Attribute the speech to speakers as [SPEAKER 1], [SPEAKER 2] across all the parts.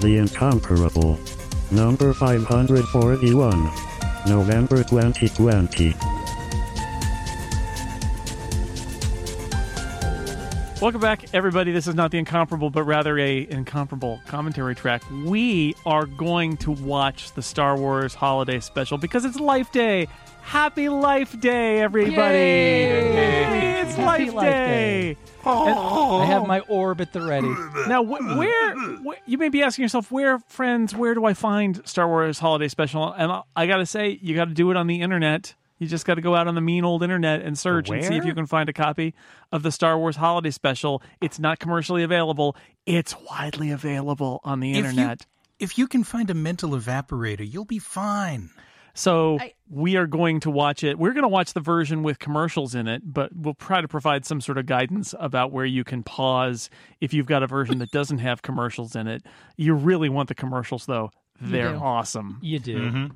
[SPEAKER 1] The Incomparable. Number 541. November 2020.
[SPEAKER 2] Welcome back, everybody. This is not the incomparable, but rather a incomparable commentary track. We are going to watch the Star Wars Holiday Special because it's Life Day. Happy Life Day, everybody! Yay, It's
[SPEAKER 3] Happy
[SPEAKER 2] Life,
[SPEAKER 3] Life
[SPEAKER 2] Day.
[SPEAKER 3] Day. I have my orb at the ready.
[SPEAKER 2] Now, wh- where, wh- you may be asking yourself, where friends, where do I find Star Wars Holiday Special? And I, I gotta say, you got to do it on the internet. You just got to go out on the mean old internet and search and see if
[SPEAKER 4] Where?
[SPEAKER 2] you can find a copy of the Star Wars Holiday Special. It's not commercially available. It's widely available on the
[SPEAKER 5] If you-
[SPEAKER 2] internet.
[SPEAKER 5] If you can find a mental evaporator, you'll be fine.
[SPEAKER 2] So
[SPEAKER 3] I-
[SPEAKER 2] we are going to watch it. We're going to watch the version with commercials in it, but we'll try to provide some sort of guidance about where you can pause if you've got a version that doesn't have commercials in it. You really want the commercials though. They're
[SPEAKER 3] do.
[SPEAKER 2] awesome.
[SPEAKER 3] You do.
[SPEAKER 2] Mm-hmm.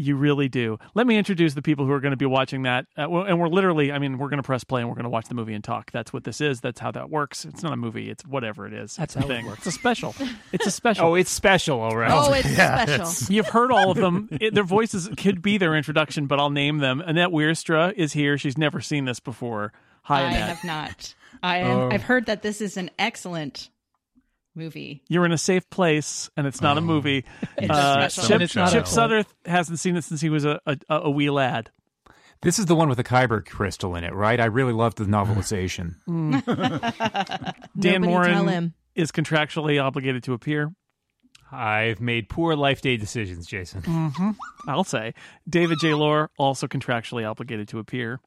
[SPEAKER 2] You really do. Let me introduce the people who are going to be watching that. Uh, well, and we're literally, I mean, we're going to press play and we're going to watch the movie and talk. That's what this is. That's how that works. It's not a movie. It's whatever it is. It's
[SPEAKER 3] That's
[SPEAKER 2] a
[SPEAKER 3] how it
[SPEAKER 2] thing. It's
[SPEAKER 3] works.
[SPEAKER 2] a special. It's a special.
[SPEAKER 4] Oh, it's special, all right.
[SPEAKER 6] Oh, it's special.
[SPEAKER 2] You've heard all of them. It, their voices could be their introduction, but I'll name them. Annette Weirstra is here. She's never seen this before. Hi,
[SPEAKER 6] I
[SPEAKER 2] Annette.
[SPEAKER 6] have not. I am,
[SPEAKER 2] Oh.
[SPEAKER 6] I've heard that this is an excellent movie.
[SPEAKER 2] You're in a safe place, and it's not a movie.
[SPEAKER 6] It's
[SPEAKER 2] Uh,
[SPEAKER 6] special.
[SPEAKER 2] Chip,
[SPEAKER 3] And it's not a
[SPEAKER 2] Chip
[SPEAKER 3] play.
[SPEAKER 2] Sutter hasn't seen it since he was a, a, a wee lad.
[SPEAKER 4] This is the one with the Kyber crystal in it, right? I really loved the novelization.
[SPEAKER 2] Dan
[SPEAKER 6] Nobody
[SPEAKER 2] Morin
[SPEAKER 6] tell him.
[SPEAKER 2] is contractually obligated to appear.
[SPEAKER 7] I've made poor life day decisions, Jason.
[SPEAKER 2] I'll say. David J. Lore, also contractually obligated to appear.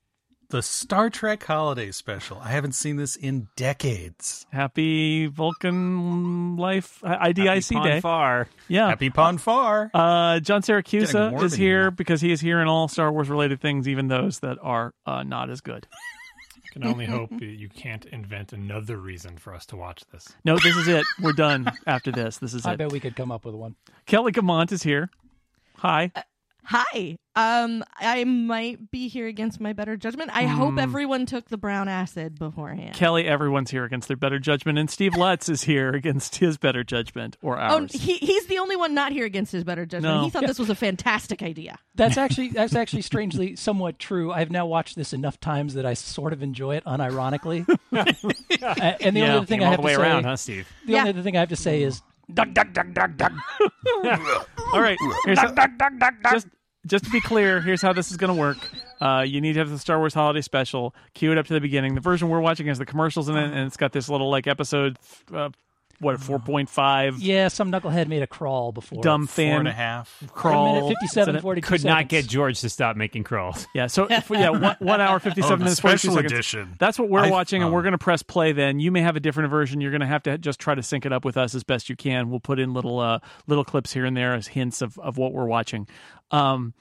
[SPEAKER 5] The Star Trek Holiday Special. I haven't seen this in decades.
[SPEAKER 2] Happy Vulcan Life, uh, IDIC
[SPEAKER 7] Happy
[SPEAKER 2] Day.
[SPEAKER 7] Ponfar.
[SPEAKER 2] Yeah.
[SPEAKER 5] Happy Ponfar.
[SPEAKER 2] Uh, John
[SPEAKER 5] Getting
[SPEAKER 2] Syracuse
[SPEAKER 5] morbid
[SPEAKER 2] is here
[SPEAKER 5] here.
[SPEAKER 2] because he is here in all Star Wars related things, even those that are uh, not as good.
[SPEAKER 7] Can only hope that you can't invent another reason for us to watch this.
[SPEAKER 2] No, this is it. We're done after this. This is
[SPEAKER 3] I
[SPEAKER 2] it.
[SPEAKER 3] bet we could come up with one.
[SPEAKER 2] Kelly Gamont is here. Hi.
[SPEAKER 6] Hi. Um, I might be here against my better judgment. I hope
[SPEAKER 2] Mm.
[SPEAKER 6] everyone took the brown acid beforehand.
[SPEAKER 2] Kelly, everyone's here against their better judgment, and Steve Lutz is here against his better judgment or
[SPEAKER 6] Oh,
[SPEAKER 2] ours.
[SPEAKER 6] he, he's the only one not here against his better judgment.
[SPEAKER 2] No.
[SPEAKER 6] He thought this was a fantastic idea.
[SPEAKER 3] That's actually that's actually strangely somewhat true. I've now watched this enough times that I sort of enjoy it unironically. A- and the
[SPEAKER 2] Yeah.
[SPEAKER 3] only other thing
[SPEAKER 7] Came
[SPEAKER 3] I
[SPEAKER 7] all
[SPEAKER 3] have to
[SPEAKER 7] the way
[SPEAKER 3] say,
[SPEAKER 7] around, huh, Steve?
[SPEAKER 3] the
[SPEAKER 6] Yeah.
[SPEAKER 3] only other thing I have to say is duck duck duck duck duck.
[SPEAKER 2] All right. Here's how- Just, just to be clear, here's how this is going to work. Uh, you need to have the Star Wars Holiday Special. Cue it up to the beginning. The version we're watching has the commercials in it, and it's got this little like episode, uh, what four point five
[SPEAKER 3] Yeah, some knucklehead made a crawl before.
[SPEAKER 2] dumb
[SPEAKER 5] Four and
[SPEAKER 2] fan
[SPEAKER 5] a half.
[SPEAKER 3] One
[SPEAKER 2] crawl.
[SPEAKER 3] minute fifty-seven,
[SPEAKER 2] It's an-
[SPEAKER 3] forty-two
[SPEAKER 7] Could not get
[SPEAKER 3] seconds.
[SPEAKER 7] George to stop making crawls.
[SPEAKER 2] Yeah, so if, yeah, one, one hour fifty-seven
[SPEAKER 5] Oh, the
[SPEAKER 2] minutes, 42
[SPEAKER 5] special
[SPEAKER 2] seconds.
[SPEAKER 5] edition.
[SPEAKER 2] That's what we're
[SPEAKER 5] I-
[SPEAKER 2] watching, and
[SPEAKER 5] oh.
[SPEAKER 2] we're going to press play. Then you may have a different version. You're going to have to just try to sync it up with us as best you can. We'll put in little uh, little clips here and there as hints of of what we're watching. Um,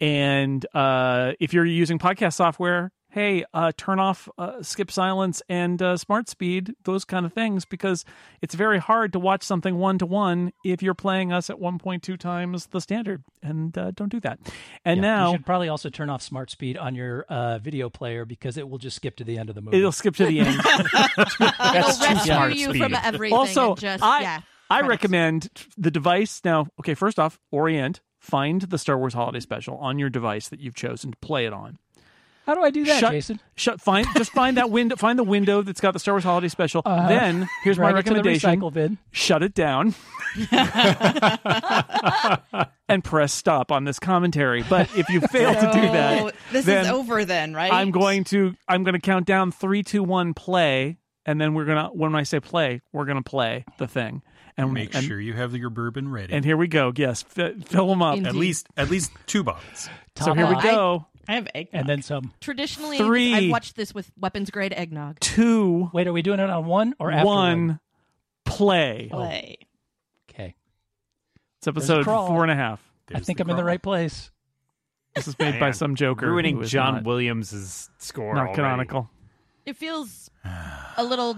[SPEAKER 2] and uh, if you're using podcast software, hey, uh, turn off uh, skip silence and uh, smart speed, those kind of things, because it's very hard to watch something one to one if you're playing us at 1.2 times the standard. And uh, don't do that. And now
[SPEAKER 3] you should probably also turn off Smart Speed on your uh, video player because it will just skip to the end of the movie.
[SPEAKER 2] It'll skip to the end.
[SPEAKER 6] It'll rescue
[SPEAKER 7] smart
[SPEAKER 6] you
[SPEAKER 7] speed.
[SPEAKER 6] from everything.
[SPEAKER 2] also,
[SPEAKER 6] and just,
[SPEAKER 2] I
[SPEAKER 6] yeah.
[SPEAKER 2] I
[SPEAKER 6] credits.
[SPEAKER 2] recommend the device. Now, okay, first off, orient, find the Star Wars Holiday Special on your device that you've chosen to play it on.
[SPEAKER 3] How do I do that,
[SPEAKER 2] shut,
[SPEAKER 3] Jason?
[SPEAKER 2] Shut. Find just find that window. Find the window that's got the Star Wars Holiday Special. then here's my
[SPEAKER 3] Drag Uh-huh. it to the
[SPEAKER 2] recommendation:
[SPEAKER 3] recycle bin.
[SPEAKER 2] shut it down and press stop on this commentary. But if you fail to do that,
[SPEAKER 8] this
[SPEAKER 2] then
[SPEAKER 8] is over then, right?
[SPEAKER 2] I'm going to I'm going to count down three, two, one, play, and then we're gonna when I say play, we're gonna play the thing. And
[SPEAKER 5] Make
[SPEAKER 2] and,
[SPEAKER 5] sure you have your bourbon ready.
[SPEAKER 2] And here we go. Yes, f- fill them up.
[SPEAKER 6] In-
[SPEAKER 5] at
[SPEAKER 6] Indeed.
[SPEAKER 5] least at least two bottles.
[SPEAKER 2] so here we
[SPEAKER 3] Top off.
[SPEAKER 2] go.
[SPEAKER 8] I have egg.
[SPEAKER 3] And then some.
[SPEAKER 6] Traditionally,
[SPEAKER 2] Three.
[SPEAKER 6] I've watched this with weapons grade eggnog.
[SPEAKER 2] Two,
[SPEAKER 3] Wait, are we doing it on one or after one? Oh,
[SPEAKER 2] one, play.
[SPEAKER 8] play.
[SPEAKER 3] Okay.
[SPEAKER 2] It's episode
[SPEAKER 3] crawl.
[SPEAKER 2] four and a half.
[SPEAKER 3] I
[SPEAKER 5] There's
[SPEAKER 3] think
[SPEAKER 5] the
[SPEAKER 3] I'm in the
[SPEAKER 5] crawl.
[SPEAKER 3] right place.
[SPEAKER 2] This is made by
[SPEAKER 7] Man,
[SPEAKER 2] some joker. who
[SPEAKER 7] Ruining
[SPEAKER 2] is
[SPEAKER 7] John
[SPEAKER 2] not,
[SPEAKER 7] Williams's score.
[SPEAKER 2] Not
[SPEAKER 7] already.
[SPEAKER 2] canonical.
[SPEAKER 6] It feels a little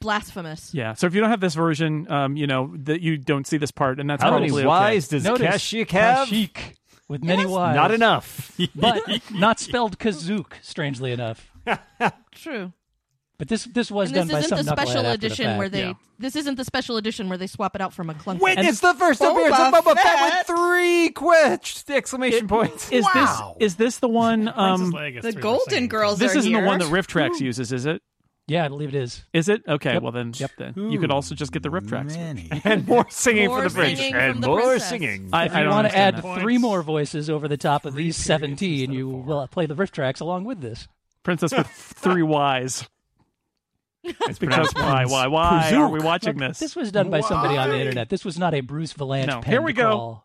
[SPEAKER 6] blasphemous.
[SPEAKER 2] Yeah. So if you don't have this version, um, you know that you don't see this part, and that's
[SPEAKER 7] How
[SPEAKER 2] probably
[SPEAKER 7] many
[SPEAKER 2] okay.
[SPEAKER 7] wives does
[SPEAKER 3] Notice
[SPEAKER 7] Kashyyyk have?
[SPEAKER 3] Kashyyyk with many wives.
[SPEAKER 7] Not enough.
[SPEAKER 3] But not spelled Kazook, strangely enough.
[SPEAKER 6] True.
[SPEAKER 3] But this this was
[SPEAKER 6] And
[SPEAKER 3] done
[SPEAKER 6] this
[SPEAKER 3] by
[SPEAKER 6] isn't
[SPEAKER 3] some
[SPEAKER 6] the
[SPEAKER 3] knucklehead
[SPEAKER 6] special
[SPEAKER 3] after the
[SPEAKER 6] edition
[SPEAKER 3] fact.
[SPEAKER 6] where they.
[SPEAKER 7] yeah.
[SPEAKER 6] This isn't the special edition where they swap it out from a clunkhead.
[SPEAKER 4] Witness the first
[SPEAKER 6] Boba
[SPEAKER 4] appearance of Boba Fett
[SPEAKER 6] Fett.
[SPEAKER 4] with three quick exclamation points.
[SPEAKER 2] Is
[SPEAKER 5] Wow.
[SPEAKER 2] this is this the one?
[SPEAKER 7] Princess
[SPEAKER 2] Um,
[SPEAKER 7] Leia gets
[SPEAKER 8] The
[SPEAKER 7] three
[SPEAKER 8] Golden
[SPEAKER 7] percent.
[SPEAKER 8] Girls
[SPEAKER 2] this
[SPEAKER 8] are
[SPEAKER 2] isn't
[SPEAKER 8] here.
[SPEAKER 2] the one that Rift Tracks uses, is it?
[SPEAKER 3] Yeah, I believe it is.
[SPEAKER 2] Is it okay?
[SPEAKER 3] Yep.
[SPEAKER 2] Well, then, yep. Then you could also just get the Rift Tracks.
[SPEAKER 5] Many.
[SPEAKER 4] and more singing
[SPEAKER 6] More
[SPEAKER 4] for the prince.
[SPEAKER 6] singing
[SPEAKER 4] and
[SPEAKER 6] from the
[SPEAKER 4] more
[SPEAKER 6] princess.
[SPEAKER 4] singing.
[SPEAKER 2] I,
[SPEAKER 3] If
[SPEAKER 2] I
[SPEAKER 3] you
[SPEAKER 2] don't
[SPEAKER 3] want to add
[SPEAKER 2] understand that.
[SPEAKER 3] three more voices over the top of these
[SPEAKER 7] periods instead
[SPEAKER 3] 17,
[SPEAKER 7] of
[SPEAKER 3] you
[SPEAKER 7] four.
[SPEAKER 3] will play the riff tracks along with this.
[SPEAKER 2] Princess with three Y's.
[SPEAKER 4] it's
[SPEAKER 2] Because why, why, why are we watching
[SPEAKER 3] Look,
[SPEAKER 2] this?
[SPEAKER 3] This was done by somebody on the internet. This was not a Bruce Valanche.
[SPEAKER 2] No,
[SPEAKER 3] penned
[SPEAKER 2] here we go.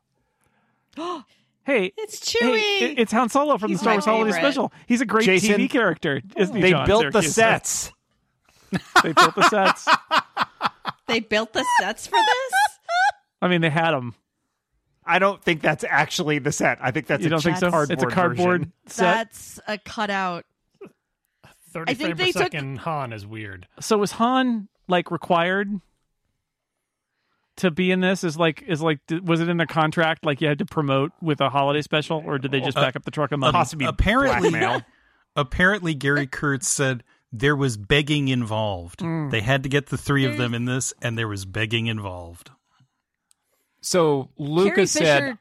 [SPEAKER 3] crawl.
[SPEAKER 2] Hey,
[SPEAKER 8] It's
[SPEAKER 2] hey,
[SPEAKER 8] Chewy.
[SPEAKER 2] it- it's Han Solo from
[SPEAKER 8] He's
[SPEAKER 2] the Star
[SPEAKER 8] my
[SPEAKER 2] Wars Holiday
[SPEAKER 8] favorite.
[SPEAKER 2] Special. He's a great
[SPEAKER 4] Jason,
[SPEAKER 2] TV character, isn't he?
[SPEAKER 4] They
[SPEAKER 2] John
[SPEAKER 4] built the
[SPEAKER 2] Syracuse?
[SPEAKER 4] sets.
[SPEAKER 2] They built the sets.
[SPEAKER 8] they built the sets for this.
[SPEAKER 2] I mean, they had them.
[SPEAKER 4] I don't think that's actually the set. I think that's
[SPEAKER 2] You
[SPEAKER 4] a
[SPEAKER 2] don't think so?
[SPEAKER 4] cardboard
[SPEAKER 2] It's a cardboard
[SPEAKER 4] version.
[SPEAKER 2] set.
[SPEAKER 6] That's a cutout.
[SPEAKER 7] Thirty
[SPEAKER 6] I think
[SPEAKER 7] frame per
[SPEAKER 6] they took-
[SPEAKER 7] second Han is weird.
[SPEAKER 2] So is Han like required to be in this? Is like is like d- was it in the contract? Like you had to promote with a holiday special, or did they just
[SPEAKER 4] Uh,
[SPEAKER 2] back up the truck a month?
[SPEAKER 4] Possibly
[SPEAKER 5] Apparently-
[SPEAKER 4] blackmail.
[SPEAKER 5] Apparently, Gary Kurtz said there was begging involved.
[SPEAKER 4] Mm.
[SPEAKER 5] They had to get the three of them in this, and there was begging involved.
[SPEAKER 4] So Lucas
[SPEAKER 6] Carrie
[SPEAKER 4] said,
[SPEAKER 6] Fisher-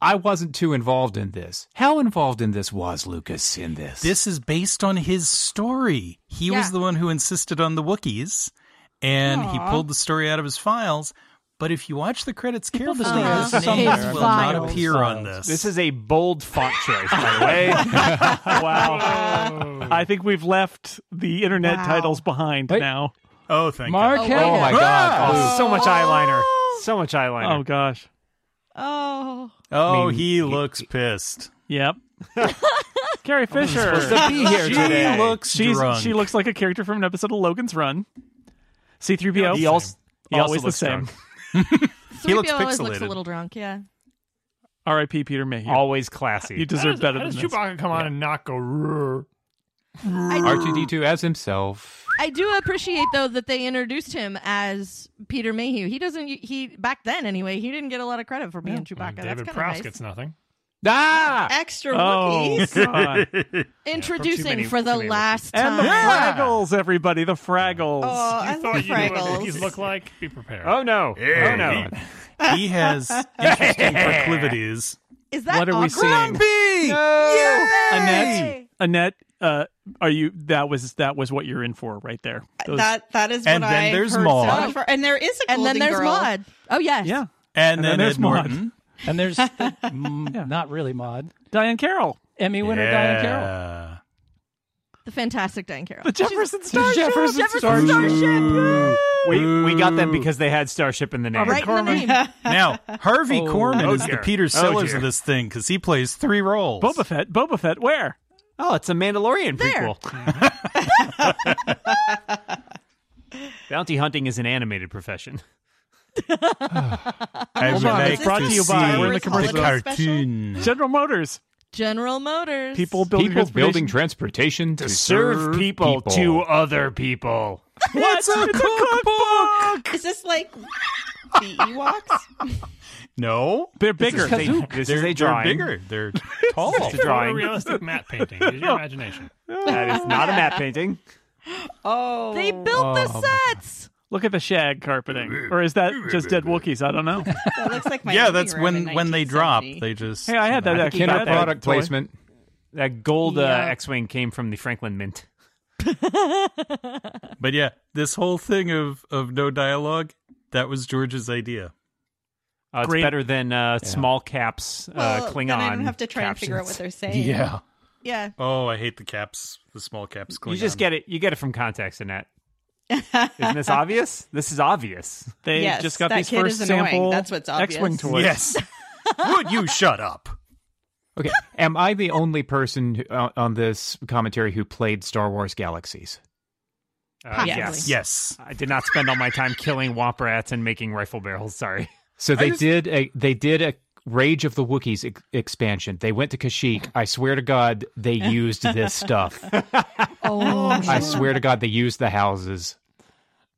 [SPEAKER 4] "I wasn't too involved in this." How involved in this was Lucas in this?
[SPEAKER 5] This is based on his story. He
[SPEAKER 6] Yeah.
[SPEAKER 5] was the one who insisted on the Wookiees, and he pulled the story out of his files. But if you watch the credits carefully,
[SPEAKER 3] story out of
[SPEAKER 5] his
[SPEAKER 3] his
[SPEAKER 5] name
[SPEAKER 3] files.
[SPEAKER 5] will not
[SPEAKER 3] Files.
[SPEAKER 5] appear on this.
[SPEAKER 4] this is a bold font choice, by the way.
[SPEAKER 2] wow! I think we've left the internet
[SPEAKER 6] Wow.
[SPEAKER 2] titles behind
[SPEAKER 3] Wait.
[SPEAKER 2] now.
[SPEAKER 5] oh, thank
[SPEAKER 3] Mark
[SPEAKER 5] God.
[SPEAKER 6] Oh,
[SPEAKER 4] Oh my god!
[SPEAKER 5] Ah!
[SPEAKER 4] Oh, so much eyeliner. So much eyeliner.
[SPEAKER 2] Oh gosh.
[SPEAKER 6] Oh,
[SPEAKER 5] Oh, he looks pissed.
[SPEAKER 2] Yep. Carrie Fisher.
[SPEAKER 4] to be here
[SPEAKER 5] She
[SPEAKER 4] today.
[SPEAKER 5] looks
[SPEAKER 2] She's
[SPEAKER 5] drunk.
[SPEAKER 2] she looks like a character from an episode of Logan's Run. C3PO.
[SPEAKER 4] he also, he also
[SPEAKER 2] Always the
[SPEAKER 4] looks
[SPEAKER 2] same.
[SPEAKER 4] drunk.
[SPEAKER 5] He looks
[SPEAKER 6] 3PO always looks a
[SPEAKER 5] pixelated.
[SPEAKER 6] little drunk. Yeah.
[SPEAKER 2] R.I.P. Peter Mayhew.
[SPEAKER 4] Always classy.
[SPEAKER 2] you
[SPEAKER 7] How does,
[SPEAKER 2] deserve better
[SPEAKER 7] how
[SPEAKER 2] than
[SPEAKER 7] does
[SPEAKER 2] this.
[SPEAKER 7] Chewbacca come on and not go? "Roar"?
[SPEAKER 8] Mm.
[SPEAKER 6] I,
[SPEAKER 4] R2D2 as himself.
[SPEAKER 6] I do appreciate though that they introduced him as Peter Mayhew. He doesn't. He back then anyway. He didn't get a lot of credit for being Chewbacca. That's
[SPEAKER 7] David
[SPEAKER 6] kind of
[SPEAKER 7] Prowse
[SPEAKER 6] nice.
[SPEAKER 7] gets nothing.
[SPEAKER 4] Ah!
[SPEAKER 8] Extra
[SPEAKER 2] Oh,
[SPEAKER 8] Wookiees.
[SPEAKER 2] God.
[SPEAKER 6] Introducing
[SPEAKER 4] many-
[SPEAKER 6] for the
[SPEAKER 4] too many
[SPEAKER 6] last
[SPEAKER 2] and the
[SPEAKER 6] time.
[SPEAKER 2] Fraggles, everybody, the Fraggles.
[SPEAKER 8] Oh, I love
[SPEAKER 7] Thought you knew what
[SPEAKER 8] Fraggles.
[SPEAKER 7] Wookiees look like. Be prepared.
[SPEAKER 4] Oh no! Oh no!
[SPEAKER 5] He has interesting proclivities.
[SPEAKER 8] Is that
[SPEAKER 2] what are we
[SPEAKER 8] awkward?
[SPEAKER 2] seeing?
[SPEAKER 5] Annette.
[SPEAKER 2] Annette, uh, are you? That was that was what you're in for right there. Those-
[SPEAKER 8] That that is
[SPEAKER 5] And
[SPEAKER 8] what
[SPEAKER 5] then
[SPEAKER 8] I've
[SPEAKER 5] there's
[SPEAKER 8] heard so
[SPEAKER 5] Maude.
[SPEAKER 8] much for- and there is a
[SPEAKER 6] And then
[SPEAKER 8] Golden
[SPEAKER 6] there's
[SPEAKER 8] girl.
[SPEAKER 6] Maud. Oh yes.
[SPEAKER 2] yeah, And then
[SPEAKER 5] And, then,
[SPEAKER 2] there's
[SPEAKER 5] Ed
[SPEAKER 2] Maude.
[SPEAKER 5] Norton.
[SPEAKER 3] And there's mm, not really Maud.
[SPEAKER 2] Diane Carroll,
[SPEAKER 3] Emmy winner Diane Carroll.
[SPEAKER 5] Yeah.
[SPEAKER 6] The fantastic Dan Carroll.
[SPEAKER 2] the Jefferson Starship,
[SPEAKER 4] Jefferson Starship.
[SPEAKER 5] Ooh.
[SPEAKER 4] We we got them because they had starship in the name.
[SPEAKER 6] Right in the name.
[SPEAKER 5] Now, Harvey
[SPEAKER 3] Oh.
[SPEAKER 5] Korman
[SPEAKER 4] Oh,
[SPEAKER 5] is the
[SPEAKER 4] dear.
[SPEAKER 5] Peter
[SPEAKER 4] Oh,
[SPEAKER 5] Sellers
[SPEAKER 4] dear.
[SPEAKER 5] of this thing because he plays three roles.
[SPEAKER 2] Boba Fett, Boba Fett, where?
[SPEAKER 4] Oh, it's a Mandalorian
[SPEAKER 6] There.
[SPEAKER 4] prequel. Bounty hunting is an animated profession.
[SPEAKER 5] I would
[SPEAKER 2] on,
[SPEAKER 5] like
[SPEAKER 2] it's brought
[SPEAKER 5] to
[SPEAKER 2] to you by-
[SPEAKER 5] see
[SPEAKER 2] we're in the commercial.
[SPEAKER 5] cartoon.
[SPEAKER 2] General Motors,
[SPEAKER 6] General Motors.
[SPEAKER 2] people building, transportation.
[SPEAKER 4] transportation to serve people, to other people.
[SPEAKER 2] What's a cookbook?
[SPEAKER 8] Is this like the Ewoks?
[SPEAKER 5] No,
[SPEAKER 2] They're bigger.
[SPEAKER 4] This is a, this is
[SPEAKER 5] they're,
[SPEAKER 4] a
[SPEAKER 5] they're
[SPEAKER 4] drawing.
[SPEAKER 5] bigger. They're tall.
[SPEAKER 4] It's a drawing.
[SPEAKER 7] Realistic matte painting. Use your imagination.
[SPEAKER 4] that is not a map painting.
[SPEAKER 8] Oh,
[SPEAKER 6] They built the sets.
[SPEAKER 2] Look at the shag carpeting, or is that just dead Wookiees? I don't know.
[SPEAKER 8] that looks like my
[SPEAKER 5] yeah,
[SPEAKER 8] living
[SPEAKER 5] that's
[SPEAKER 8] room
[SPEAKER 5] when
[SPEAKER 8] in
[SPEAKER 5] when they drop.
[SPEAKER 8] 1970.
[SPEAKER 5] They just
[SPEAKER 2] Hey, I had that actually. I had that toy.
[SPEAKER 4] That gold
[SPEAKER 8] Yeah.
[SPEAKER 4] uh, X-wing came from the Franklin Mint.
[SPEAKER 5] But yeah, this whole thing of of no dialogue that was George's idea.
[SPEAKER 4] Uh, it's
[SPEAKER 2] Great.
[SPEAKER 4] better than uh, small caps
[SPEAKER 8] well,
[SPEAKER 4] uh, Klingon.
[SPEAKER 8] Then I don't have to try and figure out what
[SPEAKER 4] captions.
[SPEAKER 8] they're saying. Yeah.
[SPEAKER 5] Oh, I hate the caps. The small caps. Klingon.
[SPEAKER 4] You just get it. You get it from context, Annette. Isn't this obvious? This is obvious.
[SPEAKER 2] They
[SPEAKER 8] Yes,
[SPEAKER 2] just got
[SPEAKER 8] that
[SPEAKER 2] these
[SPEAKER 8] kid
[SPEAKER 2] first
[SPEAKER 8] is annoying.
[SPEAKER 2] sample
[SPEAKER 8] That's what's obvious.
[SPEAKER 2] X-wing toys.
[SPEAKER 5] yes. would you shut up?
[SPEAKER 4] Okay. Am I the only person who, uh, on this commentary who played Star Wars Galaxies? Uh,
[SPEAKER 8] Possibly.
[SPEAKER 4] yes.
[SPEAKER 5] Yes.
[SPEAKER 4] I did not spend all my time killing womp rats and making rifle barrels. Sorry. So they did a they did a Rage of the Wookiees ex- expansion. They went to Kashyyyk. I swear to God, they used this stuff.
[SPEAKER 6] Oh,
[SPEAKER 4] I swear to God, they used the houses.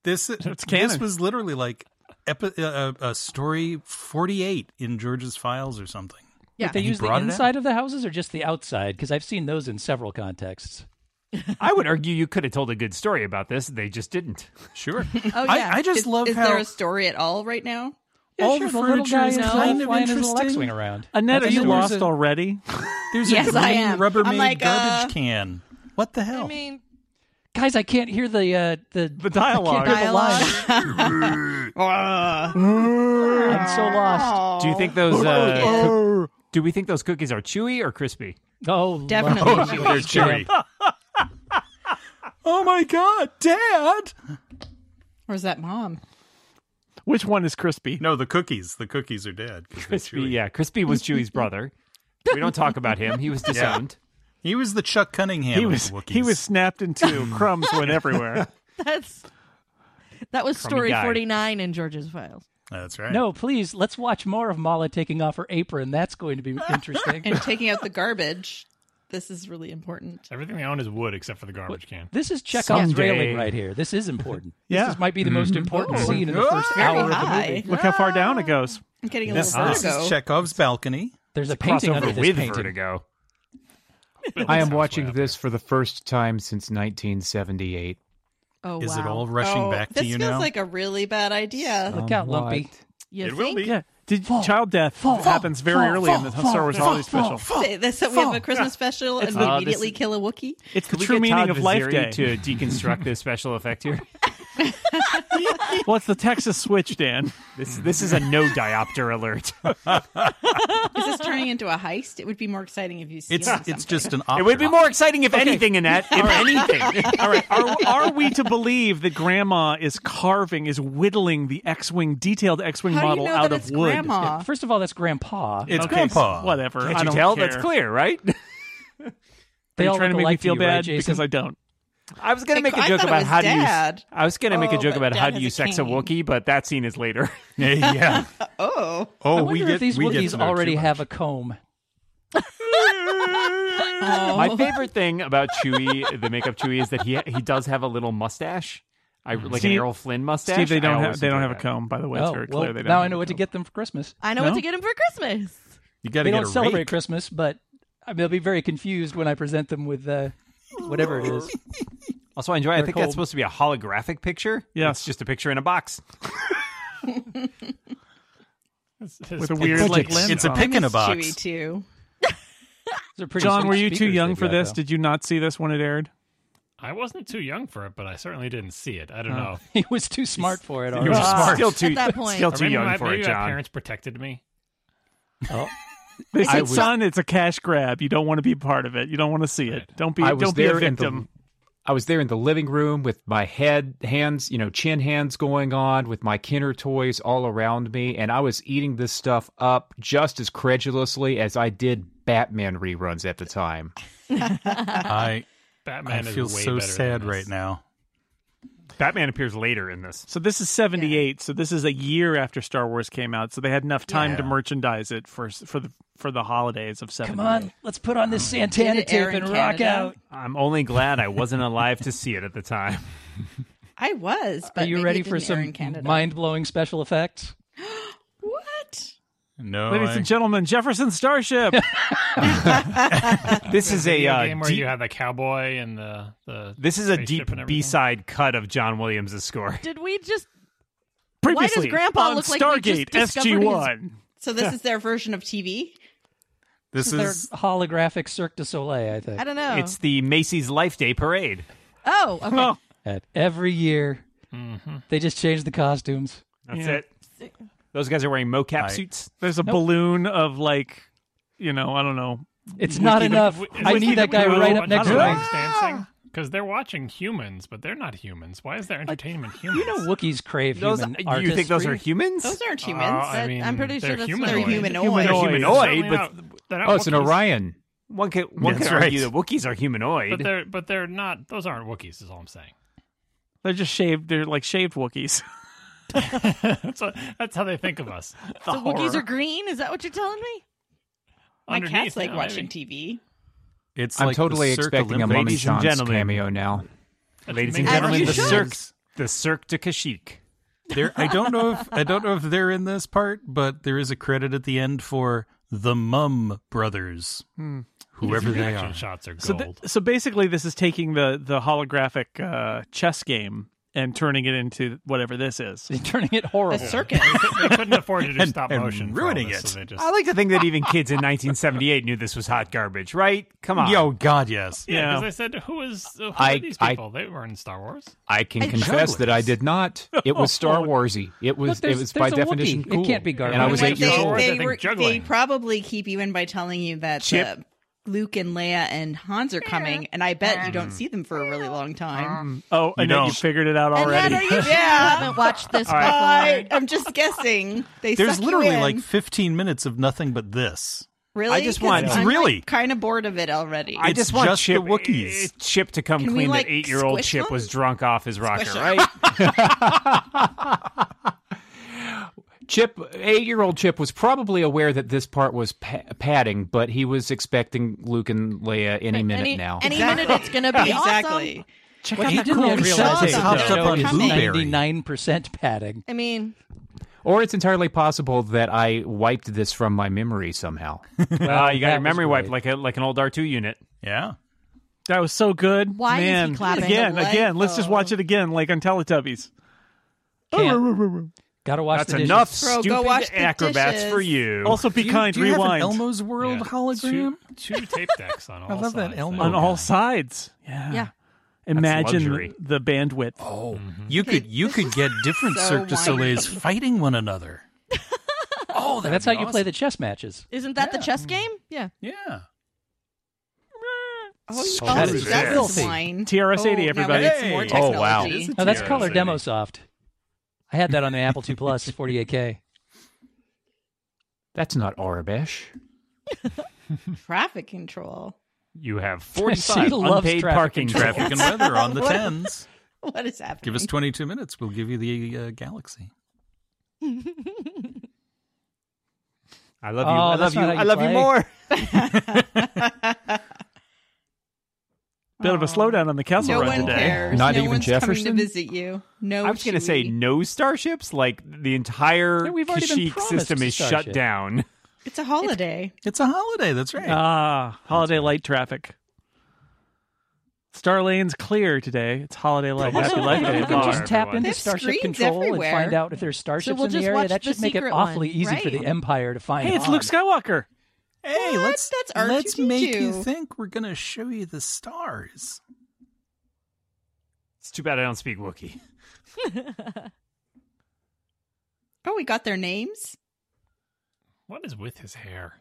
[SPEAKER 5] This this
[SPEAKER 2] canon.
[SPEAKER 5] was literally like epi- uh, uh, a story forty eight in George's files or something.
[SPEAKER 6] yeah.
[SPEAKER 3] They use the
[SPEAKER 5] brought it out.
[SPEAKER 3] inside of the houses or just the outside? Because I've seen those in several contexts.
[SPEAKER 9] I would argue you could have told a good story about this. They just didn't.
[SPEAKER 5] Sure.
[SPEAKER 6] Oh
[SPEAKER 5] I-
[SPEAKER 6] yeah.
[SPEAKER 5] I, just
[SPEAKER 6] is,
[SPEAKER 5] love
[SPEAKER 6] is
[SPEAKER 5] how
[SPEAKER 6] there a story at all right now?
[SPEAKER 5] all
[SPEAKER 3] sure,
[SPEAKER 5] the
[SPEAKER 3] the little
[SPEAKER 5] furniture
[SPEAKER 3] guy
[SPEAKER 5] is
[SPEAKER 3] in the
[SPEAKER 5] kind of
[SPEAKER 3] flying his little X-wing
[SPEAKER 5] interesting.
[SPEAKER 3] around.
[SPEAKER 2] Annette, are
[SPEAKER 5] That's
[SPEAKER 2] you
[SPEAKER 5] the
[SPEAKER 2] lost
[SPEAKER 5] reason-
[SPEAKER 2] already?
[SPEAKER 5] There's
[SPEAKER 6] Yes,
[SPEAKER 5] a
[SPEAKER 6] I
[SPEAKER 5] green
[SPEAKER 6] am.
[SPEAKER 5] Rubbermaid
[SPEAKER 6] I'm like,
[SPEAKER 5] garbage
[SPEAKER 6] uh,
[SPEAKER 5] can. What the hell?
[SPEAKER 10] I mean,
[SPEAKER 3] Guys, I can't hear the uh, the
[SPEAKER 2] The dialogue.
[SPEAKER 3] I can't hear the line.
[SPEAKER 10] Dialogue.
[SPEAKER 3] I'm so lost.
[SPEAKER 9] Do you think those?
[SPEAKER 8] Oh,
[SPEAKER 9] Uh, coo- do we think those cookies are chewy or crispy?
[SPEAKER 3] Oh,
[SPEAKER 6] Definitely.
[SPEAKER 5] They're cheery. oh my god, Dad!
[SPEAKER 6] Or is that mom?
[SPEAKER 2] Which one is crispy?
[SPEAKER 5] No, the cookies. The cookies are dead. 'cause they're
[SPEAKER 9] Crispy,
[SPEAKER 5] chewy.
[SPEAKER 9] yeah. Crispy was Chewy's brother. We don't talk about him. He was disowned.
[SPEAKER 5] He was the Chuck Cunningham.
[SPEAKER 2] He
[SPEAKER 5] of
[SPEAKER 2] was
[SPEAKER 5] the Wookiees.
[SPEAKER 2] he was snapped in two. Crumbs went everywhere.
[SPEAKER 10] that's that was story
[SPEAKER 9] guy.
[SPEAKER 10] forty nine in George's files.
[SPEAKER 5] That's right.
[SPEAKER 3] No, please, let's watch more of Mala taking off her apron. That's going to be interesting.
[SPEAKER 6] And taking out the garbage. This is really important.
[SPEAKER 7] Everything I own is wood except for the garbage can.
[SPEAKER 3] this is Chekhov's
[SPEAKER 9] Someday.
[SPEAKER 3] railing right here. This is important.
[SPEAKER 2] Yeah.
[SPEAKER 3] This is- might be the most important
[SPEAKER 6] Ooh.
[SPEAKER 3] scene in the first
[SPEAKER 6] Very
[SPEAKER 3] hour of the
[SPEAKER 6] high.
[SPEAKER 3] movie.
[SPEAKER 2] Look how far down it goes.
[SPEAKER 6] I'm getting a
[SPEAKER 5] This,
[SPEAKER 6] little
[SPEAKER 5] this is
[SPEAKER 6] vertigo.
[SPEAKER 5] Chekhov's balcony.
[SPEAKER 3] There's a painting under
[SPEAKER 9] Crossover
[SPEAKER 3] this
[SPEAKER 9] with
[SPEAKER 3] painting.
[SPEAKER 9] Vertigo.
[SPEAKER 7] Building
[SPEAKER 9] I am
[SPEAKER 7] sounds way
[SPEAKER 9] watching
[SPEAKER 7] up
[SPEAKER 9] this for the first time since 1978.
[SPEAKER 10] Oh
[SPEAKER 5] Is
[SPEAKER 10] wow!
[SPEAKER 5] it all rushing
[SPEAKER 6] Oh,
[SPEAKER 5] back to
[SPEAKER 6] this
[SPEAKER 5] you
[SPEAKER 6] feels
[SPEAKER 5] now? Uh,
[SPEAKER 6] like a really bad idea.
[SPEAKER 3] Look out, Lumpy.
[SPEAKER 10] You
[SPEAKER 5] It will
[SPEAKER 10] think?
[SPEAKER 5] be.
[SPEAKER 2] Yeah. Did child death happens very early in the Star Wars Holiday Special?
[SPEAKER 6] Say this, so we have a Christmas special and we
[SPEAKER 9] Uh, this
[SPEAKER 6] immediately
[SPEAKER 9] is-
[SPEAKER 6] kill a Wookiee.
[SPEAKER 2] It's the
[SPEAKER 9] Could we
[SPEAKER 2] true
[SPEAKER 9] get
[SPEAKER 2] meaning
[SPEAKER 9] Todd
[SPEAKER 2] of Life
[SPEAKER 9] Vaziri
[SPEAKER 2] Day.
[SPEAKER 9] to deconstruct this special effect here.
[SPEAKER 2] Well, it's the Texas Switch, Dan.
[SPEAKER 9] This this is a no diopter alert.
[SPEAKER 6] Is this turning into a heist? It would be more exciting if you see
[SPEAKER 5] It's it's just an.
[SPEAKER 9] It would be more exciting if anything in that, if anything.
[SPEAKER 2] All right, are, are we to believe that Grandma is carving, is whittling the X-wing, detailed X-wing
[SPEAKER 6] How do
[SPEAKER 2] model
[SPEAKER 6] you know
[SPEAKER 2] out
[SPEAKER 6] that
[SPEAKER 2] of
[SPEAKER 6] it's
[SPEAKER 2] wood?
[SPEAKER 6] grandma?
[SPEAKER 3] First of all, that's Grandpa.
[SPEAKER 5] It's
[SPEAKER 2] Okay,
[SPEAKER 5] Grandpa.
[SPEAKER 2] Whatever. I
[SPEAKER 9] Can't you
[SPEAKER 2] don't
[SPEAKER 9] tell?
[SPEAKER 2] care.
[SPEAKER 9] That's clear, right?
[SPEAKER 2] Are
[SPEAKER 3] They
[SPEAKER 2] you
[SPEAKER 3] all
[SPEAKER 2] trying to make
[SPEAKER 3] look
[SPEAKER 2] me
[SPEAKER 3] alike
[SPEAKER 2] feel
[SPEAKER 3] you, right,
[SPEAKER 2] bad
[SPEAKER 3] Jason?
[SPEAKER 2] because I don't.
[SPEAKER 9] I was gonna
[SPEAKER 6] I-
[SPEAKER 9] make a
[SPEAKER 6] I
[SPEAKER 9] joke
[SPEAKER 6] thought it
[SPEAKER 9] about
[SPEAKER 6] was
[SPEAKER 9] how do
[SPEAKER 6] Dad.
[SPEAKER 9] you. I was gonna make a
[SPEAKER 6] Oh,
[SPEAKER 9] joke
[SPEAKER 6] but
[SPEAKER 9] about
[SPEAKER 6] Dad
[SPEAKER 9] how do
[SPEAKER 6] has
[SPEAKER 9] you
[SPEAKER 6] a
[SPEAKER 9] sex a
[SPEAKER 6] cane.
[SPEAKER 9] Wookiee, but that scene is later.
[SPEAKER 5] Yeah. yeah.
[SPEAKER 6] oh,
[SPEAKER 5] Oh,
[SPEAKER 3] I
[SPEAKER 5] we
[SPEAKER 3] wonder
[SPEAKER 5] get
[SPEAKER 3] if these
[SPEAKER 5] we get
[SPEAKER 3] Wookiees
[SPEAKER 5] to know too
[SPEAKER 3] already
[SPEAKER 5] much.
[SPEAKER 3] have a comb.
[SPEAKER 9] My
[SPEAKER 2] Oh.
[SPEAKER 9] favorite thing about Chewie, the makeup Chewie, is that he he does have a little mustache, I, like an
[SPEAKER 2] Mm-hmm. Steve-
[SPEAKER 9] Errol Flynn mustache.
[SPEAKER 2] Steve, they
[SPEAKER 9] I
[SPEAKER 2] don't have
[SPEAKER 9] always
[SPEAKER 2] they don't
[SPEAKER 9] enjoy
[SPEAKER 2] have a
[SPEAKER 9] that.
[SPEAKER 2] comb. By the way, it's
[SPEAKER 3] oh,
[SPEAKER 2] very
[SPEAKER 3] well,
[SPEAKER 2] clear they don't.
[SPEAKER 3] now
[SPEAKER 2] have
[SPEAKER 3] I know
[SPEAKER 2] a
[SPEAKER 3] what to
[SPEAKER 2] comb.
[SPEAKER 3] get them for Christmas.
[SPEAKER 10] I know
[SPEAKER 2] No?
[SPEAKER 10] what to get him for Christmas.
[SPEAKER 5] You got to
[SPEAKER 3] They
[SPEAKER 5] get
[SPEAKER 3] don't
[SPEAKER 5] a
[SPEAKER 3] celebrate
[SPEAKER 5] rake.
[SPEAKER 3] Christmas, but I mean, they'll be very confused when I present them with uh, whatever it is.
[SPEAKER 9] Also, I enjoy. I
[SPEAKER 3] They're
[SPEAKER 9] think
[SPEAKER 3] cold.
[SPEAKER 9] that's supposed to be a holographic picture.
[SPEAKER 2] Yes.
[SPEAKER 9] it's just a picture in a box.
[SPEAKER 7] It's- it's-
[SPEAKER 2] With a
[SPEAKER 7] it's-
[SPEAKER 2] weird,
[SPEAKER 7] it's-
[SPEAKER 2] like,
[SPEAKER 7] it's-
[SPEAKER 2] lens
[SPEAKER 5] It's a
[SPEAKER 2] on.
[SPEAKER 5] pick in a
[SPEAKER 6] Chewy
[SPEAKER 5] box.
[SPEAKER 6] too.
[SPEAKER 3] Those are pretty
[SPEAKER 2] John,
[SPEAKER 3] sweet
[SPEAKER 2] were you too
[SPEAKER 3] speakers
[SPEAKER 2] young
[SPEAKER 3] they've
[SPEAKER 2] for
[SPEAKER 3] got,
[SPEAKER 2] this?
[SPEAKER 3] though.
[SPEAKER 2] Did you not see this when it aired?
[SPEAKER 7] I wasn't too young for it, but I certainly didn't see it. I
[SPEAKER 2] Oh.
[SPEAKER 7] don't know.
[SPEAKER 3] He was too smart for it.
[SPEAKER 9] It was
[SPEAKER 3] already.
[SPEAKER 9] smart. Still too,
[SPEAKER 10] At that point.
[SPEAKER 9] still
[SPEAKER 7] Or
[SPEAKER 9] too
[SPEAKER 7] maybe
[SPEAKER 9] young
[SPEAKER 7] my,
[SPEAKER 9] for
[SPEAKER 7] maybe
[SPEAKER 9] it,
[SPEAKER 7] my
[SPEAKER 9] John.
[SPEAKER 7] parents protected me.
[SPEAKER 3] Oh.
[SPEAKER 2] They said,
[SPEAKER 9] I was-
[SPEAKER 2] "Son, it's a cash grab. You don't want to be part of it. You don't want to see it. Don't be.
[SPEAKER 9] I was
[SPEAKER 2] Don't be a
[SPEAKER 9] there in the-
[SPEAKER 2] victim."
[SPEAKER 9] I was there in the living room with my head, hands, you know, chin hands going on, with my Kenner toys all around me, and I was eating this stuff up just as credulously as I did Batman reruns at the time.
[SPEAKER 5] I I
[SPEAKER 7] Batman
[SPEAKER 5] feel
[SPEAKER 7] is way
[SPEAKER 5] so
[SPEAKER 7] better than
[SPEAKER 5] sad
[SPEAKER 7] this.
[SPEAKER 5] right now.
[SPEAKER 9] Batman appears later in this.
[SPEAKER 2] So this is 78. So this is a year after Star Wars came out. So they had enough time to
[SPEAKER 5] Yeah.
[SPEAKER 2] merchandise it for for the for the holidays of 78.
[SPEAKER 3] Come on, let's put on this
[SPEAKER 9] Oh.
[SPEAKER 6] Did
[SPEAKER 3] Santana
[SPEAKER 6] it air
[SPEAKER 3] tape
[SPEAKER 6] in
[SPEAKER 3] and rock
[SPEAKER 6] Canada?
[SPEAKER 3] out.
[SPEAKER 9] I'm only glad I wasn't alive to see it at the time.
[SPEAKER 6] I was. But
[SPEAKER 3] Are you
[SPEAKER 6] maybe
[SPEAKER 3] ready
[SPEAKER 6] it
[SPEAKER 3] for
[SPEAKER 6] didn't air in
[SPEAKER 3] some
[SPEAKER 6] Canada?
[SPEAKER 3] mind-blowing special effects?
[SPEAKER 6] What?
[SPEAKER 5] No,
[SPEAKER 2] Ladies
[SPEAKER 5] I-
[SPEAKER 2] and gentlemen, Jefferson Starship.
[SPEAKER 9] This is a
[SPEAKER 7] Video
[SPEAKER 9] uh,
[SPEAKER 7] game where
[SPEAKER 9] deep-
[SPEAKER 7] you had the cowboy and the the.
[SPEAKER 9] this is a
[SPEAKER 7] spaceship
[SPEAKER 9] deep
[SPEAKER 7] and everything.
[SPEAKER 9] B-side cut of John Williams' score.
[SPEAKER 10] Did we just? Why does
[SPEAKER 2] Previously,
[SPEAKER 10] Grandpa
[SPEAKER 2] on
[SPEAKER 10] look like we just
[SPEAKER 2] Stargate
[SPEAKER 10] discovered his-
[SPEAKER 2] SG1?
[SPEAKER 6] So this is their version of TV.
[SPEAKER 5] this
[SPEAKER 3] Their
[SPEAKER 5] is
[SPEAKER 3] holographic Cirque du Soleil, I think.
[SPEAKER 10] I don't know.
[SPEAKER 8] Oh.
[SPEAKER 9] It's the Macy's Life Day Parade.
[SPEAKER 10] oh, okay.
[SPEAKER 2] Oh,
[SPEAKER 3] At every year, they just change the costumes.
[SPEAKER 9] That's
[SPEAKER 2] Yeah.
[SPEAKER 9] it. Those guys are wearing mocap
[SPEAKER 5] I-
[SPEAKER 9] suits.
[SPEAKER 2] there's a balloon of like, you know, I don't know.
[SPEAKER 3] It's not enough. I
[SPEAKER 2] Wiki
[SPEAKER 3] need that guy
[SPEAKER 2] Wiki
[SPEAKER 3] right
[SPEAKER 2] Wiki
[SPEAKER 3] up next to
[SPEAKER 2] Wiki
[SPEAKER 3] me.
[SPEAKER 7] Because they're watching humans, but they're not humans. Why is their entertainment humans?
[SPEAKER 3] You know, Wookiees crave
[SPEAKER 9] Those,
[SPEAKER 3] human
[SPEAKER 9] you think those are
[SPEAKER 3] artistry.
[SPEAKER 9] humans?
[SPEAKER 6] Those aren't
[SPEAKER 7] Uh,
[SPEAKER 6] humans.
[SPEAKER 7] I mean,
[SPEAKER 10] I'm pretty sure
[SPEAKER 7] they're
[SPEAKER 10] that's what
[SPEAKER 7] humanoid.
[SPEAKER 10] they're
[SPEAKER 6] humanoid.
[SPEAKER 9] They're humanoid,
[SPEAKER 7] Certainly
[SPEAKER 9] but
[SPEAKER 7] not- they're not
[SPEAKER 9] oh, it's an
[SPEAKER 7] Wookiees,
[SPEAKER 9] Orion. One can one
[SPEAKER 5] That's
[SPEAKER 9] can argue
[SPEAKER 5] right.
[SPEAKER 9] that Wookiees are humanoid.
[SPEAKER 7] But they're but they're not. Those aren't Wookiees. Is all I'm saying.
[SPEAKER 2] They're just shaved. They're like shaved Wookiees.
[SPEAKER 7] That's what, that's how they think of us.
[SPEAKER 10] So Wookiees are green. Is that what you're telling me?
[SPEAKER 6] My cat's
[SPEAKER 7] Underneath,
[SPEAKER 6] like
[SPEAKER 7] you know,
[SPEAKER 6] watching
[SPEAKER 7] maybe.
[SPEAKER 6] TV.
[SPEAKER 5] it's.
[SPEAKER 9] I'm
[SPEAKER 5] like the
[SPEAKER 9] totally
[SPEAKER 5] Cirque
[SPEAKER 9] expecting a
[SPEAKER 5] Olympics.
[SPEAKER 9] Mama
[SPEAKER 5] Ladies
[SPEAKER 9] John's
[SPEAKER 5] and gentlemen,
[SPEAKER 9] cameo now. Ladies and
[SPEAKER 10] As
[SPEAKER 9] gentlemen,
[SPEAKER 10] you
[SPEAKER 9] the
[SPEAKER 10] should.
[SPEAKER 9] Cirque, the Cirque de Kashyyyk.
[SPEAKER 5] There, I don't know if I don't know if they're in
[SPEAKER 8] Hmm.
[SPEAKER 5] this part, but there is a credit at the end for the Mum Brothers, whoever
[SPEAKER 7] The
[SPEAKER 5] they
[SPEAKER 7] action
[SPEAKER 5] are.
[SPEAKER 7] shots are gold.
[SPEAKER 2] So, th- so basically, this is taking the the holographic uh, chess game and turning it into whatever this is.
[SPEAKER 3] turning it
[SPEAKER 8] The
[SPEAKER 3] horrible.
[SPEAKER 8] circus.
[SPEAKER 7] they couldn't afford to do
[SPEAKER 5] And-
[SPEAKER 7] stop
[SPEAKER 5] and
[SPEAKER 7] motion, for all
[SPEAKER 5] ruining
[SPEAKER 7] this, so
[SPEAKER 5] it.
[SPEAKER 7] they just
[SPEAKER 9] I like to think that even kids in 1978 knew this was hot garbage, right? Come on.
[SPEAKER 5] Yo, Oh, God, yes.
[SPEAKER 7] yeah.
[SPEAKER 2] Yeah.
[SPEAKER 7] Because I said, who is uh, who
[SPEAKER 4] I-
[SPEAKER 7] are these
[SPEAKER 4] I-
[SPEAKER 7] people? they were in Star Wars.
[SPEAKER 4] I can
[SPEAKER 6] I-
[SPEAKER 4] confess that I did not. It was Star Warsy. It was.
[SPEAKER 3] Look,
[SPEAKER 4] it
[SPEAKER 3] there's-
[SPEAKER 4] was by
[SPEAKER 3] there's a
[SPEAKER 4] definition
[SPEAKER 3] Wookiee. It
[SPEAKER 4] cool.
[SPEAKER 3] can't be garbage.
[SPEAKER 4] And I was
[SPEAKER 8] Well,
[SPEAKER 4] eight
[SPEAKER 8] they,
[SPEAKER 4] years old.
[SPEAKER 8] they,
[SPEAKER 7] I think
[SPEAKER 8] were- they
[SPEAKER 7] juggling.
[SPEAKER 8] probably keep you in by telling you that uh, Luke and Leia and Hans are coming, and I bet you don't see them for a really long
[SPEAKER 7] Mm.
[SPEAKER 8] time.
[SPEAKER 2] Oh, and then you
[SPEAKER 5] don't.
[SPEAKER 2] figured it out already.
[SPEAKER 6] And then are you sure you
[SPEAKER 8] Yeah.
[SPEAKER 6] haven't watched this before?
[SPEAKER 8] I, I'm just guessing. They
[SPEAKER 5] There's
[SPEAKER 8] suck you
[SPEAKER 5] literally
[SPEAKER 8] in.
[SPEAKER 5] like 15 minutes of nothing but this.
[SPEAKER 8] really.
[SPEAKER 9] I just
[SPEAKER 8] 'Cause
[SPEAKER 9] want-
[SPEAKER 8] I'm, like,
[SPEAKER 5] Really?
[SPEAKER 8] kind of bored of it already.
[SPEAKER 9] I
[SPEAKER 5] It's
[SPEAKER 9] just want
[SPEAKER 5] just
[SPEAKER 9] Chip,
[SPEAKER 5] the Wookiees.
[SPEAKER 9] eh, Chip to come
[SPEAKER 8] Can we,
[SPEAKER 9] clean
[SPEAKER 8] like,
[SPEAKER 9] that eight-year-old
[SPEAKER 8] squish
[SPEAKER 9] Chip
[SPEAKER 8] them?
[SPEAKER 9] was drunk off his rocker,
[SPEAKER 8] Squish 'em.
[SPEAKER 9] right?
[SPEAKER 4] Chip, eight-year-old Chip, was probably aware that this part was pa- padding, but he was expecting Luke and Leia any minute
[SPEAKER 6] any,
[SPEAKER 4] now.
[SPEAKER 6] Any minute it's going to be
[SPEAKER 8] exactly.
[SPEAKER 6] awesome.
[SPEAKER 2] Check
[SPEAKER 3] What
[SPEAKER 2] out
[SPEAKER 3] he
[SPEAKER 2] that
[SPEAKER 3] didn't
[SPEAKER 2] cool
[SPEAKER 3] realize
[SPEAKER 2] realization.
[SPEAKER 3] is
[SPEAKER 5] Hopped
[SPEAKER 3] the
[SPEAKER 5] up
[SPEAKER 3] show
[SPEAKER 5] on
[SPEAKER 3] is
[SPEAKER 5] Blueberry.
[SPEAKER 3] 99% padding.
[SPEAKER 6] I mean,
[SPEAKER 4] or it's entirely possible that I wiped this from my memory somehow.
[SPEAKER 9] Ah, you got
[SPEAKER 3] that
[SPEAKER 9] your memory
[SPEAKER 3] was
[SPEAKER 9] wiped
[SPEAKER 3] great.
[SPEAKER 9] like a, like an old R2 unit.
[SPEAKER 5] Yeah.
[SPEAKER 2] That was so good.
[SPEAKER 6] Why is he
[SPEAKER 2] Man,
[SPEAKER 6] clapping?
[SPEAKER 2] Again,
[SPEAKER 8] Delightful.
[SPEAKER 2] again. Let's just watch it again, like on Teletubbies.
[SPEAKER 3] Can't. Gotta watch
[SPEAKER 9] That's
[SPEAKER 3] the dishes.
[SPEAKER 9] enough
[SPEAKER 8] Bro, go
[SPEAKER 9] stupid
[SPEAKER 8] watch the
[SPEAKER 9] acrobats
[SPEAKER 8] dishes.
[SPEAKER 9] for you.
[SPEAKER 2] Also, be kind.
[SPEAKER 5] Do you have an
[SPEAKER 2] rewind
[SPEAKER 5] Elmo's World
[SPEAKER 7] Yeah.
[SPEAKER 5] hologram?
[SPEAKER 7] Two, two tape decks on all
[SPEAKER 5] love that
[SPEAKER 7] sides.
[SPEAKER 5] Elmo
[SPEAKER 2] on
[SPEAKER 5] guy.
[SPEAKER 2] all sides. Yeah.
[SPEAKER 6] Yeah.
[SPEAKER 2] Imagine
[SPEAKER 9] luxury.
[SPEAKER 2] the, the bandwidth.
[SPEAKER 5] Oh,
[SPEAKER 7] Mm-hmm.
[SPEAKER 5] you could you could get different
[SPEAKER 8] so
[SPEAKER 5] Cirque du Soleil's fighting one another. oh, that'd
[SPEAKER 3] That's how
[SPEAKER 5] be
[SPEAKER 3] you play the chess matches.
[SPEAKER 6] isn't that the chess game? Yeah.
[SPEAKER 5] awesome. Yeah.
[SPEAKER 8] Oh, you
[SPEAKER 5] Oh,
[SPEAKER 8] also-
[SPEAKER 5] that is
[SPEAKER 8] that's
[SPEAKER 3] filthy.
[SPEAKER 8] wine.
[SPEAKER 2] TRS-80,
[SPEAKER 8] Oh, now
[SPEAKER 2] everybody.
[SPEAKER 8] it's more
[SPEAKER 5] Hey.
[SPEAKER 4] Oh, wow.
[SPEAKER 8] technology.
[SPEAKER 5] Is it
[SPEAKER 3] No, that's
[SPEAKER 5] TRS-80?
[SPEAKER 3] Color Demo Soft. I had that on the Apple II Plus 48K.
[SPEAKER 4] That's not Arabesh.
[SPEAKER 8] Traffic control.
[SPEAKER 9] you have
[SPEAKER 3] She
[SPEAKER 9] 45
[SPEAKER 3] loves
[SPEAKER 9] unpaid
[SPEAKER 3] traffic
[SPEAKER 9] parking
[SPEAKER 3] control.
[SPEAKER 9] traffic.
[SPEAKER 5] Traffic and weather on the
[SPEAKER 8] What?
[SPEAKER 5] tens.
[SPEAKER 8] What is happening?
[SPEAKER 5] Give us 22 minutes. We'll give you the uh, galaxy.
[SPEAKER 9] I love
[SPEAKER 3] Oh,
[SPEAKER 9] you. I
[SPEAKER 3] that's
[SPEAKER 9] love you.
[SPEAKER 3] not how you
[SPEAKER 9] I love you
[SPEAKER 3] play.
[SPEAKER 9] more.
[SPEAKER 2] Bit of a slowdown on the Kessel
[SPEAKER 8] No
[SPEAKER 2] run
[SPEAKER 8] one
[SPEAKER 2] today.
[SPEAKER 8] cares.
[SPEAKER 4] Not
[SPEAKER 8] no
[SPEAKER 4] even
[SPEAKER 8] one's
[SPEAKER 4] Jefferson?
[SPEAKER 8] coming to visit you. No,
[SPEAKER 9] I was going to say
[SPEAKER 8] Chewie.
[SPEAKER 9] no starships. Like the entire
[SPEAKER 3] Yeah, we've already been
[SPEAKER 9] Kashyyyk
[SPEAKER 3] promised
[SPEAKER 9] system is
[SPEAKER 3] starship.
[SPEAKER 9] shut down.
[SPEAKER 8] it's a holiday.
[SPEAKER 5] It's a holiday. That's right.
[SPEAKER 7] Uh,
[SPEAKER 2] Ah, holiday light traffic. Star lane's clear today. It's holiday light. Happy
[SPEAKER 3] Also,
[SPEAKER 2] life
[SPEAKER 3] if
[SPEAKER 2] day.
[SPEAKER 3] you can just
[SPEAKER 9] Bar,
[SPEAKER 3] tap
[SPEAKER 9] everyone.
[SPEAKER 8] They
[SPEAKER 3] into
[SPEAKER 8] have
[SPEAKER 3] Starship
[SPEAKER 8] screens
[SPEAKER 3] Control
[SPEAKER 8] everywhere.
[SPEAKER 3] and find out if there's starships
[SPEAKER 6] we'll
[SPEAKER 3] in the
[SPEAKER 6] just
[SPEAKER 3] area.
[SPEAKER 6] watch
[SPEAKER 3] That
[SPEAKER 6] the
[SPEAKER 3] should make it
[SPEAKER 6] secret
[SPEAKER 3] awfully
[SPEAKER 6] one,
[SPEAKER 3] easy for
[SPEAKER 6] right.
[SPEAKER 3] the Empire to find
[SPEAKER 2] Hey, it's
[SPEAKER 3] Han.
[SPEAKER 2] Luke Skywalker.
[SPEAKER 5] hey, let's
[SPEAKER 8] That's
[SPEAKER 5] let's
[SPEAKER 8] R2D2.
[SPEAKER 5] make you think we're gonna show you the stars.
[SPEAKER 9] It's too bad I don't speak Wookiee.
[SPEAKER 8] Oh, we got their names.
[SPEAKER 7] What is with his hair?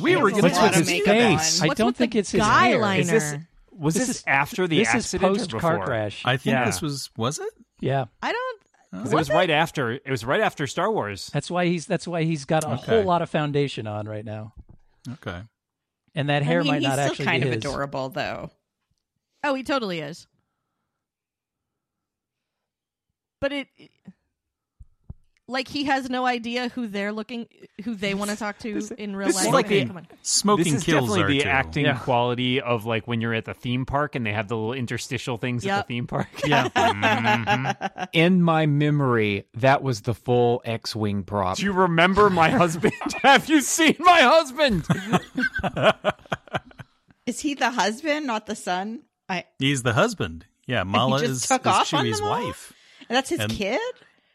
[SPEAKER 5] We
[SPEAKER 8] There's
[SPEAKER 5] were
[SPEAKER 8] a
[SPEAKER 5] gonna-
[SPEAKER 8] lot
[SPEAKER 4] What's with
[SPEAKER 8] of
[SPEAKER 4] his
[SPEAKER 8] makeup
[SPEAKER 4] face?
[SPEAKER 3] I
[SPEAKER 8] on.
[SPEAKER 6] What's
[SPEAKER 3] don't
[SPEAKER 6] with
[SPEAKER 3] think
[SPEAKER 6] the
[SPEAKER 3] it's his
[SPEAKER 6] guy
[SPEAKER 3] hair.
[SPEAKER 6] liner?
[SPEAKER 9] Is this was this,
[SPEAKER 3] This is-
[SPEAKER 9] after the
[SPEAKER 3] this is
[SPEAKER 9] accident or
[SPEAKER 3] post car
[SPEAKER 9] before?
[SPEAKER 3] crash.
[SPEAKER 5] I think
[SPEAKER 9] Yeah.
[SPEAKER 5] this was was it?
[SPEAKER 3] yeah,
[SPEAKER 6] I don't.
[SPEAKER 9] 'Cause It was right after. It was right after Star Wars.
[SPEAKER 3] that's why he's that's why he's got a
[SPEAKER 5] Okay.
[SPEAKER 3] whole lot of foundation on right now,
[SPEAKER 5] Okay.
[SPEAKER 3] and that hair
[SPEAKER 8] I mean,
[SPEAKER 3] might
[SPEAKER 8] he's
[SPEAKER 3] not
[SPEAKER 8] still
[SPEAKER 3] actually
[SPEAKER 8] kind
[SPEAKER 3] be
[SPEAKER 8] of
[SPEAKER 3] his.
[SPEAKER 8] adorable, though.
[SPEAKER 6] Oh, he totally is. But it, like, he has no idea who they're looking, who they want to talk to in real
[SPEAKER 9] this
[SPEAKER 6] life.
[SPEAKER 9] is like the-
[SPEAKER 6] Come on.
[SPEAKER 5] Smoking
[SPEAKER 9] this is
[SPEAKER 5] kills
[SPEAKER 9] definitely the
[SPEAKER 5] R2.
[SPEAKER 9] acting
[SPEAKER 2] Yeah.
[SPEAKER 9] quality of like when you're at the theme park and they have the little interstitial things at
[SPEAKER 6] Yep.
[SPEAKER 9] the theme park.
[SPEAKER 2] Yeah.
[SPEAKER 4] In my memory, that was the full X-wing prop.
[SPEAKER 9] Do you remember my husband? have you seen my husband?
[SPEAKER 8] Is he the husband, not the son? I.
[SPEAKER 5] He's the husband. Yeah, Mala
[SPEAKER 8] just
[SPEAKER 5] is, is
[SPEAKER 8] took off on
[SPEAKER 5] Chewie's
[SPEAKER 8] them all? Oh,
[SPEAKER 5] wife.
[SPEAKER 8] That's his
[SPEAKER 5] And-
[SPEAKER 8] kid.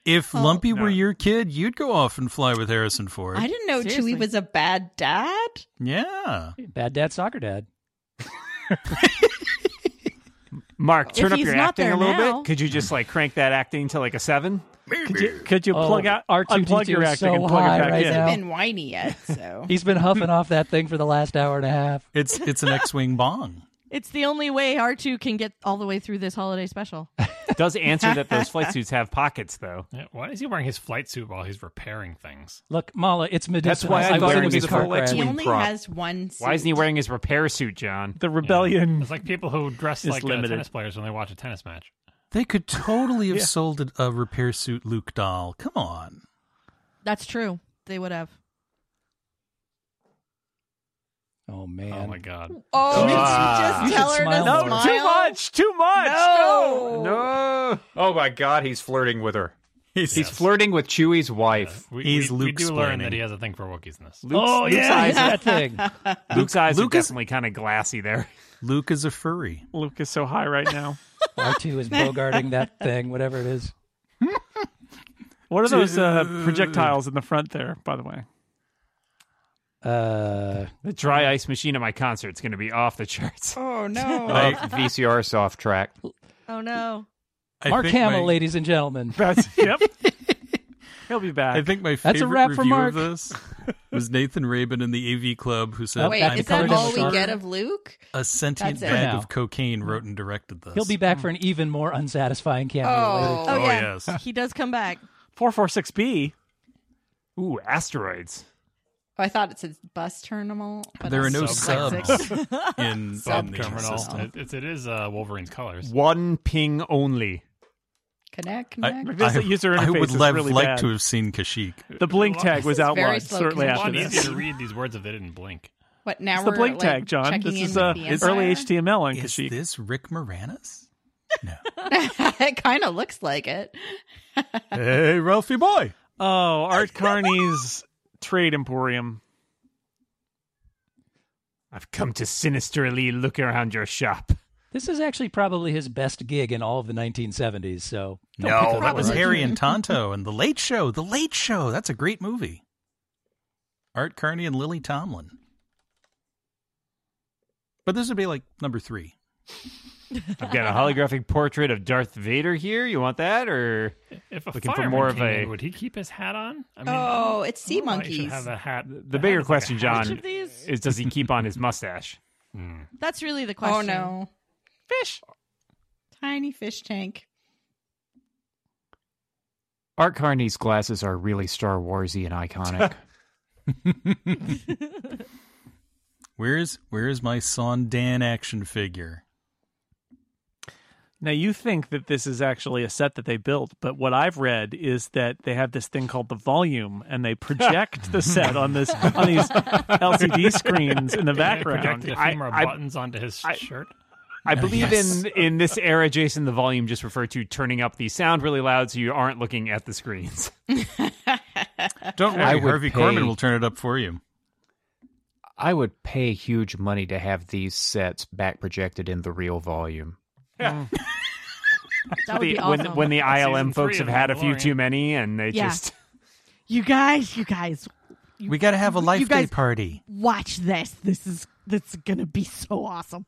[SPEAKER 5] If Lumpy were your kid, you'd go off and fly with Harrison Ford.
[SPEAKER 8] I didn't know
[SPEAKER 6] Seriously.
[SPEAKER 8] Chewie was a bad dad.
[SPEAKER 5] yeah.
[SPEAKER 3] Bad dad, soccer dad.
[SPEAKER 9] Mark, turn up
[SPEAKER 6] he's
[SPEAKER 9] your
[SPEAKER 6] not
[SPEAKER 9] acting
[SPEAKER 6] there
[SPEAKER 9] a little
[SPEAKER 6] now.
[SPEAKER 9] bit. Could you just like crank that acting to like a seven?
[SPEAKER 2] Could you, could you
[SPEAKER 3] Oh,
[SPEAKER 2] plug out,
[SPEAKER 3] R2D2
[SPEAKER 2] unplug your
[SPEAKER 3] is
[SPEAKER 2] acting
[SPEAKER 3] so
[SPEAKER 2] and plug
[SPEAKER 3] high
[SPEAKER 2] it back
[SPEAKER 3] right
[SPEAKER 2] in?
[SPEAKER 3] now.
[SPEAKER 8] Been whiny yet, so
[SPEAKER 3] He's been huffing off that thing for the last hour and a half.
[SPEAKER 5] It's it's an X-wing bong.
[SPEAKER 6] It's the only way R2 can get all the way through this holiday special.
[SPEAKER 9] It does answer that those flight suits have pockets though.
[SPEAKER 7] Yeah, Why is he wearing his flight suit while he's repairing things?
[SPEAKER 3] Look, Mala, it's Medusa.
[SPEAKER 9] why I'm
[SPEAKER 3] I thought it
[SPEAKER 9] wearing
[SPEAKER 3] was
[SPEAKER 9] these
[SPEAKER 3] a car
[SPEAKER 9] full
[SPEAKER 3] crash.
[SPEAKER 8] he
[SPEAKER 9] X-wing.
[SPEAKER 8] only
[SPEAKER 9] prop.
[SPEAKER 8] has one. Suit.
[SPEAKER 9] Why isn't he wearing his repair suit, John?
[SPEAKER 2] The rebellion.
[SPEAKER 7] It's like people who dress
[SPEAKER 2] It's
[SPEAKER 7] like uh,
[SPEAKER 2] limited.
[SPEAKER 7] tennis players when they watch a tennis match.
[SPEAKER 5] They could totally have sold a- a repair suit Luke doll. Come on.
[SPEAKER 6] That's true. They would have.
[SPEAKER 3] Oh
[SPEAKER 7] Oh
[SPEAKER 3] man,
[SPEAKER 7] my god!
[SPEAKER 8] Oh, did you
[SPEAKER 3] You
[SPEAKER 8] just
[SPEAKER 3] should
[SPEAKER 8] tell her
[SPEAKER 3] smile
[SPEAKER 8] to
[SPEAKER 3] more.
[SPEAKER 8] smile?
[SPEAKER 9] Too much! Too much!
[SPEAKER 8] No.
[SPEAKER 9] No!
[SPEAKER 4] Oh my God, he's flirting with her. He's flirting with Chewie's wife.
[SPEAKER 7] We,
[SPEAKER 5] He's
[SPEAKER 7] we, we do learn
[SPEAKER 5] Luke-splaining.
[SPEAKER 7] that he has a thing for Wookiees in this.
[SPEAKER 3] oh yeah, eyes, that thing.
[SPEAKER 9] Luke's eyes
[SPEAKER 5] Luke
[SPEAKER 9] are
[SPEAKER 5] is-
[SPEAKER 9] definitely kind of glassy there.
[SPEAKER 5] Luke is a furry.
[SPEAKER 2] Luke is so high right now.
[SPEAKER 3] R two is bogarting that thing, whatever it is.
[SPEAKER 2] What are those uh, projectiles in the front there, by the way?
[SPEAKER 3] Uh,
[SPEAKER 9] The dry ice machine at my concert's going to be off the charts.
[SPEAKER 8] Oh no.
[SPEAKER 4] Uh, VCR soft track.
[SPEAKER 6] Oh no.
[SPEAKER 5] I
[SPEAKER 3] Mark
[SPEAKER 5] think
[SPEAKER 3] Hamill,
[SPEAKER 5] my-
[SPEAKER 3] ladies and gentlemen.
[SPEAKER 2] That's yep. He'll be back.
[SPEAKER 5] I think my
[SPEAKER 3] a
[SPEAKER 5] favorite
[SPEAKER 3] wrap for
[SPEAKER 5] review
[SPEAKER 3] Mark.
[SPEAKER 5] of this was Nathan Rabin in the AV Club, who said,
[SPEAKER 3] Oh,
[SPEAKER 8] Wait,
[SPEAKER 3] I'm
[SPEAKER 8] is
[SPEAKER 3] covered
[SPEAKER 8] that
[SPEAKER 3] in
[SPEAKER 8] all we
[SPEAKER 3] shark.
[SPEAKER 8] get of Luke?
[SPEAKER 5] "A sentient
[SPEAKER 8] That's it.
[SPEAKER 5] bag
[SPEAKER 3] No.
[SPEAKER 5] of cocaine wrote and directed this."
[SPEAKER 3] He'll be back for an even more unsatisfying cameo
[SPEAKER 8] Oh,
[SPEAKER 6] Oh,
[SPEAKER 5] Oh,
[SPEAKER 6] yeah.
[SPEAKER 5] yes.
[SPEAKER 6] He does come back.
[SPEAKER 2] Four four six B.
[SPEAKER 9] Ooh, asteroids.
[SPEAKER 8] Oh, I thought it said bus terminal. But
[SPEAKER 5] There are
[SPEAKER 8] I'm
[SPEAKER 5] no
[SPEAKER 8] dyslexic.
[SPEAKER 5] subs in, in the
[SPEAKER 8] Subterminal.
[SPEAKER 5] system.
[SPEAKER 7] It, it's- it is uh, Wolverine's colors.
[SPEAKER 9] One ping only.
[SPEAKER 8] Connect,
[SPEAKER 5] I,
[SPEAKER 8] connect.
[SPEAKER 2] This
[SPEAKER 5] I-
[SPEAKER 2] user
[SPEAKER 5] I
[SPEAKER 2] interface
[SPEAKER 5] would
[SPEAKER 2] is
[SPEAKER 5] love
[SPEAKER 2] really
[SPEAKER 5] like
[SPEAKER 2] bad.
[SPEAKER 5] to have seen Kashyyyk.
[SPEAKER 2] The blink tag was
[SPEAKER 8] is very
[SPEAKER 2] outlawed
[SPEAKER 8] slow
[SPEAKER 2] certainly
[SPEAKER 8] consumption.
[SPEAKER 7] It's
[SPEAKER 2] after
[SPEAKER 7] a lot
[SPEAKER 2] this.
[SPEAKER 7] easier to read these words if they didn't blink.
[SPEAKER 8] What now?
[SPEAKER 2] It's
[SPEAKER 8] we're
[SPEAKER 2] the blink
[SPEAKER 8] like,
[SPEAKER 2] tag, John.
[SPEAKER 8] checking
[SPEAKER 2] This
[SPEAKER 8] in
[SPEAKER 2] is
[SPEAKER 8] with
[SPEAKER 2] uh,
[SPEAKER 8] the
[SPEAKER 2] early
[SPEAKER 8] Empire?
[SPEAKER 2] HTML on
[SPEAKER 5] Is
[SPEAKER 2] Kashyyyk.
[SPEAKER 5] this Rick Moranis?
[SPEAKER 8] it kind of looks like it.
[SPEAKER 5] hey, Ralphie boy.
[SPEAKER 2] Oh, Art Carney's Trade Emporium.
[SPEAKER 9] I've come to sinisterly look around your shop.
[SPEAKER 3] This is actually probably his best gig in all of the 1970s. So don't pick
[SPEAKER 5] No,
[SPEAKER 3] on
[SPEAKER 5] that was
[SPEAKER 3] Robert.
[SPEAKER 5] Harry and Tonto and The Late Show. The Late Show. That's a great movie. Art Carney and Lily Tomlin. But this would be like number three.
[SPEAKER 9] I've got a holographic portrait of Darth Vader here. You want that or
[SPEAKER 7] If a
[SPEAKER 9] Looking for
[SPEAKER 7] fireman
[SPEAKER 9] more of
[SPEAKER 7] came
[SPEAKER 9] a-
[SPEAKER 7] in, would he keep his hat on? I mean,
[SPEAKER 8] Oh, it's sea
[SPEAKER 7] I don't know why he should
[SPEAKER 8] monkeys.
[SPEAKER 7] Have a hat.
[SPEAKER 9] the bigger question,
[SPEAKER 6] Which
[SPEAKER 9] John,
[SPEAKER 6] of these?
[SPEAKER 9] is does he keep on his mustache?
[SPEAKER 6] That's really the
[SPEAKER 8] Oh
[SPEAKER 6] question.
[SPEAKER 8] no,
[SPEAKER 9] Fish.
[SPEAKER 8] tiny fish tank.
[SPEAKER 4] Art Carney's glasses are really Star Warsy and iconic.
[SPEAKER 5] Where's Where's my son Dan action figure?
[SPEAKER 2] Now you think that this is actually a set that they built, but what I've read is that they have this thing called the volume, and they project the set on this on these LCD screens in the
[SPEAKER 7] Project
[SPEAKER 2] background.
[SPEAKER 7] the
[SPEAKER 9] I-
[SPEAKER 7] femur
[SPEAKER 9] I-
[SPEAKER 7] buttons onto his
[SPEAKER 9] I-
[SPEAKER 7] shirt.
[SPEAKER 9] I believe in in this era, Jason, the volume just referred to turning up the sound really loud so you aren't looking at the screens.
[SPEAKER 5] Don't
[SPEAKER 4] I
[SPEAKER 5] worry,
[SPEAKER 4] would
[SPEAKER 5] Harvey
[SPEAKER 4] pay-
[SPEAKER 5] Korman will turn it up for you.
[SPEAKER 4] I would pay huge money to have these sets back projected in the real volume.
[SPEAKER 6] That would be
[SPEAKER 9] The-
[SPEAKER 6] awesome.
[SPEAKER 9] when, when the
[SPEAKER 7] Season
[SPEAKER 9] ILM folks
[SPEAKER 7] three of
[SPEAKER 9] have had a few
[SPEAKER 7] Mandalorian.
[SPEAKER 9] too many and they
[SPEAKER 6] Yeah.
[SPEAKER 9] just
[SPEAKER 6] you guys, you guys,
[SPEAKER 5] We got to have a life
[SPEAKER 6] you guys-
[SPEAKER 5] day party.
[SPEAKER 6] watch this. This is this is gonna be so awesome.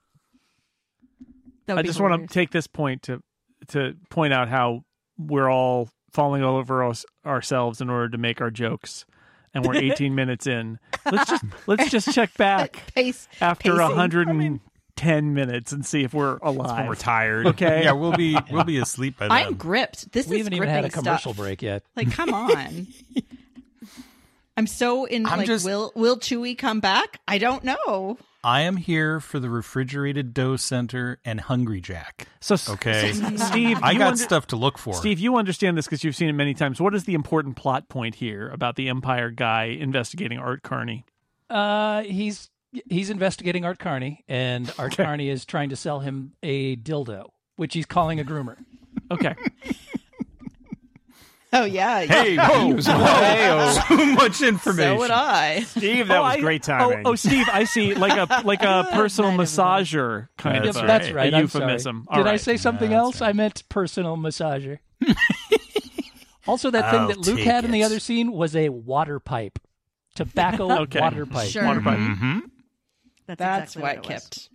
[SPEAKER 6] That would
[SPEAKER 2] I
[SPEAKER 6] be
[SPEAKER 2] just want to
[SPEAKER 6] hilarious.
[SPEAKER 2] take this point to to point out how we're all falling all over us, ourselves in order to make our jokes, and we're 18 minutes in. Let's just let's just check back
[SPEAKER 8] Pace
[SPEAKER 2] after
[SPEAKER 8] pacing.
[SPEAKER 2] 110 minutes and see if we're alive.
[SPEAKER 9] we're tired.
[SPEAKER 2] Okay.
[SPEAKER 5] Yeah, we'll be we'll be asleep by then.
[SPEAKER 8] I'm gripped. This
[SPEAKER 3] We
[SPEAKER 8] is
[SPEAKER 3] haven't even had a
[SPEAKER 8] gripping
[SPEAKER 3] commercial
[SPEAKER 8] stuff.
[SPEAKER 3] break yet.
[SPEAKER 8] Like, come on. I'm so in.
[SPEAKER 5] I'm
[SPEAKER 8] like,
[SPEAKER 5] just-
[SPEAKER 8] will will Chewie come back? I don't know.
[SPEAKER 5] I am here for the refrigerated dough center and Hungry Jack.
[SPEAKER 2] So S-
[SPEAKER 5] Okay.
[SPEAKER 2] Steve,
[SPEAKER 5] I
[SPEAKER 2] you
[SPEAKER 5] got
[SPEAKER 2] under-
[SPEAKER 5] stuff to look for.
[SPEAKER 2] Steve, you understand this because you've seen it many times. What is the important plot point here about the Empire guy investigating Art Carney?
[SPEAKER 3] Uh, he's he's investigating Art Carney, and Art Carney is trying to sell him a dildo, which he's calling a groomer.
[SPEAKER 2] Okay,
[SPEAKER 8] Oh yeah.
[SPEAKER 5] Hey, whoa,
[SPEAKER 4] Hey-oh.
[SPEAKER 5] so much information.
[SPEAKER 8] so would I.
[SPEAKER 9] Steve, that
[SPEAKER 2] Oh,
[SPEAKER 9] was
[SPEAKER 2] I-
[SPEAKER 9] great
[SPEAKER 2] Oh,
[SPEAKER 9] timing.
[SPEAKER 2] oh, Steve, I see, like a like a personal massager kind
[SPEAKER 5] That's
[SPEAKER 2] of.
[SPEAKER 5] right.
[SPEAKER 2] a-
[SPEAKER 3] That's right.
[SPEAKER 2] A
[SPEAKER 3] I'm
[SPEAKER 2] euphemism.
[SPEAKER 3] Sorry.
[SPEAKER 2] All
[SPEAKER 3] Did I
[SPEAKER 2] right.
[SPEAKER 3] say something else? I meant personal massager. also, that thing
[SPEAKER 5] I'll
[SPEAKER 3] that Luke
[SPEAKER 5] take
[SPEAKER 3] had in the
[SPEAKER 5] it.
[SPEAKER 3] other scene was a water pipe, tobacco
[SPEAKER 2] Okay.
[SPEAKER 3] water pipe.
[SPEAKER 8] Sure.
[SPEAKER 2] Water pipe.
[SPEAKER 6] That's,
[SPEAKER 8] That's
[SPEAKER 6] exactly
[SPEAKER 8] why it
[SPEAKER 6] what was.
[SPEAKER 8] kept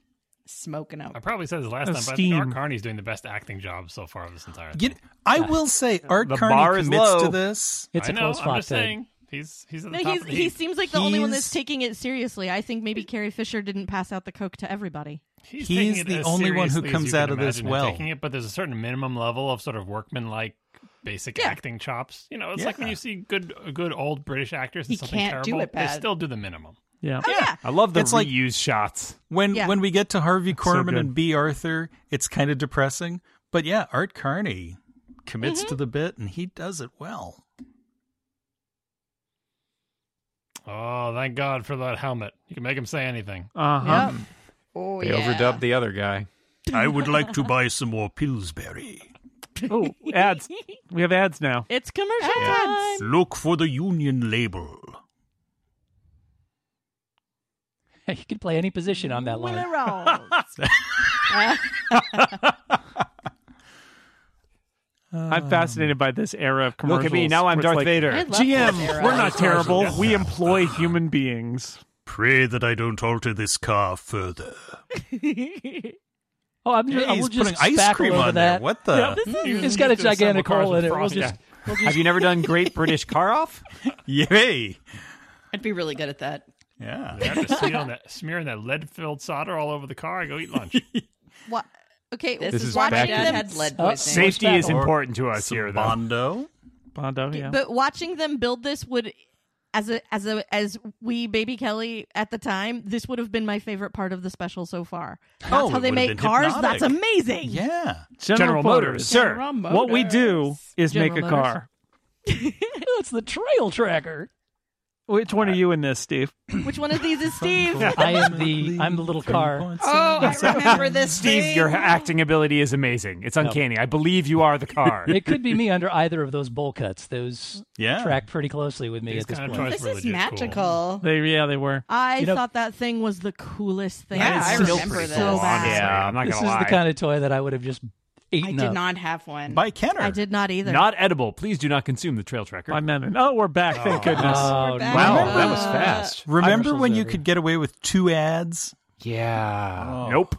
[SPEAKER 8] smoking
[SPEAKER 7] I
[SPEAKER 8] up.
[SPEAKER 7] probably said this last
[SPEAKER 2] Oh,
[SPEAKER 7] time, but I think
[SPEAKER 2] steam.
[SPEAKER 7] Art Carney's doing the best acting job so far of this entire
[SPEAKER 5] You
[SPEAKER 7] thing.
[SPEAKER 5] know, I will say Art
[SPEAKER 9] The
[SPEAKER 5] Carney
[SPEAKER 9] bar is
[SPEAKER 5] commits
[SPEAKER 9] low.
[SPEAKER 5] to this.
[SPEAKER 3] It's
[SPEAKER 7] I
[SPEAKER 3] a
[SPEAKER 7] know,
[SPEAKER 3] close
[SPEAKER 7] I'm
[SPEAKER 3] fought
[SPEAKER 7] just
[SPEAKER 3] thing.
[SPEAKER 7] saying. He's, he's at the
[SPEAKER 6] No,
[SPEAKER 7] top
[SPEAKER 6] he's,
[SPEAKER 7] of the
[SPEAKER 6] he
[SPEAKER 7] heap.
[SPEAKER 6] seems like the only one that's
[SPEAKER 5] He's-
[SPEAKER 6] taking it seriously. I think maybe Carrie Fisher didn't pass out the coke to everybody.
[SPEAKER 7] He's,
[SPEAKER 5] He's
[SPEAKER 7] taking it
[SPEAKER 5] the
[SPEAKER 7] as
[SPEAKER 5] only one who
[SPEAKER 7] seriously as
[SPEAKER 5] comes
[SPEAKER 7] you can
[SPEAKER 5] out of this
[SPEAKER 7] imagine him
[SPEAKER 5] well.
[SPEAKER 7] Taking it, but there's a certain minimum level of sort of workmanlike, basic
[SPEAKER 6] Yeah.
[SPEAKER 7] acting chops. You know, it's like when
[SPEAKER 5] Yeah.
[SPEAKER 7] you see good, good old British actors. in
[SPEAKER 8] He
[SPEAKER 7] something
[SPEAKER 8] can't do
[SPEAKER 7] terrible,
[SPEAKER 8] it
[SPEAKER 7] They
[SPEAKER 8] bad.
[SPEAKER 7] still do the minimum.
[SPEAKER 2] Yeah.
[SPEAKER 9] Oh, I love the
[SPEAKER 5] It's
[SPEAKER 9] reused
[SPEAKER 5] like-
[SPEAKER 9] shots.
[SPEAKER 5] When
[SPEAKER 6] Yeah.
[SPEAKER 5] when we get to Harvey
[SPEAKER 9] so
[SPEAKER 5] Korman
[SPEAKER 9] good.
[SPEAKER 5] and B. Arthur, it's kind of depressing. But yeah, Art Carney commits
[SPEAKER 3] Mm-hmm.
[SPEAKER 5] to the bit and he does it well.
[SPEAKER 7] Oh, thank God for that helmet. You can make him say anything.
[SPEAKER 2] Uh huh.
[SPEAKER 8] Yep. Oh
[SPEAKER 4] They
[SPEAKER 8] yeah.
[SPEAKER 4] overdubbed the other guy.
[SPEAKER 5] I would like to buy some more Pillsbury.
[SPEAKER 2] Oh, ads. We have ads now.
[SPEAKER 6] It's commercial time.
[SPEAKER 5] Look for the union label.
[SPEAKER 3] you can play any position on that line.
[SPEAKER 6] Willie Rolls.
[SPEAKER 2] I'm fascinated by this era of commercials.
[SPEAKER 9] Mm-hmm. Look at me now. I'm
[SPEAKER 2] where it's
[SPEAKER 9] Darth
[SPEAKER 2] like,
[SPEAKER 9] Vader.
[SPEAKER 6] I love that era.
[SPEAKER 2] GM, we're not terrible. We employ human beings.
[SPEAKER 5] Pray that I don't alter this car further.
[SPEAKER 3] Oh, I'm just,
[SPEAKER 5] Hey,
[SPEAKER 3] I
[SPEAKER 5] he's
[SPEAKER 3] will
[SPEAKER 5] putting
[SPEAKER 3] just
[SPEAKER 5] ice
[SPEAKER 3] spackle
[SPEAKER 5] cream
[SPEAKER 3] over
[SPEAKER 5] on there.
[SPEAKER 3] that.
[SPEAKER 5] What the?
[SPEAKER 3] It's got a gigantic hole in it. We'll just
[SPEAKER 9] Have you never done Great British Car Off?
[SPEAKER 5] Yay!
[SPEAKER 8] I'd be really good at that.
[SPEAKER 5] Yeah.
[SPEAKER 7] I have to smear on that, smearing that lead-filled solder all over the car. I go eat lunch.
[SPEAKER 6] What? Okay,
[SPEAKER 8] This,
[SPEAKER 9] This
[SPEAKER 8] is
[SPEAKER 9] is
[SPEAKER 8] why my
[SPEAKER 9] back
[SPEAKER 8] dad
[SPEAKER 9] in-
[SPEAKER 8] had lead
[SPEAKER 3] Oh,
[SPEAKER 8] poisoning.
[SPEAKER 9] Safety is
[SPEAKER 3] Or
[SPEAKER 9] important to us
[SPEAKER 5] Some
[SPEAKER 9] here, though.
[SPEAKER 5] Bondo.
[SPEAKER 2] Bondo, Oh, yeah.
[SPEAKER 6] But watching them build this would, as a as a as we baby Kelly at the time, this would have been my favorite part of the special so far. That's
[SPEAKER 5] Oh,
[SPEAKER 6] how
[SPEAKER 5] it
[SPEAKER 6] they
[SPEAKER 5] would have
[SPEAKER 6] make
[SPEAKER 5] been
[SPEAKER 6] cars.
[SPEAKER 5] hypnotic.
[SPEAKER 6] That's amazing.
[SPEAKER 5] Yeah.
[SPEAKER 9] General Motors, sir.
[SPEAKER 8] General
[SPEAKER 2] What we do
[SPEAKER 8] Motors.
[SPEAKER 2] is
[SPEAKER 6] General
[SPEAKER 2] make a
[SPEAKER 6] Motors.
[SPEAKER 2] car.
[SPEAKER 3] that's the trail tracker.
[SPEAKER 2] Which one are you in this, Steve?
[SPEAKER 6] Which one of these is Steve?
[SPEAKER 3] I am the I'm the little car.
[SPEAKER 8] Oh, I remember this.
[SPEAKER 9] Steve,
[SPEAKER 8] thing.
[SPEAKER 9] your acting ability is amazing. It's uncanny. I believe you are the car.
[SPEAKER 3] It could be me under either of those bowl cuts. Those
[SPEAKER 5] Yeah.
[SPEAKER 3] track pretty closely with me
[SPEAKER 7] These
[SPEAKER 3] at this
[SPEAKER 7] kind of
[SPEAKER 3] point.
[SPEAKER 7] toys
[SPEAKER 8] this
[SPEAKER 7] were
[SPEAKER 8] is
[SPEAKER 7] legit Cool.
[SPEAKER 8] magical.
[SPEAKER 2] They yeah, they were.
[SPEAKER 6] I
[SPEAKER 3] You know-
[SPEAKER 6] thought that thing was the coolest thing.
[SPEAKER 8] Yeah, I
[SPEAKER 9] It's still
[SPEAKER 8] remember
[SPEAKER 9] pretty
[SPEAKER 8] this.
[SPEAKER 9] cool,
[SPEAKER 6] So bad.
[SPEAKER 9] honestly. Yeah, I'm not
[SPEAKER 3] This
[SPEAKER 9] gonna
[SPEAKER 3] is
[SPEAKER 9] lie.
[SPEAKER 3] the kind of toy that I would have just
[SPEAKER 8] I
[SPEAKER 3] eaten
[SPEAKER 8] did
[SPEAKER 3] up.
[SPEAKER 8] not have one.
[SPEAKER 5] By Kenner.
[SPEAKER 6] I did not either.
[SPEAKER 9] Not edible. Please do not consume the trail tracker.
[SPEAKER 2] My Memon. Oh, we're back. Thank goodness.
[SPEAKER 9] Uh,
[SPEAKER 3] Oh,
[SPEAKER 8] We're back.
[SPEAKER 9] wow,
[SPEAKER 8] Remember-
[SPEAKER 9] that
[SPEAKER 3] Uh,
[SPEAKER 9] was fast.
[SPEAKER 5] Remember when
[SPEAKER 3] Commercials
[SPEAKER 5] you
[SPEAKER 3] over.
[SPEAKER 5] could get away with two ads?
[SPEAKER 4] Oh.
[SPEAKER 3] Oh.
[SPEAKER 9] Yeah. Nope.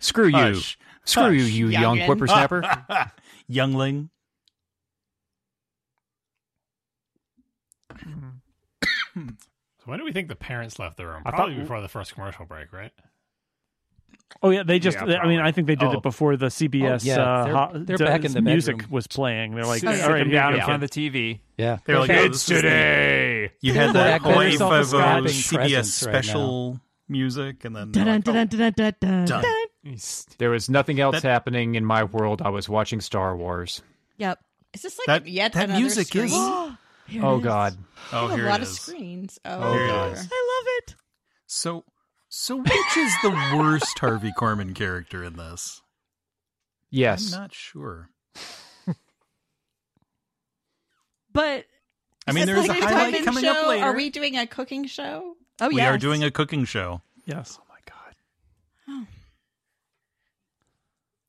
[SPEAKER 9] Screw you.
[SPEAKER 5] Hush.
[SPEAKER 4] Screw you,
[SPEAKER 5] Hush,
[SPEAKER 4] you young
[SPEAKER 8] youngin.
[SPEAKER 4] whippersnapper.
[SPEAKER 5] Youngling.
[SPEAKER 7] So when do we think the parents left the room?
[SPEAKER 9] I thought-
[SPEAKER 7] Probably before the first commercial break, right?
[SPEAKER 2] Oh yeah, they just.
[SPEAKER 9] Yeah,
[SPEAKER 2] they- I mean, I think they did
[SPEAKER 7] probably.
[SPEAKER 2] it before the CBS.
[SPEAKER 3] Oh, yeah,
[SPEAKER 2] uh,
[SPEAKER 3] they're-
[SPEAKER 2] hot-
[SPEAKER 3] they're
[SPEAKER 2] d-
[SPEAKER 3] back in the
[SPEAKER 2] music
[SPEAKER 3] bedroom.
[SPEAKER 2] was playing. They're like,
[SPEAKER 9] Sit,
[SPEAKER 2] all
[SPEAKER 9] sit
[SPEAKER 2] right,
[SPEAKER 9] him
[SPEAKER 2] here
[SPEAKER 9] down
[SPEAKER 2] you
[SPEAKER 9] in
[SPEAKER 2] go.
[SPEAKER 9] front of the TV.
[SPEAKER 3] Yeah.
[SPEAKER 5] They were like, oh,
[SPEAKER 9] it's
[SPEAKER 5] this is the-
[SPEAKER 9] today.
[SPEAKER 5] You had that um,
[SPEAKER 3] Back then,
[SPEAKER 5] Hawaii
[SPEAKER 3] it's all
[SPEAKER 5] Five-O
[SPEAKER 3] describing
[SPEAKER 5] CBS
[SPEAKER 3] presents right now.
[SPEAKER 5] special music, and then they're
[SPEAKER 6] Dun,
[SPEAKER 5] like, "Oh,
[SPEAKER 6] dun, dun, dun, dun,
[SPEAKER 5] done. Oh,
[SPEAKER 6] dun.
[SPEAKER 4] There was nothing else
[SPEAKER 5] That-
[SPEAKER 4] happening in my world. I was watching Star Wars.
[SPEAKER 6] Yep.
[SPEAKER 8] Is this like
[SPEAKER 5] That-
[SPEAKER 8] yet
[SPEAKER 5] that
[SPEAKER 8] another
[SPEAKER 5] music
[SPEAKER 8] screen?
[SPEAKER 5] is-
[SPEAKER 8] I
[SPEAKER 6] Here
[SPEAKER 4] Oh
[SPEAKER 6] it is.
[SPEAKER 4] God.
[SPEAKER 5] oh,
[SPEAKER 8] have
[SPEAKER 5] here
[SPEAKER 8] a lot
[SPEAKER 5] it
[SPEAKER 8] of
[SPEAKER 5] is.
[SPEAKER 8] screens.
[SPEAKER 4] Oh,
[SPEAKER 8] Oh,
[SPEAKER 5] Here
[SPEAKER 8] dear.
[SPEAKER 5] it is.
[SPEAKER 6] I love it.
[SPEAKER 5] So, so which is the worst Harvey Korman character in this?
[SPEAKER 4] Yes.
[SPEAKER 5] I'm not sure.
[SPEAKER 6] But
[SPEAKER 5] I mean,
[SPEAKER 8] Is
[SPEAKER 5] there's
[SPEAKER 8] this
[SPEAKER 5] a
[SPEAKER 8] like
[SPEAKER 5] highlight
[SPEAKER 8] cooking
[SPEAKER 5] coming
[SPEAKER 8] show?
[SPEAKER 5] up later.
[SPEAKER 8] Are we doing a cooking show?
[SPEAKER 6] oh
[SPEAKER 5] we
[SPEAKER 6] yes.
[SPEAKER 5] are doing a cooking show.
[SPEAKER 2] Yes.
[SPEAKER 4] Oh my God.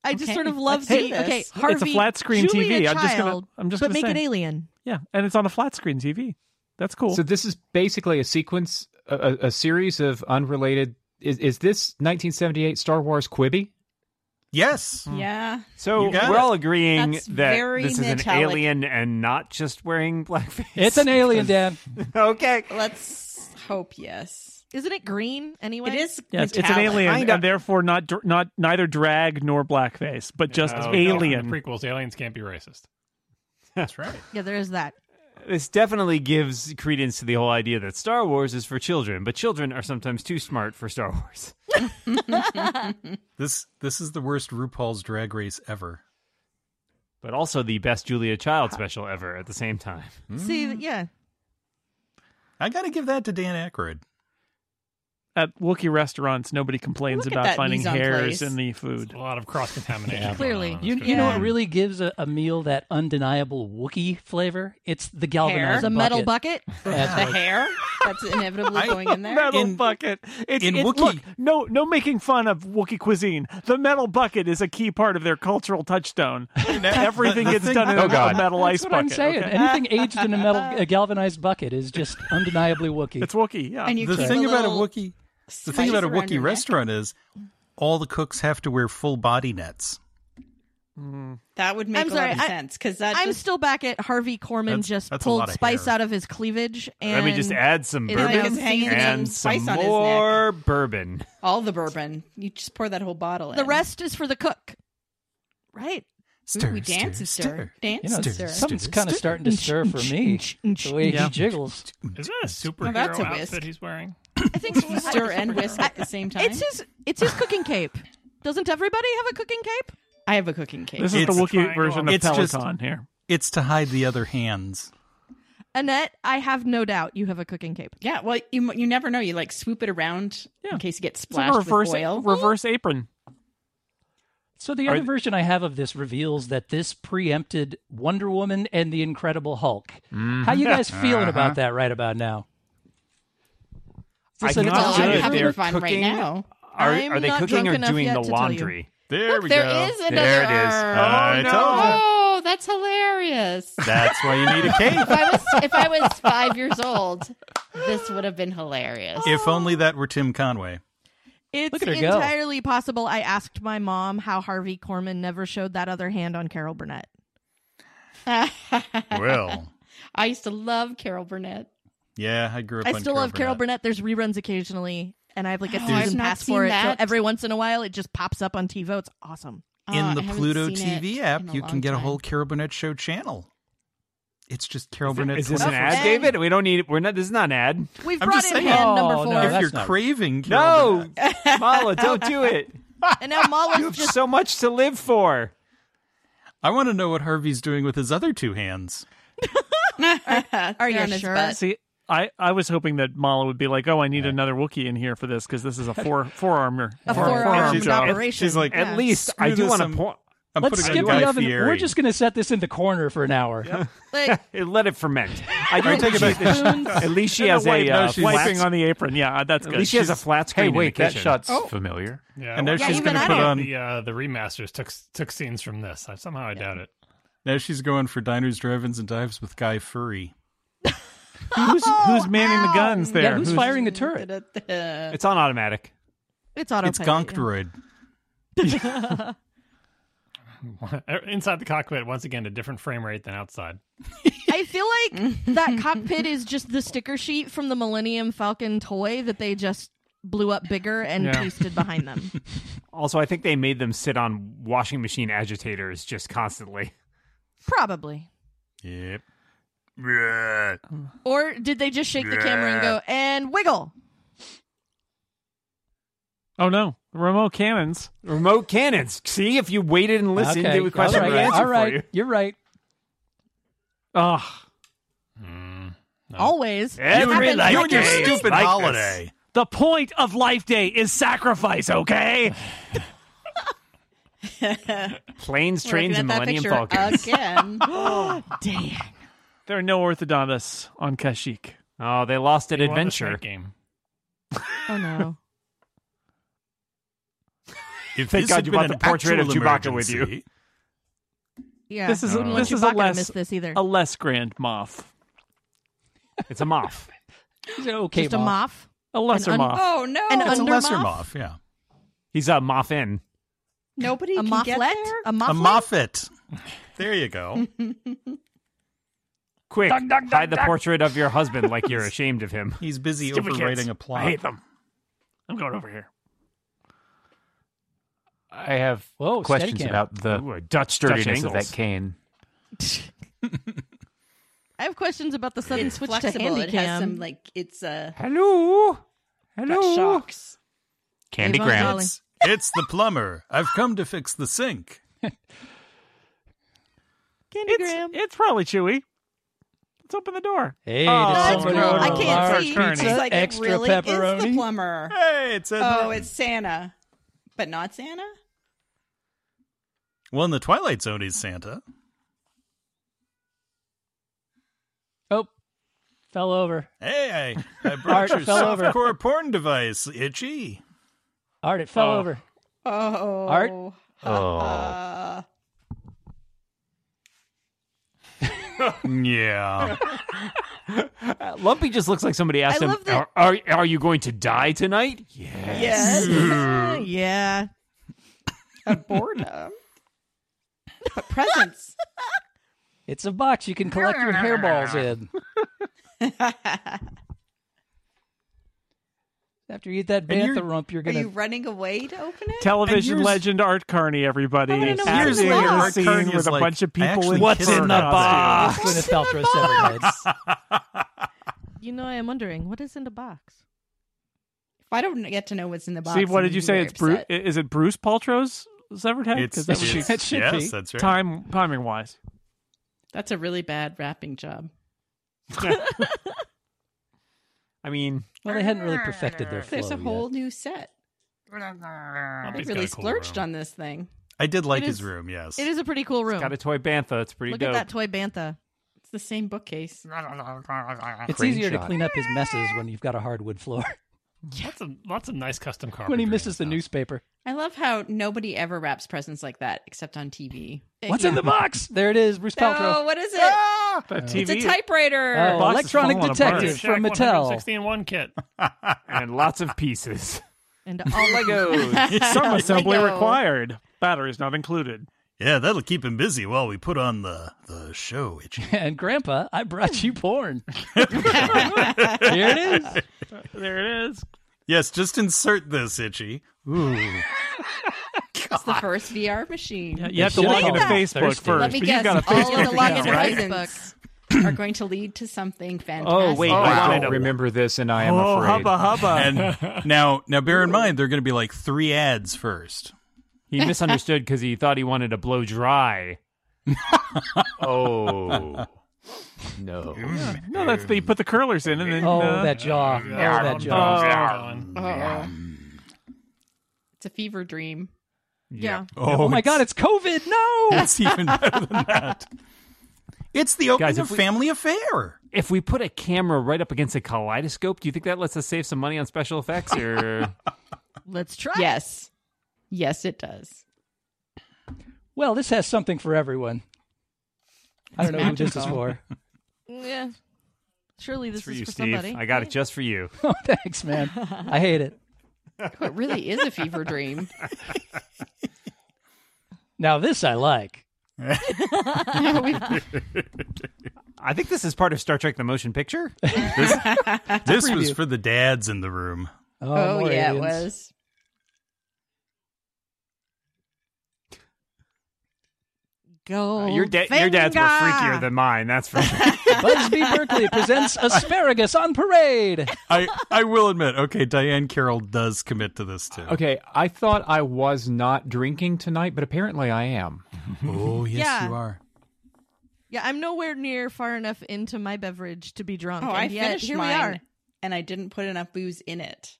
[SPEAKER 6] I just
[SPEAKER 8] Okay,
[SPEAKER 6] sort of love
[SPEAKER 8] let's do
[SPEAKER 6] the
[SPEAKER 8] this.
[SPEAKER 6] okay.
[SPEAKER 8] It's
[SPEAKER 6] Harvey,
[SPEAKER 2] it's a flat screen
[SPEAKER 6] Julia
[SPEAKER 2] TV. I'm
[SPEAKER 6] Child,
[SPEAKER 2] just gonna. I'm just
[SPEAKER 6] but
[SPEAKER 2] gonna
[SPEAKER 6] make
[SPEAKER 2] say.
[SPEAKER 6] it alien.
[SPEAKER 2] yeah, and it's on a flat screen TV. That's cool.
[SPEAKER 4] So this is basically a sequence, a, a a series of unrelated. Is, is this 1978 Star Wars Quibi?
[SPEAKER 3] Hmm.
[SPEAKER 5] Yes.
[SPEAKER 8] Yeah.
[SPEAKER 9] So
[SPEAKER 5] You got
[SPEAKER 9] we're
[SPEAKER 5] it.
[SPEAKER 9] all agreeing
[SPEAKER 8] That's
[SPEAKER 9] that
[SPEAKER 8] very
[SPEAKER 9] this is
[SPEAKER 8] metallic.
[SPEAKER 9] an alien and not just wearing blackface.
[SPEAKER 3] It's an alien, Dan.
[SPEAKER 9] okay.
[SPEAKER 8] Let's hope yes.
[SPEAKER 6] Isn't it green anyway?
[SPEAKER 8] It is.
[SPEAKER 2] Yes, it's an
[SPEAKER 8] metallic.
[SPEAKER 2] alien,
[SPEAKER 9] Kinda.
[SPEAKER 2] and therefore not dr- not neither drag nor blackface, but just
[SPEAKER 7] No, no,
[SPEAKER 2] alien.
[SPEAKER 7] the prequels. Aliens can't be racist.
[SPEAKER 9] That's right.
[SPEAKER 6] Yeah, there is that.
[SPEAKER 9] This definitely gives credence to the whole idea that Star Wars is for children, but children are sometimes too smart for Star Wars.
[SPEAKER 5] This this is the worst RuPaul's Drag Race ever.
[SPEAKER 9] But also the best Julia Child special ever at the same time.
[SPEAKER 5] Mm.
[SPEAKER 6] See, yeah.
[SPEAKER 5] I got to give that to Dan Aykroyd.
[SPEAKER 2] At Wookie restaurants, nobody complains
[SPEAKER 8] Look at
[SPEAKER 2] about
[SPEAKER 8] that
[SPEAKER 2] finding
[SPEAKER 8] mise en
[SPEAKER 2] hairs
[SPEAKER 8] place.
[SPEAKER 2] in the food.
[SPEAKER 7] A lot of cross contamination.
[SPEAKER 6] Clearly.
[SPEAKER 3] You, you know what really gives a, a meal that undeniable Wookie flavor? It's the galvanized
[SPEAKER 8] Hair.
[SPEAKER 6] The metal bucket.
[SPEAKER 3] That's
[SPEAKER 8] The
[SPEAKER 3] what-
[SPEAKER 8] hair that's inevitably
[SPEAKER 5] I-
[SPEAKER 8] going in there.
[SPEAKER 2] Metal
[SPEAKER 5] In-
[SPEAKER 2] bucket. It's,
[SPEAKER 5] in
[SPEAKER 2] it-
[SPEAKER 5] Wookiee-
[SPEAKER 2] look, no, no making fun of Wookiee cuisine. The metal bucket is a key part of their cultural touchstone. Everything
[SPEAKER 5] the
[SPEAKER 2] gets
[SPEAKER 5] thing-
[SPEAKER 2] done in
[SPEAKER 4] Oh,
[SPEAKER 2] a
[SPEAKER 4] God.
[SPEAKER 2] metal ice
[SPEAKER 3] That's what
[SPEAKER 2] bucket.
[SPEAKER 3] I'm saying.
[SPEAKER 2] okay?
[SPEAKER 3] Anything aged in a metal a galvanized bucket is just undeniably Wookie.
[SPEAKER 2] It's Wookiee. Yeah.
[SPEAKER 8] And you
[SPEAKER 5] the
[SPEAKER 8] keep
[SPEAKER 5] thing
[SPEAKER 8] a
[SPEAKER 5] about a
[SPEAKER 8] little
[SPEAKER 5] Wookiee the
[SPEAKER 8] spice
[SPEAKER 5] thing about a
[SPEAKER 8] around your
[SPEAKER 5] Wookiee
[SPEAKER 8] neck.
[SPEAKER 5] restaurant is all the cooks have to wear full body nets.
[SPEAKER 8] That would make
[SPEAKER 6] I'm
[SPEAKER 8] a lot
[SPEAKER 6] sorry,
[SPEAKER 8] of
[SPEAKER 6] I-
[SPEAKER 8] sense because that
[SPEAKER 6] I'm
[SPEAKER 8] just
[SPEAKER 6] still back at Harvey Korman
[SPEAKER 5] That's-
[SPEAKER 6] just
[SPEAKER 5] that's a lot
[SPEAKER 6] pulled
[SPEAKER 5] of
[SPEAKER 6] spice
[SPEAKER 5] hair.
[SPEAKER 6] out of his cleavage. And
[SPEAKER 9] Let me just add some
[SPEAKER 6] It's
[SPEAKER 9] bourbon
[SPEAKER 6] like it's hanging
[SPEAKER 9] and
[SPEAKER 8] some
[SPEAKER 9] some
[SPEAKER 8] spice on his neck.
[SPEAKER 9] more bourbon.
[SPEAKER 8] all the bourbon. You just pour that whole bottle in.
[SPEAKER 6] The rest is for the cook. Right.
[SPEAKER 5] Stir,
[SPEAKER 8] we dance and stir, dance
[SPEAKER 3] you know,
[SPEAKER 8] and
[SPEAKER 5] stir,
[SPEAKER 8] stir.
[SPEAKER 3] something's kind of starting to stir for me. The way he jiggles.
[SPEAKER 7] Is that a
[SPEAKER 8] Oh,
[SPEAKER 7] superhero
[SPEAKER 8] that's a whisk.
[SPEAKER 7] outfit he's wearing?
[SPEAKER 6] I think so.
[SPEAKER 8] Stir and whisk at the same time.
[SPEAKER 6] It's his. It's his cooking cape. Doesn't everybody have a cooking cape?
[SPEAKER 8] I have a cooking cake.
[SPEAKER 2] this is the
[SPEAKER 5] It's-
[SPEAKER 2] Wookiee version of
[SPEAKER 5] It's
[SPEAKER 2] Peloton
[SPEAKER 5] just-
[SPEAKER 2] here.
[SPEAKER 5] It's to hide the other hands.
[SPEAKER 6] Annette, I have no doubt you have a cooking cape.
[SPEAKER 8] yeah, well, you you never know. You like swoop it around in case you get
[SPEAKER 2] It's like
[SPEAKER 8] splashed
[SPEAKER 2] a reverse,
[SPEAKER 8] with oil.
[SPEAKER 2] reverse apron.
[SPEAKER 3] So the other version I have of this reveals that this preempted Wonder Woman and the Incredible Hulk. How
[SPEAKER 2] Mm-hmm.
[SPEAKER 3] you guys feeling
[SPEAKER 2] Uh-huh.
[SPEAKER 3] about that right about now? Is
[SPEAKER 4] I
[SPEAKER 3] this an
[SPEAKER 4] cannot
[SPEAKER 3] option?
[SPEAKER 4] do it.
[SPEAKER 8] I'm having
[SPEAKER 4] They're
[SPEAKER 8] fun right
[SPEAKER 4] cooking.
[SPEAKER 8] now.
[SPEAKER 4] Are,
[SPEAKER 6] I'm
[SPEAKER 4] are they
[SPEAKER 6] not
[SPEAKER 4] cooking
[SPEAKER 6] drunk
[SPEAKER 4] or
[SPEAKER 6] enough
[SPEAKER 4] doing
[SPEAKER 6] yet
[SPEAKER 4] the
[SPEAKER 6] to tell you.
[SPEAKER 4] laundry?
[SPEAKER 5] There we
[SPEAKER 8] There
[SPEAKER 5] go.
[SPEAKER 8] is another
[SPEAKER 4] There it is.
[SPEAKER 8] herb.
[SPEAKER 5] I told you.
[SPEAKER 8] Oh, that's hilarious.
[SPEAKER 5] That's why you need a cake.
[SPEAKER 8] If I was if I was five years old, this would have been hilarious.
[SPEAKER 5] If only that were Tim Conway.
[SPEAKER 6] It's
[SPEAKER 3] at her go.
[SPEAKER 6] entirely possible. I asked my mom how Harvey Korman never showed that other hand on Carol Burnett.
[SPEAKER 5] Well,
[SPEAKER 8] I used to love Carol Burnett.
[SPEAKER 5] yeah, I grew up.
[SPEAKER 6] I
[SPEAKER 5] on
[SPEAKER 6] still love Carol Burnett. There's reruns occasionally, and I have like a
[SPEAKER 8] Oh, I've
[SPEAKER 6] season
[SPEAKER 8] not
[SPEAKER 6] pass
[SPEAKER 8] seen
[SPEAKER 6] for it. So
[SPEAKER 8] that.
[SPEAKER 6] every once in a while, it just pops up on TiVo. It's awesome.
[SPEAKER 5] in
[SPEAKER 8] Oh,
[SPEAKER 5] the
[SPEAKER 8] I haven't
[SPEAKER 5] Pluto
[SPEAKER 8] seen it
[SPEAKER 5] TV
[SPEAKER 8] in
[SPEAKER 5] app,
[SPEAKER 8] a
[SPEAKER 5] you can
[SPEAKER 8] long
[SPEAKER 5] get a
[SPEAKER 8] time.
[SPEAKER 5] whole Carol Burnett Show channel. It's just Carol Burnett.
[SPEAKER 9] Is this an
[SPEAKER 5] 24.
[SPEAKER 9] ad, David? We don't need. We're not. This is not an ad.
[SPEAKER 6] We've
[SPEAKER 5] I'm
[SPEAKER 6] brought
[SPEAKER 5] just
[SPEAKER 6] in
[SPEAKER 5] saying.
[SPEAKER 6] hand number
[SPEAKER 3] Oh,
[SPEAKER 6] four,
[SPEAKER 3] no, that's-
[SPEAKER 5] If you're
[SPEAKER 3] not-
[SPEAKER 5] craving Carol
[SPEAKER 9] No, Mala, don't do it.
[SPEAKER 6] and now Mala
[SPEAKER 9] You have
[SPEAKER 6] just
[SPEAKER 9] so much to live for.
[SPEAKER 5] I want to know what Harvey's doing with his other two hands.
[SPEAKER 6] Are
[SPEAKER 8] They're
[SPEAKER 6] you
[SPEAKER 8] on his
[SPEAKER 6] sure?
[SPEAKER 8] butt.
[SPEAKER 2] See, I, I was hoping that Mala would be like, oh, I need another Wookiee in here for this because this is a four forearmer.
[SPEAKER 6] a
[SPEAKER 2] Forearm.
[SPEAKER 6] forearm
[SPEAKER 5] She's all-
[SPEAKER 6] operation.
[SPEAKER 5] she's like,
[SPEAKER 6] Yeah.
[SPEAKER 9] At least
[SPEAKER 5] Screw
[SPEAKER 9] I do
[SPEAKER 5] this, um,
[SPEAKER 9] want
[SPEAKER 5] I'm-
[SPEAKER 9] to point.
[SPEAKER 5] I'm
[SPEAKER 3] Let's
[SPEAKER 5] putting
[SPEAKER 3] skip
[SPEAKER 5] on
[SPEAKER 3] the
[SPEAKER 5] Guy
[SPEAKER 3] oven.
[SPEAKER 5] Fieri.
[SPEAKER 3] We're just going to set this in the corner for an hour.
[SPEAKER 6] Like,
[SPEAKER 9] Let it ferment. I do
[SPEAKER 5] Alright, take it
[SPEAKER 9] appreciate
[SPEAKER 5] back.
[SPEAKER 9] that she- At least she
[SPEAKER 2] No,
[SPEAKER 9] has
[SPEAKER 2] wait,
[SPEAKER 9] a
[SPEAKER 2] no,
[SPEAKER 9] uh,
[SPEAKER 2] she's
[SPEAKER 9] flat-
[SPEAKER 2] wiping on the apron. Yeah, uh, that's
[SPEAKER 9] At
[SPEAKER 2] good.
[SPEAKER 9] least she has a flat
[SPEAKER 4] Hey,
[SPEAKER 9] screen. in
[SPEAKER 4] wait,
[SPEAKER 9] the
[SPEAKER 4] that
[SPEAKER 9] kitchen.
[SPEAKER 4] shot's
[SPEAKER 3] Oh.
[SPEAKER 4] familiar.
[SPEAKER 7] Yeah,
[SPEAKER 5] and now
[SPEAKER 6] Yeah,
[SPEAKER 5] she's
[SPEAKER 6] even
[SPEAKER 5] going to
[SPEAKER 6] I
[SPEAKER 5] put
[SPEAKER 6] don't-
[SPEAKER 5] on.
[SPEAKER 7] the uh, the remasters took took scenes from this. I, somehow I doubt it.
[SPEAKER 5] Now she's going for diners, drive-ins, and dives with Guy Furry.
[SPEAKER 2] who's, who's manning the guns there?
[SPEAKER 3] Oh, Yeah, who's firing the turret?
[SPEAKER 8] It's
[SPEAKER 9] It's on automatic.
[SPEAKER 6] it's auto.
[SPEAKER 5] It's Gonkdroid.
[SPEAKER 7] Inside the cockpit, once again, a different frame rate than outside.
[SPEAKER 6] I feel like that cockpit is just the sticker sheet from the Millennium Falcon toy that they just blew up bigger and
[SPEAKER 2] Yeah.
[SPEAKER 6] pasted behind them.
[SPEAKER 9] Also, I think they made them sit on washing machine agitators just constantly.
[SPEAKER 6] Probably.
[SPEAKER 5] Yep.
[SPEAKER 6] Or did they just shake the camera and go and wiggle?
[SPEAKER 2] Oh no, remote cannons.
[SPEAKER 9] Remote cannons. See, if you waited and listened,
[SPEAKER 3] okay.
[SPEAKER 9] they would question
[SPEAKER 3] all
[SPEAKER 9] the
[SPEAKER 3] right,
[SPEAKER 9] answer
[SPEAKER 3] all right.
[SPEAKER 9] for you.
[SPEAKER 3] You're right.
[SPEAKER 2] Ugh.
[SPEAKER 6] Always. It
[SPEAKER 9] Every
[SPEAKER 6] happens
[SPEAKER 9] life
[SPEAKER 5] You and
[SPEAKER 6] every
[SPEAKER 5] your
[SPEAKER 9] Games
[SPEAKER 6] day.
[SPEAKER 5] stupid
[SPEAKER 9] like this.
[SPEAKER 5] holiday.
[SPEAKER 2] The point of Life Day is sacrifice. Okay.
[SPEAKER 9] Planes, trains, and Millennium Falcon.
[SPEAKER 8] again.
[SPEAKER 2] There are no orthodontists on Kashyyyk.
[SPEAKER 9] Oh, they lost an
[SPEAKER 7] Well, the
[SPEAKER 9] adventure.
[SPEAKER 7] snake game.
[SPEAKER 6] Oh no.
[SPEAKER 5] If
[SPEAKER 9] Thank
[SPEAKER 5] this
[SPEAKER 9] God
[SPEAKER 5] had
[SPEAKER 9] you
[SPEAKER 5] been
[SPEAKER 9] brought the
[SPEAKER 5] an
[SPEAKER 9] portrait of
[SPEAKER 5] actual
[SPEAKER 9] Chewbacca with you.
[SPEAKER 5] emergency-
[SPEAKER 6] Yeah.
[SPEAKER 2] This is
[SPEAKER 6] Wouldn't
[SPEAKER 2] this is
[SPEAKER 6] want
[SPEAKER 2] a
[SPEAKER 6] Chewbacca to
[SPEAKER 2] less
[SPEAKER 6] miss this either.
[SPEAKER 2] a less grand moth,
[SPEAKER 9] It's a moth.
[SPEAKER 3] He's an okay,
[SPEAKER 6] just a
[SPEAKER 3] Moff.
[SPEAKER 6] moff.
[SPEAKER 2] a lesser
[SPEAKER 6] un-
[SPEAKER 2] moth.
[SPEAKER 8] oh no!
[SPEAKER 6] An
[SPEAKER 5] It's a
[SPEAKER 6] Undermoth?
[SPEAKER 5] lesser moth, yeah.
[SPEAKER 9] He's a moffin.
[SPEAKER 8] Nobody
[SPEAKER 6] A
[SPEAKER 8] can get
[SPEAKER 6] mofflet?
[SPEAKER 8] there.
[SPEAKER 6] A
[SPEAKER 5] A
[SPEAKER 6] mofflet?
[SPEAKER 5] moffat. There you go.
[SPEAKER 9] Quick, hide the portrait of your husband like you're ashamed of him.
[SPEAKER 5] He's busy
[SPEAKER 2] Stupid kids.
[SPEAKER 5] overwriting a plot.
[SPEAKER 2] I hate them. I'm going over here.
[SPEAKER 4] I have
[SPEAKER 3] Whoa,
[SPEAKER 4] questions
[SPEAKER 3] Steadicam.
[SPEAKER 4] about the
[SPEAKER 9] Ooh, a Dutch
[SPEAKER 4] sturdiness
[SPEAKER 9] Dutch
[SPEAKER 4] of
[SPEAKER 9] angles.
[SPEAKER 4] that cane.
[SPEAKER 6] I have questions about the sudden
[SPEAKER 8] It's
[SPEAKER 6] switch to
[SPEAKER 8] flexible.
[SPEAKER 6] handy
[SPEAKER 8] It has some
[SPEAKER 6] cam.
[SPEAKER 8] like it's uh,
[SPEAKER 9] Hello,
[SPEAKER 8] got
[SPEAKER 9] hello.
[SPEAKER 8] shocks.
[SPEAKER 4] Candy
[SPEAKER 6] Avon
[SPEAKER 4] Graham.
[SPEAKER 6] Darling.
[SPEAKER 5] It's the plumber. I've come to fix the sink.
[SPEAKER 2] It's, it's probably Chewy. Let's open the door.
[SPEAKER 3] Hey,
[SPEAKER 2] Oh,
[SPEAKER 3] did
[SPEAKER 2] that's
[SPEAKER 3] somebody
[SPEAKER 2] gross.
[SPEAKER 3] order
[SPEAKER 2] I
[SPEAKER 3] a
[SPEAKER 2] can't
[SPEAKER 3] large
[SPEAKER 2] see.
[SPEAKER 3] pizza,
[SPEAKER 8] She's like,
[SPEAKER 3] extra
[SPEAKER 8] it really
[SPEAKER 3] pepperoni?
[SPEAKER 8] is the plumber.
[SPEAKER 5] Hey, it's Ed
[SPEAKER 8] Oh,
[SPEAKER 7] Um,
[SPEAKER 5] Norton.
[SPEAKER 8] it's Santa, but not Santa.
[SPEAKER 5] Well, in the Twilight Zone, he's Santa.
[SPEAKER 3] Oh, fell over.
[SPEAKER 5] Hey, I, I
[SPEAKER 3] Art
[SPEAKER 5] brought your
[SPEAKER 3] fell over.
[SPEAKER 5] softcore porn device, itchy.
[SPEAKER 3] Art, it fell over.
[SPEAKER 8] Oh,
[SPEAKER 3] Art?
[SPEAKER 4] Oh,
[SPEAKER 8] Uh,
[SPEAKER 5] Yeah.
[SPEAKER 9] Uh, Lumpy just looks like somebody asked
[SPEAKER 6] I
[SPEAKER 9] him,
[SPEAKER 6] love that-
[SPEAKER 9] are, "Are are you going to die tonight?" Yeah.
[SPEAKER 8] yes,
[SPEAKER 6] yeah.
[SPEAKER 8] a boredom. But presents.
[SPEAKER 3] It's a box you can collect your hairballs in. After you eat that
[SPEAKER 5] you're-
[SPEAKER 3] bantha rump, you're
[SPEAKER 8] Are
[SPEAKER 3] gonna.
[SPEAKER 8] you running away to open it?
[SPEAKER 2] Television
[SPEAKER 5] here's-
[SPEAKER 2] legend Art Carney, everybody.
[SPEAKER 8] wanna know
[SPEAKER 2] Acting
[SPEAKER 8] what's
[SPEAKER 2] in
[SPEAKER 8] in the
[SPEAKER 2] a
[SPEAKER 8] box.
[SPEAKER 2] scene
[SPEAKER 5] Carney
[SPEAKER 2] with
[SPEAKER 5] is
[SPEAKER 2] a
[SPEAKER 5] like,
[SPEAKER 2] bunch of
[SPEAKER 5] "I
[SPEAKER 2] people
[SPEAKER 5] actually
[SPEAKER 2] in
[SPEAKER 5] What's
[SPEAKER 2] fur
[SPEAKER 5] in the
[SPEAKER 2] costumes."
[SPEAKER 3] Gwyneth Paltrow severed heads.
[SPEAKER 6] You know, I am wondering what is in the box.
[SPEAKER 8] If I don't get to know what's in the box,
[SPEAKER 2] Steve, what
[SPEAKER 8] I'm
[SPEAKER 2] did you
[SPEAKER 8] gonna be very
[SPEAKER 2] say? It's Bruce.
[SPEAKER 8] upset.
[SPEAKER 2] Is it Bruce Paltrow's severed head?
[SPEAKER 5] It's,
[SPEAKER 2] 'Cause that would
[SPEAKER 5] it's-
[SPEAKER 2] be-
[SPEAKER 3] it should
[SPEAKER 5] yes,
[SPEAKER 3] be.
[SPEAKER 5] that's right.
[SPEAKER 2] time timing wise.
[SPEAKER 8] That's a really bad wrapping job.
[SPEAKER 9] I mean,
[SPEAKER 3] Well, they hadn't really perfected their flow
[SPEAKER 8] There's a
[SPEAKER 3] yet.
[SPEAKER 8] whole new set. They
[SPEAKER 7] Lumpy's got
[SPEAKER 8] really
[SPEAKER 7] a cool
[SPEAKER 8] splurged
[SPEAKER 7] room.
[SPEAKER 8] on this thing.
[SPEAKER 5] I did like
[SPEAKER 6] It
[SPEAKER 5] his
[SPEAKER 6] is-
[SPEAKER 5] room. Yes,
[SPEAKER 6] It is a pretty cool room.
[SPEAKER 9] Got a toy bantha. It's pretty
[SPEAKER 6] Look at
[SPEAKER 9] dope.
[SPEAKER 6] that toy bantha.
[SPEAKER 8] It's the same bookcase.
[SPEAKER 3] It's
[SPEAKER 4] Crane
[SPEAKER 3] easier to
[SPEAKER 4] shot.
[SPEAKER 3] clean up his messes when you've got a hardwood floor.
[SPEAKER 7] Lots of lots of nice custom carpentry.
[SPEAKER 3] when he
[SPEAKER 7] and
[SPEAKER 3] misses the
[SPEAKER 7] stuff.
[SPEAKER 3] newspaper.
[SPEAKER 8] I love how nobody ever wraps presents like that except on TV.
[SPEAKER 3] What's in the box? There it is, Bruce Uh,
[SPEAKER 8] Oh,
[SPEAKER 3] Paltrow.
[SPEAKER 8] what is it?
[SPEAKER 9] That
[SPEAKER 8] It's a
[SPEAKER 9] TV
[SPEAKER 8] typewriter.
[SPEAKER 3] Oh,
[SPEAKER 2] box is
[SPEAKER 3] electronic
[SPEAKER 2] falling apart.
[SPEAKER 3] detective
[SPEAKER 7] Shack
[SPEAKER 3] from Mattel.
[SPEAKER 7] 160 in one kit.
[SPEAKER 9] and lots of pieces.
[SPEAKER 8] Oh
[SPEAKER 6] And all
[SPEAKER 9] Legos.
[SPEAKER 2] Some assembly
[SPEAKER 8] Lego.
[SPEAKER 2] required. Batteries not included.
[SPEAKER 5] yeah, that'll keep him busy while we put on the the show. Itchy.
[SPEAKER 3] And Grandpa, I brought you porn. Here it is.
[SPEAKER 2] There it is.
[SPEAKER 5] yes, just insert this, Itchy. Ooh,
[SPEAKER 8] It's the first VR machine.
[SPEAKER 2] Yeah, you have to
[SPEAKER 3] should've
[SPEAKER 2] log
[SPEAKER 3] called
[SPEAKER 2] into
[SPEAKER 3] it
[SPEAKER 2] Facebook
[SPEAKER 3] Thursday.
[SPEAKER 2] first.
[SPEAKER 8] Let me
[SPEAKER 2] but
[SPEAKER 8] guess.
[SPEAKER 2] you got a
[SPEAKER 8] all
[SPEAKER 2] Facebook
[SPEAKER 8] of the login
[SPEAKER 2] account, right?
[SPEAKER 8] presents are going to lead to something fantastic.
[SPEAKER 4] Oh wait,
[SPEAKER 9] Wow.
[SPEAKER 4] I don't remember this, and I am
[SPEAKER 9] Oh,
[SPEAKER 4] afraid.
[SPEAKER 9] hubba hubba.
[SPEAKER 5] and now now bear in mind they're going to be like three ads first.
[SPEAKER 9] He misunderstood because he thought he wanted to blow dry.
[SPEAKER 4] Oh no!
[SPEAKER 2] No, that's the, you put the curlers in and then.
[SPEAKER 3] Oh,
[SPEAKER 2] uh,
[SPEAKER 3] that jaw. Oh, that jaw.
[SPEAKER 9] Um,
[SPEAKER 8] Uh-oh. It's a fever dream.
[SPEAKER 6] yeah.
[SPEAKER 3] Oh, my God, it's COVID. No.
[SPEAKER 5] That's even better than that. It's the opening
[SPEAKER 9] Guys, if
[SPEAKER 5] of
[SPEAKER 9] we-
[SPEAKER 5] Family Affair.
[SPEAKER 9] If we put a camera right up against a kaleidoscope, do you think that lets us save some money on special effects? Or
[SPEAKER 6] Let's try.
[SPEAKER 8] Yes. Yes, it does.
[SPEAKER 3] Well, this has something for everyone. I don't know who this is
[SPEAKER 8] magical.
[SPEAKER 3] for.
[SPEAKER 6] Yeah. Surely this
[SPEAKER 9] for
[SPEAKER 6] is
[SPEAKER 9] you,
[SPEAKER 6] for
[SPEAKER 9] Steve,
[SPEAKER 6] somebody.
[SPEAKER 9] I got it just for you.
[SPEAKER 3] Oh, thanks, man. I hate it.
[SPEAKER 8] Oh, it really is a fever dream.
[SPEAKER 3] Now, this I like.
[SPEAKER 8] Oh,
[SPEAKER 9] I think this is part of Star Trek: The Motion Picture.
[SPEAKER 5] This was for the dads in the room.
[SPEAKER 3] Oh,
[SPEAKER 8] Oh,
[SPEAKER 3] more
[SPEAKER 8] yeah, it
[SPEAKER 3] aliens.
[SPEAKER 8] was.
[SPEAKER 6] Go.
[SPEAKER 9] Uh, your, da- your dads were
[SPEAKER 6] Oh, finger.
[SPEAKER 9] freakier than mine. That's for sure.
[SPEAKER 3] Busby Berkeley presents Asparagus on Parade.
[SPEAKER 5] I, I will admit, okay, Diane Carroll does commit to this too.
[SPEAKER 4] Okay, I thought I was not drinking tonight, but apparently I am.
[SPEAKER 5] Oh, yes,
[SPEAKER 6] Yeah.
[SPEAKER 5] you are.
[SPEAKER 6] Yeah, I'm nowhere near far enough into my beverage to be drunk.
[SPEAKER 8] Oh,
[SPEAKER 6] and
[SPEAKER 8] I
[SPEAKER 6] yet,
[SPEAKER 8] finished
[SPEAKER 6] here
[SPEAKER 8] mine,
[SPEAKER 6] we are.
[SPEAKER 8] and I didn't put enough booze in it.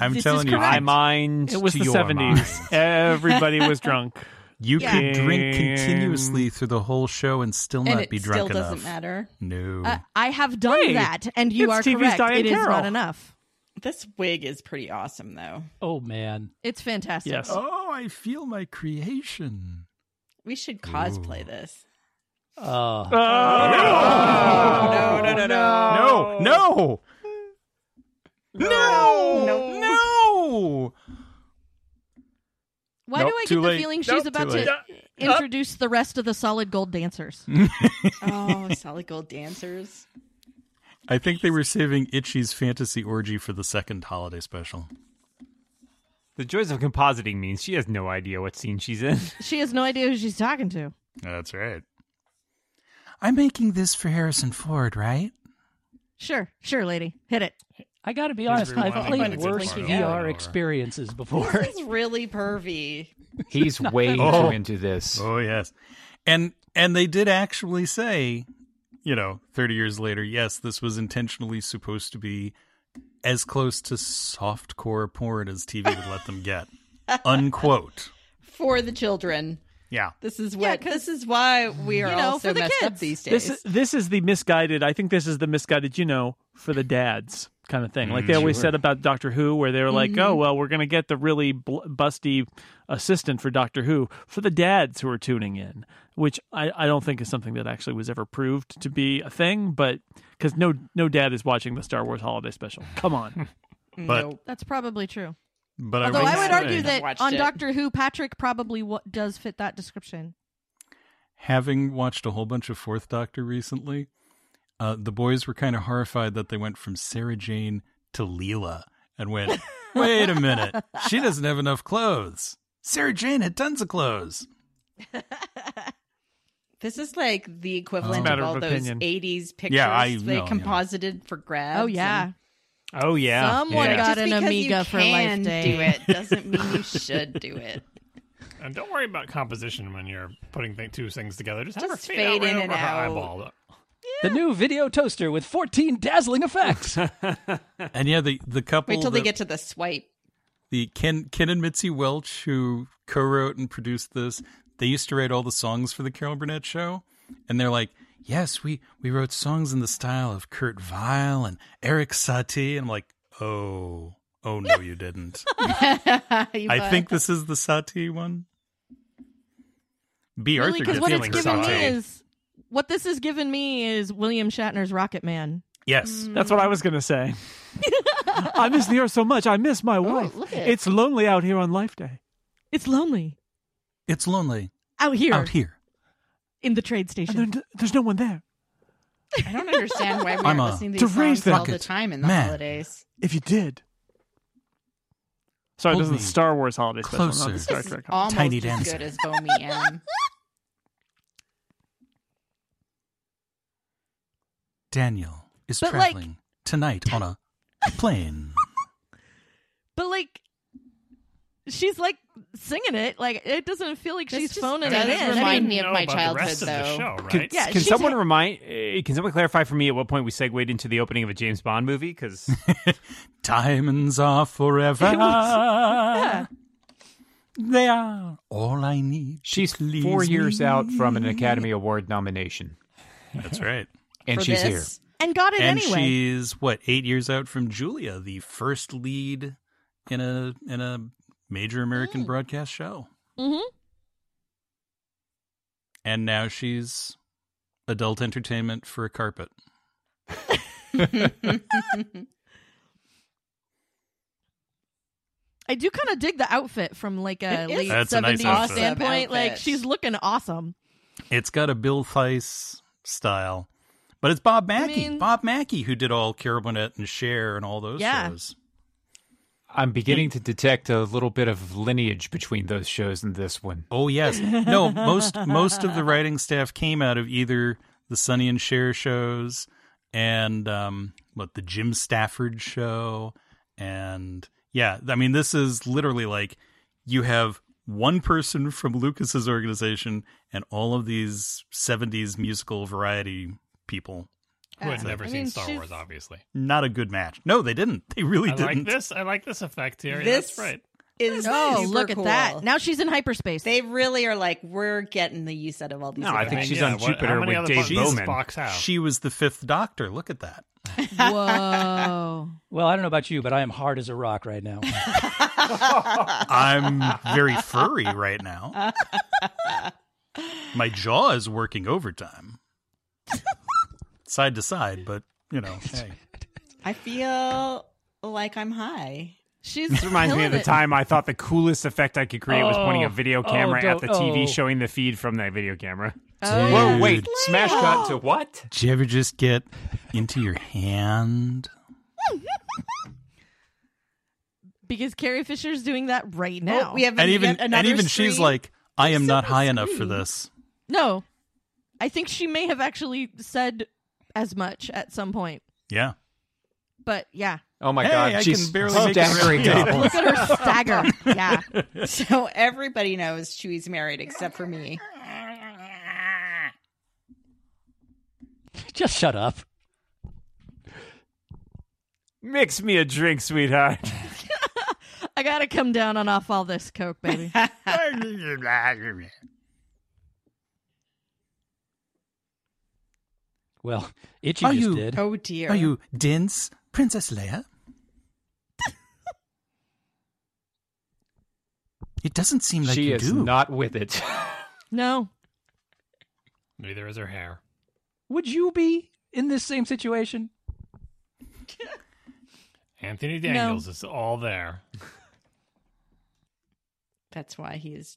[SPEAKER 5] I'm
[SPEAKER 6] This is
[SPEAKER 5] telling you,
[SPEAKER 6] correct.
[SPEAKER 9] my mind.
[SPEAKER 2] It was
[SPEAKER 9] to
[SPEAKER 2] the
[SPEAKER 9] your mind.
[SPEAKER 2] seventies. Everybody was drunk.
[SPEAKER 5] you
[SPEAKER 6] Yeah.
[SPEAKER 5] could drink continuously through the whole show and still
[SPEAKER 8] And
[SPEAKER 5] not
[SPEAKER 8] it
[SPEAKER 5] be
[SPEAKER 8] still
[SPEAKER 5] drunk
[SPEAKER 8] doesn't
[SPEAKER 5] enough.
[SPEAKER 8] matter.
[SPEAKER 5] No.
[SPEAKER 6] Uh, I have done
[SPEAKER 2] Hey,
[SPEAKER 6] that, and you
[SPEAKER 2] it's
[SPEAKER 6] are
[SPEAKER 2] TV's
[SPEAKER 6] correct.
[SPEAKER 2] Diane
[SPEAKER 6] It is
[SPEAKER 2] Carroll.
[SPEAKER 6] not enough.
[SPEAKER 8] This wig is pretty awesome, though.
[SPEAKER 3] Oh, man.
[SPEAKER 6] It's fantastic.
[SPEAKER 2] Yes.
[SPEAKER 5] oh, I feel my creation.
[SPEAKER 8] We should cosplay this.
[SPEAKER 3] Oh.
[SPEAKER 8] no, no, no, no.
[SPEAKER 5] No, no. No. No. no.
[SPEAKER 6] Why
[SPEAKER 5] Nope,
[SPEAKER 6] do I
[SPEAKER 5] too
[SPEAKER 6] get the
[SPEAKER 5] late.
[SPEAKER 6] feeling she's
[SPEAKER 5] Nope,
[SPEAKER 6] about
[SPEAKER 5] too
[SPEAKER 6] to introduce the rest of the solid gold dancers?
[SPEAKER 8] Oh, solid gold dancers.
[SPEAKER 5] I think they were saving Itchy's fantasy orgy for the second holiday special.
[SPEAKER 9] The joys of compositing means she has no idea what scene she's in.
[SPEAKER 6] she has no idea who she's talking to.
[SPEAKER 5] That's right. I'm making this for Harrison Ford, right?
[SPEAKER 6] Sure, sure, lady. Hit it.
[SPEAKER 3] I got to be honest, I've
[SPEAKER 7] rewinding
[SPEAKER 3] played
[SPEAKER 8] it.
[SPEAKER 3] worse
[SPEAKER 8] It's blinking
[SPEAKER 7] out.
[SPEAKER 3] VR experiences before.
[SPEAKER 8] It's really pervy.
[SPEAKER 4] He's way
[SPEAKER 5] Oh.
[SPEAKER 4] too into this.
[SPEAKER 5] Oh yes. And and they did actually say, you know, 30 years later, yes, this was intentionally supposed to be as close to softcore porn as TV would let them get. Unquote.
[SPEAKER 8] for the children.
[SPEAKER 5] Yeah.
[SPEAKER 8] This is
[SPEAKER 6] Yeah,
[SPEAKER 8] what. this is why we are
[SPEAKER 6] you know,
[SPEAKER 8] all so
[SPEAKER 6] for the
[SPEAKER 8] messed up
[SPEAKER 6] kids.
[SPEAKER 8] these days.
[SPEAKER 2] This is, this is the misguided. I think this is the misguided. You know, for the dads kind of thing. Like they always said about Doctor Who, where they were like, "Oh
[SPEAKER 6] Mm-hmm.
[SPEAKER 2] well, we're going to get the really bl- busty assistant for Doctor Who for the dads who are tuning in," which I, I don't think is something that actually was ever proved to be a thing. But because no no dad is watching the Star Wars Holiday Special. Come on,
[SPEAKER 5] But
[SPEAKER 8] Nope.
[SPEAKER 6] That's probably true.
[SPEAKER 5] but
[SPEAKER 6] Although I would
[SPEAKER 5] say,
[SPEAKER 6] argue that
[SPEAKER 8] Watched
[SPEAKER 6] on
[SPEAKER 8] it.
[SPEAKER 6] Doctor Who, Patrick probably w- does fit that description.
[SPEAKER 5] having watched a whole bunch of Fourth Doctor recently, uh, the boys were kind of horrified that they went from Sarah Jane to Leela and went, wait a minute, she doesn't have enough clothes. Sarah Jane had tons of clothes.
[SPEAKER 8] This is like the equivalent
[SPEAKER 2] It's a
[SPEAKER 8] of
[SPEAKER 2] matter
[SPEAKER 8] all
[SPEAKER 2] of
[SPEAKER 8] those
[SPEAKER 2] opinion.
[SPEAKER 8] '80s pictures
[SPEAKER 5] Yeah, I
[SPEAKER 8] they
[SPEAKER 5] Um, know, yeah.
[SPEAKER 8] composited for grabs.
[SPEAKER 6] Oh yeah,
[SPEAKER 8] and-
[SPEAKER 9] Oh yeah.
[SPEAKER 6] someone
[SPEAKER 5] Yeah.
[SPEAKER 6] got
[SPEAKER 8] Just
[SPEAKER 6] an
[SPEAKER 8] because
[SPEAKER 6] Amiga
[SPEAKER 8] you
[SPEAKER 6] for Life
[SPEAKER 8] can Do
[SPEAKER 6] Day.
[SPEAKER 8] it doesn't mean you should do it.
[SPEAKER 7] And don't worry about composition when you're putting th- two things together. Just, have her
[SPEAKER 8] Just
[SPEAKER 7] fade,
[SPEAKER 8] fade
[SPEAKER 7] out right
[SPEAKER 8] in and
[SPEAKER 7] over her
[SPEAKER 8] out.
[SPEAKER 7] eyeball.
[SPEAKER 3] the new video toaster with 14 dazzling effects.
[SPEAKER 5] And yeah, the, the couple.
[SPEAKER 8] Wait till they
[SPEAKER 5] that-
[SPEAKER 8] get to the swipe.
[SPEAKER 5] the Ken Ken and Mitzi Welch, who co-wrote and produced this, they used to write all the songs for the Carol Burnett show, and they're like, "Yes, we we wrote songs in the style of Kurt Vile and Eric Satie," and I'm like, "Oh, oh no, you didn't." I think this is the Satie one. B.
[SPEAKER 6] really
[SPEAKER 5] Arthur
[SPEAKER 6] because
[SPEAKER 5] gets
[SPEAKER 6] what it's
[SPEAKER 5] feeling
[SPEAKER 6] given me
[SPEAKER 5] Satie.
[SPEAKER 6] is what this has given me is William Shatner's Rocket Man. Mm.
[SPEAKER 5] yes,
[SPEAKER 2] That's what I was gonna say. I miss New York so much. I miss my wife.
[SPEAKER 6] Oh, look at-
[SPEAKER 2] it's lonely out here on Life Day.
[SPEAKER 6] It's lonely
[SPEAKER 5] it's lonely
[SPEAKER 6] out here
[SPEAKER 5] out here.
[SPEAKER 6] in the trade
[SPEAKER 2] And
[SPEAKER 6] station.
[SPEAKER 2] there- there's no one there.
[SPEAKER 8] I don't understand why we
[SPEAKER 5] I'm
[SPEAKER 8] aren't
[SPEAKER 5] a-
[SPEAKER 8] listening to
[SPEAKER 2] To
[SPEAKER 8] these
[SPEAKER 2] raise
[SPEAKER 8] songs all the
[SPEAKER 5] rocket
[SPEAKER 8] time in the
[SPEAKER 5] man.
[SPEAKER 8] holidays.
[SPEAKER 2] If you did. Sorry,
[SPEAKER 5] Hold
[SPEAKER 2] this is
[SPEAKER 5] me
[SPEAKER 2] the Star Wars holiday special,
[SPEAKER 5] closer.
[SPEAKER 2] not the Star
[SPEAKER 8] This is
[SPEAKER 2] Trek.
[SPEAKER 8] almost
[SPEAKER 5] Tiny
[SPEAKER 8] as
[SPEAKER 5] dancer.
[SPEAKER 8] good as Bo Me M.
[SPEAKER 5] Daniel is
[SPEAKER 6] But, like-
[SPEAKER 5] traveling tonight on a plane.
[SPEAKER 6] But like, she's like singing it. Like it doesn't feel like
[SPEAKER 8] This
[SPEAKER 6] she's
[SPEAKER 8] just
[SPEAKER 6] phoning
[SPEAKER 8] does
[SPEAKER 6] it in.
[SPEAKER 8] remind
[SPEAKER 7] didn't
[SPEAKER 8] me of
[SPEAKER 7] know
[SPEAKER 8] my
[SPEAKER 7] about
[SPEAKER 8] childhood,
[SPEAKER 7] the rest Of
[SPEAKER 8] though.
[SPEAKER 7] the show, right?
[SPEAKER 6] yeah,
[SPEAKER 9] Can
[SPEAKER 6] she's
[SPEAKER 9] someone
[SPEAKER 6] a-
[SPEAKER 9] remind? Uh, can someone clarify for me at what point we segued into the opening of a James Bond movie? Because
[SPEAKER 5] Diamonds are forever.
[SPEAKER 6] Yeah.
[SPEAKER 5] They are all I need.
[SPEAKER 4] She's
[SPEAKER 5] Please
[SPEAKER 4] four years
[SPEAKER 5] me.
[SPEAKER 4] out from an Academy Award nomination,
[SPEAKER 5] That's right.
[SPEAKER 4] and
[SPEAKER 8] For
[SPEAKER 4] she's here.
[SPEAKER 8] this,
[SPEAKER 6] and got it
[SPEAKER 5] and
[SPEAKER 6] anyway.
[SPEAKER 5] she's what eight years out from Julia, the first lead in a in a major
[SPEAKER 8] Hmm.
[SPEAKER 5] American broadcast show.
[SPEAKER 6] Mhm.
[SPEAKER 8] Mm-hmm.
[SPEAKER 5] And now she's adult entertainment for a carpet.
[SPEAKER 6] I do kind of dig the outfit from like a
[SPEAKER 8] It is
[SPEAKER 6] late
[SPEAKER 5] That's a nice
[SPEAKER 6] seventies
[SPEAKER 5] outfit.
[SPEAKER 6] standpoint.
[SPEAKER 8] Awesome
[SPEAKER 6] Like
[SPEAKER 8] outfit.
[SPEAKER 6] she's looking awesome.
[SPEAKER 5] It's got a Bill Theis style, but it's Bob Mackey.
[SPEAKER 6] mean-
[SPEAKER 5] Bob Mackey who did all Carol Burnett and Cher and all those
[SPEAKER 6] Yeah.
[SPEAKER 5] shows.
[SPEAKER 4] I'm beginning to detect a little bit of lineage between those shows and this one.
[SPEAKER 5] Oh yes, no. Most most of the writing staff came out of either the Sonny and Cher shows, and um, what the Jim Stafford show, and yeah, I mean this is literally like you have one person from Lucas's organization and all of these '70s musical variety people.
[SPEAKER 7] Who had
[SPEAKER 8] Uh,
[SPEAKER 7] never
[SPEAKER 6] I
[SPEAKER 7] seen
[SPEAKER 6] mean,
[SPEAKER 7] Star
[SPEAKER 6] she's-
[SPEAKER 7] Wars, obviously.
[SPEAKER 5] Not a good match. No, they didn't. They really
[SPEAKER 7] I like
[SPEAKER 5] didn't.
[SPEAKER 7] this. I like this effect here.
[SPEAKER 8] This
[SPEAKER 7] That's right.
[SPEAKER 8] is
[SPEAKER 6] Oh,
[SPEAKER 8] super
[SPEAKER 6] look at that!
[SPEAKER 8] cool.
[SPEAKER 6] Now she's in hyperspace.
[SPEAKER 8] They really are like, we're getting the use out of all these.
[SPEAKER 9] No, I think
[SPEAKER 8] effects.
[SPEAKER 9] she's
[SPEAKER 7] yeah,
[SPEAKER 9] on
[SPEAKER 7] what-
[SPEAKER 9] Jupiter
[SPEAKER 7] how many
[SPEAKER 9] with
[SPEAKER 7] other
[SPEAKER 9] Dave
[SPEAKER 7] boxes does
[SPEAKER 9] Bowman.
[SPEAKER 7] Fox have?
[SPEAKER 5] She was the Fifth Doctor. Look at that.
[SPEAKER 6] Whoa!
[SPEAKER 3] Well, I don't know about you, but I am hard as a rock right now.
[SPEAKER 5] I'm very furry right now. My jaw is working overtime. Side to side, but you know, hey.
[SPEAKER 8] I feel like I'm high.
[SPEAKER 6] She's
[SPEAKER 9] This reminds me
[SPEAKER 6] killing
[SPEAKER 9] of the
[SPEAKER 6] it.
[SPEAKER 9] time I thought the coolest effect I could create was pointing a
[SPEAKER 3] Oh,
[SPEAKER 9] video
[SPEAKER 3] oh,
[SPEAKER 9] camera at
[SPEAKER 3] don't-
[SPEAKER 9] the TV,
[SPEAKER 3] oh.
[SPEAKER 9] showing the feed from that video camera.
[SPEAKER 6] Oh,
[SPEAKER 4] Whoa,
[SPEAKER 6] yeah.
[SPEAKER 4] wait! Smash cut to what?
[SPEAKER 5] Did you ever just get into your hand?
[SPEAKER 6] Because Carrie Fisher's doing that right now.
[SPEAKER 8] Oh, we have
[SPEAKER 5] And
[SPEAKER 8] an-
[SPEAKER 5] even
[SPEAKER 8] yet
[SPEAKER 5] and
[SPEAKER 8] another
[SPEAKER 5] even she's
[SPEAKER 8] screen.
[SPEAKER 5] like, I am not
[SPEAKER 6] so
[SPEAKER 5] high enough for
[SPEAKER 6] sweet.
[SPEAKER 5] this.
[SPEAKER 6] no. I think she may have actually said as much at some point,
[SPEAKER 5] Yeah.
[SPEAKER 6] but yeah,
[SPEAKER 4] Oh my
[SPEAKER 5] Hey,
[SPEAKER 4] God!
[SPEAKER 5] I
[SPEAKER 4] she's
[SPEAKER 5] can barely make it
[SPEAKER 4] staggering
[SPEAKER 5] right.
[SPEAKER 4] double.
[SPEAKER 6] look at her stagger. Yeah,
[SPEAKER 8] so everybody knows Chewie's married except for me.
[SPEAKER 3] Just shut up.
[SPEAKER 9] Mix me a drink, sweetheart.
[SPEAKER 6] I gotta come down on off all this coke, baby.
[SPEAKER 3] Well, Itchy
[SPEAKER 5] Are
[SPEAKER 3] just
[SPEAKER 5] you-
[SPEAKER 3] did.
[SPEAKER 8] Oh dear.
[SPEAKER 5] Are you dense, Princess Leia? it doesn't seem like
[SPEAKER 4] she
[SPEAKER 5] you
[SPEAKER 4] is
[SPEAKER 5] do.
[SPEAKER 4] not with it.
[SPEAKER 6] No,
[SPEAKER 7] Neither is her hair.
[SPEAKER 3] Would you be in this same situation?
[SPEAKER 7] Anthony Daniels is all there.
[SPEAKER 8] That's why he's.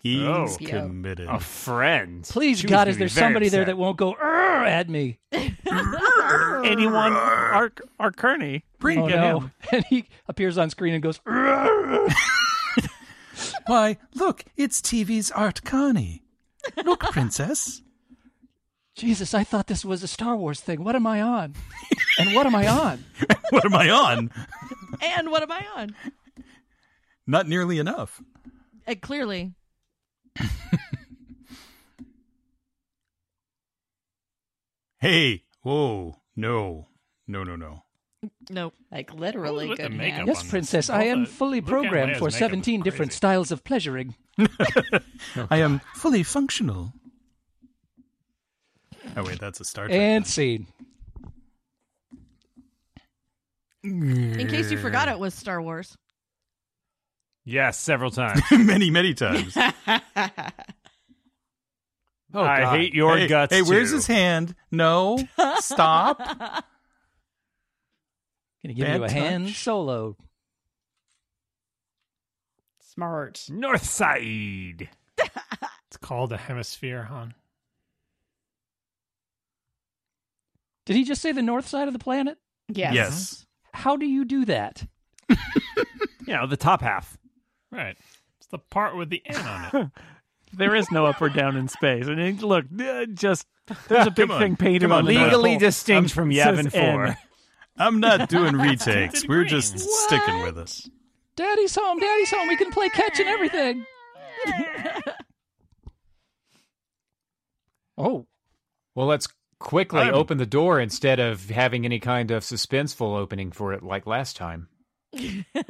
[SPEAKER 5] He's
[SPEAKER 9] Oh.
[SPEAKER 5] committed.
[SPEAKER 9] A friend.
[SPEAKER 3] Please,
[SPEAKER 9] She was
[SPEAKER 3] God,
[SPEAKER 9] gonna
[SPEAKER 3] is
[SPEAKER 9] be
[SPEAKER 3] there
[SPEAKER 9] very
[SPEAKER 3] somebody there
[SPEAKER 9] upset.
[SPEAKER 3] that won't go "Arr" at me?
[SPEAKER 2] Anyone, Ark, Ark Kearney.
[SPEAKER 3] oh,
[SPEAKER 2] get
[SPEAKER 3] no.
[SPEAKER 2] him.
[SPEAKER 3] And he appears on screen and goes, "Arr."
[SPEAKER 5] Why, look, it's TV's Art Connie. Look, princess.
[SPEAKER 3] Jesus, I thought this was a Star Wars thing. What am I on? And what am I on?
[SPEAKER 5] what am I on?
[SPEAKER 6] and what am I on?
[SPEAKER 5] Not nearly enough.
[SPEAKER 6] Uh, clearly,
[SPEAKER 5] Hey, whoa, no, no, no, no.
[SPEAKER 6] No.
[SPEAKER 8] Like literally
[SPEAKER 7] Look at the
[SPEAKER 8] good
[SPEAKER 7] makeup.
[SPEAKER 8] man.
[SPEAKER 7] Yes.
[SPEAKER 3] Yes, princess, I am
[SPEAKER 7] Zelda-
[SPEAKER 3] fully
[SPEAKER 7] look at
[SPEAKER 3] programmed
[SPEAKER 7] Leia's
[SPEAKER 3] for
[SPEAKER 7] makeup, it's
[SPEAKER 3] 17 different
[SPEAKER 7] crazy.
[SPEAKER 3] styles of pleasuring.
[SPEAKER 5] Oh, I am fully functional. Oh wait, that's a Star Trek.
[SPEAKER 3] And scene.
[SPEAKER 6] In case you forgot, it was Star Wars.
[SPEAKER 9] Yes, several times.
[SPEAKER 5] many, many times.
[SPEAKER 4] Oh,
[SPEAKER 9] I
[SPEAKER 4] God.
[SPEAKER 9] hate your
[SPEAKER 5] hey,
[SPEAKER 9] guts.
[SPEAKER 5] hey, where's
[SPEAKER 9] too.
[SPEAKER 5] his hand? No, stop.
[SPEAKER 3] Gonna give
[SPEAKER 5] Bad
[SPEAKER 3] you a hand
[SPEAKER 5] touch.
[SPEAKER 3] solo.
[SPEAKER 8] Smart.
[SPEAKER 9] north side?
[SPEAKER 7] It's called a hemisphere, hon.
[SPEAKER 3] Did he just say the north side of the planet?
[SPEAKER 8] Yes.
[SPEAKER 5] Yes.
[SPEAKER 3] How do you do that?
[SPEAKER 9] You know, the top half.
[SPEAKER 7] Right. It's the part with the N on it.
[SPEAKER 2] There is no up or down in space. And it- look, uh, just there's a big
[SPEAKER 5] Come on.
[SPEAKER 2] thing painted
[SPEAKER 5] Come
[SPEAKER 2] on,
[SPEAKER 5] on,
[SPEAKER 2] the
[SPEAKER 5] Legal-
[SPEAKER 9] Legally
[SPEAKER 2] pole.
[SPEAKER 9] distinct
[SPEAKER 2] Um,
[SPEAKER 9] from
[SPEAKER 2] says
[SPEAKER 9] Yavin
[SPEAKER 2] N.
[SPEAKER 9] 4.
[SPEAKER 5] I'm not doing retakes. We're just
[SPEAKER 8] What?
[SPEAKER 5] sticking with us.
[SPEAKER 3] Daddy's home, daddy's home. We can play catch and everything. oh,
[SPEAKER 4] Well, let's quickly
[SPEAKER 5] I'm-
[SPEAKER 4] open the door instead of having any kind of suspenseful opening for it like last time.
[SPEAKER 5] Uh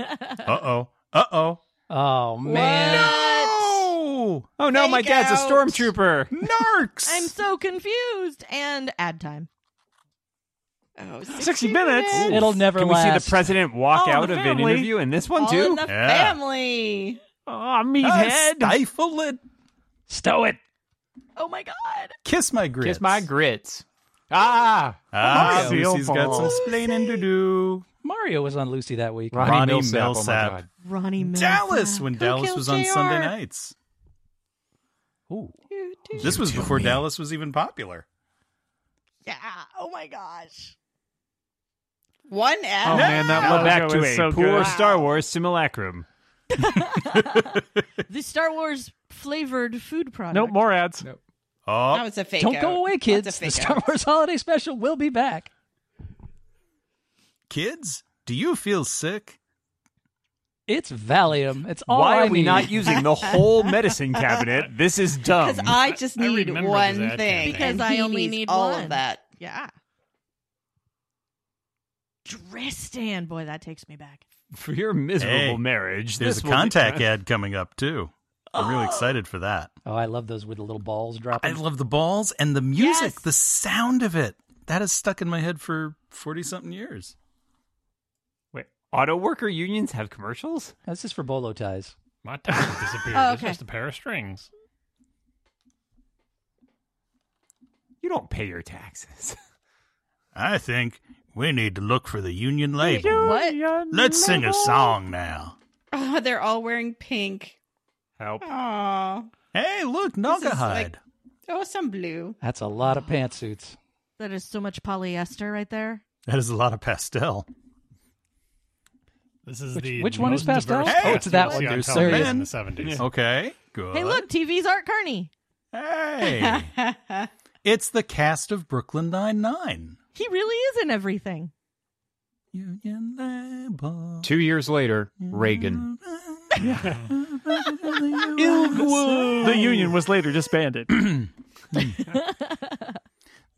[SPEAKER 5] oh. Uh oh.
[SPEAKER 3] oh man.
[SPEAKER 5] Oh,
[SPEAKER 4] Oh no, my
[SPEAKER 8] Fake
[SPEAKER 4] dad's
[SPEAKER 8] out.
[SPEAKER 4] a stormtrooper.
[SPEAKER 5] narcs.
[SPEAKER 6] I'm so confused. And ad time.
[SPEAKER 8] Oh,
[SPEAKER 2] 60 minutes.
[SPEAKER 3] It'll never
[SPEAKER 9] Can we see
[SPEAKER 3] last.
[SPEAKER 9] the president walk
[SPEAKER 4] Oh,
[SPEAKER 2] All in
[SPEAKER 9] out
[SPEAKER 2] the
[SPEAKER 9] of an
[SPEAKER 2] family.
[SPEAKER 9] interview in this one,
[SPEAKER 8] All
[SPEAKER 9] too?
[SPEAKER 8] in the
[SPEAKER 5] Yeah.
[SPEAKER 8] family.
[SPEAKER 2] Aw,
[SPEAKER 5] Ah,
[SPEAKER 2] meathead.
[SPEAKER 5] stifle it.
[SPEAKER 3] Stow it.
[SPEAKER 6] Oh my God.
[SPEAKER 5] Kiss my grits.
[SPEAKER 4] Kiss my grits. Ah,
[SPEAKER 5] Ah,
[SPEAKER 2] Mario
[SPEAKER 5] Lucy's got some
[SPEAKER 2] balls.
[SPEAKER 5] splaining to do.
[SPEAKER 3] Mario was on Lucy that week.
[SPEAKER 4] Ronnie,
[SPEAKER 5] Ronnie
[SPEAKER 4] Millsap.
[SPEAKER 5] Millsap.
[SPEAKER 4] Oh my God.
[SPEAKER 6] Ronnie Milsap.
[SPEAKER 5] Dallas when
[SPEAKER 6] Who
[SPEAKER 5] Dallas
[SPEAKER 6] killed
[SPEAKER 5] was on
[SPEAKER 6] JR?
[SPEAKER 5] Sunday nights.
[SPEAKER 3] Ooh.
[SPEAKER 5] This was before Dallas was even popular.
[SPEAKER 6] Yeah. Oh my gosh.
[SPEAKER 8] One F.
[SPEAKER 2] Oh man, that
[SPEAKER 9] Now
[SPEAKER 2] logo
[SPEAKER 9] back to
[SPEAKER 2] is
[SPEAKER 9] a
[SPEAKER 2] so
[SPEAKER 9] poor
[SPEAKER 2] good.
[SPEAKER 9] Star Wars simulacrum.
[SPEAKER 6] The Star Wars flavored food product.
[SPEAKER 2] Nope, more ads.
[SPEAKER 8] That
[SPEAKER 5] Oh,
[SPEAKER 8] was a fake
[SPEAKER 3] Don't
[SPEAKER 8] out.
[SPEAKER 3] go away,
[SPEAKER 8] That's a
[SPEAKER 3] kids. The
[SPEAKER 8] fake
[SPEAKER 3] Star
[SPEAKER 8] out.
[SPEAKER 3] Wars Holiday Special will be back.
[SPEAKER 5] kids, do you feel sick?
[SPEAKER 3] It's Valium. It's all
[SPEAKER 9] Why
[SPEAKER 3] Oh, I
[SPEAKER 9] are we
[SPEAKER 3] need.
[SPEAKER 9] not using the whole medicine cabinet? This is dumb.
[SPEAKER 8] Because I just
[SPEAKER 7] I
[SPEAKER 8] need
[SPEAKER 7] remember
[SPEAKER 8] one
[SPEAKER 7] this ad
[SPEAKER 8] thing.
[SPEAKER 7] campaign.
[SPEAKER 6] Because
[SPEAKER 8] and
[SPEAKER 6] I
[SPEAKER 8] he
[SPEAKER 6] only
[SPEAKER 8] needs
[SPEAKER 6] need
[SPEAKER 8] all
[SPEAKER 6] one.
[SPEAKER 8] of that.
[SPEAKER 6] Yeah. Dress stand. Boy, that takes me back.
[SPEAKER 9] For your miserable
[SPEAKER 5] Hey,
[SPEAKER 9] marriage,
[SPEAKER 5] There's
[SPEAKER 9] this
[SPEAKER 5] a
[SPEAKER 9] will be-
[SPEAKER 5] contact ad coming up too. I'm really excited for that.
[SPEAKER 3] Oh, I love those with the little balls
[SPEAKER 5] I
[SPEAKER 3] dropping.
[SPEAKER 5] love the balls and the music,
[SPEAKER 6] Yes.
[SPEAKER 5] the sound of it. That is stuck in my head for 40 something years.
[SPEAKER 9] Wait, auto worker unions have commercials?
[SPEAKER 3] That's just for bolo ties.
[SPEAKER 7] My tongue disappeared.
[SPEAKER 6] Oh,
[SPEAKER 7] It's
[SPEAKER 6] okay.
[SPEAKER 7] just a pair of strings.
[SPEAKER 9] You don't pay your taxes.
[SPEAKER 5] I think we need to look for the union label.
[SPEAKER 8] What?
[SPEAKER 5] Let's sing a song now.
[SPEAKER 8] Oh, they're all wearing pink.
[SPEAKER 9] Help.
[SPEAKER 8] Oh,
[SPEAKER 5] Hey, look,
[SPEAKER 8] This is
[SPEAKER 5] Nogahide.
[SPEAKER 8] like- oh, some blue.
[SPEAKER 3] That's a lot of pantsuits.
[SPEAKER 6] That is so much polyester right there.
[SPEAKER 5] That is a lot of pastel.
[SPEAKER 7] This is
[SPEAKER 3] Which-
[SPEAKER 7] the
[SPEAKER 3] which one is
[SPEAKER 7] most
[SPEAKER 3] pastel?
[SPEAKER 7] diverse
[SPEAKER 5] Hey,
[SPEAKER 7] cast
[SPEAKER 5] Oh, it's
[SPEAKER 7] you'll
[SPEAKER 3] that one.
[SPEAKER 7] see on
[SPEAKER 5] There's so
[SPEAKER 7] television
[SPEAKER 5] many.
[SPEAKER 7] in the seventies.
[SPEAKER 5] Okay, good.
[SPEAKER 6] Hey, look, TV's Art Carney.
[SPEAKER 5] Hey, it's the cast of Brooklyn Nine-Nine.
[SPEAKER 6] He really is in everything.
[SPEAKER 5] Union label.
[SPEAKER 4] Two years later, Reagan.
[SPEAKER 5] Mm,
[SPEAKER 2] The union was later disbanded.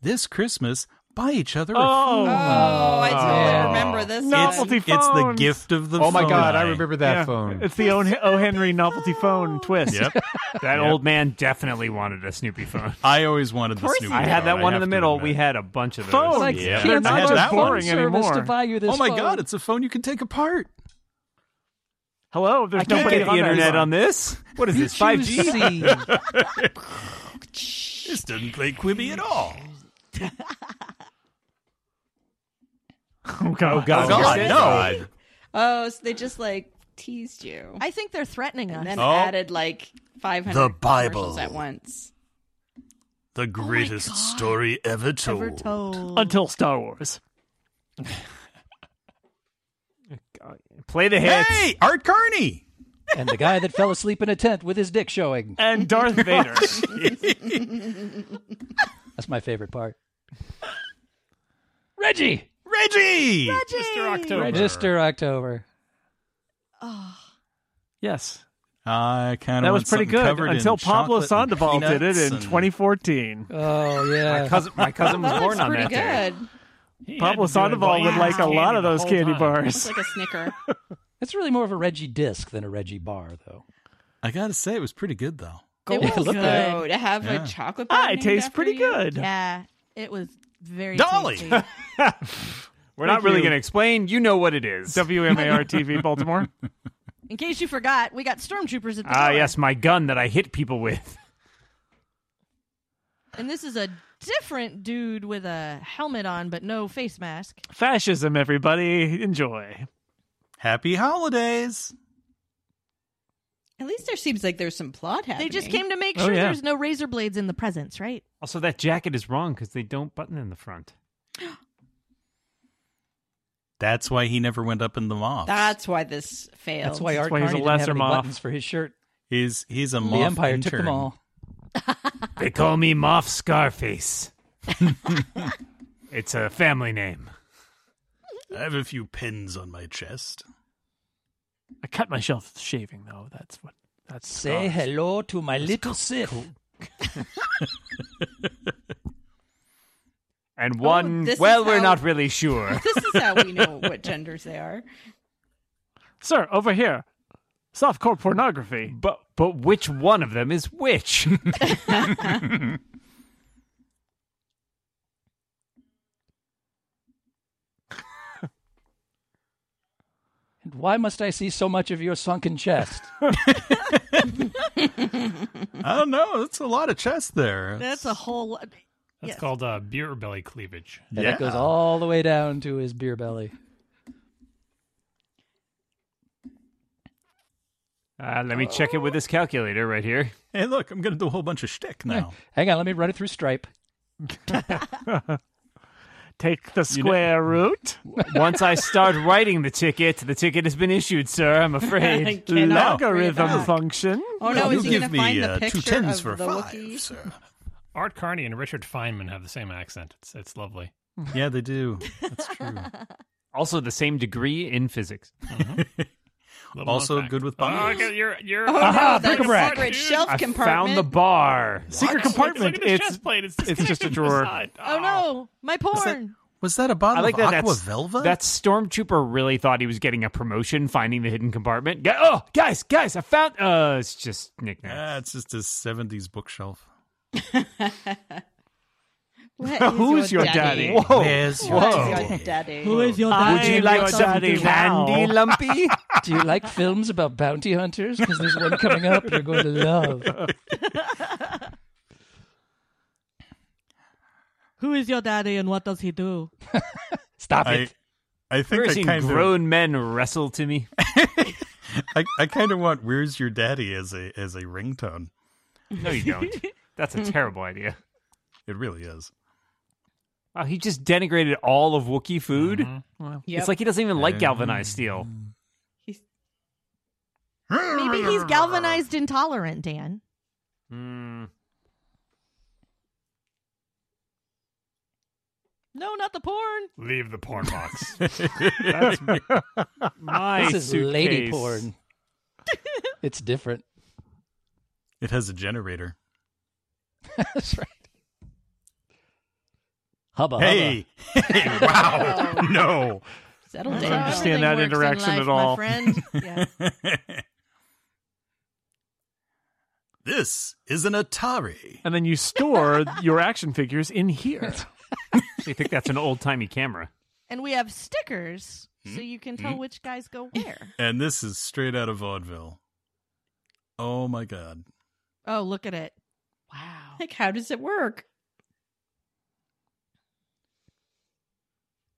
[SPEAKER 5] This Christmas, buy each other a
[SPEAKER 2] Oh.
[SPEAKER 5] phone.
[SPEAKER 8] Oh, I totally
[SPEAKER 5] Oh.
[SPEAKER 8] remember this. one.
[SPEAKER 2] Novelty
[SPEAKER 5] It's the
[SPEAKER 2] phones.
[SPEAKER 5] gift of the
[SPEAKER 4] Oh my
[SPEAKER 5] phone.
[SPEAKER 4] God, I remember that
[SPEAKER 2] Yeah.
[SPEAKER 4] phone.
[SPEAKER 2] It's the O. Hen- o. Henry novelty phone twist.
[SPEAKER 5] Yep.
[SPEAKER 9] That old man definitely wanted a Snoopy phone.
[SPEAKER 5] I always wanted the
[SPEAKER 6] course
[SPEAKER 5] Snoopy.
[SPEAKER 6] you
[SPEAKER 9] I had
[SPEAKER 5] phone,
[SPEAKER 9] that one in
[SPEAKER 5] have
[SPEAKER 9] the
[SPEAKER 5] to
[SPEAKER 9] middle. We
[SPEAKER 5] admit.
[SPEAKER 9] had a bunch of those.
[SPEAKER 2] Phones.
[SPEAKER 3] Like,
[SPEAKER 5] Yeah.
[SPEAKER 3] They're
[SPEAKER 5] I
[SPEAKER 3] not
[SPEAKER 5] had
[SPEAKER 3] much
[SPEAKER 5] that one.
[SPEAKER 3] boring service to buy you this
[SPEAKER 5] Oh my
[SPEAKER 3] phone.
[SPEAKER 5] God, it's a phone you can take apart.
[SPEAKER 2] Hello, there's
[SPEAKER 3] I can't
[SPEAKER 2] nobody
[SPEAKER 9] Get the
[SPEAKER 2] on that
[SPEAKER 9] internet
[SPEAKER 2] phone.
[SPEAKER 9] on this? What is
[SPEAKER 3] You
[SPEAKER 9] this? Five
[SPEAKER 3] choose
[SPEAKER 9] G?
[SPEAKER 3] C.
[SPEAKER 5] This doesn't play Quibi at all.
[SPEAKER 2] Oh god,
[SPEAKER 9] God.
[SPEAKER 5] God,
[SPEAKER 9] Yes.
[SPEAKER 5] no.
[SPEAKER 8] Oh, so they just like teased you
[SPEAKER 6] I think they're threatening us.
[SPEAKER 8] and then
[SPEAKER 5] Oh.
[SPEAKER 8] added like 500
[SPEAKER 5] The Bible.
[SPEAKER 8] commercials at once.
[SPEAKER 5] The greatest story ever told.
[SPEAKER 6] Ever told.
[SPEAKER 2] until Star Wars.
[SPEAKER 9] Play the hits.
[SPEAKER 5] Hey, Art Carney.
[SPEAKER 3] and the guy that fell asleep in a tent with his dick showing.
[SPEAKER 2] And Darth Vader.
[SPEAKER 3] That's my favorite part. Reggie!
[SPEAKER 5] Reggie.
[SPEAKER 7] Mr. October.
[SPEAKER 3] Register October.
[SPEAKER 2] yes.
[SPEAKER 5] I kind of
[SPEAKER 2] That was pretty good until Pablo Sandoval did it in 2014.
[SPEAKER 3] Oh, yeah.
[SPEAKER 9] Cousin, my cousin was
[SPEAKER 8] That
[SPEAKER 9] born
[SPEAKER 8] looks
[SPEAKER 9] on
[SPEAKER 8] pretty
[SPEAKER 9] that day.
[SPEAKER 8] good.
[SPEAKER 7] He
[SPEAKER 2] Pablo
[SPEAKER 7] had to do it
[SPEAKER 2] Sandoval
[SPEAKER 7] while
[SPEAKER 2] would
[SPEAKER 7] he
[SPEAKER 2] like
[SPEAKER 7] was
[SPEAKER 2] a lot of
[SPEAKER 7] the
[SPEAKER 2] those
[SPEAKER 7] whole
[SPEAKER 2] candy
[SPEAKER 7] time.
[SPEAKER 8] It's like
[SPEAKER 2] bars.
[SPEAKER 8] a snicker.
[SPEAKER 3] It's really more of a Reggie disc than a Reggie bar, though.
[SPEAKER 5] I gotta say, it was pretty good though.
[SPEAKER 6] It
[SPEAKER 3] Yeah,
[SPEAKER 6] was
[SPEAKER 3] look
[SPEAKER 6] good.
[SPEAKER 3] at
[SPEAKER 8] So to have
[SPEAKER 5] Yeah.
[SPEAKER 8] a chocolate bar.
[SPEAKER 2] Ah, it
[SPEAKER 8] named
[SPEAKER 2] tastes
[SPEAKER 8] after
[SPEAKER 2] pretty
[SPEAKER 8] you?
[SPEAKER 2] good.
[SPEAKER 6] Yeah, it was very
[SPEAKER 5] Dolly!
[SPEAKER 6] tasty.
[SPEAKER 9] We're not really going to explain. You know what it is.
[SPEAKER 2] WMAR TV Baltimore.
[SPEAKER 6] In case you forgot, we got stormtroopers at the
[SPEAKER 9] Ah,
[SPEAKER 6] door.
[SPEAKER 9] yes, my gun that I hit people with.
[SPEAKER 6] And this is a different dude with a helmet on, but no face mask.
[SPEAKER 2] Fascism, everybody. Enjoy.
[SPEAKER 5] Happy holidays.
[SPEAKER 8] At least there seems like there's some plot happening.
[SPEAKER 6] They just came to make
[SPEAKER 2] Oh,
[SPEAKER 6] sure
[SPEAKER 2] yeah.
[SPEAKER 6] there's no razor blades in the presents, right?
[SPEAKER 9] Also, that jacket is wrong because they don't button in the front.
[SPEAKER 5] That's why he never went up in the moth.
[SPEAKER 8] That's why this failed.
[SPEAKER 3] That's why Art
[SPEAKER 2] why he's a
[SPEAKER 3] Carney didn't have
[SPEAKER 2] lesser
[SPEAKER 3] any
[SPEAKER 2] moth.
[SPEAKER 3] buttons for his shirt.
[SPEAKER 5] he's he's a
[SPEAKER 3] The
[SPEAKER 5] moth.
[SPEAKER 3] Empire took
[SPEAKER 5] intern.
[SPEAKER 3] them all.
[SPEAKER 9] They call me Moff Scarface. it's a family name.
[SPEAKER 5] I have a few pins on my chest.
[SPEAKER 2] I cut myself shaving though. That's what. That's
[SPEAKER 3] Say
[SPEAKER 2] scars.
[SPEAKER 3] hello to my little Sith.
[SPEAKER 9] And one.
[SPEAKER 8] Oh, this is
[SPEAKER 9] well, we're
[SPEAKER 8] how-
[SPEAKER 9] not really sure.
[SPEAKER 8] This is how we know what genders they are.
[SPEAKER 2] sir, over here. Softcore pornography.
[SPEAKER 9] but but which one of them is which?
[SPEAKER 3] And why must I see so much of your sunken chest?
[SPEAKER 5] I don't know. That's a lot of chest there.
[SPEAKER 6] That's a whole. lot.
[SPEAKER 7] That's
[SPEAKER 6] Yes.
[SPEAKER 7] called uh, beer belly cleavage.
[SPEAKER 3] And
[SPEAKER 5] Yeah.
[SPEAKER 3] it goes all the way down to his beer belly.
[SPEAKER 9] Uh, let me check it with this calculator right here.
[SPEAKER 5] Hey, look, I'm gonna do a whole bunch of shtick now.
[SPEAKER 3] Hang on, let me run it through Stripe.
[SPEAKER 2] Take the square root.
[SPEAKER 9] Once I start writing the ticket, the ticket has been issued, sir. I'm afraid.
[SPEAKER 8] Cannot bring it
[SPEAKER 2] Logarithm
[SPEAKER 8] back.
[SPEAKER 2] function.
[SPEAKER 8] Oh no,
[SPEAKER 5] you
[SPEAKER 8] is he
[SPEAKER 5] give
[SPEAKER 8] gonna
[SPEAKER 5] me
[SPEAKER 8] find
[SPEAKER 5] uh,
[SPEAKER 8] the picture
[SPEAKER 5] two tens
[SPEAKER 8] of
[SPEAKER 5] for
[SPEAKER 8] the
[SPEAKER 5] five,
[SPEAKER 8] Wookiee?
[SPEAKER 5] sir.
[SPEAKER 7] Art Carney and Richard Feynman have the same accent. It's, it's lovely.
[SPEAKER 5] yeah, they do. That's true.
[SPEAKER 9] Also, the same degree in physics.
[SPEAKER 7] Little known
[SPEAKER 5] also
[SPEAKER 7] fact.
[SPEAKER 5] good with
[SPEAKER 7] Oh,
[SPEAKER 5] bodies.
[SPEAKER 7] look at your your
[SPEAKER 8] Oh
[SPEAKER 2] Aha,
[SPEAKER 8] no, that's a
[SPEAKER 2] bric-a-brac.
[SPEAKER 8] secret shelf
[SPEAKER 9] I
[SPEAKER 8] compartment.
[SPEAKER 9] found the bar.
[SPEAKER 2] Secret compartment.
[SPEAKER 7] Look at his
[SPEAKER 2] It's
[SPEAKER 7] chest plate. It's,
[SPEAKER 2] it's just a
[SPEAKER 7] disconnected from the
[SPEAKER 2] drawer.
[SPEAKER 7] side.
[SPEAKER 6] Oh no, my
[SPEAKER 5] that-
[SPEAKER 6] porn.
[SPEAKER 5] Was that a bottle
[SPEAKER 9] I like
[SPEAKER 5] of
[SPEAKER 9] that.
[SPEAKER 5] Aqua
[SPEAKER 9] That's,
[SPEAKER 5] Velva?
[SPEAKER 9] that stormtrooper really thought he was getting a promotion, finding the hidden compartment. Yeah, oh, guys, guys, I found. Uh, it's just
[SPEAKER 5] Ah,
[SPEAKER 9] knickknacks.
[SPEAKER 5] it's just a '70s bookshelf.
[SPEAKER 8] What is
[SPEAKER 2] Who's your daddy?
[SPEAKER 9] Whoa,
[SPEAKER 5] Where's your
[SPEAKER 8] What is
[SPEAKER 5] daddy?
[SPEAKER 8] your daddy?
[SPEAKER 2] your
[SPEAKER 9] would you like some candy, Lumpy?
[SPEAKER 3] Do you like films about bounty hunters? Because there's one coming up you're going to love.
[SPEAKER 6] Who is your daddy and what does he do?
[SPEAKER 3] Stop
[SPEAKER 5] I,
[SPEAKER 3] it.
[SPEAKER 5] I think
[SPEAKER 9] Ever
[SPEAKER 5] I
[SPEAKER 9] seen
[SPEAKER 5] kind of
[SPEAKER 9] grown men wrestle to me?
[SPEAKER 5] I, I kind of want "Where's Your Daddy" as a as a ringtone.
[SPEAKER 9] No, you don't. That's a terrible idea.
[SPEAKER 5] It really is.
[SPEAKER 9] Wow, he just denigrated all of Wookiee food.
[SPEAKER 5] Mm-hmm.
[SPEAKER 8] Yep.
[SPEAKER 9] It's like he doesn't even like galvanized steel.
[SPEAKER 6] Maybe he's galvanized intolerant, Dan.
[SPEAKER 9] Mm.
[SPEAKER 6] No, not the porn.
[SPEAKER 7] Leave the porn box.
[SPEAKER 9] My
[SPEAKER 3] This is lady
[SPEAKER 9] suitcase.
[SPEAKER 3] porn. it's different.
[SPEAKER 5] It has a generator.
[SPEAKER 3] That's right. Hubba hubba.
[SPEAKER 5] Hey, hey! Wow! no.
[SPEAKER 8] Settle
[SPEAKER 6] That's
[SPEAKER 8] down.
[SPEAKER 6] how
[SPEAKER 2] understand
[SPEAKER 6] everything
[SPEAKER 2] that
[SPEAKER 6] works in
[SPEAKER 2] interaction
[SPEAKER 6] life,
[SPEAKER 2] at all.
[SPEAKER 6] My friend. Yeah.
[SPEAKER 5] this is an Atari.
[SPEAKER 2] And then you store your action figures in here.
[SPEAKER 9] You think that's an old timey camera?
[SPEAKER 6] And we have stickers, so you can tell which guys go where.
[SPEAKER 5] And this is straight out of vaudeville. Oh my god.
[SPEAKER 6] Oh, look at it. Wow.
[SPEAKER 8] Like, how does it work?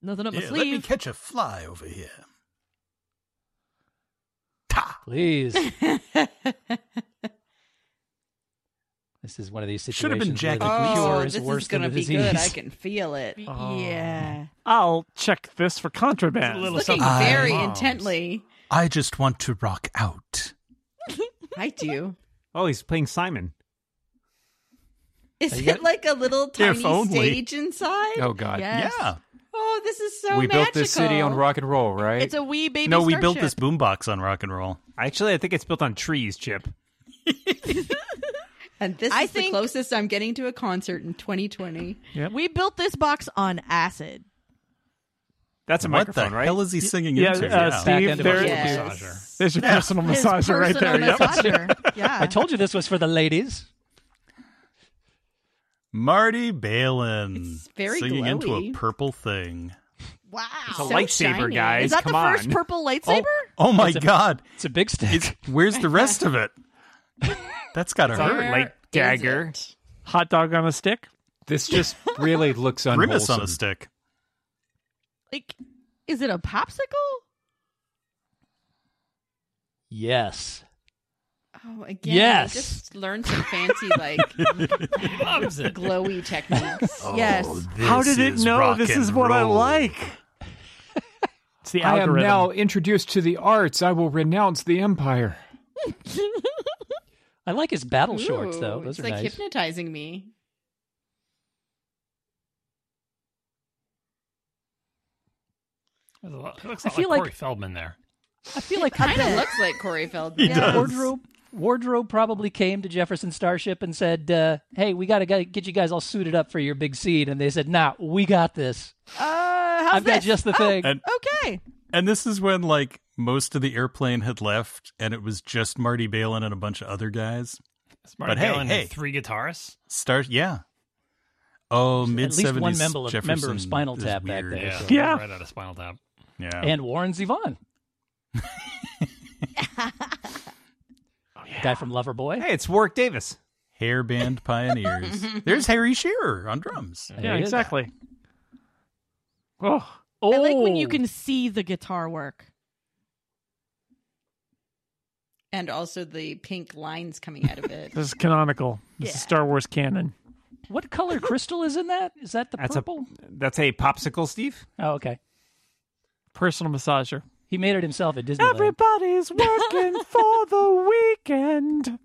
[SPEAKER 6] Nothing up my
[SPEAKER 5] Yeah, let me
[SPEAKER 6] sleeve.
[SPEAKER 5] catch a fly over here. Ta!
[SPEAKER 3] Please. This is one of these situations.
[SPEAKER 5] Should have been
[SPEAKER 3] where the
[SPEAKER 5] Jack
[SPEAKER 3] cure
[SPEAKER 8] Oh,
[SPEAKER 3] is
[SPEAKER 8] this
[SPEAKER 3] worse
[SPEAKER 8] is gonna
[SPEAKER 3] than the
[SPEAKER 8] be
[SPEAKER 3] disease.
[SPEAKER 8] good. I can feel it.
[SPEAKER 6] B-
[SPEAKER 2] Oh.
[SPEAKER 6] Yeah.
[SPEAKER 2] I'll check this for
[SPEAKER 7] It's
[SPEAKER 2] contraband.
[SPEAKER 7] a little
[SPEAKER 8] Looking
[SPEAKER 5] something like
[SPEAKER 8] very
[SPEAKER 7] moms.
[SPEAKER 8] intently.
[SPEAKER 5] I just want to rock out.
[SPEAKER 8] I do.
[SPEAKER 9] Oh, he's playing Simon.
[SPEAKER 8] Is
[SPEAKER 3] Are
[SPEAKER 8] it
[SPEAKER 3] you-
[SPEAKER 8] like a little
[SPEAKER 5] If
[SPEAKER 8] tiny
[SPEAKER 5] only.
[SPEAKER 8] stage inside?
[SPEAKER 4] Oh God.
[SPEAKER 6] Yes.
[SPEAKER 5] Yeah.
[SPEAKER 8] Oh, this is so
[SPEAKER 4] we
[SPEAKER 8] magical.
[SPEAKER 4] built this city on rock and roll, right?
[SPEAKER 6] It's a wee baby.
[SPEAKER 5] no, we
[SPEAKER 6] starship.
[SPEAKER 5] built this boombox on rock and roll.
[SPEAKER 9] Actually, I think it's built on trees, Chip.
[SPEAKER 8] And this
[SPEAKER 6] I
[SPEAKER 8] is
[SPEAKER 6] think-
[SPEAKER 8] the closest I'm getting to a concert in 2020.
[SPEAKER 6] We built this box on acid.
[SPEAKER 9] That's a
[SPEAKER 5] what
[SPEAKER 9] microphone,
[SPEAKER 5] the
[SPEAKER 9] right?
[SPEAKER 5] hell is he singing
[SPEAKER 2] Yeah,
[SPEAKER 5] into?
[SPEAKER 2] uh,
[SPEAKER 5] yeah.
[SPEAKER 2] Steve,
[SPEAKER 3] Back end of
[SPEAKER 2] there-
[SPEAKER 3] a
[SPEAKER 8] Yes.
[SPEAKER 3] computer.
[SPEAKER 2] There's your personal
[SPEAKER 6] His
[SPEAKER 2] massager right
[SPEAKER 6] personal
[SPEAKER 2] there. Yep.
[SPEAKER 6] massager. Yeah.
[SPEAKER 3] I told you this was for the ladies.
[SPEAKER 5] Marty Balin
[SPEAKER 8] It's very
[SPEAKER 5] singing into a
[SPEAKER 8] glowy.
[SPEAKER 5] purple thing.
[SPEAKER 6] Wow.
[SPEAKER 9] It's a lightsaber, guys.
[SPEAKER 6] Is that
[SPEAKER 9] Come
[SPEAKER 6] the
[SPEAKER 9] on.
[SPEAKER 6] first purple lightsaber?
[SPEAKER 5] Oh my god!
[SPEAKER 3] It's a big stick.
[SPEAKER 5] It's, where's the rest of it? That's gotta
[SPEAKER 9] Sorry.
[SPEAKER 5] hurt.
[SPEAKER 9] Like dagger.
[SPEAKER 2] Hot dog on a stick.
[SPEAKER 4] This just really looks unwholesome.
[SPEAKER 5] Grimace on a stick.
[SPEAKER 6] Like, is it a popsicle?
[SPEAKER 3] yes.
[SPEAKER 8] Oh, again,
[SPEAKER 3] Yes.
[SPEAKER 8] I just learned some fancy like
[SPEAKER 7] Loves it.
[SPEAKER 8] glowy techniques.
[SPEAKER 6] yes.
[SPEAKER 2] How did it
[SPEAKER 5] is
[SPEAKER 2] know
[SPEAKER 5] rock
[SPEAKER 2] this is
[SPEAKER 5] and
[SPEAKER 2] what I
[SPEAKER 5] roll.
[SPEAKER 2] like? It's the
[SPEAKER 4] I am
[SPEAKER 2] algorithm.
[SPEAKER 4] now introduced to the arts. I will renounce the empire.
[SPEAKER 3] I like his battle shorts
[SPEAKER 8] Ooh,
[SPEAKER 3] though.
[SPEAKER 8] it's
[SPEAKER 3] Those are
[SPEAKER 8] like
[SPEAKER 3] nice.
[SPEAKER 8] hypnotizing me.
[SPEAKER 7] It looks
[SPEAKER 3] I
[SPEAKER 7] I
[SPEAKER 3] feel
[SPEAKER 7] feel
[SPEAKER 3] like-
[SPEAKER 7] Corey Feldman there.
[SPEAKER 3] I feel like
[SPEAKER 8] Kind of looks like Corey Feldman.
[SPEAKER 3] yeah, wardrobe wardrobe probably came to Jefferson Starship and said, uh, "Hey, we got to get you guys all suited up for your big scene." And they said, "Nah, we got this.
[SPEAKER 6] Uh, how's
[SPEAKER 3] I've got
[SPEAKER 6] this?
[SPEAKER 3] just
[SPEAKER 8] Oh.
[SPEAKER 3] the thing."
[SPEAKER 5] And
[SPEAKER 6] Okay.
[SPEAKER 5] and this is when like most of the airplane had left, and it was just Marty Balin and a bunch of other guys.
[SPEAKER 7] Smart
[SPEAKER 5] But hey,
[SPEAKER 7] Dylan
[SPEAKER 5] hey.
[SPEAKER 7] and three guitarists.
[SPEAKER 5] Start yeah. Oh, mid
[SPEAKER 3] least
[SPEAKER 5] seventies.
[SPEAKER 3] one member of- member of Spinal Tap back there,
[SPEAKER 7] Yeah,
[SPEAKER 3] so-
[SPEAKER 2] Yeah.
[SPEAKER 7] right out of Spinal Tap.
[SPEAKER 5] Yeah.
[SPEAKER 3] and Warren Zevon. Guy from Loverboy.
[SPEAKER 9] Hey, it's Warwick Davis.
[SPEAKER 5] Hairband pioneers. There's Harry Shearer on drums.
[SPEAKER 2] Yeah,
[SPEAKER 3] There it is.
[SPEAKER 2] exactly. Oh,
[SPEAKER 6] I like when you
[SPEAKER 2] Oh.
[SPEAKER 6] can see the guitar work.
[SPEAKER 8] And also the pink lines coming out of it.
[SPEAKER 2] This is canonical. This
[SPEAKER 6] Yeah.
[SPEAKER 2] is Star Wars canon.
[SPEAKER 3] What color crystal is in that? Is that the
[SPEAKER 9] That's a-
[SPEAKER 3] purple?
[SPEAKER 9] That's a popsicle, Steve.
[SPEAKER 3] Oh, okay.
[SPEAKER 2] Personal massager.
[SPEAKER 3] He made it himself at Disneyland.
[SPEAKER 2] Everybody's working for the weekend.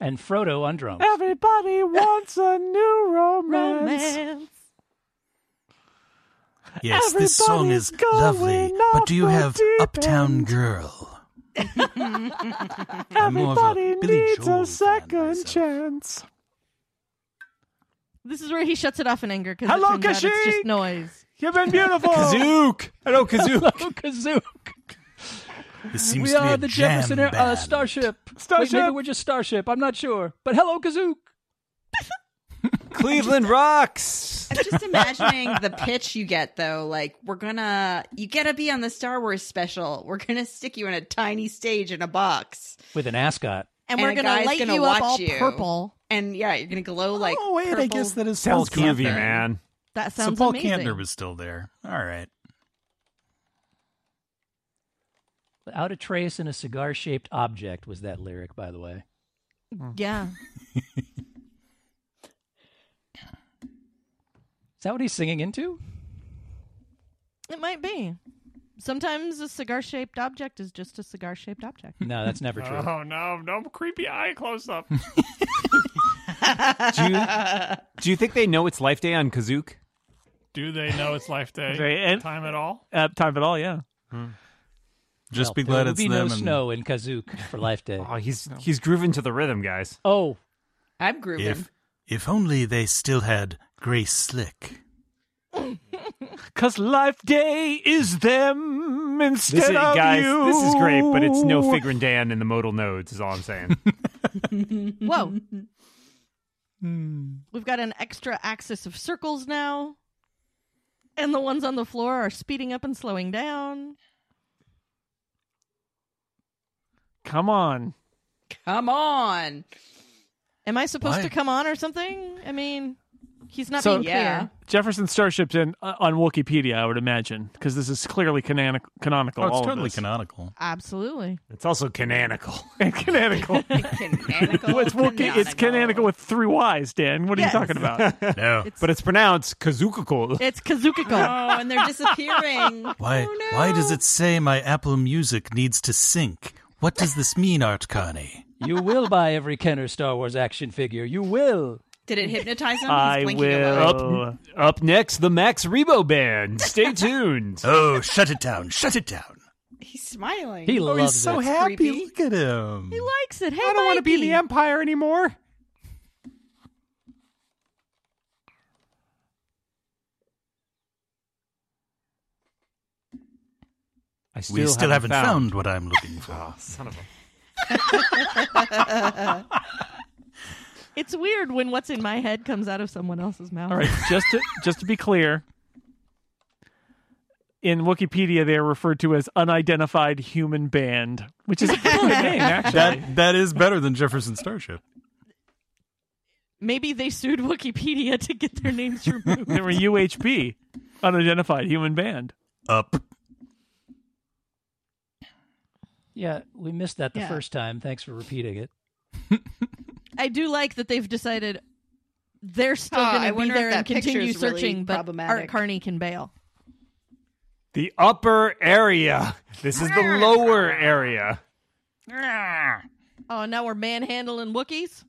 [SPEAKER 3] and Frodo on drums.
[SPEAKER 2] Everybody wants a new
[SPEAKER 6] Romance.
[SPEAKER 5] Yes, this song is
[SPEAKER 2] Everybody's
[SPEAKER 5] lovely.
[SPEAKER 2] going
[SPEAKER 5] But do you
[SPEAKER 2] off the
[SPEAKER 5] have
[SPEAKER 2] deep
[SPEAKER 5] Uptown
[SPEAKER 2] end.
[SPEAKER 5] Girl? I'm more of a Billy Joel fan myself.
[SPEAKER 2] chance.
[SPEAKER 6] This is where he shuts it off in anger because
[SPEAKER 2] Hello,
[SPEAKER 6] it turns out it's
[SPEAKER 2] Kashyyyk!
[SPEAKER 6] just noise.
[SPEAKER 2] You've been beautiful.
[SPEAKER 9] Kazook. Hello, Kazook.
[SPEAKER 3] Oh, Kazook.
[SPEAKER 5] This seems
[SPEAKER 3] We
[SPEAKER 5] to be
[SPEAKER 3] are
[SPEAKER 5] a
[SPEAKER 3] the
[SPEAKER 5] jam
[SPEAKER 3] Jefferson Air- uh,
[SPEAKER 5] band.
[SPEAKER 3] Starship.
[SPEAKER 2] Starship.
[SPEAKER 3] Wait, maybe we're just Starship. I'm not sure. But hello, Kazook.
[SPEAKER 9] Cleveland rocks.
[SPEAKER 8] I'm just imagining the pitch you get though. Like we're gonna, you gotta be on the Star Wars special. We're gonna stick you in a tiny stage in a box,
[SPEAKER 3] With an ascot.
[SPEAKER 6] And,
[SPEAKER 8] And
[SPEAKER 6] we're
[SPEAKER 8] a
[SPEAKER 6] gonna
[SPEAKER 8] guy's
[SPEAKER 6] light
[SPEAKER 8] gonna
[SPEAKER 6] you up
[SPEAKER 8] watch
[SPEAKER 6] all
[SPEAKER 8] you.
[SPEAKER 6] purple.
[SPEAKER 8] and yeah, you're gonna glow like.
[SPEAKER 5] oh wait, I
[SPEAKER 8] purple-
[SPEAKER 5] guess that is
[SPEAKER 9] Sounds
[SPEAKER 5] Paul
[SPEAKER 9] groovy,
[SPEAKER 5] Kantner.
[SPEAKER 9] man.
[SPEAKER 6] That
[SPEAKER 5] So
[SPEAKER 6] sounds
[SPEAKER 5] Paul
[SPEAKER 6] amazing.
[SPEAKER 5] Kantner was still there. All right.
[SPEAKER 3] Without a trace in a cigar shaped object was that lyric, by the way.
[SPEAKER 6] yeah.
[SPEAKER 3] Is that what he's singing into?
[SPEAKER 6] It might be. Sometimes a cigar shaped object is just a cigar shaped object.
[SPEAKER 3] No, that's never true.
[SPEAKER 7] Oh no, no creepy eye close up.
[SPEAKER 9] Do you, do you think they know it's Life Day on Kazook?
[SPEAKER 7] Do they know it's Life Day?
[SPEAKER 2] They- and-
[SPEAKER 7] time at all?
[SPEAKER 2] Uh, time at all, yeah.
[SPEAKER 5] Just
[SPEAKER 3] Well,
[SPEAKER 5] be
[SPEAKER 3] there
[SPEAKER 5] glad
[SPEAKER 3] will
[SPEAKER 5] it's
[SPEAKER 3] be
[SPEAKER 5] them.
[SPEAKER 3] no
[SPEAKER 5] and
[SPEAKER 3] snow in Kazook for Life Day.
[SPEAKER 9] Oh, he's he's grooving to the rhythm, guys.
[SPEAKER 3] Oh,
[SPEAKER 8] I'm grooving.
[SPEAKER 5] If if only they still had Grace Slick.
[SPEAKER 2] Cause life day is them instead
[SPEAKER 9] This is,
[SPEAKER 2] of
[SPEAKER 9] guys,
[SPEAKER 2] you.
[SPEAKER 9] this is great, but it's no Figure and Dan in the modal nodes. Is all I'm saying.
[SPEAKER 6] Whoa. We've got an extra axis of circles now. And the ones on the floor are speeding up and slowing down.
[SPEAKER 2] Come on.
[SPEAKER 8] Come on.
[SPEAKER 6] Am I supposed
[SPEAKER 5] Why?
[SPEAKER 6] to come on or something? I mean, he's not
[SPEAKER 2] So-
[SPEAKER 6] being
[SPEAKER 8] Yeah.
[SPEAKER 6] clear.
[SPEAKER 2] Jefferson Starship's in, uh, on Wikipedia, I would imagine, because this is clearly canonic- canonical.
[SPEAKER 5] Oh, it's
[SPEAKER 2] all of
[SPEAKER 5] totally
[SPEAKER 2] this.
[SPEAKER 5] canonical.
[SPEAKER 6] Absolutely.
[SPEAKER 9] It's also canonical.
[SPEAKER 2] canonical.
[SPEAKER 8] Canonical.
[SPEAKER 2] it's, Wiki- it's canonical with three Y's, Dan. What are
[SPEAKER 6] Yes.
[SPEAKER 2] you talking about?
[SPEAKER 5] No.
[SPEAKER 9] But it's pronounced Kazookical.
[SPEAKER 6] It's Kazukical.
[SPEAKER 8] Oh, and they're disappearing.
[SPEAKER 5] Why
[SPEAKER 8] Oh, no.
[SPEAKER 5] why does it say my Apple Music needs to sync? What does this mean, Art Carney?
[SPEAKER 3] you will buy every Kenner Star Wars action figure. You will.
[SPEAKER 8] Did it hypnotize him? He's
[SPEAKER 2] I
[SPEAKER 8] blinking a
[SPEAKER 2] Oh.
[SPEAKER 8] lot.
[SPEAKER 5] Oh.
[SPEAKER 2] will.
[SPEAKER 9] Up next, the Max Rebo Band. Stay tuned.
[SPEAKER 5] Oh, shut it down. Shut it down.
[SPEAKER 8] He's smiling.
[SPEAKER 3] He
[SPEAKER 5] Oh,
[SPEAKER 3] loves
[SPEAKER 5] he's so
[SPEAKER 3] it.
[SPEAKER 5] happy.
[SPEAKER 8] creepy.
[SPEAKER 5] Look at him.
[SPEAKER 6] he likes it. Hey,
[SPEAKER 9] I don't want to be in the
[SPEAKER 6] Mikey.
[SPEAKER 9] Empire anymore. I still,
[SPEAKER 5] we still haven't, found.
[SPEAKER 9] found.
[SPEAKER 5] what I'm looking
[SPEAKER 3] Oh,
[SPEAKER 5] for.
[SPEAKER 9] Son of a.
[SPEAKER 6] It's weird when what's in my head comes out of someone else's mouth.
[SPEAKER 2] All right, just to just to be clear, in Wikipedia they are referred to as unidentified human band, which is a pretty good name actually.
[SPEAKER 5] that that is better than Jefferson Starship.
[SPEAKER 6] Maybe they sued Wikipedia to get their names removed.
[SPEAKER 2] they were UHB, unidentified human band.
[SPEAKER 5] Up.
[SPEAKER 3] Yeah, we missed that the
[SPEAKER 6] Yeah.
[SPEAKER 3] first time. Thanks for repeating it.
[SPEAKER 6] I do like that they've decided they're still
[SPEAKER 8] Oh, I
[SPEAKER 6] going to be
[SPEAKER 8] wonder if
[SPEAKER 6] there and
[SPEAKER 8] that picture
[SPEAKER 6] continue
[SPEAKER 8] is really
[SPEAKER 6] searching, but Art
[SPEAKER 8] problematic.
[SPEAKER 6] Carney can bail.
[SPEAKER 9] The upper area. This is the lower area.
[SPEAKER 6] Oh, now we're manhandling Wookiees?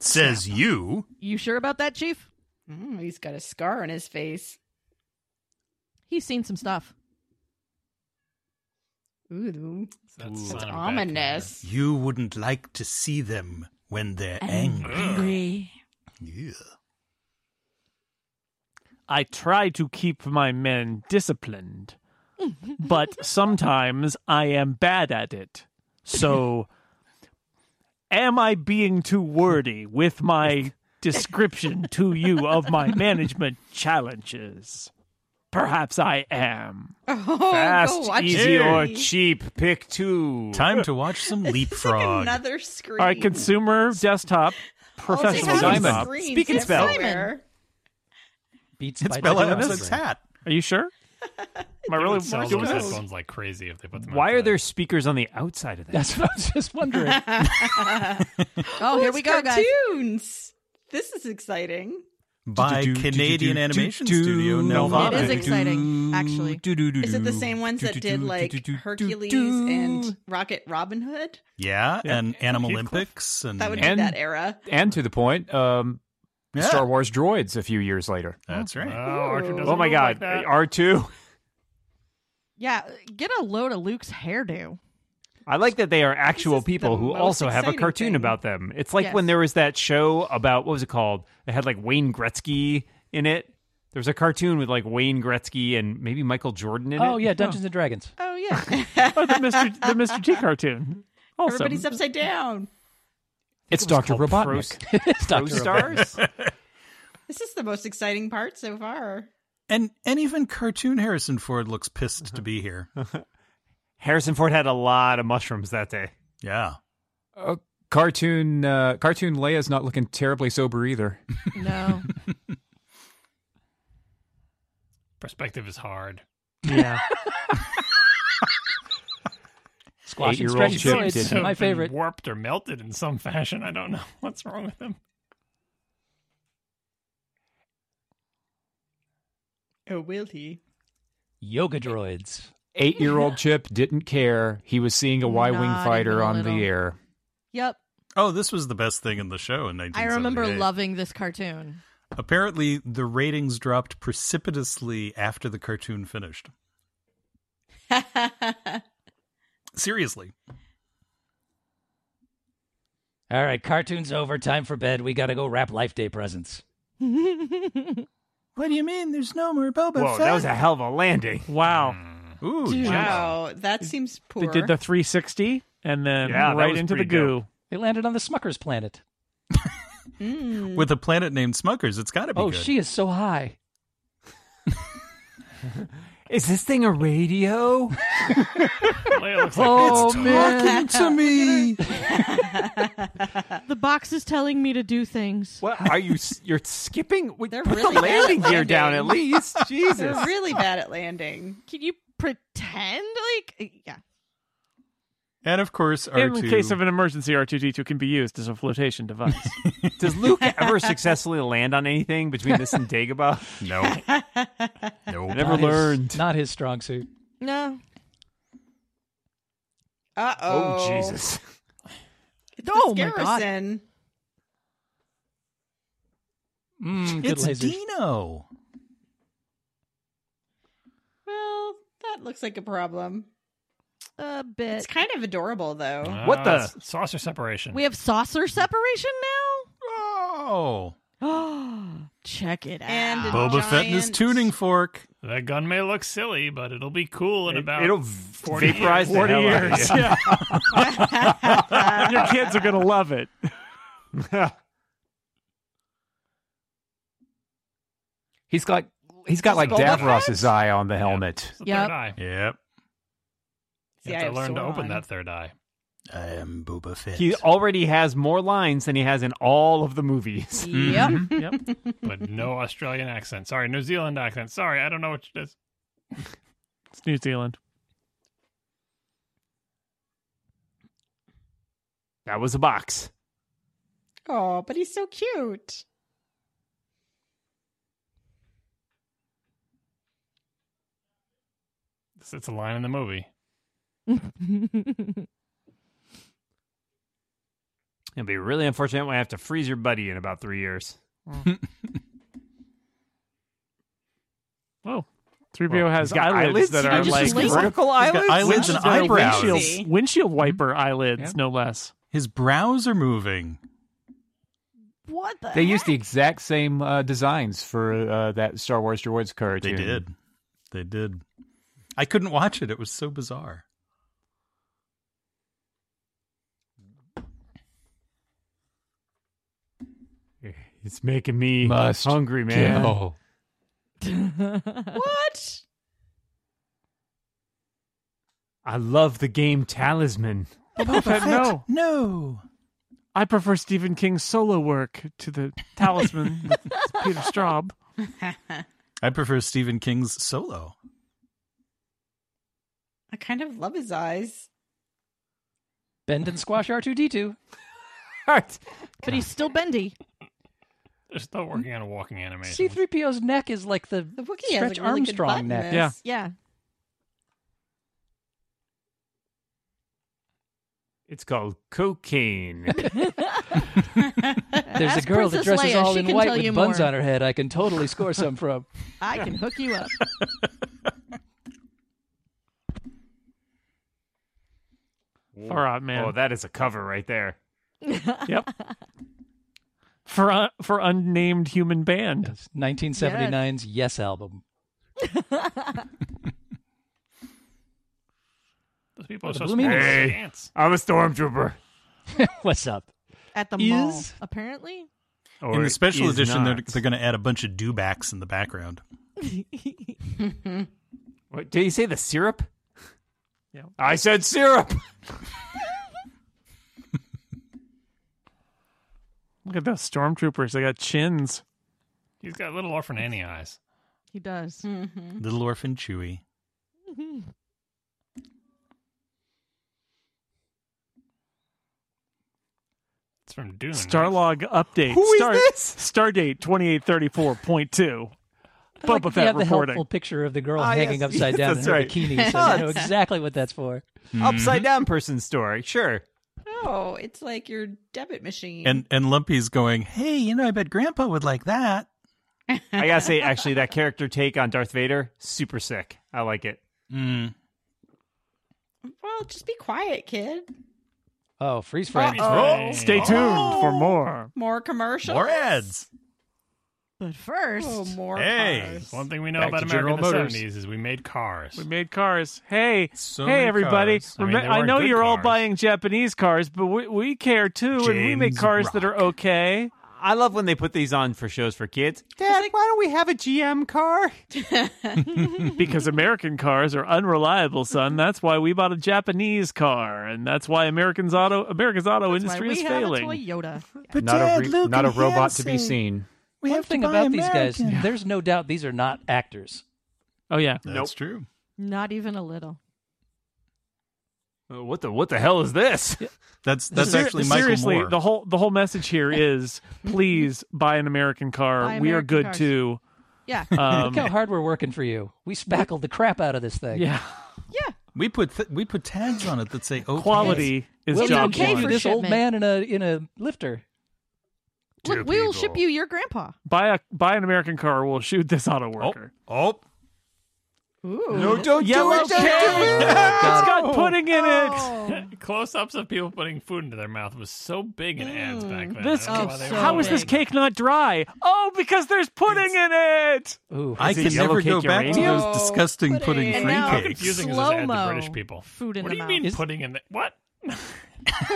[SPEAKER 5] Says you.
[SPEAKER 6] You sure about that, Chief?
[SPEAKER 8] Mm, he's got a scar on his face.
[SPEAKER 6] He's seen some stuff.
[SPEAKER 8] Ooh,
[SPEAKER 7] That's,
[SPEAKER 8] that's ominous.
[SPEAKER 5] You wouldn't like to see them when they're Yeah.
[SPEAKER 2] I try to keep my men disciplined, but sometimes I am bad at it. So, am I being too wordy with my description to you of my management challenges? Perhaps I am.
[SPEAKER 8] Oh,
[SPEAKER 9] Fast,
[SPEAKER 8] go watch
[SPEAKER 9] easy,
[SPEAKER 8] it.
[SPEAKER 9] or cheap. Pick two.
[SPEAKER 5] Time to watch some leapfrog.
[SPEAKER 8] Another screen.
[SPEAKER 2] All right, consumer desktop, professional
[SPEAKER 8] All they have is
[SPEAKER 2] desktop.
[SPEAKER 8] screens
[SPEAKER 9] Speak and spell.
[SPEAKER 8] everywhere.
[SPEAKER 3] Beats
[SPEAKER 5] it's
[SPEAKER 3] by
[SPEAKER 5] Bella
[SPEAKER 3] Deborah
[SPEAKER 5] Upset's
[SPEAKER 3] Brain.
[SPEAKER 5] hat.
[SPEAKER 2] Are you sure? Am I really
[SPEAKER 7] Sell
[SPEAKER 2] doing
[SPEAKER 7] those
[SPEAKER 2] this?
[SPEAKER 7] headphones like crazy if they put them.
[SPEAKER 9] Why are
[SPEAKER 7] outside.
[SPEAKER 9] there speakers on the outside of that?
[SPEAKER 3] That's what I was just wondering.
[SPEAKER 6] Oh, here we go, guys.
[SPEAKER 8] cartoons. This is exciting.
[SPEAKER 5] By
[SPEAKER 9] Do-do-do,
[SPEAKER 5] Canadian
[SPEAKER 9] do-do-do,
[SPEAKER 5] animation
[SPEAKER 9] do-do.
[SPEAKER 5] studio Nelvana.
[SPEAKER 6] It is exciting, actually.
[SPEAKER 5] Do-do-do-do.
[SPEAKER 8] Is it the same ones that did like
[SPEAKER 5] Do-do-do-do-do-do.
[SPEAKER 8] Hercules and Rocket Robin Hood?
[SPEAKER 5] Yeah, and Animal
[SPEAKER 9] Heathcliff.
[SPEAKER 5] Olympics and
[SPEAKER 8] That would
[SPEAKER 9] And-
[SPEAKER 8] be that era.
[SPEAKER 9] and to the point,
[SPEAKER 4] uh,
[SPEAKER 9] um,
[SPEAKER 5] Yeah,
[SPEAKER 9] Star Wars droids a few years later.
[SPEAKER 5] That's
[SPEAKER 7] Oh,
[SPEAKER 5] right.
[SPEAKER 7] Archer
[SPEAKER 8] Ooh.
[SPEAKER 7] doesn't
[SPEAKER 9] Oh my
[SPEAKER 7] look
[SPEAKER 9] God,
[SPEAKER 7] Like that.
[SPEAKER 9] R2.
[SPEAKER 6] Yeah, get a load of Luke's hairdo.
[SPEAKER 9] I like that they are actual
[SPEAKER 8] is the
[SPEAKER 9] people who
[SPEAKER 8] most
[SPEAKER 9] also have a
[SPEAKER 8] exciting
[SPEAKER 9] cartoon
[SPEAKER 8] thing.
[SPEAKER 9] about them. It's like when
[SPEAKER 6] Yes.
[SPEAKER 9] there was that show about what was it called? It had like Wayne Gretzky in it. There was a cartoon with like Wayne Gretzky and maybe Michael Jordan in it.
[SPEAKER 3] Oh yeah, Dungeons and Dragons.
[SPEAKER 6] Oh, yeah.
[SPEAKER 2] Oh, the Mr. the Mr. T cartoon. Awesome.
[SPEAKER 8] Everybody's upside down.
[SPEAKER 9] it's
[SPEAKER 4] It was
[SPEAKER 9] Doctor
[SPEAKER 4] called
[SPEAKER 9] Robotnik.
[SPEAKER 3] It's
[SPEAKER 9] Pro
[SPEAKER 3] Dr.
[SPEAKER 9] stars.
[SPEAKER 8] This is the most exciting part so far.
[SPEAKER 5] And and even cartoon Harrison Ford looks pissed to be here.
[SPEAKER 9] Harrison Ford had a lot of mushrooms that day.
[SPEAKER 5] Yeah.
[SPEAKER 4] Uh, cartoon uh, cartoon Leia's not looking terribly sober either.
[SPEAKER 6] no.
[SPEAKER 7] Perspective is hard.
[SPEAKER 2] yeah.
[SPEAKER 3] Squash and
[SPEAKER 4] Eight-year-old
[SPEAKER 3] stretch
[SPEAKER 4] Chip
[SPEAKER 7] Seems
[SPEAKER 4] did
[SPEAKER 3] droids.
[SPEAKER 7] to have
[SPEAKER 3] My
[SPEAKER 7] been
[SPEAKER 3] favorite.
[SPEAKER 7] warped or melted in some fashion. I don't know what's wrong with him.
[SPEAKER 8] Oh, will he?
[SPEAKER 3] Yoga droids.
[SPEAKER 4] Eight year old Chip didn't care. He was seeing a Y wing
[SPEAKER 6] Not
[SPEAKER 4] fighter
[SPEAKER 6] even a
[SPEAKER 4] on
[SPEAKER 6] little.
[SPEAKER 4] the air.
[SPEAKER 6] Yep.
[SPEAKER 5] Oh, this was the best thing in the show in 1978.
[SPEAKER 6] I remember loving this cartoon.
[SPEAKER 5] Apparently, the ratings dropped precipitously after the cartoon finished. Seriously.
[SPEAKER 3] All right, cartoon's over. Time for bed. We gotta go wrap Life Day presents.
[SPEAKER 5] What do you mean? There's no more Boba
[SPEAKER 9] Whoa, that was a hell of a landing.
[SPEAKER 2] Wow.
[SPEAKER 5] Ooh,
[SPEAKER 8] wow, that seems poor.
[SPEAKER 2] They did the 360 and then
[SPEAKER 9] Yeah, that
[SPEAKER 2] right
[SPEAKER 9] was
[SPEAKER 2] into the
[SPEAKER 9] pretty
[SPEAKER 2] goo.
[SPEAKER 3] They landed on the Smucker's planet.
[SPEAKER 8] Mm.
[SPEAKER 5] With a planet named Smuckers, it's got to be
[SPEAKER 3] Oh,
[SPEAKER 5] good.
[SPEAKER 3] she is so high.
[SPEAKER 9] Is this thing a radio?
[SPEAKER 7] Leia looks like
[SPEAKER 2] Oh
[SPEAKER 5] Talking to me.
[SPEAKER 6] the box is telling me to do things.
[SPEAKER 9] What are you? s- You're skipping. Wait,
[SPEAKER 8] They're
[SPEAKER 9] put
[SPEAKER 8] really
[SPEAKER 9] the
[SPEAKER 8] bad
[SPEAKER 9] landing
[SPEAKER 8] at
[SPEAKER 9] gear down at
[SPEAKER 8] landing.
[SPEAKER 9] least. Jesus.
[SPEAKER 8] They're really bad at landing.
[SPEAKER 6] Can you pretend? Like, uh, yeah.
[SPEAKER 5] and of course,
[SPEAKER 2] In
[SPEAKER 5] R2.
[SPEAKER 2] case of an emergency, R2D2 can be used as a flotation device.
[SPEAKER 9] Does Luke ever successfully land on anything between this and Dagobah?
[SPEAKER 5] no. no.
[SPEAKER 9] I never
[SPEAKER 3] Not his-
[SPEAKER 9] learned.
[SPEAKER 3] not his strong suit.
[SPEAKER 6] No.
[SPEAKER 8] Uh oh.
[SPEAKER 9] Oh Jesus!
[SPEAKER 8] It's
[SPEAKER 6] Oh,
[SPEAKER 8] Miss
[SPEAKER 6] my God.
[SPEAKER 8] Garrison.
[SPEAKER 3] Mm, good
[SPEAKER 5] It's
[SPEAKER 3] lasers.
[SPEAKER 5] Dino.
[SPEAKER 8] Well, that looks like a problem.
[SPEAKER 6] A bit.
[SPEAKER 8] It's kind of adorable, though.
[SPEAKER 7] Ah,
[SPEAKER 9] What the-
[SPEAKER 7] saucer separation?
[SPEAKER 6] We have saucer separation now?
[SPEAKER 5] Oh.
[SPEAKER 6] Check it out.
[SPEAKER 8] And
[SPEAKER 5] Boba Fett and his
[SPEAKER 8] Giant-
[SPEAKER 5] tuning fork.
[SPEAKER 7] That gun may look silly, but it'll be cool in about
[SPEAKER 9] It'll
[SPEAKER 7] 40
[SPEAKER 9] vaporize the
[SPEAKER 2] 40
[SPEAKER 9] hell out of
[SPEAKER 2] years.
[SPEAKER 9] you.
[SPEAKER 2] Yeah. And your kids are going to love it.
[SPEAKER 4] He's got he's got like Davros's eye on the helmet.
[SPEAKER 7] It's the
[SPEAKER 6] Yep.
[SPEAKER 7] third eye.
[SPEAKER 5] Yep.
[SPEAKER 8] See,
[SPEAKER 7] you
[SPEAKER 8] I
[SPEAKER 7] have
[SPEAKER 8] have
[SPEAKER 7] to learn to
[SPEAKER 8] Sauron.
[SPEAKER 7] open that third eye.
[SPEAKER 5] I am Boba Fett.
[SPEAKER 9] He already has more lines than he has in all of the movies.
[SPEAKER 6] yep.
[SPEAKER 7] But no Australian accent. Sorry, New Zealand accent. Sorry, I don't know what it is.
[SPEAKER 2] It's New Zealand.
[SPEAKER 9] That was a box.
[SPEAKER 8] Oh, but he's so cute.
[SPEAKER 7] It's- It's a line in the movie.
[SPEAKER 9] It'll be really unfortunate when I have to freeze your buddy in about three years.
[SPEAKER 2] Whoa. 3PO has
[SPEAKER 9] He's got
[SPEAKER 2] eyelids,
[SPEAKER 9] eyelids
[SPEAKER 2] that
[SPEAKER 6] I
[SPEAKER 2] are
[SPEAKER 6] just
[SPEAKER 2] like
[SPEAKER 6] blinked.
[SPEAKER 9] vertical eyelids.
[SPEAKER 5] eyelids and
[SPEAKER 2] That are
[SPEAKER 5] eyebrows.
[SPEAKER 2] Windshield, windshield
[SPEAKER 9] Mm-hmm.
[SPEAKER 2] wiper eyelids, no less.
[SPEAKER 5] His brows are moving.
[SPEAKER 6] What the?
[SPEAKER 4] They used the exact same uh, designs for uh, that Star Wars droids
[SPEAKER 5] They
[SPEAKER 4] cartoon.
[SPEAKER 5] did. They did. I couldn't watch it. It was so bizarre.
[SPEAKER 9] It's making me
[SPEAKER 4] Must
[SPEAKER 9] hungry, man.
[SPEAKER 4] Kill.
[SPEAKER 8] What?
[SPEAKER 9] I love the game Talisman.
[SPEAKER 2] Boba Fett, no.
[SPEAKER 5] No.
[SPEAKER 2] I prefer Stephen King's solo work to the Talisman with Peter Straub.
[SPEAKER 5] I prefer Stephen King's solo.
[SPEAKER 8] I kind of love his eyes.
[SPEAKER 3] Bend and squash R two D two.
[SPEAKER 6] but he's still bendy.
[SPEAKER 7] They're still working on a walking animation.
[SPEAKER 3] C three PO's neck is like the
[SPEAKER 8] The Wookiee has
[SPEAKER 3] stretch
[SPEAKER 8] like, really good butt
[SPEAKER 3] Armstrong
[SPEAKER 8] in
[SPEAKER 3] neck.
[SPEAKER 8] this.
[SPEAKER 2] Yeah.
[SPEAKER 6] Yeah.
[SPEAKER 9] It's called cocaine.
[SPEAKER 3] There's a
[SPEAKER 6] Ask
[SPEAKER 3] girl that
[SPEAKER 6] Princess
[SPEAKER 3] dresses
[SPEAKER 6] Leia.
[SPEAKER 3] all
[SPEAKER 6] She
[SPEAKER 3] in
[SPEAKER 6] can
[SPEAKER 3] white
[SPEAKER 6] tell you
[SPEAKER 3] with buns
[SPEAKER 6] more.
[SPEAKER 3] on her head. I can totally score some from.
[SPEAKER 6] I can hook you up.
[SPEAKER 2] Farah, man.
[SPEAKER 9] Oh, that is a cover right there.
[SPEAKER 2] yep. For un- for unnamed human band.
[SPEAKER 3] 1979's Yes album.
[SPEAKER 7] Those people are
[SPEAKER 2] The
[SPEAKER 7] so
[SPEAKER 2] blooming-
[SPEAKER 7] small.
[SPEAKER 9] Hey.
[SPEAKER 7] Dance.
[SPEAKER 9] I'm a stormtrooper.
[SPEAKER 3] What's up?
[SPEAKER 6] At the
[SPEAKER 3] Is-
[SPEAKER 6] mall, apparently.
[SPEAKER 9] Or
[SPEAKER 5] In the
[SPEAKER 9] it
[SPEAKER 5] special
[SPEAKER 9] is
[SPEAKER 5] edition, they're,
[SPEAKER 9] not.
[SPEAKER 5] they're going to add a bunch of dewbacks in the background.
[SPEAKER 9] What, did you say the syrup?
[SPEAKER 2] Yeah.
[SPEAKER 9] I said syrup.
[SPEAKER 2] Look at those stormtroopers. They got chins.
[SPEAKER 7] He's got little orphan Annie eyes.
[SPEAKER 6] He does.
[SPEAKER 8] Mm-hmm.
[SPEAKER 5] Little Orphan Chewie.
[SPEAKER 7] It's from Dune.
[SPEAKER 2] Starlog update.
[SPEAKER 9] Who is
[SPEAKER 2] Star-
[SPEAKER 9] this?
[SPEAKER 2] Stardate 2834.2. Boba
[SPEAKER 3] like they
[SPEAKER 2] Fett
[SPEAKER 3] have the
[SPEAKER 2] reporting.
[SPEAKER 3] helpful picture of the girl
[SPEAKER 9] Ah,
[SPEAKER 3] hanging
[SPEAKER 9] yes,
[SPEAKER 3] upside
[SPEAKER 9] yes,
[SPEAKER 3] down in
[SPEAKER 9] that's
[SPEAKER 3] her
[SPEAKER 9] right.
[SPEAKER 3] bikini, so I know exactly what that's for.
[SPEAKER 4] Mm-hmm.
[SPEAKER 9] Upside down person story. Sure.
[SPEAKER 8] Oh, it's like your debit machine.
[SPEAKER 5] And and Lumpy's going, hey, you know, I bet Grandpa would like that.
[SPEAKER 9] I gotta say, actually, that character take on Darth Vader, super sick. I like it.
[SPEAKER 5] Mm.
[SPEAKER 8] well, just be quiet, kid.
[SPEAKER 3] Oh, freeze frame.
[SPEAKER 7] Oh,
[SPEAKER 2] Stay tuned for more.
[SPEAKER 8] More commercials.
[SPEAKER 5] More ads.
[SPEAKER 6] But first,
[SPEAKER 8] Oh, more
[SPEAKER 5] Hey.
[SPEAKER 8] cars.
[SPEAKER 7] One thing we know
[SPEAKER 9] Back
[SPEAKER 7] about
[SPEAKER 9] to
[SPEAKER 7] America in the
[SPEAKER 9] General Motors.
[SPEAKER 7] 70s is we made cars.
[SPEAKER 2] We made cars. Hey,
[SPEAKER 5] So
[SPEAKER 2] hey
[SPEAKER 5] many
[SPEAKER 2] everybody!
[SPEAKER 5] cars.
[SPEAKER 7] I mean,
[SPEAKER 2] Remem-
[SPEAKER 7] they
[SPEAKER 2] I,
[SPEAKER 7] weren't
[SPEAKER 2] know
[SPEAKER 7] good
[SPEAKER 2] you're all
[SPEAKER 7] cars.
[SPEAKER 2] buying Japanese cars, but we, we care too, and we make
[SPEAKER 5] James
[SPEAKER 2] cars that are okay.
[SPEAKER 9] I love when they put these on for shows for kids. Dad, why don't we have a GM car?
[SPEAKER 2] because American cars are unreliable, son. That's why we bought a Japanese car, and that's why Americans auto America's auto
[SPEAKER 6] why
[SPEAKER 2] industry
[SPEAKER 6] we
[SPEAKER 2] is
[SPEAKER 6] have a
[SPEAKER 2] failing.
[SPEAKER 6] Toyota.
[SPEAKER 5] But
[SPEAKER 4] Not a re- not a robot to be seen.
[SPEAKER 5] We
[SPEAKER 3] One thing about these guys, there's no doubt these are not actors.
[SPEAKER 2] oh yeah,
[SPEAKER 5] That's true.
[SPEAKER 6] Not even a little.
[SPEAKER 9] Uh, What the what the hell is this?
[SPEAKER 5] That's that's
[SPEAKER 2] Ser-
[SPEAKER 5] actually Michael
[SPEAKER 2] seriously
[SPEAKER 5] Moore.
[SPEAKER 2] the whole the whole message here is please buy an American car.
[SPEAKER 6] Buy
[SPEAKER 2] we are
[SPEAKER 6] American
[SPEAKER 2] good
[SPEAKER 6] cars.
[SPEAKER 2] too.
[SPEAKER 6] Yeah.
[SPEAKER 2] Um,
[SPEAKER 3] Look how hard we're working for you. We spackled the crap out of this thing.
[SPEAKER 2] yeah,
[SPEAKER 5] we put th- we put tags on it that say "Oh, okay.
[SPEAKER 2] quality is
[SPEAKER 3] We'll
[SPEAKER 2] job
[SPEAKER 3] dump you
[SPEAKER 6] okay
[SPEAKER 2] one.
[SPEAKER 6] for
[SPEAKER 3] this old
[SPEAKER 6] shipment.
[SPEAKER 3] man in a in a lifter.
[SPEAKER 6] Look, we will ship you your grandpa.
[SPEAKER 2] buy a buy an American car. We'll shoot this auto
[SPEAKER 5] Oh,
[SPEAKER 2] worker.
[SPEAKER 5] oh,
[SPEAKER 6] Ooh.
[SPEAKER 9] No, don't yell
[SPEAKER 3] Oh, God.
[SPEAKER 2] It's got pudding in it.
[SPEAKER 6] Oh.
[SPEAKER 7] Close-ups of people putting food into their mouth was so big in ads back then.
[SPEAKER 2] This-
[SPEAKER 7] I don't know why they
[SPEAKER 6] Mm, Oh, so
[SPEAKER 7] were
[SPEAKER 2] How
[SPEAKER 7] doing
[SPEAKER 2] is this
[SPEAKER 7] it.
[SPEAKER 2] cake not dry? Oh, because there's pudding in it.
[SPEAKER 3] Ooh,
[SPEAKER 5] I
[SPEAKER 9] Is it
[SPEAKER 5] can
[SPEAKER 9] yellow
[SPEAKER 5] never
[SPEAKER 9] cake
[SPEAKER 5] go back to
[SPEAKER 9] uranium?
[SPEAKER 5] those disgusting pudding
[SPEAKER 6] pudding.
[SPEAKER 5] free
[SPEAKER 6] And now-
[SPEAKER 7] How
[SPEAKER 5] cakes.
[SPEAKER 7] confusing is this ad to
[SPEAKER 6] Slow-mo.
[SPEAKER 7] British people?
[SPEAKER 6] Food in
[SPEAKER 7] what
[SPEAKER 6] the
[SPEAKER 7] do you
[SPEAKER 6] mouth.
[SPEAKER 7] mean
[SPEAKER 3] Is-
[SPEAKER 7] putting in the what?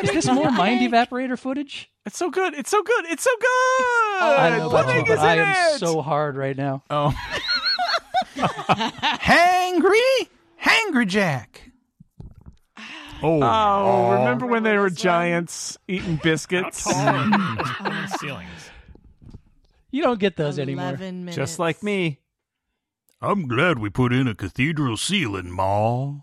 [SPEAKER 3] is this more mind evaporator footage?
[SPEAKER 2] It's so good. It's so good. It's so good.
[SPEAKER 3] I know,
[SPEAKER 2] Uh, pudding
[SPEAKER 3] but
[SPEAKER 2] is in
[SPEAKER 3] I am
[SPEAKER 2] it.
[SPEAKER 3] so hard right now.
[SPEAKER 5] Oh. Hangry? Hangry Jack.
[SPEAKER 9] Oh,
[SPEAKER 2] Oh, remember when they were giants eating
[SPEAKER 7] How
[SPEAKER 2] biscuits?
[SPEAKER 7] tall are the ceilings?
[SPEAKER 3] You don't get those anymore.
[SPEAKER 6] Eleven minutes.
[SPEAKER 9] just like me.
[SPEAKER 5] I'm glad we put in a cathedral ceiling, Ma.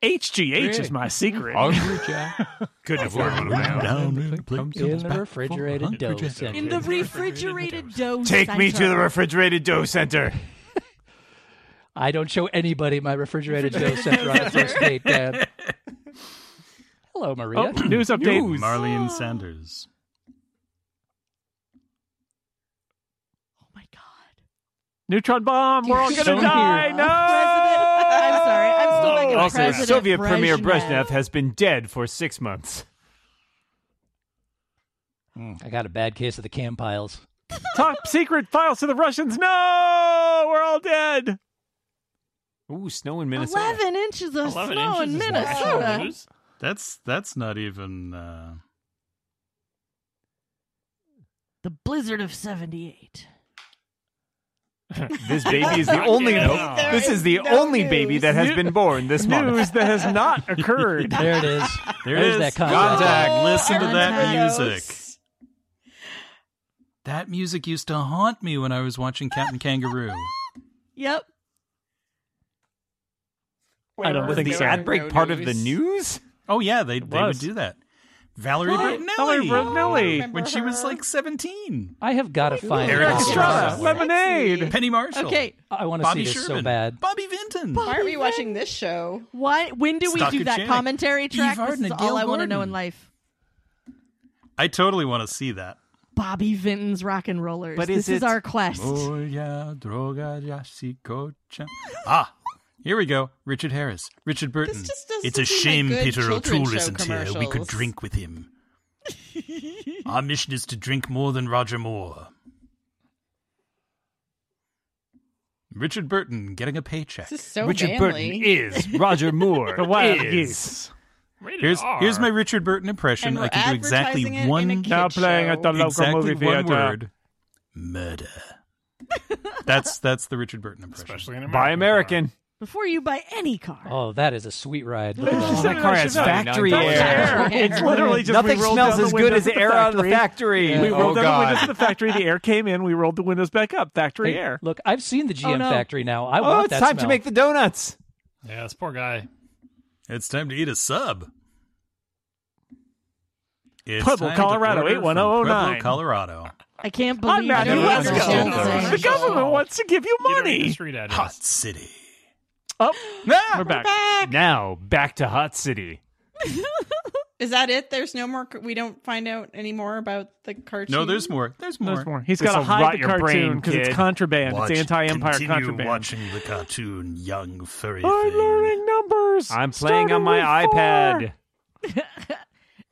[SPEAKER 2] HGH is my secret.
[SPEAKER 4] Hungry Jack.
[SPEAKER 7] Good
[SPEAKER 5] Down in the plate
[SPEAKER 4] comes
[SPEAKER 5] comes
[SPEAKER 3] In
[SPEAKER 5] back
[SPEAKER 3] the
[SPEAKER 5] for
[SPEAKER 3] refrigerated
[SPEAKER 5] Hungry
[SPEAKER 3] dough
[SPEAKER 5] Jack.
[SPEAKER 3] section.
[SPEAKER 6] in the refrigerated dough.
[SPEAKER 9] Take me to
[SPEAKER 6] center.
[SPEAKER 9] the refrigerated dough center.
[SPEAKER 3] I don't show anybody my refrigerated dough center on a first date, Dad. Hello,
[SPEAKER 2] Oh,
[SPEAKER 3] Maria.
[SPEAKER 2] news update.
[SPEAKER 5] Marlene Sanders.
[SPEAKER 6] Oh my god.
[SPEAKER 2] Neutron bomb. We're all gonna
[SPEAKER 3] Don't
[SPEAKER 2] die.
[SPEAKER 3] hear.
[SPEAKER 2] No.
[SPEAKER 6] President- I'm sorry, I'm still like a
[SPEAKER 9] Oh. also,
[SPEAKER 6] President
[SPEAKER 9] Soviet Premier
[SPEAKER 6] Brezhnev.
[SPEAKER 9] Brezhnev has been dead for six months.
[SPEAKER 3] I got a bad case of the cam piles.
[SPEAKER 2] Top secret files to the Russians. No, we're all dead.
[SPEAKER 9] Ooh, snow in Minnesota.
[SPEAKER 6] Eleven inches of
[SPEAKER 7] Eleven
[SPEAKER 6] snow
[SPEAKER 7] inches
[SPEAKER 6] in
[SPEAKER 7] is national
[SPEAKER 6] Minnesota.
[SPEAKER 7] news?
[SPEAKER 5] That's that's not even uh,
[SPEAKER 6] The blizzard of seventy-eight.
[SPEAKER 9] This baby is the only.
[SPEAKER 7] Yeah. There
[SPEAKER 9] This is the only baby that has been born this month.
[SPEAKER 2] News that has not occurred.
[SPEAKER 3] There it is.
[SPEAKER 5] there
[SPEAKER 3] There's
[SPEAKER 5] is
[SPEAKER 3] that contact.
[SPEAKER 5] contact.
[SPEAKER 8] Oh,
[SPEAKER 5] Listen to that
[SPEAKER 8] Arnauto's.
[SPEAKER 5] music. That music used to haunt me when I was watching Captain Kangaroo.
[SPEAKER 6] Yep.
[SPEAKER 2] I don't
[SPEAKER 9] Was
[SPEAKER 2] think
[SPEAKER 9] the
[SPEAKER 2] so.
[SPEAKER 9] ad break
[SPEAKER 8] No
[SPEAKER 9] part of the
[SPEAKER 8] news.
[SPEAKER 9] news?
[SPEAKER 5] Oh yeah, they they would
[SPEAKER 2] was.
[SPEAKER 5] do that. Valerie
[SPEAKER 6] What?
[SPEAKER 5] Bertinelli.
[SPEAKER 2] Valerie Bertinelli.
[SPEAKER 5] when she was like 17.
[SPEAKER 3] I have got to find
[SPEAKER 5] Eric
[SPEAKER 3] this
[SPEAKER 5] Estrada.
[SPEAKER 3] somewhere.
[SPEAKER 2] Lemonade.
[SPEAKER 5] Penny Marshall.
[SPEAKER 6] Okay.
[SPEAKER 3] I want to see
[SPEAKER 5] Bobby
[SPEAKER 3] this
[SPEAKER 5] Sherman.
[SPEAKER 3] so bad.
[SPEAKER 5] Bobby Vinton.
[SPEAKER 8] Why are we watching this show?
[SPEAKER 6] Why? When do we
[SPEAKER 5] Stock
[SPEAKER 6] do that
[SPEAKER 5] Janik.
[SPEAKER 6] commentary track?
[SPEAKER 5] Eve Arden
[SPEAKER 6] this is
[SPEAKER 5] and Gail
[SPEAKER 6] all I want to know
[SPEAKER 5] Gordon.
[SPEAKER 6] in life.
[SPEAKER 5] I totally want to see that.
[SPEAKER 6] Bobby Vinton's Rock and Rollers.
[SPEAKER 9] But
[SPEAKER 6] this
[SPEAKER 9] is
[SPEAKER 6] is
[SPEAKER 9] it- Oh.
[SPEAKER 6] our quest.
[SPEAKER 5] Moja droga jasikocha. Ah, here we go. Richard Harris. Richard Burton.
[SPEAKER 8] This just doesn't
[SPEAKER 5] It's a
[SPEAKER 8] seem
[SPEAKER 5] shame
[SPEAKER 8] like good
[SPEAKER 5] Peter
[SPEAKER 8] children's
[SPEAKER 5] O'Toole
[SPEAKER 8] show
[SPEAKER 5] isn't here. We could
[SPEAKER 8] commercials.
[SPEAKER 5] drink with him. Our mission is to drink more than Roger Moore. Richard Burton getting a paycheck.
[SPEAKER 8] This is so
[SPEAKER 9] Richard
[SPEAKER 8] manly.
[SPEAKER 9] Burton is Roger Moore.
[SPEAKER 2] The wild
[SPEAKER 9] is.
[SPEAKER 2] geese.
[SPEAKER 7] Rated
[SPEAKER 5] Here's
[SPEAKER 7] R.
[SPEAKER 5] here's my Richard Burton impression.
[SPEAKER 8] And
[SPEAKER 5] I
[SPEAKER 8] we're
[SPEAKER 5] can do exactly
[SPEAKER 8] advertising it in
[SPEAKER 5] one
[SPEAKER 8] a kid
[SPEAKER 2] Now playing
[SPEAKER 8] show.
[SPEAKER 2] at the local
[SPEAKER 5] exactly
[SPEAKER 2] movie
[SPEAKER 5] one
[SPEAKER 2] theater.
[SPEAKER 5] word. Murder. That's that's the Richard Burton impression.
[SPEAKER 7] especially in America.
[SPEAKER 9] Buy American.
[SPEAKER 6] Before you buy any car.
[SPEAKER 3] Oh, that is a sweet ride. Look at
[SPEAKER 9] Oh,
[SPEAKER 3] that.
[SPEAKER 9] that car has factory
[SPEAKER 2] Don't
[SPEAKER 9] air.
[SPEAKER 2] care. It's literally just
[SPEAKER 9] Nothing
[SPEAKER 2] we rolled
[SPEAKER 9] smells
[SPEAKER 2] down the
[SPEAKER 9] as good
[SPEAKER 2] windows
[SPEAKER 9] as
[SPEAKER 2] at the
[SPEAKER 9] air out of the factory.
[SPEAKER 2] We rolled
[SPEAKER 4] Oh,
[SPEAKER 2] down the windows
[SPEAKER 4] God.
[SPEAKER 2] of the factory. The air came in. We rolled the windows back up. Factory
[SPEAKER 3] Hey,
[SPEAKER 2] air.
[SPEAKER 3] Look, I've seen the GM
[SPEAKER 6] no.
[SPEAKER 3] factory now. I
[SPEAKER 9] Oh,
[SPEAKER 3] want
[SPEAKER 9] it's
[SPEAKER 3] that
[SPEAKER 9] time to
[SPEAKER 3] smell.
[SPEAKER 9] make the donuts.
[SPEAKER 7] Yeah, this poor guy.
[SPEAKER 5] It's time to eat a sub. It's
[SPEAKER 2] Pueblo,
[SPEAKER 5] time to
[SPEAKER 2] Colorado,
[SPEAKER 5] order from
[SPEAKER 2] 81009.
[SPEAKER 5] Pueblo, Colorado.
[SPEAKER 6] I can't believe
[SPEAKER 2] I'm not
[SPEAKER 6] you
[SPEAKER 2] in
[SPEAKER 5] don't
[SPEAKER 6] guys
[SPEAKER 2] Wesco.
[SPEAKER 6] are
[SPEAKER 5] understand
[SPEAKER 6] still
[SPEAKER 5] those.
[SPEAKER 6] saying-
[SPEAKER 2] The government wants to give you
[SPEAKER 7] You don't need
[SPEAKER 2] money.
[SPEAKER 7] to read ad
[SPEAKER 5] Hot
[SPEAKER 7] ads.
[SPEAKER 5] City.
[SPEAKER 2] Oh, we're back.
[SPEAKER 9] Now back to Hot City.
[SPEAKER 8] Is that it? There's no more. We don't find out any more about the cartoon.
[SPEAKER 5] No, there's more. There's more.
[SPEAKER 2] There's more. He's got
[SPEAKER 9] This'll
[SPEAKER 2] to hide
[SPEAKER 9] rot
[SPEAKER 2] the
[SPEAKER 9] your brain,
[SPEAKER 2] cartoon because it's
[SPEAKER 9] kid.
[SPEAKER 2] contraband.
[SPEAKER 5] Watch-
[SPEAKER 2] it's anti-empire
[SPEAKER 5] continue
[SPEAKER 2] contraband.
[SPEAKER 5] watching the cartoon, young furry
[SPEAKER 2] I'm
[SPEAKER 5] thing.
[SPEAKER 2] learning numbers.
[SPEAKER 9] I'm playing
[SPEAKER 2] starting
[SPEAKER 9] on my
[SPEAKER 2] with four.
[SPEAKER 9] iPad.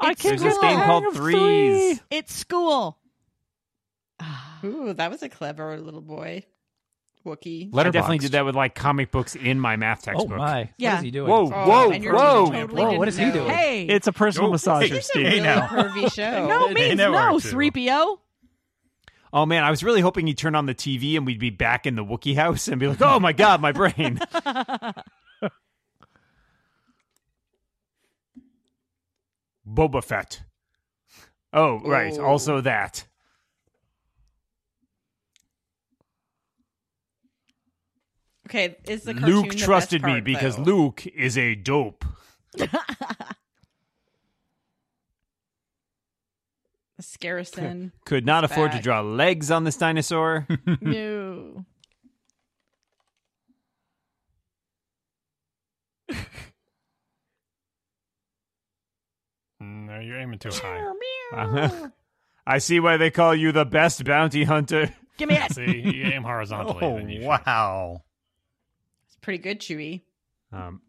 [SPEAKER 2] I
[SPEAKER 6] It's
[SPEAKER 2] can't
[SPEAKER 9] There's this
[SPEAKER 2] get the
[SPEAKER 9] game
[SPEAKER 2] hang
[SPEAKER 9] called
[SPEAKER 2] of
[SPEAKER 9] Threes.
[SPEAKER 2] three.
[SPEAKER 6] It's school.
[SPEAKER 8] Ooh, that was a clever little boy. Wookie.
[SPEAKER 9] I definitely did that with like comic books in my math
[SPEAKER 3] Oh
[SPEAKER 9] textbook.
[SPEAKER 3] my! What
[SPEAKER 6] Yeah.
[SPEAKER 3] is he doing?
[SPEAKER 9] Whoa,
[SPEAKER 8] Oh,
[SPEAKER 9] whoa,
[SPEAKER 8] and you're
[SPEAKER 9] whoa!
[SPEAKER 8] totally
[SPEAKER 3] Whoa, what is he
[SPEAKER 8] didn't
[SPEAKER 3] doing?
[SPEAKER 8] know.
[SPEAKER 6] Hey. uh,
[SPEAKER 2] It's a personal
[SPEAKER 5] Oh,
[SPEAKER 2] massager,
[SPEAKER 8] This is a
[SPEAKER 2] Steve.
[SPEAKER 5] Hey,
[SPEAKER 8] really
[SPEAKER 5] now.
[SPEAKER 8] pervy show.
[SPEAKER 6] no
[SPEAKER 5] Hey,
[SPEAKER 6] means
[SPEAKER 5] now we're
[SPEAKER 6] no,
[SPEAKER 5] two.
[SPEAKER 6] 3PO.
[SPEAKER 9] Oh man, I was really hoping he'd turn on the TV and we'd be back in the Wookiee house and be like, "Oh my god, my brain!" Boba Fett. Oh right,
[SPEAKER 8] Ooh.
[SPEAKER 9] also that.
[SPEAKER 8] Okay, is the cartoon
[SPEAKER 9] Luke
[SPEAKER 8] the
[SPEAKER 9] trusted
[SPEAKER 8] best part,
[SPEAKER 9] me because
[SPEAKER 8] though?
[SPEAKER 9] Luke is a dope.
[SPEAKER 8] Scarison.
[SPEAKER 9] Could not
[SPEAKER 8] He's
[SPEAKER 9] afford to
[SPEAKER 8] back.
[SPEAKER 9] draw legs on this dinosaur.
[SPEAKER 6] no.
[SPEAKER 7] Mm, No, you're aiming too high.
[SPEAKER 9] I see why they call you the best bounty hunter.
[SPEAKER 6] Give me it.
[SPEAKER 7] See, you aim horizontally.
[SPEAKER 5] Oh
[SPEAKER 7] than you should.
[SPEAKER 5] wow!
[SPEAKER 8] It's pretty good, Chewy.
[SPEAKER 9] Um,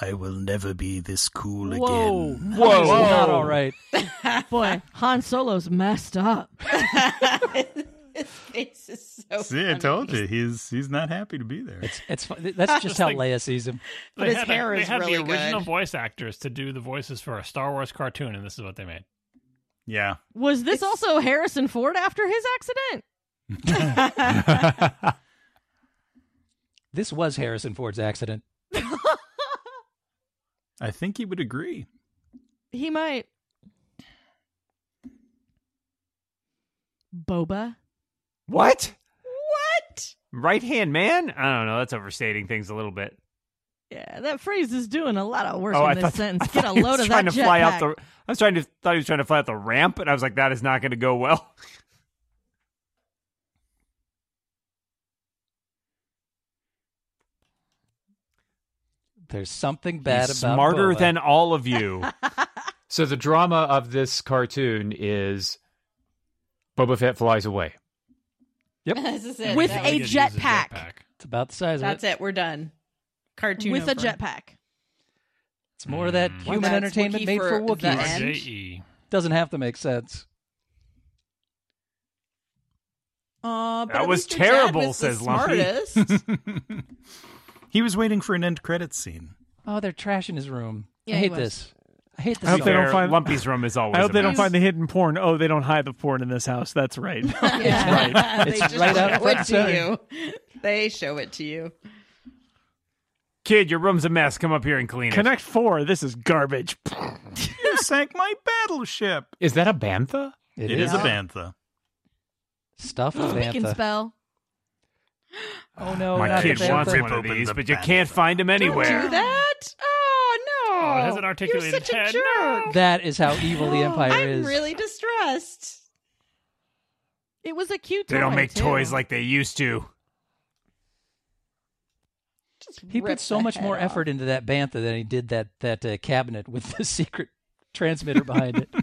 [SPEAKER 5] I will never be this cool
[SPEAKER 3] Whoa,
[SPEAKER 5] again.
[SPEAKER 3] whoa, not all right.
[SPEAKER 6] Boy, Han Solo's messed up.
[SPEAKER 8] His face is so.
[SPEAKER 5] See, I
[SPEAKER 8] funny.
[SPEAKER 5] told you he's he's not happy to be there.
[SPEAKER 3] It's fu- that's just how Leia sees him.
[SPEAKER 8] But
[SPEAKER 7] they
[SPEAKER 8] his
[SPEAKER 7] had
[SPEAKER 8] hair
[SPEAKER 7] a,
[SPEAKER 8] is
[SPEAKER 7] They had
[SPEAKER 8] really
[SPEAKER 7] the original
[SPEAKER 8] good.
[SPEAKER 7] voice actors to do the voices for a Star Wars cartoon, and this is what they made.
[SPEAKER 5] Yeah,
[SPEAKER 6] Was this also Harrison Ford after his accident?
[SPEAKER 3] This was Harrison Ford's accident.
[SPEAKER 5] I think he would agree.
[SPEAKER 6] He might. Boba.
[SPEAKER 9] What?
[SPEAKER 8] What?
[SPEAKER 9] Right hand man? I don't know. That's overstating things a little bit.
[SPEAKER 6] Yeah, that phrase is doing a lot of work
[SPEAKER 9] oh,
[SPEAKER 6] in
[SPEAKER 9] I
[SPEAKER 6] this
[SPEAKER 9] thought,
[SPEAKER 6] sentence.
[SPEAKER 9] I
[SPEAKER 6] Get a
[SPEAKER 9] thought he
[SPEAKER 6] load
[SPEAKER 9] was
[SPEAKER 6] of that
[SPEAKER 9] trying to fly
[SPEAKER 6] jetpack.
[SPEAKER 9] out the. I was trying to thought he was trying to fly out the ramp, and I was like, that is not going to go well.
[SPEAKER 3] There's something bad
[SPEAKER 9] He's
[SPEAKER 3] about
[SPEAKER 9] smarter
[SPEAKER 3] Boba.
[SPEAKER 9] than all of you.
[SPEAKER 4] So the drama of this cartoon is Boba Fett flies away.
[SPEAKER 8] This is it.
[SPEAKER 6] With
[SPEAKER 8] That
[SPEAKER 6] a
[SPEAKER 8] was-
[SPEAKER 7] They did use
[SPEAKER 6] jetpack.
[SPEAKER 3] It's about the size of
[SPEAKER 8] That's
[SPEAKER 3] it.
[SPEAKER 8] it. We're done. Cartoon
[SPEAKER 6] with a
[SPEAKER 8] over.
[SPEAKER 6] jetpack.
[SPEAKER 3] It's more of that
[SPEAKER 7] Mm.
[SPEAKER 3] human
[SPEAKER 8] That's
[SPEAKER 3] entertainment
[SPEAKER 8] Wookiee
[SPEAKER 3] made for
[SPEAKER 8] for the
[SPEAKER 3] Wookiees.
[SPEAKER 8] end. And-
[SPEAKER 9] E.
[SPEAKER 7] J.E.
[SPEAKER 3] Doesn't have to make sense.
[SPEAKER 8] Aw, but
[SPEAKER 9] That
[SPEAKER 8] at
[SPEAKER 9] was
[SPEAKER 8] least your dad
[SPEAKER 9] terrible,
[SPEAKER 8] was the
[SPEAKER 9] says Lumpy.
[SPEAKER 8] smartest.
[SPEAKER 5] He was waiting for an end credits scene.
[SPEAKER 3] Oh, they're trash in his room.
[SPEAKER 6] Yeah,
[SPEAKER 3] I
[SPEAKER 6] he
[SPEAKER 3] hate
[SPEAKER 6] was.
[SPEAKER 3] this. I hate
[SPEAKER 2] I
[SPEAKER 3] this.
[SPEAKER 2] hope they
[SPEAKER 9] Fair.
[SPEAKER 2] don't find-
[SPEAKER 9] Lumpy's room is always.
[SPEAKER 2] I hope
[SPEAKER 9] a
[SPEAKER 2] they don't
[SPEAKER 9] mess.
[SPEAKER 2] find the hidden porn. Oh, they don't hide the porn in this house. That's right.
[SPEAKER 8] Yeah.
[SPEAKER 3] right.
[SPEAKER 8] they
[SPEAKER 3] It's
[SPEAKER 8] just
[SPEAKER 3] right out
[SPEAKER 8] show it
[SPEAKER 3] front
[SPEAKER 8] to you. They show it to you.
[SPEAKER 9] Kid, your room's a mess. Come up here and clean it.
[SPEAKER 2] Connect Four. This is garbage.
[SPEAKER 5] You sank my battleship.
[SPEAKER 4] Is that a bantha?
[SPEAKER 5] it is a bantha.
[SPEAKER 3] stuff with
[SPEAKER 6] We can
[SPEAKER 3] Bantha.
[SPEAKER 6] spell.
[SPEAKER 3] Oh no,
[SPEAKER 9] My
[SPEAKER 3] not
[SPEAKER 9] kid
[SPEAKER 3] the
[SPEAKER 9] wants
[SPEAKER 3] Bantha.
[SPEAKER 9] one of
[SPEAKER 5] Rip open
[SPEAKER 9] these,
[SPEAKER 5] the
[SPEAKER 9] but you
[SPEAKER 5] bag.
[SPEAKER 9] can't find him anywhere.
[SPEAKER 8] Do that? Oh no!
[SPEAKER 7] Oh, it has an articulated
[SPEAKER 8] You're such
[SPEAKER 7] head.
[SPEAKER 8] a jerk.
[SPEAKER 3] That is how evil
[SPEAKER 6] Oh,
[SPEAKER 3] the Empire
[SPEAKER 8] I'm
[SPEAKER 3] is.
[SPEAKER 8] really distressed.
[SPEAKER 6] It was a cute.
[SPEAKER 9] They
[SPEAKER 6] toy,
[SPEAKER 9] don't make
[SPEAKER 6] too.
[SPEAKER 9] toys like they used to.
[SPEAKER 8] Just
[SPEAKER 3] he
[SPEAKER 8] rip
[SPEAKER 3] put so
[SPEAKER 8] the
[SPEAKER 3] much
[SPEAKER 8] head
[SPEAKER 3] more
[SPEAKER 8] off.
[SPEAKER 3] effort into that Bantha than he did that that uh, cabinet with the secret transmitter behind it.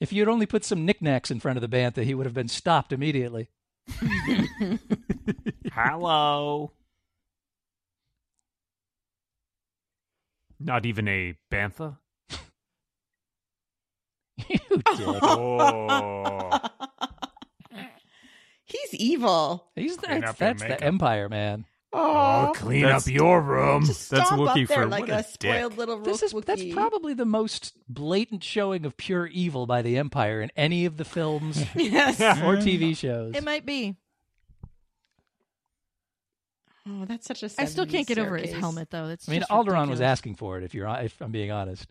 [SPEAKER 3] If you'd only put some knickknacks in front of the Bantha, he would have been stopped immediately.
[SPEAKER 9] Hello. Not even a bantha.
[SPEAKER 3] you dick.
[SPEAKER 9] Oh.
[SPEAKER 8] He's evil.
[SPEAKER 3] He's
[SPEAKER 7] Clean
[SPEAKER 3] that's,
[SPEAKER 7] up your
[SPEAKER 3] that's the
[SPEAKER 7] makeup.
[SPEAKER 3] Empire, man.
[SPEAKER 8] Oh,
[SPEAKER 9] clean
[SPEAKER 5] That's-
[SPEAKER 9] up your room.
[SPEAKER 8] just
[SPEAKER 5] That's
[SPEAKER 8] stomp
[SPEAKER 5] Wookiee
[SPEAKER 8] up there
[SPEAKER 5] for-
[SPEAKER 8] like
[SPEAKER 5] what a
[SPEAKER 8] a spoiled
[SPEAKER 5] dick.
[SPEAKER 8] little rook
[SPEAKER 3] This is that's
[SPEAKER 8] Wookiee.
[SPEAKER 3] probably the most blatant showing of pure evil by the Empire in any of the films
[SPEAKER 8] yes.
[SPEAKER 3] or TV shows.
[SPEAKER 6] It might be.
[SPEAKER 8] Oh, that's such a.
[SPEAKER 6] I still can't
[SPEAKER 8] 70s
[SPEAKER 6] get over his
[SPEAKER 8] staircase.
[SPEAKER 6] helmet though. It's
[SPEAKER 3] I mean,
[SPEAKER 6] just
[SPEAKER 3] Alderon was
[SPEAKER 6] ridiculous.
[SPEAKER 3] asking for it. If you're, if I'm being honest,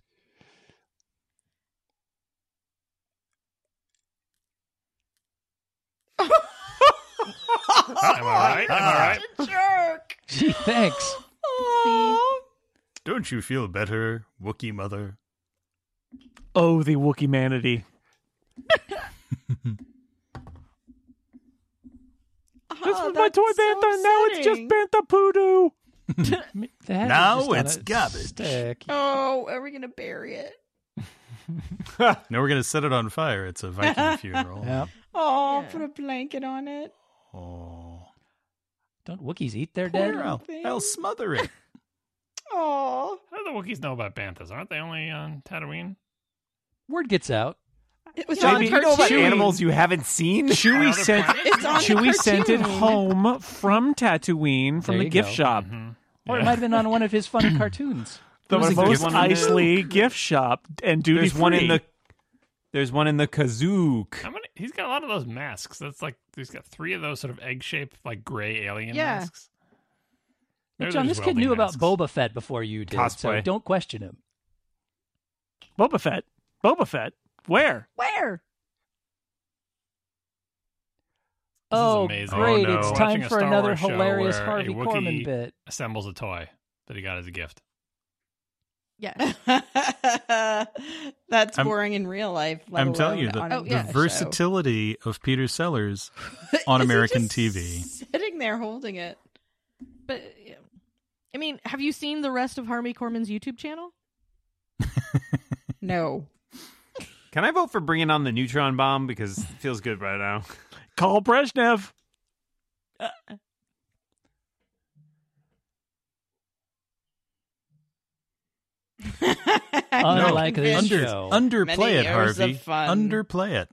[SPEAKER 7] Am I right? Am I right?
[SPEAKER 8] Jerk.
[SPEAKER 3] gee, thanks.
[SPEAKER 5] Don't you feel better, Wookie mother?
[SPEAKER 2] Oh, the Wookiee manatee. This was my toy bantha, and now it's just bantha poodoo.
[SPEAKER 3] I mean, that is
[SPEAKER 5] Now
[SPEAKER 3] just on
[SPEAKER 5] it's
[SPEAKER 3] a
[SPEAKER 5] garbage.
[SPEAKER 3] stick.
[SPEAKER 8] Oh, are we gonna bury it?
[SPEAKER 5] No, we're gonna set it on fire. It's a Viking funeral.
[SPEAKER 3] Yeah.
[SPEAKER 8] Oh,
[SPEAKER 6] Yeah.
[SPEAKER 8] put a blanket on it.
[SPEAKER 5] Oh,
[SPEAKER 3] Don't Wookiees eat their dead?
[SPEAKER 5] Here, I'll, I'll smother it.
[SPEAKER 8] Oh,
[SPEAKER 7] How do the Wookiees know about banthas? Aren't they only on Tatooine?
[SPEAKER 3] Word gets out.
[SPEAKER 8] it was
[SPEAKER 9] Jamie,
[SPEAKER 8] on
[SPEAKER 9] you know about
[SPEAKER 8] cartoon.
[SPEAKER 9] animals you haven't seen?
[SPEAKER 2] Chewie sent
[SPEAKER 8] It's on the
[SPEAKER 2] Chewie sent it
[SPEAKER 8] cartoon.
[SPEAKER 2] home from Tatooine from
[SPEAKER 3] There
[SPEAKER 2] the
[SPEAKER 3] you
[SPEAKER 2] gift
[SPEAKER 3] go.
[SPEAKER 2] shop.
[SPEAKER 9] Mm-hmm.
[SPEAKER 3] Or it might have been on one of his funny cartoons.
[SPEAKER 2] The
[SPEAKER 9] There's a
[SPEAKER 2] most
[SPEAKER 9] gift one in
[SPEAKER 2] Isley gift shop and duty
[SPEAKER 9] There's one in
[SPEAKER 2] free.
[SPEAKER 9] the. There's one in the Kazook.
[SPEAKER 7] How many? He's got a lot of those masks. That's like he's got three of those sort of egg-shaped, like gray alien
[SPEAKER 6] Yeah.
[SPEAKER 7] masks.
[SPEAKER 3] But
[SPEAKER 7] Maybe
[SPEAKER 3] John,
[SPEAKER 7] they're
[SPEAKER 3] this
[SPEAKER 7] just
[SPEAKER 3] kid knew
[SPEAKER 7] welding
[SPEAKER 3] about
[SPEAKER 7] masks.
[SPEAKER 3] Boba Fett before you did, so
[SPEAKER 9] Cosplay.
[SPEAKER 3] don't question him.
[SPEAKER 2] Boba Fett. Boba Fett. Where?
[SPEAKER 6] Where?
[SPEAKER 7] This is
[SPEAKER 3] oh,
[SPEAKER 7] amazing.
[SPEAKER 3] great!
[SPEAKER 5] Oh, no.
[SPEAKER 3] It's
[SPEAKER 7] Watching
[SPEAKER 3] time
[SPEAKER 7] a
[SPEAKER 3] for
[SPEAKER 7] Star
[SPEAKER 3] another
[SPEAKER 7] Wars show
[SPEAKER 3] hilarious
[SPEAKER 7] where a
[SPEAKER 3] Harvey
[SPEAKER 7] Wookiee-
[SPEAKER 3] Corman bit.
[SPEAKER 7] Assembles a toy that he got as a gift.
[SPEAKER 6] Yeah.
[SPEAKER 8] That's
[SPEAKER 5] I'm-
[SPEAKER 8] boring in real life. let
[SPEAKER 5] I'm telling you,
[SPEAKER 8] alone on
[SPEAKER 5] the,
[SPEAKER 8] a
[SPEAKER 6] Oh, yeah.
[SPEAKER 5] the
[SPEAKER 8] show.
[SPEAKER 5] versatility of Peter Sellers
[SPEAKER 8] Is he
[SPEAKER 5] on American
[SPEAKER 8] just
[SPEAKER 5] TV.
[SPEAKER 8] sitting there holding it.
[SPEAKER 6] But yeah. I mean, have you seen the rest of Harmony Corman's YouTube channel?
[SPEAKER 8] No,
[SPEAKER 9] Can I vote for bringing on the neutron bomb because it feels good right now?
[SPEAKER 2] Call Brezhnev.
[SPEAKER 3] Unlike this
[SPEAKER 5] Under,
[SPEAKER 3] show.
[SPEAKER 5] underplay
[SPEAKER 8] Many
[SPEAKER 5] it,
[SPEAKER 8] years of
[SPEAKER 5] Harvey.
[SPEAKER 8] fun.
[SPEAKER 5] Underplay it.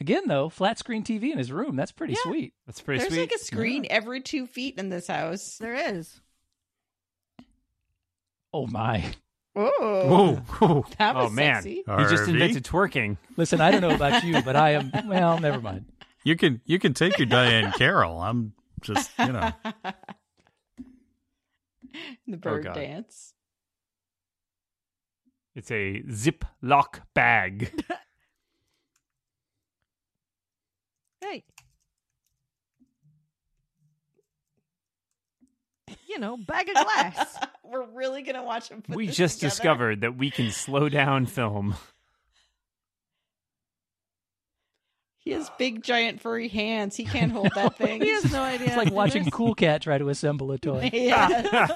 [SPEAKER 3] Again, though, flat screen TV in his room. That's pretty sweet.
[SPEAKER 9] That's pretty
[SPEAKER 8] There's
[SPEAKER 9] sweet.
[SPEAKER 8] like a screen every two feet in this house.
[SPEAKER 6] There is.
[SPEAKER 3] Oh, my.
[SPEAKER 8] Whoa.
[SPEAKER 9] Whoa, whoa.
[SPEAKER 8] That
[SPEAKER 9] oh
[SPEAKER 8] was
[SPEAKER 9] man,
[SPEAKER 8] sexy.
[SPEAKER 9] he just
[SPEAKER 5] Harvey?
[SPEAKER 9] invented twerking.
[SPEAKER 3] Listen, I don't know about you, but I am. Well, never mind.
[SPEAKER 5] You can you can take your Diane Carroll. I'm just you know oh,
[SPEAKER 8] The bird
[SPEAKER 9] God.
[SPEAKER 8] dance.
[SPEAKER 9] It's a ziploc bag.
[SPEAKER 6] Hey. You know, bag of glass.
[SPEAKER 8] We're really gonna watch him. Put
[SPEAKER 9] we
[SPEAKER 8] this
[SPEAKER 9] just
[SPEAKER 8] together.
[SPEAKER 9] discovered that we can slow down film.
[SPEAKER 8] he has big, giant, furry hands. He can't hold that thing.
[SPEAKER 6] he has no idea.
[SPEAKER 3] It's like watching Cool Cat try to assemble a toy.
[SPEAKER 8] Yeah.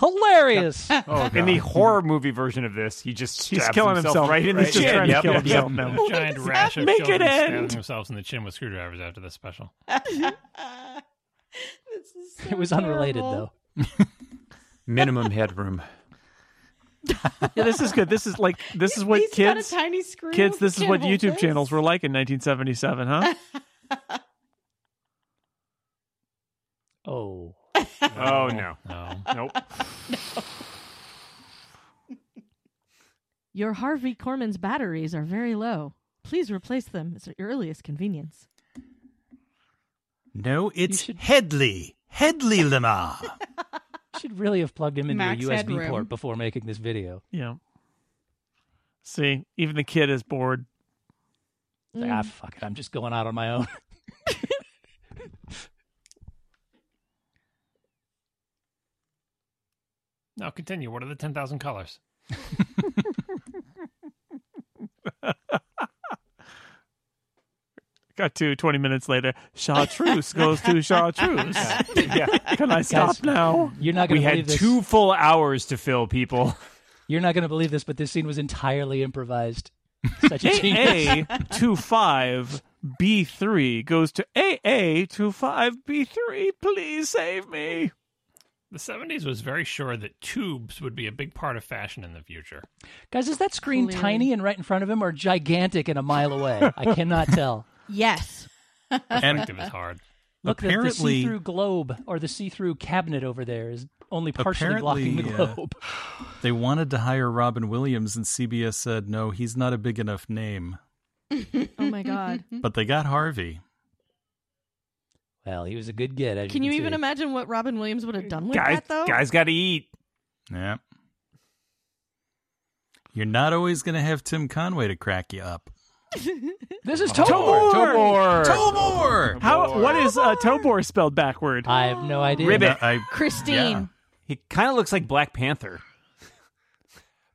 [SPEAKER 3] Hilarious.
[SPEAKER 9] In the horror movie version of this, he just
[SPEAKER 2] He's
[SPEAKER 9] stabs
[SPEAKER 2] killing himself
[SPEAKER 9] right in the
[SPEAKER 2] right- he's
[SPEAKER 9] chin.
[SPEAKER 2] trying to kill
[SPEAKER 9] yep.
[SPEAKER 2] himself
[SPEAKER 9] yep.
[SPEAKER 2] now.
[SPEAKER 7] A giant rash of
[SPEAKER 2] Make it
[SPEAKER 7] children stabbing
[SPEAKER 2] end.
[SPEAKER 7] themselves in the chin with screwdrivers after this special.
[SPEAKER 8] This is so
[SPEAKER 3] it was unrelated, though.
[SPEAKER 8] terrible.
[SPEAKER 4] Minimum headroom.
[SPEAKER 2] Yeah, this is good. This is like this is what
[SPEAKER 8] He's got
[SPEAKER 2] kids
[SPEAKER 8] a tiny screw.
[SPEAKER 2] kids. This is
[SPEAKER 8] Can't
[SPEAKER 2] what
[SPEAKER 8] hold
[SPEAKER 2] YouTube
[SPEAKER 8] this.
[SPEAKER 2] channels were like in 1977, huh?
[SPEAKER 3] Oh.
[SPEAKER 9] Oh no,
[SPEAKER 7] No.
[SPEAKER 9] nope.
[SPEAKER 6] Your Harvey Korman's batteries are very low. Please replace them at your earliest convenience.
[SPEAKER 5] no. It's
[SPEAKER 3] should-
[SPEAKER 5] Headley Headley Lamar.
[SPEAKER 3] Should really have plugged him into
[SPEAKER 8] Max
[SPEAKER 3] a USB
[SPEAKER 8] Headroom.
[SPEAKER 3] port before making this video.
[SPEAKER 2] Yeah. See, even the kid is bored.
[SPEAKER 6] Mm.
[SPEAKER 3] Ah, fuck it. I'm just going out on my own.
[SPEAKER 7] Now continue. What are the ten thousand colors?
[SPEAKER 2] Got to 20 minutes later. Chartreuse goes to Chartreuse. Can I stop
[SPEAKER 3] Guys,
[SPEAKER 2] now?
[SPEAKER 3] You're not going
[SPEAKER 9] We
[SPEAKER 3] to believe
[SPEAKER 9] had
[SPEAKER 3] this.
[SPEAKER 9] two full hours to fill, people.
[SPEAKER 3] You're not going to believe this, but this scene was entirely improvised. Such a genius.
[SPEAKER 2] AA 25 B3 goes to AA 25 B3. Please save me.
[SPEAKER 7] The seventies was very sure that tubes would be a big part of fashion in the future.
[SPEAKER 3] Guys, is that screen
[SPEAKER 6] Clearly.
[SPEAKER 3] tiny and right in front of him or gigantic and a mile away? I cannot tell.
[SPEAKER 6] Yes.
[SPEAKER 5] and
[SPEAKER 7] Active is hard.
[SPEAKER 3] Look, the- the
[SPEAKER 5] Apparently-
[SPEAKER 3] see-through globe or the see-through cabinet over there is only partially blocking the
[SPEAKER 5] Apparently, uh,
[SPEAKER 3] globe.
[SPEAKER 5] they wanted to hire Robin Williams, and CBS said no. He's not a big enough name.
[SPEAKER 6] Oh my god.
[SPEAKER 8] Hmm?
[SPEAKER 5] But they got Harvey.
[SPEAKER 3] well, he was a good get. as
[SPEAKER 6] Can you
[SPEAKER 3] see.
[SPEAKER 6] even imagine what Robin Williams would have done with
[SPEAKER 9] guys,
[SPEAKER 6] that though?
[SPEAKER 9] guys got to eat.
[SPEAKER 5] Yeah. You're not always going to have Tim Conway to crack you up.
[SPEAKER 3] This is
[SPEAKER 9] Tobor!
[SPEAKER 3] Tobor.
[SPEAKER 9] Tobor!
[SPEAKER 5] Tobor!
[SPEAKER 2] How? What is uh, Tobor spelled backward?
[SPEAKER 3] I have no idea.
[SPEAKER 9] Ribbit.
[SPEAKER 5] No, I-
[SPEAKER 6] Christine.
[SPEAKER 5] Yeah.
[SPEAKER 9] He kind of looks like Black Panther.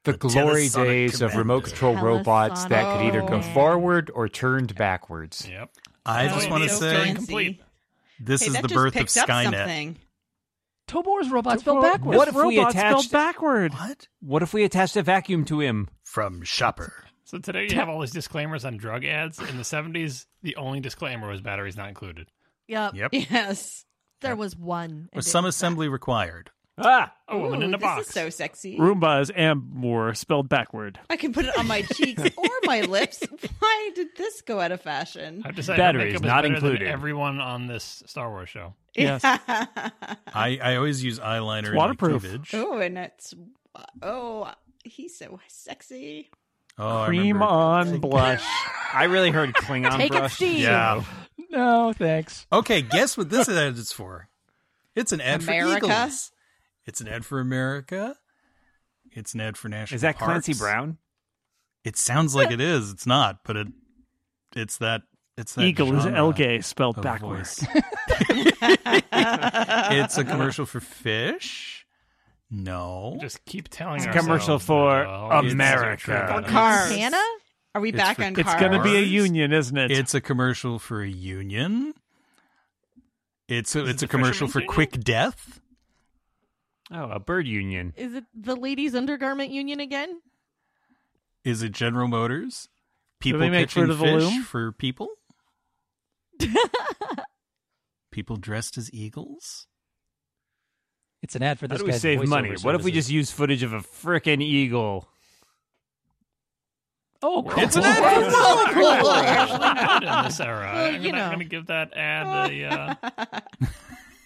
[SPEAKER 4] The, glory
[SPEAKER 5] Telesonic
[SPEAKER 4] days of
[SPEAKER 5] Commander.
[SPEAKER 4] remote control robots that could either go
[SPEAKER 6] Telesonic.
[SPEAKER 4] forward or turned backwards.
[SPEAKER 7] Yep.
[SPEAKER 5] I
[SPEAKER 8] Oh,
[SPEAKER 5] just want to
[SPEAKER 8] so
[SPEAKER 5] say
[SPEAKER 8] fancy.
[SPEAKER 5] this
[SPEAKER 8] Hey,
[SPEAKER 5] is
[SPEAKER 8] that
[SPEAKER 5] the
[SPEAKER 8] just
[SPEAKER 5] birth of
[SPEAKER 8] picked up
[SPEAKER 5] Skynet.
[SPEAKER 8] something.
[SPEAKER 3] Tobor's robot spelled backwards.
[SPEAKER 9] What if we
[SPEAKER 2] Robot spelled
[SPEAKER 9] attached-
[SPEAKER 2] backward?
[SPEAKER 5] What?
[SPEAKER 9] What if we attached a vacuum to him?
[SPEAKER 5] From Shopper.
[SPEAKER 7] So today you have all these disclaimers on drug ads. In the seventies, the only disclaimer was batteries not included.
[SPEAKER 6] Yep.
[SPEAKER 5] Yep.
[SPEAKER 8] Yes.
[SPEAKER 6] There was one.
[SPEAKER 5] With
[SPEAKER 6] and it-
[SPEAKER 5] some assembly required.
[SPEAKER 9] Ah,
[SPEAKER 7] A woman
[SPEAKER 8] Ooh,
[SPEAKER 7] in a
[SPEAKER 8] this
[SPEAKER 7] box.
[SPEAKER 8] is so sexy.
[SPEAKER 2] Roomba is Amor spelled backward.
[SPEAKER 8] I can put it on my cheeks or my lips. Why did this go out of fashion?
[SPEAKER 7] I've decided
[SPEAKER 9] Batteries
[SPEAKER 7] her makeup is
[SPEAKER 9] not
[SPEAKER 7] better than
[SPEAKER 9] included.
[SPEAKER 7] everyone on this Star Wars show.
[SPEAKER 2] Yes.
[SPEAKER 5] I, I always use eyeliner. and
[SPEAKER 2] waterproof.
[SPEAKER 5] cleavage.
[SPEAKER 8] oh, and it's oh, he's so sexy.
[SPEAKER 5] Oh, I
[SPEAKER 2] Cream
[SPEAKER 5] remember.
[SPEAKER 2] on blush.
[SPEAKER 9] I really heard Klingon
[SPEAKER 6] Take it,
[SPEAKER 9] brush.
[SPEAKER 6] Steve.
[SPEAKER 5] Yeah.
[SPEAKER 3] No, thanks.
[SPEAKER 5] Okay, guess what this ad is for? It's an ad
[SPEAKER 8] America?
[SPEAKER 5] for Eagles. It's an ad for America. It's an ad for national.
[SPEAKER 9] Is that Clancy
[SPEAKER 5] parks.
[SPEAKER 9] Brown?
[SPEAKER 5] It sounds like it is. It's not, but it it's that it's that
[SPEAKER 2] Eagle is
[SPEAKER 5] genre
[SPEAKER 2] Elgay spelled
[SPEAKER 5] of
[SPEAKER 2] backward.
[SPEAKER 5] voice. it's a commercial for fish. No,
[SPEAKER 7] Just keep telling
[SPEAKER 9] It's a
[SPEAKER 7] ourselves
[SPEAKER 9] commercial
[SPEAKER 7] that
[SPEAKER 9] for
[SPEAKER 7] the whole-
[SPEAKER 9] America.
[SPEAKER 7] It's-
[SPEAKER 8] Cars.
[SPEAKER 6] Hannah?
[SPEAKER 8] Are we
[SPEAKER 5] It's
[SPEAKER 8] back
[SPEAKER 5] for-
[SPEAKER 8] on
[SPEAKER 2] It's
[SPEAKER 8] cars?
[SPEAKER 2] going to be a
[SPEAKER 5] Cars.
[SPEAKER 2] union, isn't it?
[SPEAKER 5] it's a commercial for a union. It's a,
[SPEAKER 7] Is it
[SPEAKER 5] it's a
[SPEAKER 7] the
[SPEAKER 5] commercial
[SPEAKER 7] fisherman's
[SPEAKER 5] for
[SPEAKER 7] union?
[SPEAKER 5] quick death.
[SPEAKER 9] Oh, a bird union.
[SPEAKER 6] Is it the ladies' undergarment union again?
[SPEAKER 5] Is it General Motors? People
[SPEAKER 2] they make
[SPEAKER 5] catching
[SPEAKER 2] Fruit of the
[SPEAKER 5] fish
[SPEAKER 2] Loom?
[SPEAKER 5] for people. people dressed as eagles.
[SPEAKER 3] It's an ad for
[SPEAKER 9] How
[SPEAKER 3] this
[SPEAKER 9] do we
[SPEAKER 3] guy's
[SPEAKER 9] save
[SPEAKER 3] voiceover
[SPEAKER 9] money? What if we
[SPEAKER 3] services.
[SPEAKER 9] just use footage of a frickin' eagle?
[SPEAKER 3] Oh, cool.
[SPEAKER 7] It's an ad.
[SPEAKER 8] It's all cool.
[SPEAKER 7] actually good in this era.
[SPEAKER 6] Well,
[SPEAKER 7] I'm
[SPEAKER 6] you
[SPEAKER 7] not
[SPEAKER 6] know.
[SPEAKER 7] going to give that ad a, uh,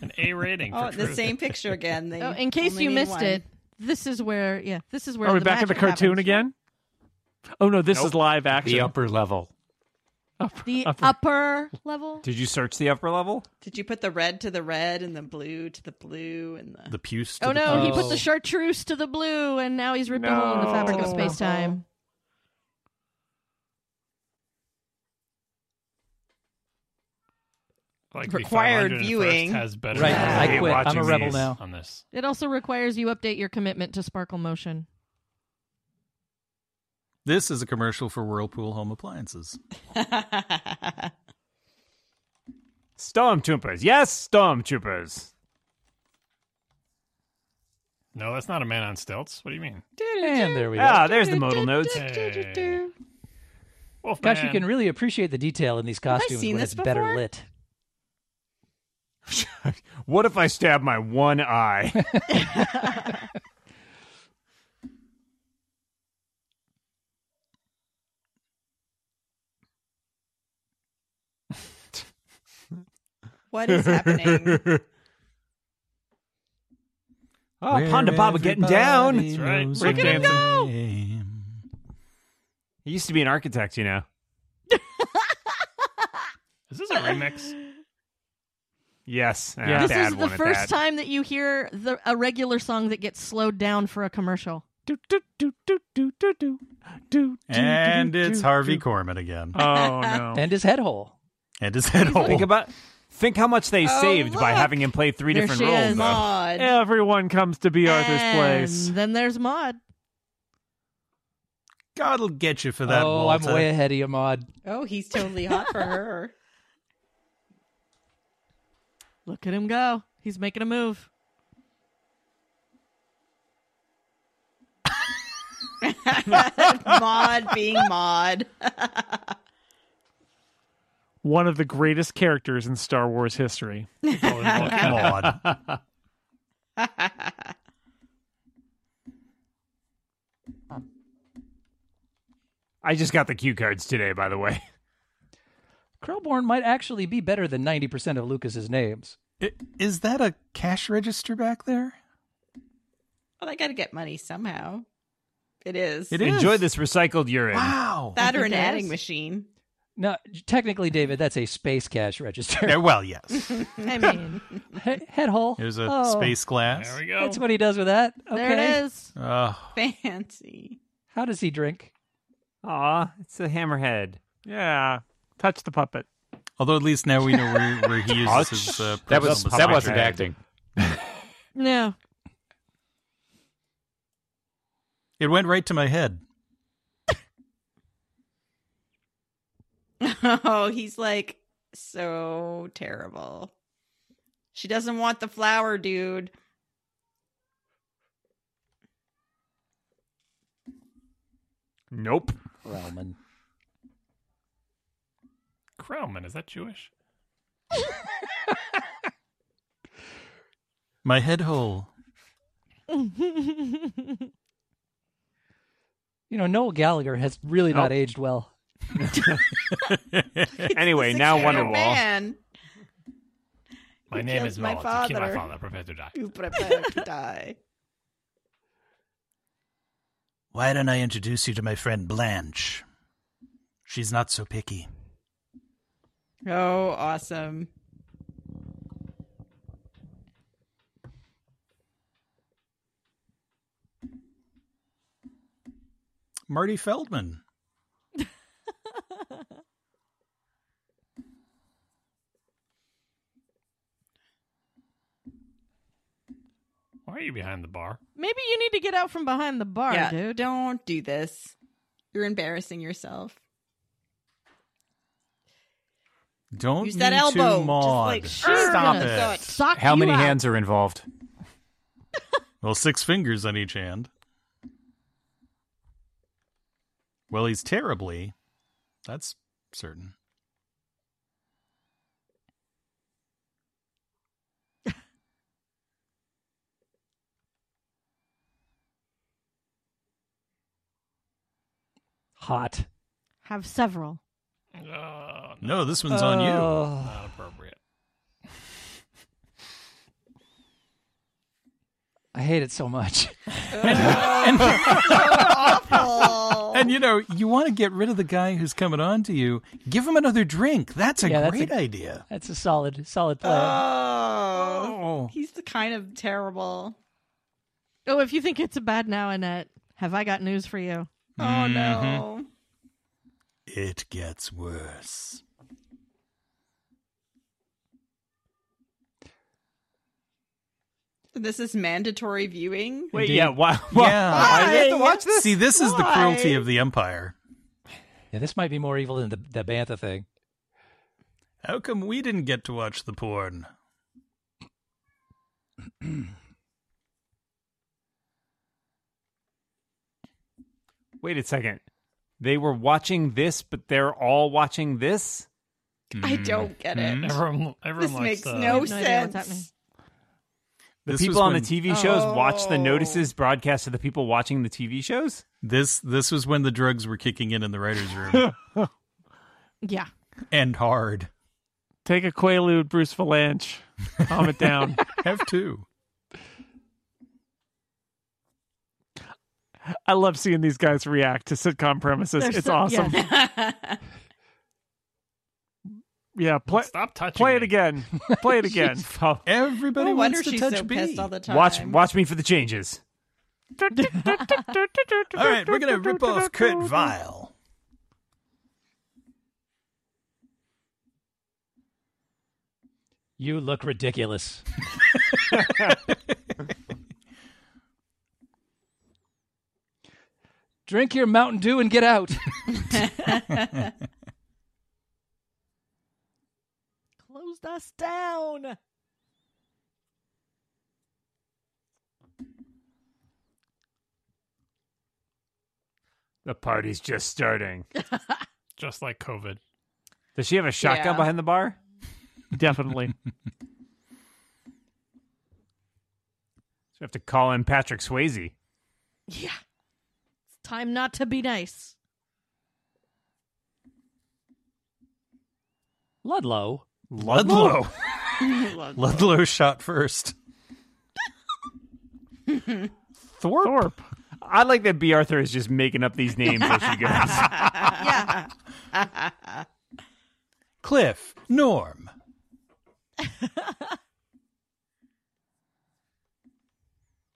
[SPEAKER 7] an A rating. For
[SPEAKER 8] Oh, the
[SPEAKER 7] truth.
[SPEAKER 8] same picture again. They
[SPEAKER 6] Oh, in case
[SPEAKER 8] only
[SPEAKER 6] you
[SPEAKER 8] need
[SPEAKER 6] missed
[SPEAKER 8] one.
[SPEAKER 6] it, this is where yeah, this is where
[SPEAKER 2] Are we
[SPEAKER 6] the
[SPEAKER 2] back at the
[SPEAKER 6] magic
[SPEAKER 2] cartoon
[SPEAKER 6] happens.
[SPEAKER 2] again? Oh no, this is live action.
[SPEAKER 4] The upper level.
[SPEAKER 6] The upper,
[SPEAKER 9] Oh.
[SPEAKER 6] level.
[SPEAKER 9] Did you search the upper level?
[SPEAKER 8] Did you put the red to the red and the blue to the blue and the?
[SPEAKER 5] The puce. to the
[SPEAKER 6] Oh no, he
[SPEAKER 5] puce.
[SPEAKER 6] put the chartreuse to the blue, and now he's ripped a hole in the fabric of
[SPEAKER 8] No.
[SPEAKER 6] space time.
[SPEAKER 7] Like the
[SPEAKER 8] Required
[SPEAKER 7] 501st
[SPEAKER 8] viewing.
[SPEAKER 7] has better.
[SPEAKER 3] Right.
[SPEAKER 8] Yeah.
[SPEAKER 3] I quit. I'm a
[SPEAKER 9] Watching
[SPEAKER 3] rebel
[SPEAKER 9] these.
[SPEAKER 3] now.
[SPEAKER 7] on this.
[SPEAKER 6] It also requires you update your commitment to Sparkle Motion.
[SPEAKER 5] This is a commercial for Whirlpool Home Appliances.
[SPEAKER 9] Stormtroopers. Yes, stormtroopers.
[SPEAKER 7] No, that's not a man on stilts. What do you mean?
[SPEAKER 3] And there we go.
[SPEAKER 9] Ah, there's the modal notes.
[SPEAKER 7] Hey. Wolfman.
[SPEAKER 3] Gosh, you can really appreciate the detail in these costumes
[SPEAKER 8] seen
[SPEAKER 3] when
[SPEAKER 8] this
[SPEAKER 3] it's better
[SPEAKER 8] before?
[SPEAKER 3] lit.
[SPEAKER 9] What if I stab my one eye?
[SPEAKER 8] what is happening?
[SPEAKER 9] Oh, Ponda Baba getting down.
[SPEAKER 5] That's
[SPEAKER 7] right.
[SPEAKER 9] Rick Danson.
[SPEAKER 5] Dancing.
[SPEAKER 9] He used to be an architect, you know.
[SPEAKER 7] Is this a remix?
[SPEAKER 9] Yes. and a
[SPEAKER 2] Yeah.
[SPEAKER 6] This
[SPEAKER 9] bad
[SPEAKER 6] is the
[SPEAKER 9] one at
[SPEAKER 6] first
[SPEAKER 9] that.
[SPEAKER 6] time that you hear the, a regular song that gets slowed down for a commercial.
[SPEAKER 2] Do, do, do, do, do, do, do, do,
[SPEAKER 5] And
[SPEAKER 2] do, do,
[SPEAKER 5] it's
[SPEAKER 2] do,
[SPEAKER 5] Harvey
[SPEAKER 2] do.
[SPEAKER 5] Korman again.
[SPEAKER 2] Oh no.
[SPEAKER 3] And his head hole.
[SPEAKER 5] And his head
[SPEAKER 9] Think
[SPEAKER 5] hole.
[SPEAKER 9] about think how much they
[SPEAKER 8] Oh,
[SPEAKER 9] saved by
[SPEAKER 8] look.
[SPEAKER 9] having him play three
[SPEAKER 6] There
[SPEAKER 9] different
[SPEAKER 6] she
[SPEAKER 9] roles.
[SPEAKER 6] is.
[SPEAKER 9] though.
[SPEAKER 8] Maud.
[SPEAKER 2] Everyone comes to be Arthur's
[SPEAKER 6] And
[SPEAKER 2] place.
[SPEAKER 6] Then there's Maud.
[SPEAKER 5] God'll get you for that.
[SPEAKER 3] oh,
[SPEAKER 5] Walter.
[SPEAKER 3] I'm way ahead of you, Maud.
[SPEAKER 8] Oh, he's totally hot for her.
[SPEAKER 6] Look at him go. He's making a move.
[SPEAKER 8] Maud being Maud.
[SPEAKER 2] One of the greatest characters in Star Wars history.
[SPEAKER 5] Oh, Maud.
[SPEAKER 9] I just got the cue cards today, by the way.
[SPEAKER 3] Krellborn might actually be better than 90% of Lucas's names.
[SPEAKER 5] I- Is that a cash register back there?
[SPEAKER 8] Well, they got to get money somehow. It is.
[SPEAKER 5] It is.
[SPEAKER 9] Enjoy this recycled urine.
[SPEAKER 5] Wow.
[SPEAKER 8] That or an
[SPEAKER 6] It is.
[SPEAKER 8] adding machine.
[SPEAKER 3] Now, technically, David, that's a space cash register.
[SPEAKER 5] Yeah, well, yes.
[SPEAKER 6] I mean,
[SPEAKER 3] He- head hole.
[SPEAKER 5] There's a
[SPEAKER 3] Oh,
[SPEAKER 5] space glass.
[SPEAKER 7] There we go.
[SPEAKER 3] That's what he does with that. Okay.
[SPEAKER 6] there it is.
[SPEAKER 5] Oh,
[SPEAKER 8] Fancy.
[SPEAKER 3] How does he drink?
[SPEAKER 9] Aw, it's a hammerhead.
[SPEAKER 2] Yeah. Touch the puppet.
[SPEAKER 5] although at least now we know where, where he uses his. Uh,
[SPEAKER 4] That was
[SPEAKER 5] personal
[SPEAKER 4] that
[SPEAKER 5] space.
[SPEAKER 4] wasn't acting.
[SPEAKER 6] No.
[SPEAKER 5] It went right to my head.
[SPEAKER 8] Oh, he's like so terrible. She doesn't want the flower, dude.
[SPEAKER 9] Nope.
[SPEAKER 3] Roman.
[SPEAKER 7] Krellman, is that Jewish?
[SPEAKER 5] My head hole.
[SPEAKER 3] You know, Noel Gallagher has really not aged well.
[SPEAKER 9] Anyway, now
[SPEAKER 8] Six-year-old
[SPEAKER 9] Wonderwall.
[SPEAKER 8] Man
[SPEAKER 7] My
[SPEAKER 8] Who
[SPEAKER 7] name
[SPEAKER 8] killed
[SPEAKER 7] is
[SPEAKER 8] my
[SPEAKER 7] Maud. to Kill my
[SPEAKER 8] father?
[SPEAKER 7] father. Prepare to die.
[SPEAKER 8] who prepared to die.
[SPEAKER 5] Why don't I introduce you to my friend Blanche? She's not so picky.
[SPEAKER 8] Oh, awesome.
[SPEAKER 5] Marty Feldman.
[SPEAKER 7] Why are you behind the bar?
[SPEAKER 6] Maybe you need to get out from behind the bar,
[SPEAKER 8] yeah,
[SPEAKER 6] dude.
[SPEAKER 8] don't do this. You're embarrassing yourself.
[SPEAKER 5] Don't
[SPEAKER 8] Use that
[SPEAKER 5] mean to
[SPEAKER 8] elbow.
[SPEAKER 5] Maud.
[SPEAKER 8] Just like,
[SPEAKER 6] She's
[SPEAKER 5] Stop
[SPEAKER 6] gonna
[SPEAKER 5] it.
[SPEAKER 6] Sock
[SPEAKER 4] How
[SPEAKER 6] you
[SPEAKER 4] many
[SPEAKER 6] out.
[SPEAKER 4] hands are involved?
[SPEAKER 5] Well, six fingers on each hand. Well, he's terribly. That's certain.
[SPEAKER 3] Hot.
[SPEAKER 6] Have several.
[SPEAKER 7] Uh,
[SPEAKER 5] No, this one's on you.
[SPEAKER 3] Oh,
[SPEAKER 7] not appropriate.
[SPEAKER 3] I hate it so much.
[SPEAKER 8] awful.
[SPEAKER 5] And you know, you want to get rid of the guy who's coming on to you. Give him another drink. That's a
[SPEAKER 3] Yeah, that's
[SPEAKER 5] great
[SPEAKER 3] a-
[SPEAKER 5] idea.
[SPEAKER 3] That's a solid, solid play.
[SPEAKER 5] Uh.
[SPEAKER 8] oh,
[SPEAKER 5] Oh.
[SPEAKER 8] he's the kind of terrible.
[SPEAKER 6] Oh, if you think it's a bad now, Annette, have I got news for you?
[SPEAKER 8] Oh no.
[SPEAKER 5] It gets worse. Mm-hmm.
[SPEAKER 8] This is mandatory viewing.
[SPEAKER 9] Wait,
[SPEAKER 5] Indeed.
[SPEAKER 9] yeah, why? why-
[SPEAKER 5] yeah.
[SPEAKER 9] why do I have to watch this?
[SPEAKER 5] See, this is the
[SPEAKER 8] Why?
[SPEAKER 5] cruelty of the Empire.
[SPEAKER 3] yeah, this might be more evil than the, the Bantha thing.
[SPEAKER 5] How come we didn't get to watch the porn?
[SPEAKER 9] Wait a second. They were watching this, but they're all watching this.
[SPEAKER 5] Mm-hmm.
[SPEAKER 8] I don't get
[SPEAKER 3] Hmm?
[SPEAKER 8] it.
[SPEAKER 7] Everyone, everyone
[SPEAKER 8] This
[SPEAKER 7] likes
[SPEAKER 8] makes
[SPEAKER 7] the,
[SPEAKER 8] no,
[SPEAKER 7] uh,
[SPEAKER 6] no idea what's happening.
[SPEAKER 8] sense.
[SPEAKER 9] The
[SPEAKER 5] This was
[SPEAKER 9] people on
[SPEAKER 5] when-
[SPEAKER 9] the TV shows watch the
[SPEAKER 8] Oh.
[SPEAKER 9] notices broadcast to the people watching the TV shows.
[SPEAKER 5] This this was when the drugs were kicking in in the writers' room
[SPEAKER 6] Yeah.
[SPEAKER 5] and hard.
[SPEAKER 2] Take a Quaalude, Bruce Valanche. Calm it down.
[SPEAKER 5] Have two.
[SPEAKER 2] I love seeing these guys react to sitcom premises.
[SPEAKER 6] They're
[SPEAKER 2] it's
[SPEAKER 6] so-
[SPEAKER 2] awesome. Yeah,
[SPEAKER 6] yeah.
[SPEAKER 2] play
[SPEAKER 7] Stop touching.
[SPEAKER 2] play it
[SPEAKER 7] me.
[SPEAKER 2] again. Play it again.
[SPEAKER 5] Everybody
[SPEAKER 8] no wonder
[SPEAKER 5] wants to
[SPEAKER 8] she's
[SPEAKER 5] touch
[SPEAKER 8] so
[SPEAKER 5] B.
[SPEAKER 8] pissed all the time.
[SPEAKER 9] Watch, watch me for the changes.
[SPEAKER 5] all right, we're gonna rip off Kurt Vile.
[SPEAKER 3] You look ridiculous. Drink your Mountain Dew and get out.
[SPEAKER 6] Closed us down.
[SPEAKER 9] The party's just starting.
[SPEAKER 7] Just like COVID.
[SPEAKER 9] Does she have a shotgun
[SPEAKER 8] Yeah.
[SPEAKER 9] behind the bar?
[SPEAKER 2] Definitely.
[SPEAKER 9] So we have to call in Patrick Swayze.
[SPEAKER 6] Yeah. It's time not to be nice.
[SPEAKER 3] Ludlow.
[SPEAKER 5] Ludlow.
[SPEAKER 8] Love it.
[SPEAKER 5] Ludlow shot first.
[SPEAKER 9] Thorpe. I like that B. Arthur is just making up these names as she goes.
[SPEAKER 6] Yeah.
[SPEAKER 5] Cliff. Norm.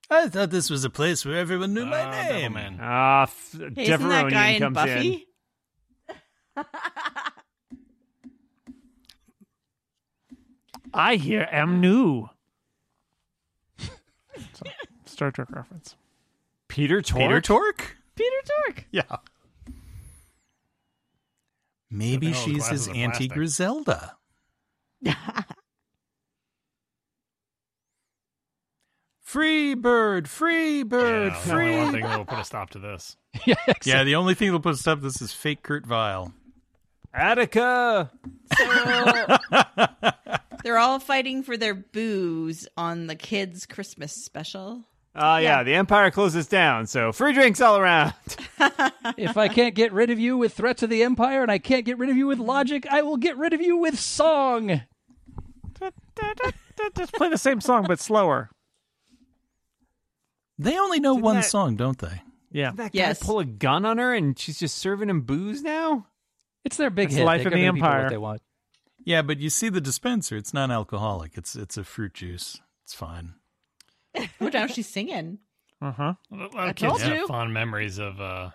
[SPEAKER 5] I thought this was a place where everyone knew my
[SPEAKER 7] Ah,
[SPEAKER 5] name.
[SPEAKER 7] Devilman.
[SPEAKER 9] Ah, f-
[SPEAKER 8] Hey, isn't that
[SPEAKER 9] Deveronian
[SPEAKER 8] guy in
[SPEAKER 9] comes
[SPEAKER 8] Buffy?
[SPEAKER 9] in.
[SPEAKER 2] I hear am new. So, Star Trek reference.
[SPEAKER 9] Peter Tork.
[SPEAKER 5] Peter Tork?
[SPEAKER 6] Peter Tork.
[SPEAKER 5] Yeah. Maybe
[SPEAKER 7] What the hell,
[SPEAKER 5] she's
[SPEAKER 7] glasses
[SPEAKER 5] his
[SPEAKER 7] are
[SPEAKER 5] Auntie
[SPEAKER 7] plastic.
[SPEAKER 5] Griselda. Free bird, free bird,
[SPEAKER 7] Yeah, that's the only one
[SPEAKER 5] free.
[SPEAKER 7] thing that will put a stop to this.
[SPEAKER 3] yeah,
[SPEAKER 5] Yeah, the only thing that'll put a stop to this is fake Kurt Vile.
[SPEAKER 9] Attica.
[SPEAKER 8] They're all fighting for their booze on the kids' Christmas special.
[SPEAKER 9] Ah, yeah. The Empire closes down, so free drinks all around.
[SPEAKER 3] if I can't get rid of you with threats of the empire and I can't get rid of you with logic, I will get rid of you with song.
[SPEAKER 2] Just play the same song but slower.
[SPEAKER 5] They only know one
[SPEAKER 9] that-
[SPEAKER 5] song, don't they?
[SPEAKER 2] Yeah.
[SPEAKER 9] That guy
[SPEAKER 8] Yes.
[SPEAKER 9] pull a gun on her, and she's just serving him booze now.
[SPEAKER 3] It's their big
[SPEAKER 2] It's
[SPEAKER 3] hit.
[SPEAKER 2] Life of
[SPEAKER 3] They give
[SPEAKER 2] the
[SPEAKER 3] the people
[SPEAKER 2] Empire.
[SPEAKER 3] What they want.
[SPEAKER 5] Yeah, but you see the dispenser; it's non-alcoholic. It's it's a fruit juice. It's fine.
[SPEAKER 8] Oh, now she's singing.
[SPEAKER 2] Uh huh.
[SPEAKER 7] A lot
[SPEAKER 6] I
[SPEAKER 7] of kids
[SPEAKER 6] told
[SPEAKER 7] have
[SPEAKER 6] you.
[SPEAKER 7] fond memories of uh,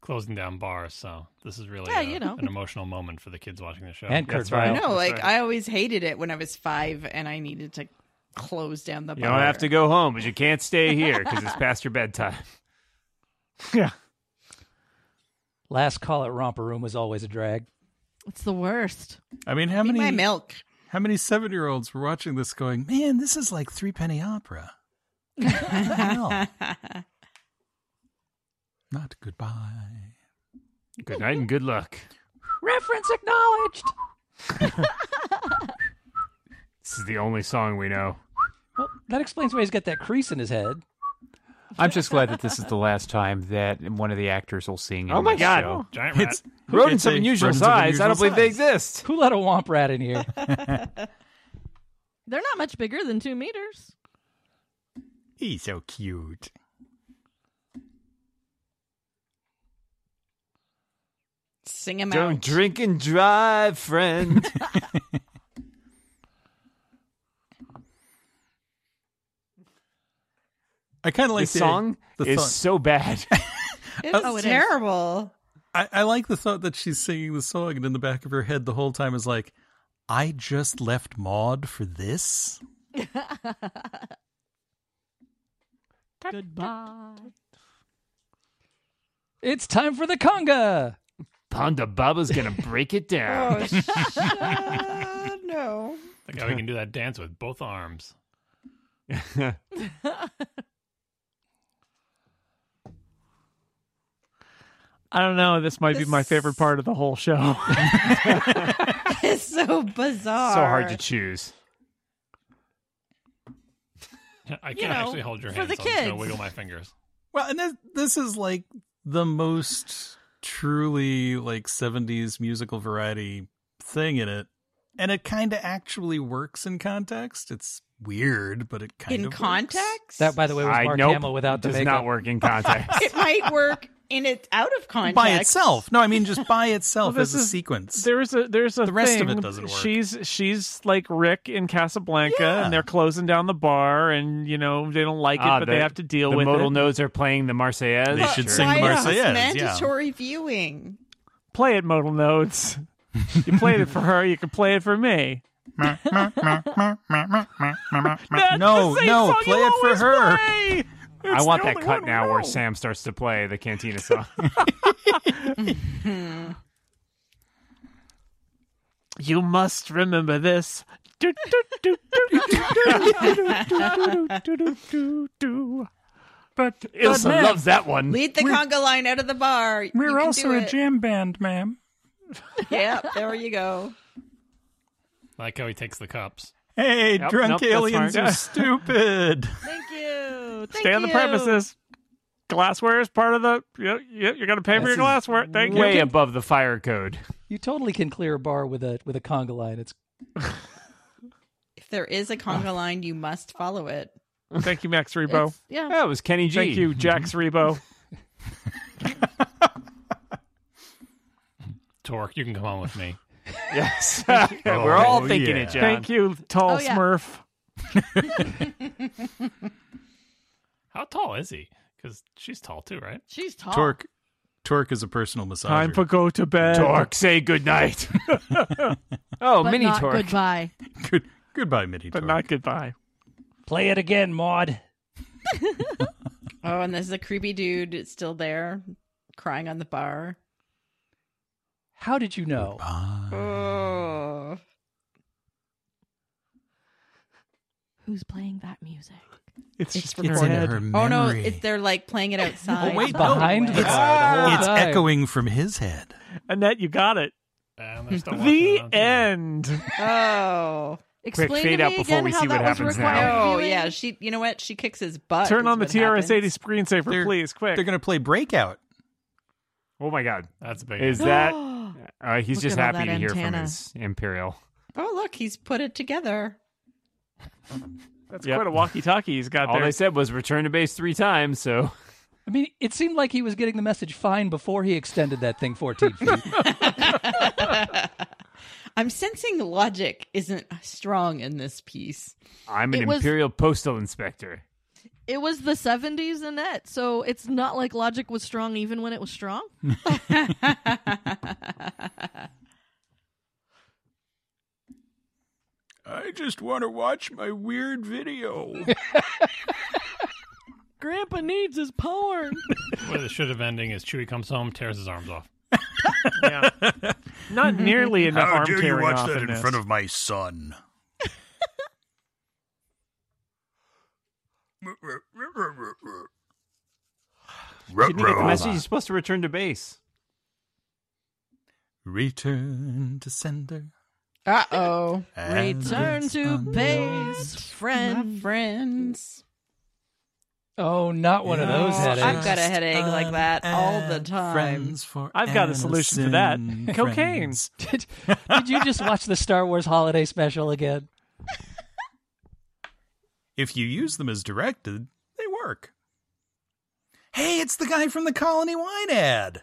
[SPEAKER 7] closing down bars, so this is really
[SPEAKER 6] Yeah,
[SPEAKER 7] a-
[SPEAKER 6] you know.
[SPEAKER 7] an emotional moment for the kids watching the show.
[SPEAKER 3] And Kurt
[SPEAKER 9] right.
[SPEAKER 3] Vile.
[SPEAKER 8] No, like I always hated it when I was five and I needed to close down the bar.
[SPEAKER 9] You don't have to go home, but you can't stay here because it's past your bedtime.
[SPEAKER 2] Yeah.
[SPEAKER 3] Last call at Romper Room was always a drag.
[SPEAKER 6] It's the worst.
[SPEAKER 5] I mean, how
[SPEAKER 8] Give me my
[SPEAKER 5] many
[SPEAKER 8] milk.
[SPEAKER 5] how many seven-year-olds were watching this, going, "Man, this is like Three Penny Opera." What the hell? Not goodbye.
[SPEAKER 9] Good night and good luck.
[SPEAKER 3] Reference acknowledged.
[SPEAKER 9] This is the only song we know.
[SPEAKER 3] Well, that explains why he's got that crease in his head.
[SPEAKER 4] I'm just glad that this is the last time that one of the actors will sing. in
[SPEAKER 9] Oh my
[SPEAKER 4] this
[SPEAKER 9] God.
[SPEAKER 4] show.
[SPEAKER 7] Giant rat.
[SPEAKER 9] rodents of
[SPEAKER 5] It's a
[SPEAKER 9] unusual
[SPEAKER 5] rodents of
[SPEAKER 9] size. I
[SPEAKER 5] unusual
[SPEAKER 9] don't believe they
[SPEAKER 5] size.
[SPEAKER 9] exist.
[SPEAKER 3] Who let a womp rat in here?
[SPEAKER 6] They're not much bigger than two meters.
[SPEAKER 5] He's so cute.
[SPEAKER 8] Sing him
[SPEAKER 9] Don't
[SPEAKER 8] out.
[SPEAKER 9] drink and drive, friend.
[SPEAKER 5] I kind of like
[SPEAKER 9] This
[SPEAKER 5] the
[SPEAKER 9] song
[SPEAKER 5] The
[SPEAKER 9] is
[SPEAKER 5] thought-
[SPEAKER 9] so bad.
[SPEAKER 8] It's
[SPEAKER 6] Oh, it is.
[SPEAKER 8] terrible.
[SPEAKER 5] I, I like the thought that she's singing the song, and in the back of her head, the whole time is like, "I just left Maud for this."
[SPEAKER 6] Goodbye.
[SPEAKER 3] it's time for the conga.
[SPEAKER 9] Panda Baba's gonna break it down.
[SPEAKER 8] Oh, sh- uh, no.
[SPEAKER 7] Like how he can do that dance with both arms.
[SPEAKER 2] I don't know. This might be my favorite part of the whole show.
[SPEAKER 8] It's so bizarre.
[SPEAKER 9] so hard to choose.
[SPEAKER 7] I can't
[SPEAKER 6] know,
[SPEAKER 7] actually hold your
[SPEAKER 6] for
[SPEAKER 7] hands.
[SPEAKER 6] the
[SPEAKER 7] so I'm just gonna
[SPEAKER 6] kids.
[SPEAKER 7] wiggle my fingers.
[SPEAKER 5] Well, and this, this is like the most truly like 70s musical variety thing in it. And it kind of actually works in context. It's weird, but it kind
[SPEAKER 8] in
[SPEAKER 5] of
[SPEAKER 8] context.
[SPEAKER 3] That, by the way, was
[SPEAKER 9] I
[SPEAKER 3] Mark
[SPEAKER 9] nope,
[SPEAKER 3] Hamill without the
[SPEAKER 9] does
[SPEAKER 3] makeup.
[SPEAKER 9] not work in context.
[SPEAKER 8] it might work in it out of context
[SPEAKER 5] by itself. No, I mean just by itself
[SPEAKER 2] Well, this
[SPEAKER 5] as a
[SPEAKER 2] is-
[SPEAKER 5] sequence.
[SPEAKER 2] There's a there's a
[SPEAKER 5] The rest of
[SPEAKER 2] thing.
[SPEAKER 5] it doesn't work.
[SPEAKER 2] She's she's like Rick in Casablanca,
[SPEAKER 5] Yeah.
[SPEAKER 2] and they're closing down the bar, and you know they don't like it,
[SPEAKER 9] Ah,
[SPEAKER 2] but
[SPEAKER 9] the-
[SPEAKER 2] they have to deal
[SPEAKER 9] the
[SPEAKER 2] with
[SPEAKER 9] modal
[SPEAKER 2] it.
[SPEAKER 9] nodes are playing the Marseillaise.
[SPEAKER 5] They should
[SPEAKER 9] Sure.
[SPEAKER 5] sing
[SPEAKER 8] Why
[SPEAKER 5] the
[SPEAKER 8] is this
[SPEAKER 5] Marseillaise. Yeah.
[SPEAKER 8] mandatory viewing.
[SPEAKER 2] play it, modal nodes. you played it for her. You can play it for me. That's
[SPEAKER 5] No,
[SPEAKER 2] the same
[SPEAKER 5] no,
[SPEAKER 2] song you
[SPEAKER 5] play it for
[SPEAKER 2] always
[SPEAKER 5] her.
[SPEAKER 2] play!
[SPEAKER 9] I
[SPEAKER 2] It's
[SPEAKER 9] want
[SPEAKER 2] the
[SPEAKER 9] that
[SPEAKER 2] only
[SPEAKER 9] cut
[SPEAKER 2] one we
[SPEAKER 9] now
[SPEAKER 2] know.
[SPEAKER 9] where Sam starts to play the Cantina song.
[SPEAKER 2] You must remember this. Do, do, do, do, do, do, do, do, do, do, do, do. But
[SPEAKER 9] Ilsa
[SPEAKER 2] man,
[SPEAKER 9] loves that one.
[SPEAKER 8] Lead the conga line out of the bar. You
[SPEAKER 5] We're
[SPEAKER 8] can
[SPEAKER 5] also
[SPEAKER 8] do
[SPEAKER 5] a
[SPEAKER 8] it.
[SPEAKER 5] jam band, ma'am.
[SPEAKER 8] Yeah, there you go.
[SPEAKER 7] I like how he takes the cups.
[SPEAKER 5] Hey,
[SPEAKER 9] Yep,
[SPEAKER 5] drunk
[SPEAKER 9] nope, that's
[SPEAKER 5] aliens
[SPEAKER 9] fine.
[SPEAKER 5] are stupid.
[SPEAKER 6] Thank you. Thank
[SPEAKER 2] stay on the
[SPEAKER 6] you.
[SPEAKER 2] premises. Glassware is part of the. You you you're gonna pay for
[SPEAKER 3] This
[SPEAKER 2] your
[SPEAKER 3] is
[SPEAKER 2] glassware. Thank
[SPEAKER 9] Way
[SPEAKER 2] you.
[SPEAKER 9] above the fire code.
[SPEAKER 3] You totally can clear a bar with a with a conga line. It's
[SPEAKER 8] If there is a conga line, you must follow it.
[SPEAKER 2] Thank you, Max Rebo.
[SPEAKER 6] It's- Yeah.
[SPEAKER 9] That was Kenny G.
[SPEAKER 2] Thank you, Jax Rebo.
[SPEAKER 7] Torque, you can come on with me.
[SPEAKER 9] Yes. We're all thinking it, John.
[SPEAKER 2] Oh, Thank you, Tall
[SPEAKER 6] Oh, yeah.
[SPEAKER 2] Smurf.
[SPEAKER 7] How tall is he? Because she's tall too, right?
[SPEAKER 6] She's tall.
[SPEAKER 5] Torque, Torque is a personal massager.
[SPEAKER 2] Time for go to bed.
[SPEAKER 9] Torque, say goodnight. oh,
[SPEAKER 6] but
[SPEAKER 9] mini
[SPEAKER 6] not
[SPEAKER 9] Torque.
[SPEAKER 6] Goodbye.
[SPEAKER 5] Good, goodbye, Midi
[SPEAKER 2] But
[SPEAKER 5] Torque.
[SPEAKER 2] not goodbye.
[SPEAKER 3] play it again, Maud.
[SPEAKER 8] Oh, and there's a creepy dude that's still there crying on the bar.
[SPEAKER 3] How did you know?
[SPEAKER 8] Oh.
[SPEAKER 6] Who's playing that music?
[SPEAKER 2] It's just from
[SPEAKER 5] it's
[SPEAKER 2] her
[SPEAKER 5] in
[SPEAKER 2] head.
[SPEAKER 5] her memory.
[SPEAKER 8] Oh no, it, they're like playing it outside.
[SPEAKER 5] Oh, wait, no.
[SPEAKER 3] Behind the bar. the whole
[SPEAKER 5] it's
[SPEAKER 3] time.
[SPEAKER 5] echoing from his head.
[SPEAKER 2] Annette, you got it.
[SPEAKER 7] And they're still walking
[SPEAKER 2] The
[SPEAKER 7] around, too.
[SPEAKER 2] end.
[SPEAKER 8] Oh.
[SPEAKER 6] Explain
[SPEAKER 9] fade
[SPEAKER 6] to
[SPEAKER 9] out
[SPEAKER 6] me
[SPEAKER 9] before
[SPEAKER 6] again
[SPEAKER 9] we
[SPEAKER 6] how
[SPEAKER 9] see what
[SPEAKER 6] that was
[SPEAKER 9] happens now.
[SPEAKER 6] required
[SPEAKER 8] Oh,
[SPEAKER 6] viewing.
[SPEAKER 8] yeah, she you know what? She kicks his
[SPEAKER 6] Uh,
[SPEAKER 8] butt.
[SPEAKER 2] Turn
[SPEAKER 8] is
[SPEAKER 2] on the
[SPEAKER 8] what happens.
[SPEAKER 2] TRS-80 screensaver,
[SPEAKER 5] They're-
[SPEAKER 2] please, quick.
[SPEAKER 5] They're going to play Breakout.
[SPEAKER 9] Oh my God.
[SPEAKER 7] That's a big.
[SPEAKER 9] Is
[SPEAKER 7] Is
[SPEAKER 9] that. Uh, he's
[SPEAKER 6] Look
[SPEAKER 9] just
[SPEAKER 6] at all
[SPEAKER 9] happy to
[SPEAKER 6] that
[SPEAKER 9] hear from
[SPEAKER 6] antenna.
[SPEAKER 9] his Imperial.
[SPEAKER 8] Oh, look, he's put it together.
[SPEAKER 2] That's
[SPEAKER 9] Yep.
[SPEAKER 2] quite a walkie-talkie he's got
[SPEAKER 9] All
[SPEAKER 2] there.
[SPEAKER 9] they said was return to base three times, so.
[SPEAKER 3] I mean, it seemed like he was getting the message fine before he extended that thing 14 feet.
[SPEAKER 8] I'm sensing logic isn't strong in this piece.
[SPEAKER 9] I'm an
[SPEAKER 6] It was-
[SPEAKER 9] Imperial postal inspector.
[SPEAKER 6] It was the 70s and that, so it's not like logic was strong even when it was strong.
[SPEAKER 5] I just want to watch my weird video.
[SPEAKER 6] Grandpa needs his porn.
[SPEAKER 7] what it should have ending is Chewie comes home, tears his arms off.
[SPEAKER 2] Not nearly enough arm tearing off in this.
[SPEAKER 5] my son?
[SPEAKER 9] Didn't you get the message? You're supposed to return to base.
[SPEAKER 5] Return to sender.
[SPEAKER 8] Uh oh.
[SPEAKER 5] And
[SPEAKER 6] Return
[SPEAKER 5] it's
[SPEAKER 6] to
[SPEAKER 5] unlocked.
[SPEAKER 6] base,
[SPEAKER 8] My
[SPEAKER 6] friend.
[SPEAKER 8] friends.
[SPEAKER 3] Oh, not one of those headaches.
[SPEAKER 8] I've got a headache like that all the time.
[SPEAKER 2] I've got a solution for that. Cocaine.
[SPEAKER 3] did, did you just watch the Star Wars Holiday Special again?
[SPEAKER 5] If you use them as directed, they work. Hey, it's the guy from the Colony Wine ad.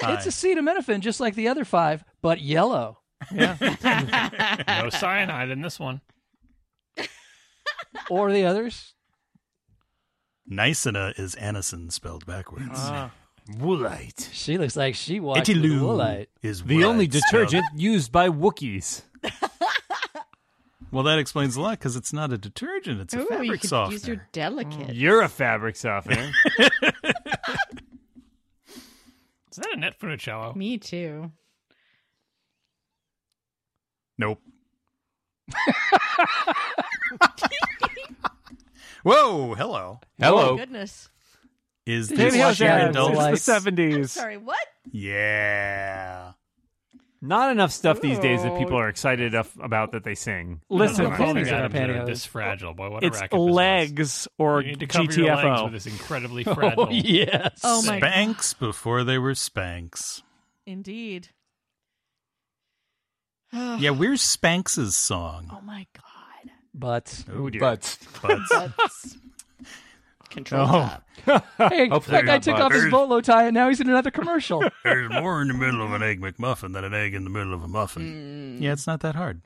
[SPEAKER 3] It's acetaminophen, just like the other five, but yellow.
[SPEAKER 7] No cyanide in this one.
[SPEAKER 3] Or the others?
[SPEAKER 5] Nicena is Anison spelled backwards.
[SPEAKER 2] Oh.
[SPEAKER 9] Woolite.
[SPEAKER 3] She looks like she watched the
[SPEAKER 5] Etilu
[SPEAKER 3] Woolite.
[SPEAKER 5] is
[SPEAKER 9] The only
[SPEAKER 5] white spelled-
[SPEAKER 9] detergent used by Wookiees.
[SPEAKER 5] Well, that explains a lot because it's not a detergent; it's a
[SPEAKER 8] Ooh, you
[SPEAKER 5] fabric
[SPEAKER 8] could
[SPEAKER 5] softener.
[SPEAKER 8] use your delicate.
[SPEAKER 9] You're a fabric softener.
[SPEAKER 7] Is that a net Funicello?
[SPEAKER 6] Me too.
[SPEAKER 5] Nope. Whoa! Hello.
[SPEAKER 6] Oh,
[SPEAKER 9] Hello.
[SPEAKER 6] goodness.
[SPEAKER 5] Is
[SPEAKER 2] Maybe
[SPEAKER 5] this
[SPEAKER 2] how's
[SPEAKER 5] your
[SPEAKER 2] that?
[SPEAKER 5] adult?
[SPEAKER 3] Woolite.
[SPEAKER 2] It's the 70s.
[SPEAKER 6] Sorry, what?
[SPEAKER 5] Yeah.
[SPEAKER 9] Not enough stuff these days that
[SPEAKER 6] Oh.
[SPEAKER 9] people are excited enough about that they sing.
[SPEAKER 2] Listen,
[SPEAKER 7] Some
[SPEAKER 3] Panties
[SPEAKER 7] clothing
[SPEAKER 3] in our
[SPEAKER 7] items that are
[SPEAKER 3] pantyhose.
[SPEAKER 7] This fragile, boy. What a
[SPEAKER 2] It's
[SPEAKER 7] racket this was.
[SPEAKER 2] legs or
[SPEAKER 7] You need to cover
[SPEAKER 2] GTFO.
[SPEAKER 7] your legs with this incredibly fragile.
[SPEAKER 3] Oh, yes.
[SPEAKER 6] Oh my god.
[SPEAKER 5] Spanks before they were Spanks.
[SPEAKER 6] Indeed.
[SPEAKER 5] Yeah, we're Spanks' song.
[SPEAKER 6] Oh my god.
[SPEAKER 3] But
[SPEAKER 5] Oh, dear.
[SPEAKER 4] But
[SPEAKER 5] But
[SPEAKER 8] Control
[SPEAKER 5] Oh.
[SPEAKER 8] that.
[SPEAKER 3] hey, that guy
[SPEAKER 4] not
[SPEAKER 3] took off his bolo tie and now he's in another commercial.
[SPEAKER 5] there's more in the middle of an egg McMuffin than an egg in the middle of a muffin. Yeah, it's not that hard.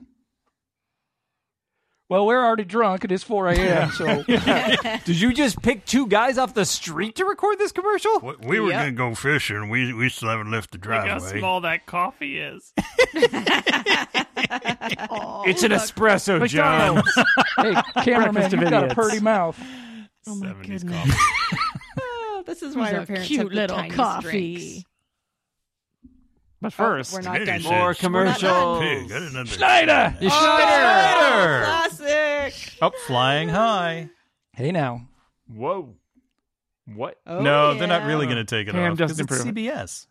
[SPEAKER 3] well, we're already drunk. It is 4 a.m., so
[SPEAKER 9] Did you just pick two guys off the street to record this commercial?
[SPEAKER 5] We, we were
[SPEAKER 8] Yep.
[SPEAKER 5] gonna go fishing. We we still haven't left the
[SPEAKER 7] Look how
[SPEAKER 5] driveway.
[SPEAKER 7] small that coffee is.
[SPEAKER 6] Oh,
[SPEAKER 9] It's an espresso, John.
[SPEAKER 2] McDonald's.
[SPEAKER 3] hey, cameraman,
[SPEAKER 2] Breakfast of
[SPEAKER 3] you've got a
[SPEAKER 2] idiots.
[SPEAKER 3] purdy mouth.
[SPEAKER 6] Oh my
[SPEAKER 7] 70s
[SPEAKER 6] goodness.
[SPEAKER 7] coffee.
[SPEAKER 6] Ah,
[SPEAKER 8] Oh, this is
[SPEAKER 6] These
[SPEAKER 8] why
[SPEAKER 6] are
[SPEAKER 8] our parents
[SPEAKER 6] cute
[SPEAKER 8] have the
[SPEAKER 6] little
[SPEAKER 8] tiniest
[SPEAKER 6] coffee.
[SPEAKER 8] drinks.
[SPEAKER 2] But first,
[SPEAKER 8] we're not done.
[SPEAKER 5] Community
[SPEAKER 8] yet.
[SPEAKER 9] More
[SPEAKER 5] said,
[SPEAKER 9] commercials.
[SPEAKER 5] Pig. I didn't
[SPEAKER 9] Schneider!
[SPEAKER 5] understand.
[SPEAKER 8] Oh, classic.
[SPEAKER 5] Up flying high.
[SPEAKER 3] Hey, now.
[SPEAKER 9] Whoa. What?
[SPEAKER 8] Oh,
[SPEAKER 5] no,
[SPEAKER 8] yeah.
[SPEAKER 5] they're not really gonna take it
[SPEAKER 2] Ham
[SPEAKER 5] off.
[SPEAKER 2] doesn't
[SPEAKER 5] 'cause it's
[SPEAKER 2] improve it.
[SPEAKER 5] CBS.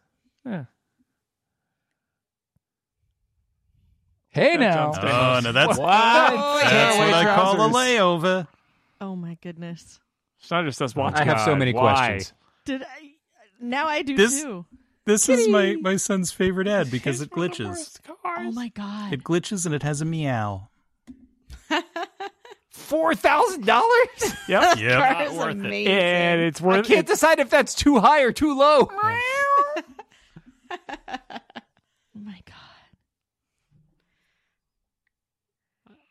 [SPEAKER 3] Hey,
[SPEAKER 2] That
[SPEAKER 3] now.
[SPEAKER 2] sounds
[SPEAKER 5] Oh no, that's
[SPEAKER 9] What?
[SPEAKER 5] that's what
[SPEAKER 9] Fairway
[SPEAKER 5] I call a
[SPEAKER 9] trousers.
[SPEAKER 5] layover.
[SPEAKER 6] Oh my goodness.
[SPEAKER 2] Schneider says, "Watch."
[SPEAKER 4] I have so
[SPEAKER 9] God,
[SPEAKER 4] many
[SPEAKER 9] why?
[SPEAKER 4] questions.
[SPEAKER 6] Did I now I do
[SPEAKER 5] This-
[SPEAKER 6] too.
[SPEAKER 5] This is my my son's favorite ad because it glitches.
[SPEAKER 6] Oh my god.
[SPEAKER 5] It glitches and it has a meow.
[SPEAKER 9] Four thousand dollars?
[SPEAKER 2] Yep.
[SPEAKER 5] Yep.
[SPEAKER 8] That is
[SPEAKER 7] worth it.
[SPEAKER 8] amazing.
[SPEAKER 2] And it's
[SPEAKER 9] I
[SPEAKER 2] worth
[SPEAKER 9] can't decide if that's too high or too low.
[SPEAKER 6] Oh my god.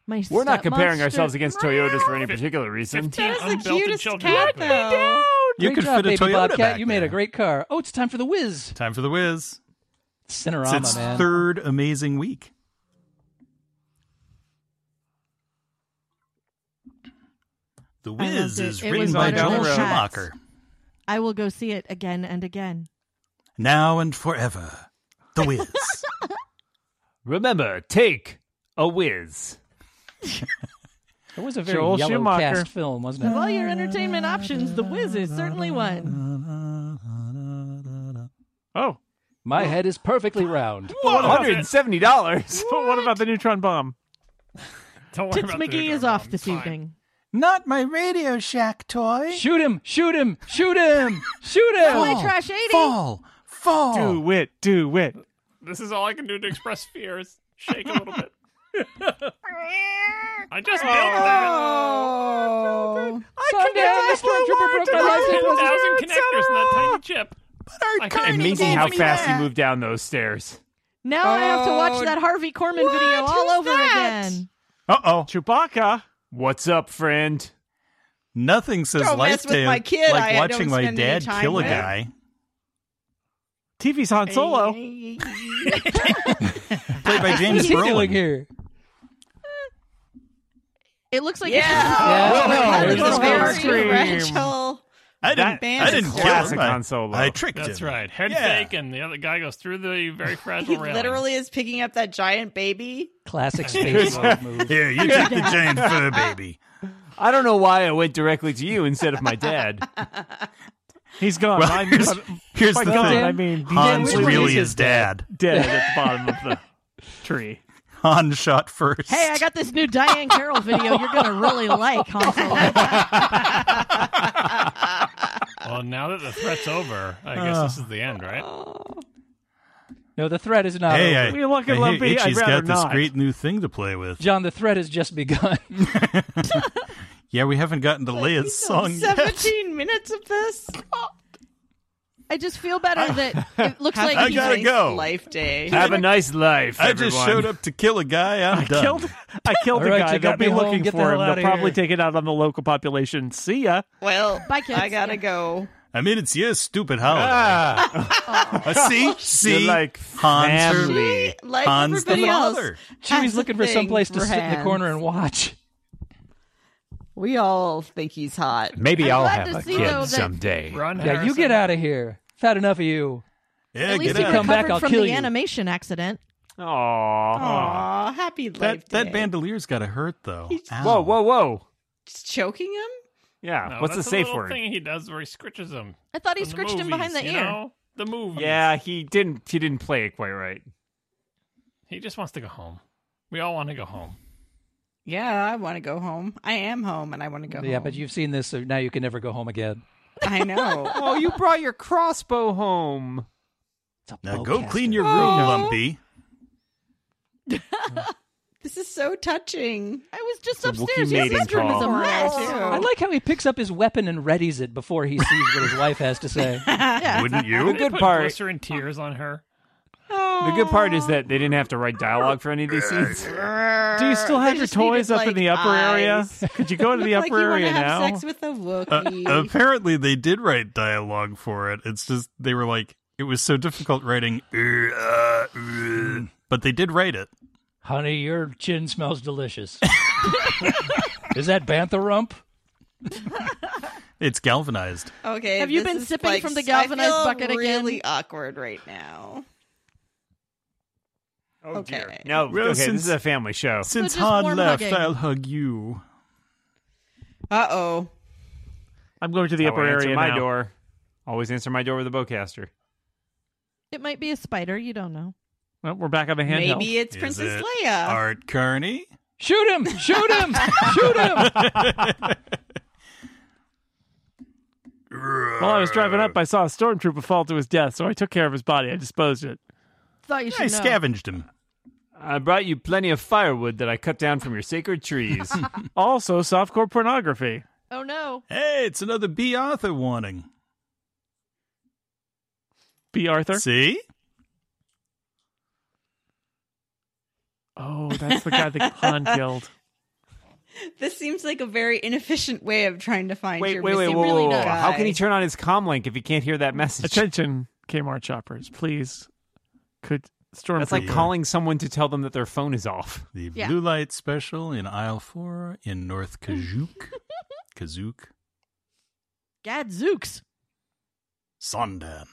[SPEAKER 6] My
[SPEAKER 9] We're not comparing
[SPEAKER 6] stepmonster-
[SPEAKER 9] ourselves against Toyotas for any particular reason.
[SPEAKER 8] That is the
[SPEAKER 7] Unbelted
[SPEAKER 8] cutest
[SPEAKER 7] children
[SPEAKER 8] cat,
[SPEAKER 7] like that.
[SPEAKER 8] though.
[SPEAKER 5] You
[SPEAKER 3] great
[SPEAKER 5] could
[SPEAKER 3] job,
[SPEAKER 5] fit a
[SPEAKER 3] baby
[SPEAKER 5] Toyota
[SPEAKER 3] Bobcat.
[SPEAKER 5] back
[SPEAKER 3] you made a
[SPEAKER 5] there.
[SPEAKER 3] great car. Oh, it's time for the whiz.
[SPEAKER 5] Time for the whiz. It's
[SPEAKER 3] Cinerama,
[SPEAKER 5] its
[SPEAKER 3] man.
[SPEAKER 5] third amazing week. The
[SPEAKER 6] loved
[SPEAKER 5] Wiz
[SPEAKER 6] it.
[SPEAKER 5] is
[SPEAKER 6] It
[SPEAKER 5] written
[SPEAKER 6] was
[SPEAKER 5] by
[SPEAKER 6] better
[SPEAKER 5] Joel
[SPEAKER 6] than
[SPEAKER 5] Schumacher.
[SPEAKER 6] I will go see it again and again.
[SPEAKER 5] Now and forever, The Wiz.
[SPEAKER 9] Remember, take a whiz.
[SPEAKER 3] It was a very
[SPEAKER 2] Joel
[SPEAKER 3] yellow
[SPEAKER 2] Schumacher.
[SPEAKER 3] cast film, wasn't
[SPEAKER 6] Of
[SPEAKER 3] it?
[SPEAKER 6] all your entertainment options, The Wiz is certainly one.
[SPEAKER 2] it. Oh,
[SPEAKER 3] My head is perfectly round.
[SPEAKER 9] One hundred and seventy dollars.
[SPEAKER 2] but what about the neutron bomb?
[SPEAKER 7] Don't worry
[SPEAKER 6] Tits
[SPEAKER 7] about the
[SPEAKER 6] McGee is
[SPEAKER 7] neutron
[SPEAKER 6] off
[SPEAKER 7] bomb.
[SPEAKER 6] this
[SPEAKER 7] It's fine.
[SPEAKER 6] evening.
[SPEAKER 5] Not my Radio Shack toy.
[SPEAKER 3] Shoot him! Shoot him! Shoot him! Shoot him!
[SPEAKER 6] Only trash 80.
[SPEAKER 5] Fall, fall.
[SPEAKER 2] Do it, do it.
[SPEAKER 7] This is all I can do to express fear is shake a little bit. I just built
[SPEAKER 6] Oh,
[SPEAKER 8] Oh.
[SPEAKER 3] Sundown, the stormtrooper broke my life. It was
[SPEAKER 7] that. Thousand connectors in that tiny chip. I can-
[SPEAKER 9] Amazing how fast he moved down those stairs.
[SPEAKER 6] Now I have to watch that Harvey Korman video all over again.
[SPEAKER 5] Uh oh.
[SPEAKER 2] Chewbacca.
[SPEAKER 9] What's up, friend?
[SPEAKER 5] Nothing says
[SPEAKER 8] Don't
[SPEAKER 5] life
[SPEAKER 8] mess with my kid.
[SPEAKER 5] like
[SPEAKER 8] I don't
[SPEAKER 5] watching my
[SPEAKER 8] spend any
[SPEAKER 5] dad
[SPEAKER 8] time
[SPEAKER 5] kill a
[SPEAKER 8] with.
[SPEAKER 5] guy.
[SPEAKER 2] TV's Han Solo.
[SPEAKER 5] Played by
[SPEAKER 3] What are you
[SPEAKER 5] James
[SPEAKER 3] doing
[SPEAKER 5] Brolin.
[SPEAKER 3] here?
[SPEAKER 6] It looks like
[SPEAKER 8] Yeah.
[SPEAKER 3] Well,
[SPEAKER 8] That
[SPEAKER 3] there's
[SPEAKER 8] is
[SPEAKER 3] the
[SPEAKER 8] very
[SPEAKER 2] scream.
[SPEAKER 8] fragile.
[SPEAKER 5] I didn't,
[SPEAKER 8] That
[SPEAKER 5] I
[SPEAKER 8] is
[SPEAKER 5] didn't kill
[SPEAKER 9] classic
[SPEAKER 5] him. I,
[SPEAKER 9] Han Solo.
[SPEAKER 5] I tricked him.
[SPEAKER 7] That's right. Head
[SPEAKER 5] Yeah.
[SPEAKER 7] fake, and the other guy goes through the very fragile
[SPEAKER 8] He
[SPEAKER 7] railing.
[SPEAKER 8] literally is picking up that giant baby.
[SPEAKER 3] Classic space road move.
[SPEAKER 5] Here, you take the giant fur baby.
[SPEAKER 9] I don't know why I went directly to you instead of my dad.
[SPEAKER 2] He's gone.
[SPEAKER 5] Well,
[SPEAKER 2] I'm,
[SPEAKER 5] here's,
[SPEAKER 2] I'm
[SPEAKER 5] here's
[SPEAKER 2] by
[SPEAKER 5] the
[SPEAKER 2] gone.
[SPEAKER 5] thing.
[SPEAKER 2] I mean,
[SPEAKER 5] Hans
[SPEAKER 2] Dan's
[SPEAKER 5] really
[SPEAKER 2] is
[SPEAKER 5] is dad.
[SPEAKER 2] dead at the bottom of the tree.
[SPEAKER 5] Han shot first.
[SPEAKER 6] Hey, I got this new Diane Carroll video you're going to really like, Han Solo.
[SPEAKER 7] now that the threat's over, I guess this is the end, right?
[SPEAKER 6] Oh.
[SPEAKER 3] No, the threat is not
[SPEAKER 5] Hey,
[SPEAKER 3] over.
[SPEAKER 5] I,
[SPEAKER 2] We look at
[SPEAKER 5] I hear
[SPEAKER 2] Lumpy, I'd
[SPEAKER 5] Itchy's
[SPEAKER 2] rather
[SPEAKER 5] got this
[SPEAKER 2] not.
[SPEAKER 5] great new thing to play with.
[SPEAKER 3] John, the threat has just begun.
[SPEAKER 5] Yeah, we haven't gotten to Leia's song yet.
[SPEAKER 8] Seventeen minutes of this.
[SPEAKER 6] I just feel better that it looks like
[SPEAKER 5] I
[SPEAKER 6] he's
[SPEAKER 5] gotta
[SPEAKER 6] like-
[SPEAKER 5] go.
[SPEAKER 8] Life day.
[SPEAKER 9] Have a nice life.
[SPEAKER 5] I just
[SPEAKER 9] everyone.
[SPEAKER 5] showed up to kill a guy. I'm done.
[SPEAKER 2] Killed, I killed
[SPEAKER 3] All
[SPEAKER 2] the
[SPEAKER 3] right,
[SPEAKER 2] guy.
[SPEAKER 3] you
[SPEAKER 2] They'll
[SPEAKER 3] got
[SPEAKER 2] be
[SPEAKER 3] me home.
[SPEAKER 2] looking
[SPEAKER 3] Get the
[SPEAKER 2] for
[SPEAKER 3] hell
[SPEAKER 2] him.
[SPEAKER 3] outta
[SPEAKER 2] They'll probably
[SPEAKER 3] here.
[SPEAKER 2] take it out on the local population. See ya.
[SPEAKER 8] Well,
[SPEAKER 6] Bye, kids.
[SPEAKER 8] I gotta go.
[SPEAKER 5] I mean, it's your stupid holiday. Uh, see, see,
[SPEAKER 9] Ah. You're like
[SPEAKER 5] Hans, her-
[SPEAKER 9] family.
[SPEAKER 8] Like
[SPEAKER 5] Hans the
[SPEAKER 8] everybody else.
[SPEAKER 5] father.
[SPEAKER 8] has
[SPEAKER 3] Chewie's
[SPEAKER 8] a
[SPEAKER 3] looking for
[SPEAKER 8] thing
[SPEAKER 3] someplace to sit in the
[SPEAKER 8] hands.
[SPEAKER 3] corner and watch.
[SPEAKER 8] We all think he's hot.
[SPEAKER 4] Maybe
[SPEAKER 6] I'm
[SPEAKER 4] I'll
[SPEAKER 6] glad
[SPEAKER 4] have
[SPEAKER 6] to
[SPEAKER 4] a
[SPEAKER 6] see,
[SPEAKER 4] kid
[SPEAKER 6] though, that-
[SPEAKER 4] someday.
[SPEAKER 7] Run,
[SPEAKER 3] Yeah, you get out of here. I've had enough of you.
[SPEAKER 5] Yeah,
[SPEAKER 6] At least
[SPEAKER 5] get
[SPEAKER 6] he
[SPEAKER 3] out.
[SPEAKER 5] out.
[SPEAKER 3] Come back,
[SPEAKER 6] recovered
[SPEAKER 3] I'll
[SPEAKER 6] from
[SPEAKER 3] kill
[SPEAKER 6] the
[SPEAKER 3] you.
[SPEAKER 6] animation accident.
[SPEAKER 9] Aww.
[SPEAKER 8] Aw, happy life
[SPEAKER 5] That,
[SPEAKER 8] day.
[SPEAKER 5] that bandelier's got to hurt though. Ow.
[SPEAKER 9] Whoa, whoa, whoa.
[SPEAKER 8] Just choking him.
[SPEAKER 9] Yeah.
[SPEAKER 7] No,
[SPEAKER 9] What's the
[SPEAKER 7] that's a
[SPEAKER 9] safe
[SPEAKER 7] little
[SPEAKER 9] word?
[SPEAKER 7] Thing he does where he scritches him.
[SPEAKER 6] I thought he
[SPEAKER 7] from the
[SPEAKER 6] scratched him behind the
[SPEAKER 7] movies,
[SPEAKER 6] ear.
[SPEAKER 7] you know? The movie.
[SPEAKER 9] Yeah, he didn't. He didn't play it quite right.
[SPEAKER 7] He just wants to go home. We all want to go home.
[SPEAKER 8] Yeah, I want to go home. I am home, and I want to go.
[SPEAKER 3] Yeah,
[SPEAKER 8] home.
[SPEAKER 3] but
[SPEAKER 6] Oh.
[SPEAKER 3] you've seen this, so now you can never go home again.
[SPEAKER 8] I know.
[SPEAKER 9] Oh, you brought your crossbow home.
[SPEAKER 5] Now go clean your room,
[SPEAKER 8] Oh.
[SPEAKER 5] Lumpy.
[SPEAKER 8] this is so touching.
[SPEAKER 6] I was just
[SPEAKER 9] a
[SPEAKER 6] upstairs.
[SPEAKER 9] Wookiee
[SPEAKER 6] His
[SPEAKER 9] mating
[SPEAKER 6] bedroom is a
[SPEAKER 9] call.
[SPEAKER 6] mess.
[SPEAKER 3] I like how he picks up his weapon and readies it before he sees what his wife has to say.
[SPEAKER 5] Wouldn't
[SPEAKER 9] The
[SPEAKER 5] you?
[SPEAKER 7] They
[SPEAKER 9] good
[SPEAKER 7] put
[SPEAKER 9] part.
[SPEAKER 7] glycerin tears on her.
[SPEAKER 9] The good part is that they didn't have to write dialogue for any of these scenes.
[SPEAKER 2] Do you still have
[SPEAKER 8] They
[SPEAKER 2] your
[SPEAKER 8] just
[SPEAKER 2] toys
[SPEAKER 8] needed,
[SPEAKER 2] up
[SPEAKER 8] like,
[SPEAKER 2] in the upper
[SPEAKER 8] eyes.
[SPEAKER 2] area? Could you go to the
[SPEAKER 8] Look
[SPEAKER 2] upper
[SPEAKER 8] like you wanna
[SPEAKER 2] area
[SPEAKER 8] have
[SPEAKER 2] now?
[SPEAKER 8] Sex with a
[SPEAKER 5] Uh,
[SPEAKER 8] Wookiee.
[SPEAKER 5] apparently, they did write dialogue for it. It's just they were like, it was so difficult writing. "Uh, uh, uh,"
[SPEAKER 9] Hmm.
[SPEAKER 5] but they did write it.
[SPEAKER 3] Honey, your chin smells delicious. Is that bantha rump?
[SPEAKER 5] It's galvanized.
[SPEAKER 8] okay.
[SPEAKER 6] Have you
[SPEAKER 8] this
[SPEAKER 6] been
[SPEAKER 8] is,
[SPEAKER 6] sipping
[SPEAKER 8] like,
[SPEAKER 6] from the
[SPEAKER 8] I
[SPEAKER 6] galvanized
[SPEAKER 8] feel
[SPEAKER 6] bucket again?
[SPEAKER 8] Really awkward right now.
[SPEAKER 9] Oh
[SPEAKER 8] Okay.
[SPEAKER 9] dear. No.
[SPEAKER 5] Well,
[SPEAKER 9] okay,
[SPEAKER 5] since-
[SPEAKER 9] this is a family show.
[SPEAKER 5] Since
[SPEAKER 6] just
[SPEAKER 5] Han
[SPEAKER 6] warm
[SPEAKER 5] left,
[SPEAKER 6] hugging.
[SPEAKER 5] I'll hug you.
[SPEAKER 8] Uh oh.
[SPEAKER 2] I'm going to the
[SPEAKER 9] How I
[SPEAKER 2] upper
[SPEAKER 9] answer
[SPEAKER 2] area
[SPEAKER 9] my
[SPEAKER 2] now.
[SPEAKER 9] door. Always answer my door with a bowcaster.
[SPEAKER 6] It might be a spider. You don't know.
[SPEAKER 2] Well, we're back on the handheld.
[SPEAKER 8] Maybe it's
[SPEAKER 5] Is
[SPEAKER 8] Princess
[SPEAKER 5] it
[SPEAKER 8] Leia.
[SPEAKER 5] Art Carney.
[SPEAKER 3] Shoot him! Shoot him! Shoot him!
[SPEAKER 2] While I was driving up, I saw a stormtrooper fall to his death, so I took care of his body. I disposed it.
[SPEAKER 6] Thought you should
[SPEAKER 5] I
[SPEAKER 6] know.
[SPEAKER 5] scavenged him.
[SPEAKER 9] I brought you plenty of firewood that I cut down from your sacred trees.
[SPEAKER 2] Also, softcore pornography.
[SPEAKER 6] Oh no.
[SPEAKER 5] Hey, it's another B. Arthur warning.
[SPEAKER 2] B. Arthur.
[SPEAKER 5] See?
[SPEAKER 2] Oh, that's the guy that Han killed.
[SPEAKER 8] This seems like a very inefficient way of trying to find
[SPEAKER 9] wait,
[SPEAKER 8] your
[SPEAKER 9] wait, wait,
[SPEAKER 8] missing
[SPEAKER 9] whoa,
[SPEAKER 8] really
[SPEAKER 9] whoa, whoa.
[SPEAKER 8] guy.
[SPEAKER 9] How can he turn on his comlink if he can't hear that message?
[SPEAKER 2] Attention, Kmart shoppers, please. Could stormtrooper?
[SPEAKER 9] That's like calling someone to tell them that their phone is off.
[SPEAKER 5] The
[SPEAKER 6] Yeah.
[SPEAKER 5] blue light special in aisle four in North Kazook. Kazook.
[SPEAKER 6] Gadzooks.
[SPEAKER 5] Sondheim.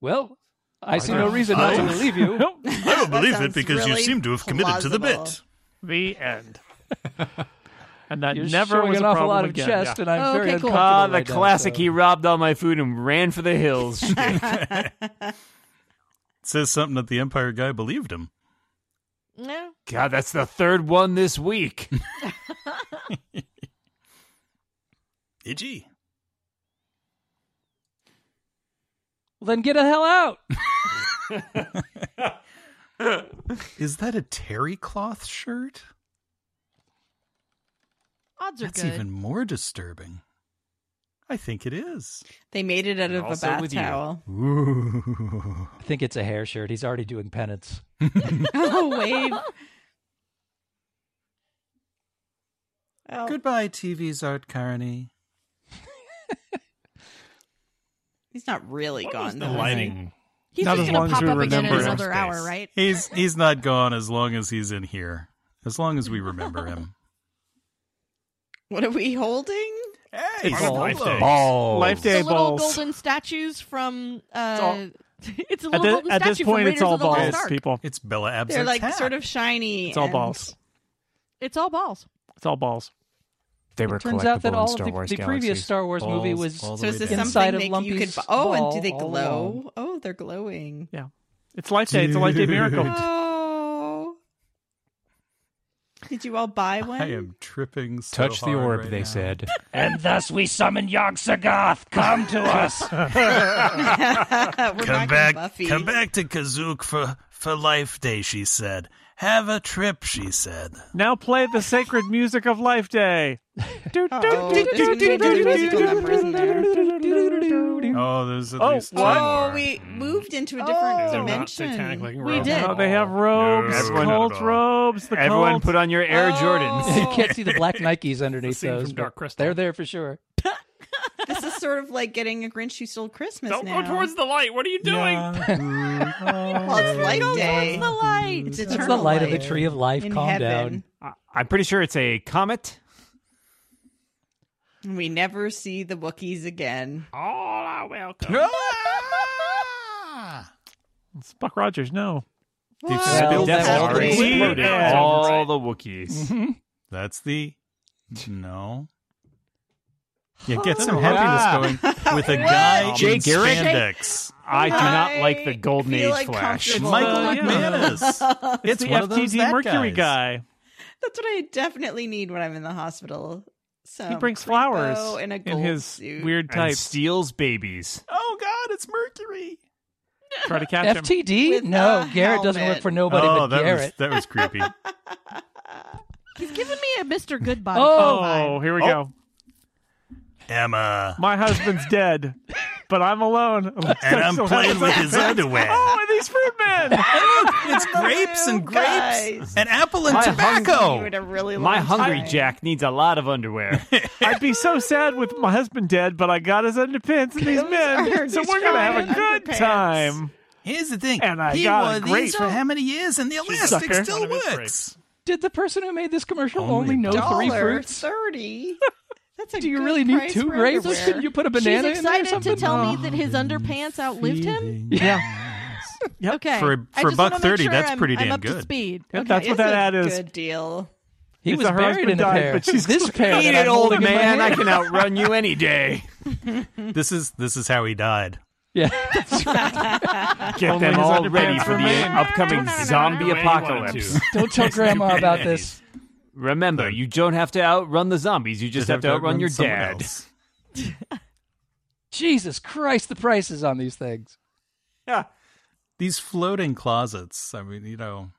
[SPEAKER 3] Well, I see no reason not to believe you.
[SPEAKER 5] I don't
[SPEAKER 8] That
[SPEAKER 5] believe it
[SPEAKER 8] sounds
[SPEAKER 5] because you
[SPEAKER 8] really
[SPEAKER 5] seem to have committed to the bit.
[SPEAKER 8] plausible.
[SPEAKER 2] the end. And that
[SPEAKER 3] You're
[SPEAKER 2] never
[SPEAKER 3] showing
[SPEAKER 2] was
[SPEAKER 3] an
[SPEAKER 2] a
[SPEAKER 3] awful
[SPEAKER 2] problem
[SPEAKER 3] lot of
[SPEAKER 2] again.
[SPEAKER 3] chest, and I'm
[SPEAKER 6] Oh,
[SPEAKER 3] very
[SPEAKER 6] okay, cool.
[SPEAKER 3] uncomfortable.
[SPEAKER 9] Ah, the
[SPEAKER 3] right now,
[SPEAKER 9] classic.
[SPEAKER 3] so-
[SPEAKER 9] He robbed all my food and ran for the hills.
[SPEAKER 5] It says something that the Empire guy believed him.
[SPEAKER 6] No.
[SPEAKER 9] God, that's the third one this week.
[SPEAKER 5] Iggy.
[SPEAKER 3] Well, then get the hell out.
[SPEAKER 5] Is that a terry cloth shirt?
[SPEAKER 6] Odds are
[SPEAKER 5] That's
[SPEAKER 6] good.
[SPEAKER 5] even more disturbing. I think it is.
[SPEAKER 8] They made it out of a
[SPEAKER 9] also
[SPEAKER 8] bath
[SPEAKER 9] with you.
[SPEAKER 8] towel.
[SPEAKER 5] Ooh.
[SPEAKER 3] I think it's a hair shirt. He's already doing penance.
[SPEAKER 8] oh, wave. Oh,
[SPEAKER 5] Goodbye, TV's Art Carney.
[SPEAKER 8] He's not really
[SPEAKER 7] What was
[SPEAKER 8] gone.
[SPEAKER 7] the
[SPEAKER 8] though.
[SPEAKER 7] lighting?
[SPEAKER 6] He's
[SPEAKER 2] Not
[SPEAKER 6] just
[SPEAKER 2] as
[SPEAKER 6] gonna
[SPEAKER 2] long as
[SPEAKER 6] pop
[SPEAKER 2] we
[SPEAKER 6] up again in
[SPEAKER 2] remember
[SPEAKER 6] another
[SPEAKER 9] him.
[SPEAKER 6] hour, right?
[SPEAKER 5] He's he's not gone as long as he's in here. As long as we remember him.
[SPEAKER 8] What are we holding?
[SPEAKER 5] Hey,
[SPEAKER 7] It's life days.
[SPEAKER 9] Oh,
[SPEAKER 5] balls.
[SPEAKER 2] Life day
[SPEAKER 6] the little
[SPEAKER 2] balls.
[SPEAKER 6] golden statues from. Uh, it's a
[SPEAKER 2] At,
[SPEAKER 6] little
[SPEAKER 2] the-
[SPEAKER 6] golden
[SPEAKER 2] at
[SPEAKER 6] statue
[SPEAKER 2] this
[SPEAKER 6] from
[SPEAKER 2] point,
[SPEAKER 6] Raiders
[SPEAKER 2] it's all
[SPEAKER 6] of the Lost
[SPEAKER 2] balls,
[SPEAKER 6] Ark.
[SPEAKER 2] people.
[SPEAKER 5] It's Bella Absinthe.
[SPEAKER 8] They're like sort of shiny.
[SPEAKER 2] It's all
[SPEAKER 8] and-
[SPEAKER 2] balls.
[SPEAKER 6] It's all balls.
[SPEAKER 2] It's all balls.
[SPEAKER 9] They were
[SPEAKER 3] Turns out that
[SPEAKER 9] collectible in
[SPEAKER 3] all of
[SPEAKER 9] Star
[SPEAKER 3] the,
[SPEAKER 9] Wars
[SPEAKER 3] the previous
[SPEAKER 9] Galaxies.
[SPEAKER 3] Star Wars movie
[SPEAKER 5] Balls
[SPEAKER 3] was
[SPEAKER 5] all the
[SPEAKER 6] So
[SPEAKER 5] way
[SPEAKER 6] is this
[SPEAKER 5] down.
[SPEAKER 3] Inside
[SPEAKER 6] something
[SPEAKER 3] of
[SPEAKER 6] that you could?
[SPEAKER 3] Lumpy's
[SPEAKER 6] bu- Oh, and do they
[SPEAKER 3] ball all
[SPEAKER 6] glow?
[SPEAKER 3] along.
[SPEAKER 6] Oh, they're glowing.
[SPEAKER 2] It's life day. It's a life day miracle.
[SPEAKER 5] Dude.
[SPEAKER 6] Oh. Did you all buy one?
[SPEAKER 5] I am tripping. So
[SPEAKER 4] Touch the
[SPEAKER 5] hard
[SPEAKER 4] orb,
[SPEAKER 5] right
[SPEAKER 4] they
[SPEAKER 5] now.
[SPEAKER 4] said.
[SPEAKER 3] And thus we summon Yog Sagoth. Come to us.
[SPEAKER 6] We're
[SPEAKER 5] Come
[SPEAKER 6] in
[SPEAKER 5] back,
[SPEAKER 6] Buffy.
[SPEAKER 5] come back to Kazook for for Life Day. She said. Have a trip, she said.
[SPEAKER 2] Now play the sacred music of Life Day.
[SPEAKER 6] Oh, there's some good musical number, isn't there?
[SPEAKER 5] Oh, there's at
[SPEAKER 2] Oh,
[SPEAKER 5] least
[SPEAKER 2] what?
[SPEAKER 5] ten
[SPEAKER 6] Oh,
[SPEAKER 5] more.
[SPEAKER 6] we moved into a different
[SPEAKER 11] They're not satanic
[SPEAKER 6] dimension.
[SPEAKER 11] looking
[SPEAKER 7] We
[SPEAKER 11] robes
[SPEAKER 7] did.
[SPEAKER 11] at
[SPEAKER 2] Oh,
[SPEAKER 11] all.
[SPEAKER 2] they have robes,
[SPEAKER 4] Everyone-
[SPEAKER 2] cult robes. The
[SPEAKER 9] Everyone
[SPEAKER 2] cult.
[SPEAKER 9] put on your
[SPEAKER 6] Oh.
[SPEAKER 9] Air Jordans.
[SPEAKER 3] you can't see the black Nikes underneath
[SPEAKER 11] scene from
[SPEAKER 3] those. but
[SPEAKER 11] Dark Crystal.
[SPEAKER 3] They're there for sure.
[SPEAKER 6] This is sort of like getting a Grinch who stole Christmas
[SPEAKER 11] Don't
[SPEAKER 6] now.
[SPEAKER 11] go towards the light. What are you doing?
[SPEAKER 6] well, it's light day.
[SPEAKER 7] the light.
[SPEAKER 6] It's,
[SPEAKER 3] It's the
[SPEAKER 6] eternal
[SPEAKER 3] light of the tree of life.
[SPEAKER 6] in
[SPEAKER 3] Calm
[SPEAKER 6] heaven.
[SPEAKER 9] I- I'm pretty sure it's a comet.
[SPEAKER 6] We never see the Wookiees again.
[SPEAKER 11] All are welcome.
[SPEAKER 2] It's Buck Rogers. No,
[SPEAKER 5] They've
[SPEAKER 6] What?
[SPEAKER 5] spilled
[SPEAKER 6] Oh, That's
[SPEAKER 5] that
[SPEAKER 6] already
[SPEAKER 5] already.
[SPEAKER 2] exploded.
[SPEAKER 6] exploded.
[SPEAKER 2] Yeah.
[SPEAKER 9] All the Wookiees.
[SPEAKER 3] down.
[SPEAKER 5] That's the no. Yeah, get
[SPEAKER 2] Oh,
[SPEAKER 5] some happiness
[SPEAKER 9] Ah.
[SPEAKER 5] going with a guy
[SPEAKER 9] Jay
[SPEAKER 5] in
[SPEAKER 9] Garrick?
[SPEAKER 5] spandex.
[SPEAKER 9] I do not like the
[SPEAKER 6] I
[SPEAKER 9] Golden
[SPEAKER 6] feel
[SPEAKER 9] Age Flash.
[SPEAKER 6] uncomfortable.
[SPEAKER 5] Michael
[SPEAKER 2] Uh, yeah.
[SPEAKER 5] McManus.
[SPEAKER 2] it's, the
[SPEAKER 5] one
[SPEAKER 2] FTD
[SPEAKER 5] of those that
[SPEAKER 2] Mercury
[SPEAKER 5] guys.
[SPEAKER 2] guy.
[SPEAKER 6] That's what I definitely need when I'm in the hospital. So
[SPEAKER 2] He brings flowers
[SPEAKER 6] Um, in a
[SPEAKER 2] in
[SPEAKER 6] gold
[SPEAKER 2] his
[SPEAKER 6] suit.
[SPEAKER 2] weird
[SPEAKER 9] And
[SPEAKER 2] type.
[SPEAKER 9] steals babies.
[SPEAKER 5] Oh God, it's Mercury.
[SPEAKER 2] Try to catch him.
[SPEAKER 3] FTD?
[SPEAKER 6] With
[SPEAKER 3] no,
[SPEAKER 6] a
[SPEAKER 3] Garrett doesn't work
[SPEAKER 6] helmet.
[SPEAKER 3] for nobody
[SPEAKER 5] oh,
[SPEAKER 3] but
[SPEAKER 5] that
[SPEAKER 3] Garrett.
[SPEAKER 5] was that was creepy.
[SPEAKER 7] He's giving me a Mr. Goodbye.
[SPEAKER 2] Oh, here we go.
[SPEAKER 5] Emma,
[SPEAKER 2] My husband's dead, but I'm alone.
[SPEAKER 5] and I'm playing with his underwear.
[SPEAKER 2] Oh, and these fruit men.
[SPEAKER 5] It's grapes and grapes
[SPEAKER 6] Oh, guys.
[SPEAKER 5] and apple and
[SPEAKER 9] My
[SPEAKER 5] tobacco.
[SPEAKER 6] Continued a really
[SPEAKER 9] My
[SPEAKER 6] long
[SPEAKER 9] hungry
[SPEAKER 6] time.
[SPEAKER 9] Jack needs a lot of underwear.
[SPEAKER 2] I'd be so sad with my husband dead, but I got his underpants and these
[SPEAKER 6] Those are
[SPEAKER 2] men, so
[SPEAKER 6] his
[SPEAKER 2] we're gonna have a
[SPEAKER 6] giant
[SPEAKER 2] good
[SPEAKER 6] underpants.
[SPEAKER 2] time.
[SPEAKER 5] Here's the thing.
[SPEAKER 2] And I
[SPEAKER 5] he
[SPEAKER 2] got
[SPEAKER 5] wore
[SPEAKER 2] a grape.
[SPEAKER 5] these for how many years, and the elastic
[SPEAKER 2] sucker.
[SPEAKER 5] still
[SPEAKER 11] One of his
[SPEAKER 5] works.
[SPEAKER 11] grapes.
[SPEAKER 3] Did the person who made this commercial
[SPEAKER 5] Only
[SPEAKER 3] only know three
[SPEAKER 6] Dollar
[SPEAKER 3] fruits?
[SPEAKER 6] thirty. That's a
[SPEAKER 3] Do you
[SPEAKER 6] good
[SPEAKER 3] really need
[SPEAKER 6] price
[SPEAKER 3] two
[SPEAKER 6] for
[SPEAKER 3] grapes?
[SPEAKER 6] underwear.
[SPEAKER 3] Couldn't you put a
[SPEAKER 7] She's
[SPEAKER 3] banana in there or
[SPEAKER 7] excited to
[SPEAKER 3] something? Oh,
[SPEAKER 7] tell me that his underpants outlived him.
[SPEAKER 2] Yeah,
[SPEAKER 7] Okay,
[SPEAKER 5] For-
[SPEAKER 7] I
[SPEAKER 5] for
[SPEAKER 7] just wanna
[SPEAKER 5] buck
[SPEAKER 7] make
[SPEAKER 5] 30,
[SPEAKER 7] sure
[SPEAKER 5] that's
[SPEAKER 7] I'm-
[SPEAKER 5] pretty
[SPEAKER 7] I'm
[SPEAKER 5] damn
[SPEAKER 7] up to
[SPEAKER 5] good.
[SPEAKER 7] speed.
[SPEAKER 2] Yep,
[SPEAKER 7] Okay,
[SPEAKER 2] that's what
[SPEAKER 6] It's
[SPEAKER 2] that
[SPEAKER 6] a
[SPEAKER 2] ad is.
[SPEAKER 6] Good deal.
[SPEAKER 3] He
[SPEAKER 2] It's
[SPEAKER 3] was
[SPEAKER 2] her
[SPEAKER 3] buried
[SPEAKER 2] husband
[SPEAKER 3] in a
[SPEAKER 2] died,
[SPEAKER 3] pair.
[SPEAKER 2] but she's-
[SPEAKER 3] this pair.
[SPEAKER 9] Eat
[SPEAKER 3] that
[SPEAKER 9] it,
[SPEAKER 3] I'm
[SPEAKER 9] old
[SPEAKER 3] holding in my
[SPEAKER 9] man. I
[SPEAKER 3] hand.
[SPEAKER 9] can outrun you any day.
[SPEAKER 5] This is this is how he died.
[SPEAKER 3] Yeah.
[SPEAKER 9] Get
[SPEAKER 2] Only
[SPEAKER 9] them
[SPEAKER 2] his
[SPEAKER 9] all
[SPEAKER 2] underpants
[SPEAKER 9] ready for the
[SPEAKER 2] remain.
[SPEAKER 9] upcoming zombie
[SPEAKER 11] The way you wanted
[SPEAKER 9] apocalypse.
[SPEAKER 11] to.
[SPEAKER 3] Don't tell grandma about this.
[SPEAKER 9] Remember, you don't have to outrun the zombies. You just have to outrun your
[SPEAKER 5] someone
[SPEAKER 9] dad.
[SPEAKER 5] else.
[SPEAKER 3] Jesus Christ, the prices on these things.
[SPEAKER 5] These floating closets. I mean, you know,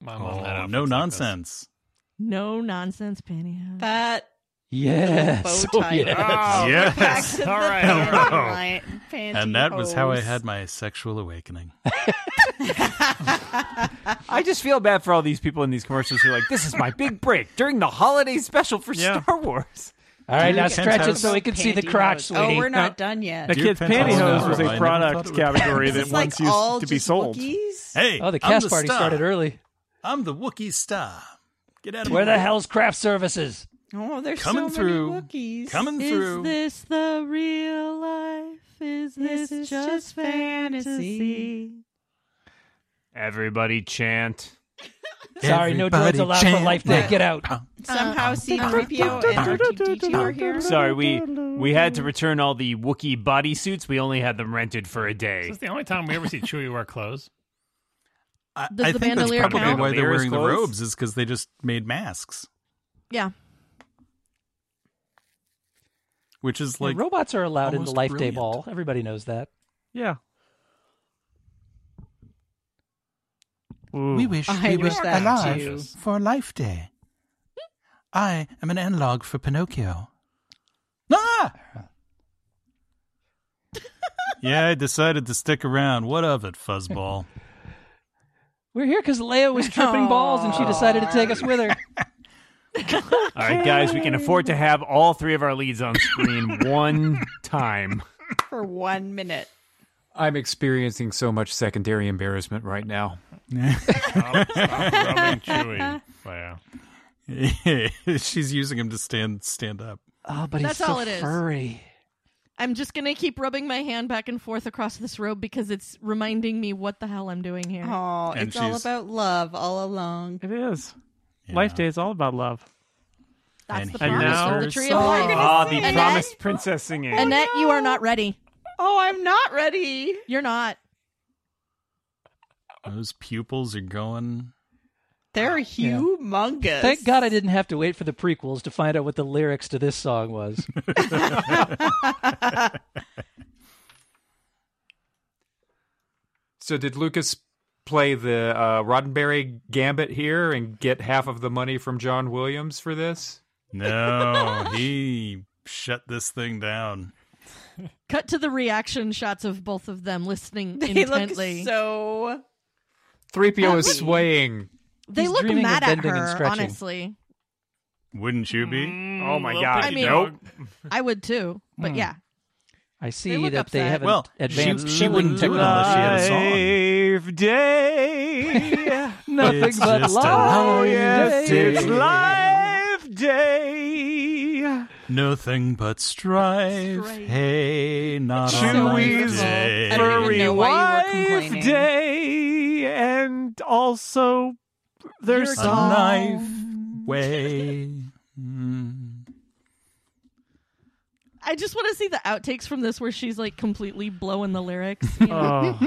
[SPEAKER 11] My mom had
[SPEAKER 5] oh,
[SPEAKER 11] outfits
[SPEAKER 5] no
[SPEAKER 11] like
[SPEAKER 5] nonsense.
[SPEAKER 7] No nonsense pantyhose.
[SPEAKER 6] That
[SPEAKER 3] Yes.
[SPEAKER 6] bow
[SPEAKER 3] Oh,
[SPEAKER 6] tie.
[SPEAKER 3] yeah.
[SPEAKER 11] Oh,
[SPEAKER 5] yes.
[SPEAKER 6] Back to
[SPEAKER 11] All
[SPEAKER 6] the
[SPEAKER 11] right.
[SPEAKER 6] pan-
[SPEAKER 5] Hello.
[SPEAKER 6] right,
[SPEAKER 5] And that was how I
[SPEAKER 6] pantyhose.
[SPEAKER 5] had my sexual awakening.
[SPEAKER 9] I just feel bad for all these people in these commercials who are like, this is my big break during the holiday special for
[SPEAKER 2] Yeah.
[SPEAKER 9] Star Wars.
[SPEAKER 3] All right,
[SPEAKER 5] Dude,
[SPEAKER 3] now
[SPEAKER 5] Kent
[SPEAKER 3] stretch it
[SPEAKER 5] has
[SPEAKER 3] so we can see the
[SPEAKER 6] Pantyhose.
[SPEAKER 3] crotch, sweetie.
[SPEAKER 6] Oh, we're not done yet.
[SPEAKER 2] a
[SPEAKER 5] Dear
[SPEAKER 2] kid's
[SPEAKER 5] Pentecost
[SPEAKER 2] pantyhose
[SPEAKER 5] Hour,
[SPEAKER 2] was
[SPEAKER 5] I
[SPEAKER 2] a
[SPEAKER 5] never thought
[SPEAKER 2] product
[SPEAKER 5] of it.
[SPEAKER 2] category
[SPEAKER 6] This
[SPEAKER 2] that
[SPEAKER 6] is like
[SPEAKER 2] once
[SPEAKER 6] all
[SPEAKER 2] used to be
[SPEAKER 6] just
[SPEAKER 2] sold.
[SPEAKER 6] Wookiees?
[SPEAKER 5] Hey,
[SPEAKER 3] Oh, the
[SPEAKER 5] I'm
[SPEAKER 3] cast party
[SPEAKER 5] star.
[SPEAKER 3] started early.
[SPEAKER 5] I'm the Wookiee star. Get out of
[SPEAKER 3] Where
[SPEAKER 5] here.
[SPEAKER 3] the hell's craft services?
[SPEAKER 6] Oh, there's
[SPEAKER 5] Coming
[SPEAKER 6] so
[SPEAKER 5] through.
[SPEAKER 6] many Wookiees.
[SPEAKER 5] Coming
[SPEAKER 7] Is
[SPEAKER 5] through.
[SPEAKER 7] this the real life? Is this,
[SPEAKER 6] is
[SPEAKER 7] just,
[SPEAKER 6] just
[SPEAKER 7] fantasy?
[SPEAKER 6] fantasy.
[SPEAKER 9] Everybody chant.
[SPEAKER 3] Sorry, no drugs
[SPEAKER 5] Everybody
[SPEAKER 3] allowed for
[SPEAKER 5] chant
[SPEAKER 3] life day.
[SPEAKER 5] that.
[SPEAKER 3] Get out.
[SPEAKER 6] Somehow
[SPEAKER 5] Uh,
[SPEAKER 6] C-3PO and R2-D2 are here.
[SPEAKER 9] Sorry, we we had to return all the Wookiee bodysuits. We only had them rented for a day.
[SPEAKER 11] This is the only time we ever see Chewie wear clothes.
[SPEAKER 5] I,
[SPEAKER 7] Does
[SPEAKER 5] I
[SPEAKER 7] the
[SPEAKER 5] think that's
[SPEAKER 7] bandolier
[SPEAKER 5] probably
[SPEAKER 7] count?
[SPEAKER 5] why they're
[SPEAKER 9] Bandolier's
[SPEAKER 5] wearing the
[SPEAKER 9] clothes?
[SPEAKER 5] robes is because they just made masks,
[SPEAKER 7] Yeah.
[SPEAKER 5] which is like
[SPEAKER 3] robots are allowed in the
[SPEAKER 5] almost
[SPEAKER 3] life
[SPEAKER 5] brilliant.
[SPEAKER 3] day ball. Everybody knows that.
[SPEAKER 2] Yeah.
[SPEAKER 5] We
[SPEAKER 2] Ooh.
[SPEAKER 5] wish
[SPEAKER 6] I
[SPEAKER 5] we
[SPEAKER 6] wish
[SPEAKER 5] were
[SPEAKER 6] that
[SPEAKER 5] alive
[SPEAKER 6] too.
[SPEAKER 5] for Life Day. I am an analog for Pinocchio. Ah! yeah, I decided to stick around. What of it, fuzzball?
[SPEAKER 3] We're here because Leia was tripping balls and she decided to take us with her.
[SPEAKER 9] All right, guys, we can afford to have all three of our leads on screen one time.
[SPEAKER 6] For one minute.
[SPEAKER 4] I'm experiencing so much secondary embarrassment right now.
[SPEAKER 11] Stop, stop rubbing Chewie. Wow.
[SPEAKER 5] She's using him to stand stand up.
[SPEAKER 3] Oh, but
[SPEAKER 7] That's
[SPEAKER 3] he's so
[SPEAKER 7] all it is.
[SPEAKER 3] furry.
[SPEAKER 7] I'm just gonna keep rubbing my hand back and forth across this robe because it's reminding me what the hell I'm doing here.
[SPEAKER 6] Oh,
[SPEAKER 5] And
[SPEAKER 6] it's all
[SPEAKER 5] she's-
[SPEAKER 6] about love all along.
[SPEAKER 2] It is. Life Day is all about love.
[SPEAKER 6] That's
[SPEAKER 5] And
[SPEAKER 6] the
[SPEAKER 5] here's
[SPEAKER 6] promise
[SPEAKER 2] her
[SPEAKER 6] of the tree of
[SPEAKER 8] song.
[SPEAKER 6] life.
[SPEAKER 9] Ah, the
[SPEAKER 6] Annette?
[SPEAKER 9] promised princess singing.
[SPEAKER 6] Annette, you are not ready.
[SPEAKER 8] Oh, I'm not ready.
[SPEAKER 6] You're not.
[SPEAKER 5] Those pupils are going.
[SPEAKER 8] They're humongous.
[SPEAKER 3] Thank God I didn't have to wait for the prequels to find out what the lyrics to this song was.
[SPEAKER 4] So did Lucas play the uh, Roddenberry gambit here and get half of the money from John Williams for this?
[SPEAKER 5] No, he shut this thing down.
[SPEAKER 6] Cut to the reaction shots of both of them listening
[SPEAKER 8] They look
[SPEAKER 6] intently.
[SPEAKER 8] so.
[SPEAKER 4] 3PO is swaying.
[SPEAKER 6] they
[SPEAKER 3] He's
[SPEAKER 6] look
[SPEAKER 3] dreaming of
[SPEAKER 6] mad at
[SPEAKER 3] bending and
[SPEAKER 6] her,
[SPEAKER 3] stretching.
[SPEAKER 6] honestly.
[SPEAKER 5] Wouldn't you
[SPEAKER 6] Mm.
[SPEAKER 5] be?
[SPEAKER 9] Oh my
[SPEAKER 7] Little
[SPEAKER 9] god.
[SPEAKER 6] I
[SPEAKER 7] piggy
[SPEAKER 6] mean-
[SPEAKER 7] dog.
[SPEAKER 6] I would too. But yeah.
[SPEAKER 3] I see
[SPEAKER 6] look
[SPEAKER 3] that they
[SPEAKER 6] upset.
[SPEAKER 3] haven't
[SPEAKER 5] Well, she-
[SPEAKER 3] advanced.
[SPEAKER 5] she wouldn't do it unless she had a song.
[SPEAKER 9] Life day.
[SPEAKER 3] Nothing
[SPEAKER 5] It's
[SPEAKER 3] but Oh,
[SPEAKER 5] just a
[SPEAKER 3] love.
[SPEAKER 5] lonely
[SPEAKER 9] yes,
[SPEAKER 5] day.
[SPEAKER 9] it's life day.
[SPEAKER 5] Nothing but strife.
[SPEAKER 6] Strife.
[SPEAKER 5] Hey, not
[SPEAKER 8] It's
[SPEAKER 5] on
[SPEAKER 8] so
[SPEAKER 5] my
[SPEAKER 8] wonderful.
[SPEAKER 5] day.
[SPEAKER 8] I don't even
[SPEAKER 9] Furry
[SPEAKER 8] know why
[SPEAKER 9] wife
[SPEAKER 8] you were complaining.
[SPEAKER 9] day, and also there's
[SPEAKER 5] a knife way. Mm.
[SPEAKER 6] I just want to see the outtakes from this where she's like completely blowing the lyrics. you know?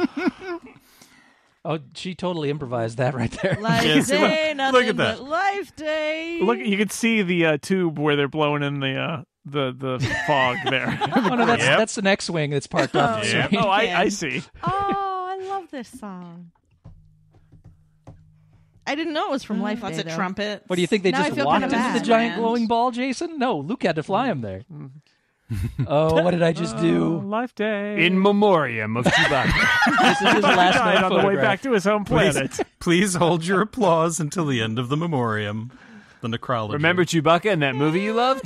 [SPEAKER 3] Oh, she totally improvised that right there.
[SPEAKER 6] Life
[SPEAKER 5] Yes, look-
[SPEAKER 6] day,
[SPEAKER 5] look at
[SPEAKER 6] nothing
[SPEAKER 5] that.
[SPEAKER 6] but life day.
[SPEAKER 2] Look, you can see the uh, tube where they're blowing in the uh, the the fog there.
[SPEAKER 3] Oh, no, that's,
[SPEAKER 5] Yep.
[SPEAKER 3] that's an X-wing that's parked off. the
[SPEAKER 5] Yep.
[SPEAKER 3] street.
[SPEAKER 2] oh, I, I see.
[SPEAKER 6] oh, I love this song. I didn't know it was
[SPEAKER 9] Mm.
[SPEAKER 6] from Life
[SPEAKER 8] Lots
[SPEAKER 6] Day.
[SPEAKER 8] of
[SPEAKER 6] though.
[SPEAKER 8] trumpets.
[SPEAKER 3] What do you think? They
[SPEAKER 6] Now I
[SPEAKER 3] just
[SPEAKER 6] feel
[SPEAKER 3] walked
[SPEAKER 6] kinda
[SPEAKER 3] into
[SPEAKER 6] bad.
[SPEAKER 3] the giant
[SPEAKER 8] Land.
[SPEAKER 3] glowing ball, Jason? No, Luke had to fly him there.
[SPEAKER 6] Mm-hmm.
[SPEAKER 3] oh, what did I just do?
[SPEAKER 2] Life Day.
[SPEAKER 9] in memoriam of Chewbacca.
[SPEAKER 3] This is his last
[SPEAKER 2] died
[SPEAKER 3] known
[SPEAKER 2] on the way
[SPEAKER 3] photograph.
[SPEAKER 2] back to his home planet.
[SPEAKER 5] Please, please hold your applause until the end of the memoriam, the necrology.
[SPEAKER 9] Remember Chewbacca in that movie you loved?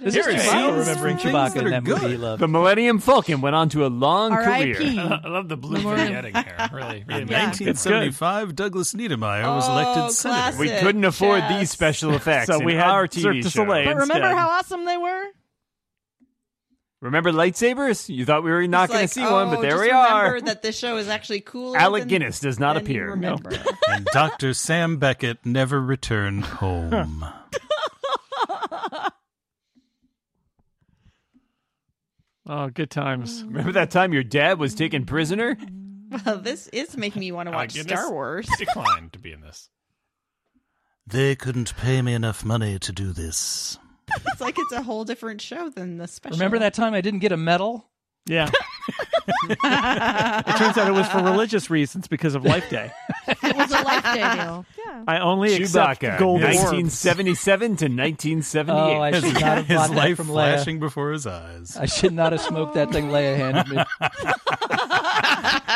[SPEAKER 3] This is
[SPEAKER 9] Here it
[SPEAKER 3] Chewbacca
[SPEAKER 9] is.
[SPEAKER 3] remembering
[SPEAKER 5] Things
[SPEAKER 3] Chewbacca
[SPEAKER 5] that
[SPEAKER 3] in
[SPEAKER 5] are
[SPEAKER 3] that
[SPEAKER 5] good.
[SPEAKER 3] movie he loved.
[SPEAKER 9] The Millennium Falcon went on to a long
[SPEAKER 6] R.I.P.
[SPEAKER 9] career.
[SPEAKER 7] I love the blue
[SPEAKER 6] Memorial.
[SPEAKER 7] vignetting here. Really, really.
[SPEAKER 5] In
[SPEAKER 7] makes me-
[SPEAKER 5] 1975, Douglas Niedermeyer was
[SPEAKER 8] Oh,
[SPEAKER 5] elected senator.
[SPEAKER 8] classic.
[SPEAKER 9] We couldn't afford
[SPEAKER 8] Yes.
[SPEAKER 9] these special effects.
[SPEAKER 2] So
[SPEAKER 9] in
[SPEAKER 2] we had
[SPEAKER 9] our
[SPEAKER 2] Cirque
[SPEAKER 9] TV
[SPEAKER 2] du
[SPEAKER 9] show.
[SPEAKER 2] Soleil.
[SPEAKER 6] But remember
[SPEAKER 2] instead.
[SPEAKER 6] how awesome they were?
[SPEAKER 9] Remember lightsabers? You thought we were not
[SPEAKER 8] It's
[SPEAKER 9] going
[SPEAKER 8] like,
[SPEAKER 9] to see one, but
[SPEAKER 8] oh,
[SPEAKER 9] there
[SPEAKER 8] just
[SPEAKER 9] we are.
[SPEAKER 8] Remember that this show is actually cool.
[SPEAKER 9] Alec Guinness does not appear. No.
[SPEAKER 8] Remember.
[SPEAKER 5] and Dr. Sam Beckett never returned home.
[SPEAKER 2] Oh, good times.
[SPEAKER 9] Remember that time your dad was taken prisoner?
[SPEAKER 8] well, this is making me want to
[SPEAKER 7] Alec
[SPEAKER 8] watch
[SPEAKER 7] Guinness?
[SPEAKER 8] Star Wars.
[SPEAKER 7] Oh declined to be in this.
[SPEAKER 5] They couldn't pay me enough money to do this.
[SPEAKER 8] It's like it's a whole different show than the special.
[SPEAKER 3] Remember that time I didn't get a medal?
[SPEAKER 2] Yeah. it turns out it was for religious reasons because of Life Day.
[SPEAKER 6] It was a Life Day deal. Yeah.
[SPEAKER 2] I only accept
[SPEAKER 9] Chewbacca,
[SPEAKER 2] gold orbs.
[SPEAKER 9] 1977 to
[SPEAKER 3] Oh,
[SPEAKER 9] 1978.
[SPEAKER 3] I
[SPEAKER 5] His,
[SPEAKER 3] should not have
[SPEAKER 5] his
[SPEAKER 3] bought that
[SPEAKER 5] life
[SPEAKER 3] from Leia.
[SPEAKER 5] flashing before his eyes.
[SPEAKER 3] I should not have smoked that thing Leia handed me.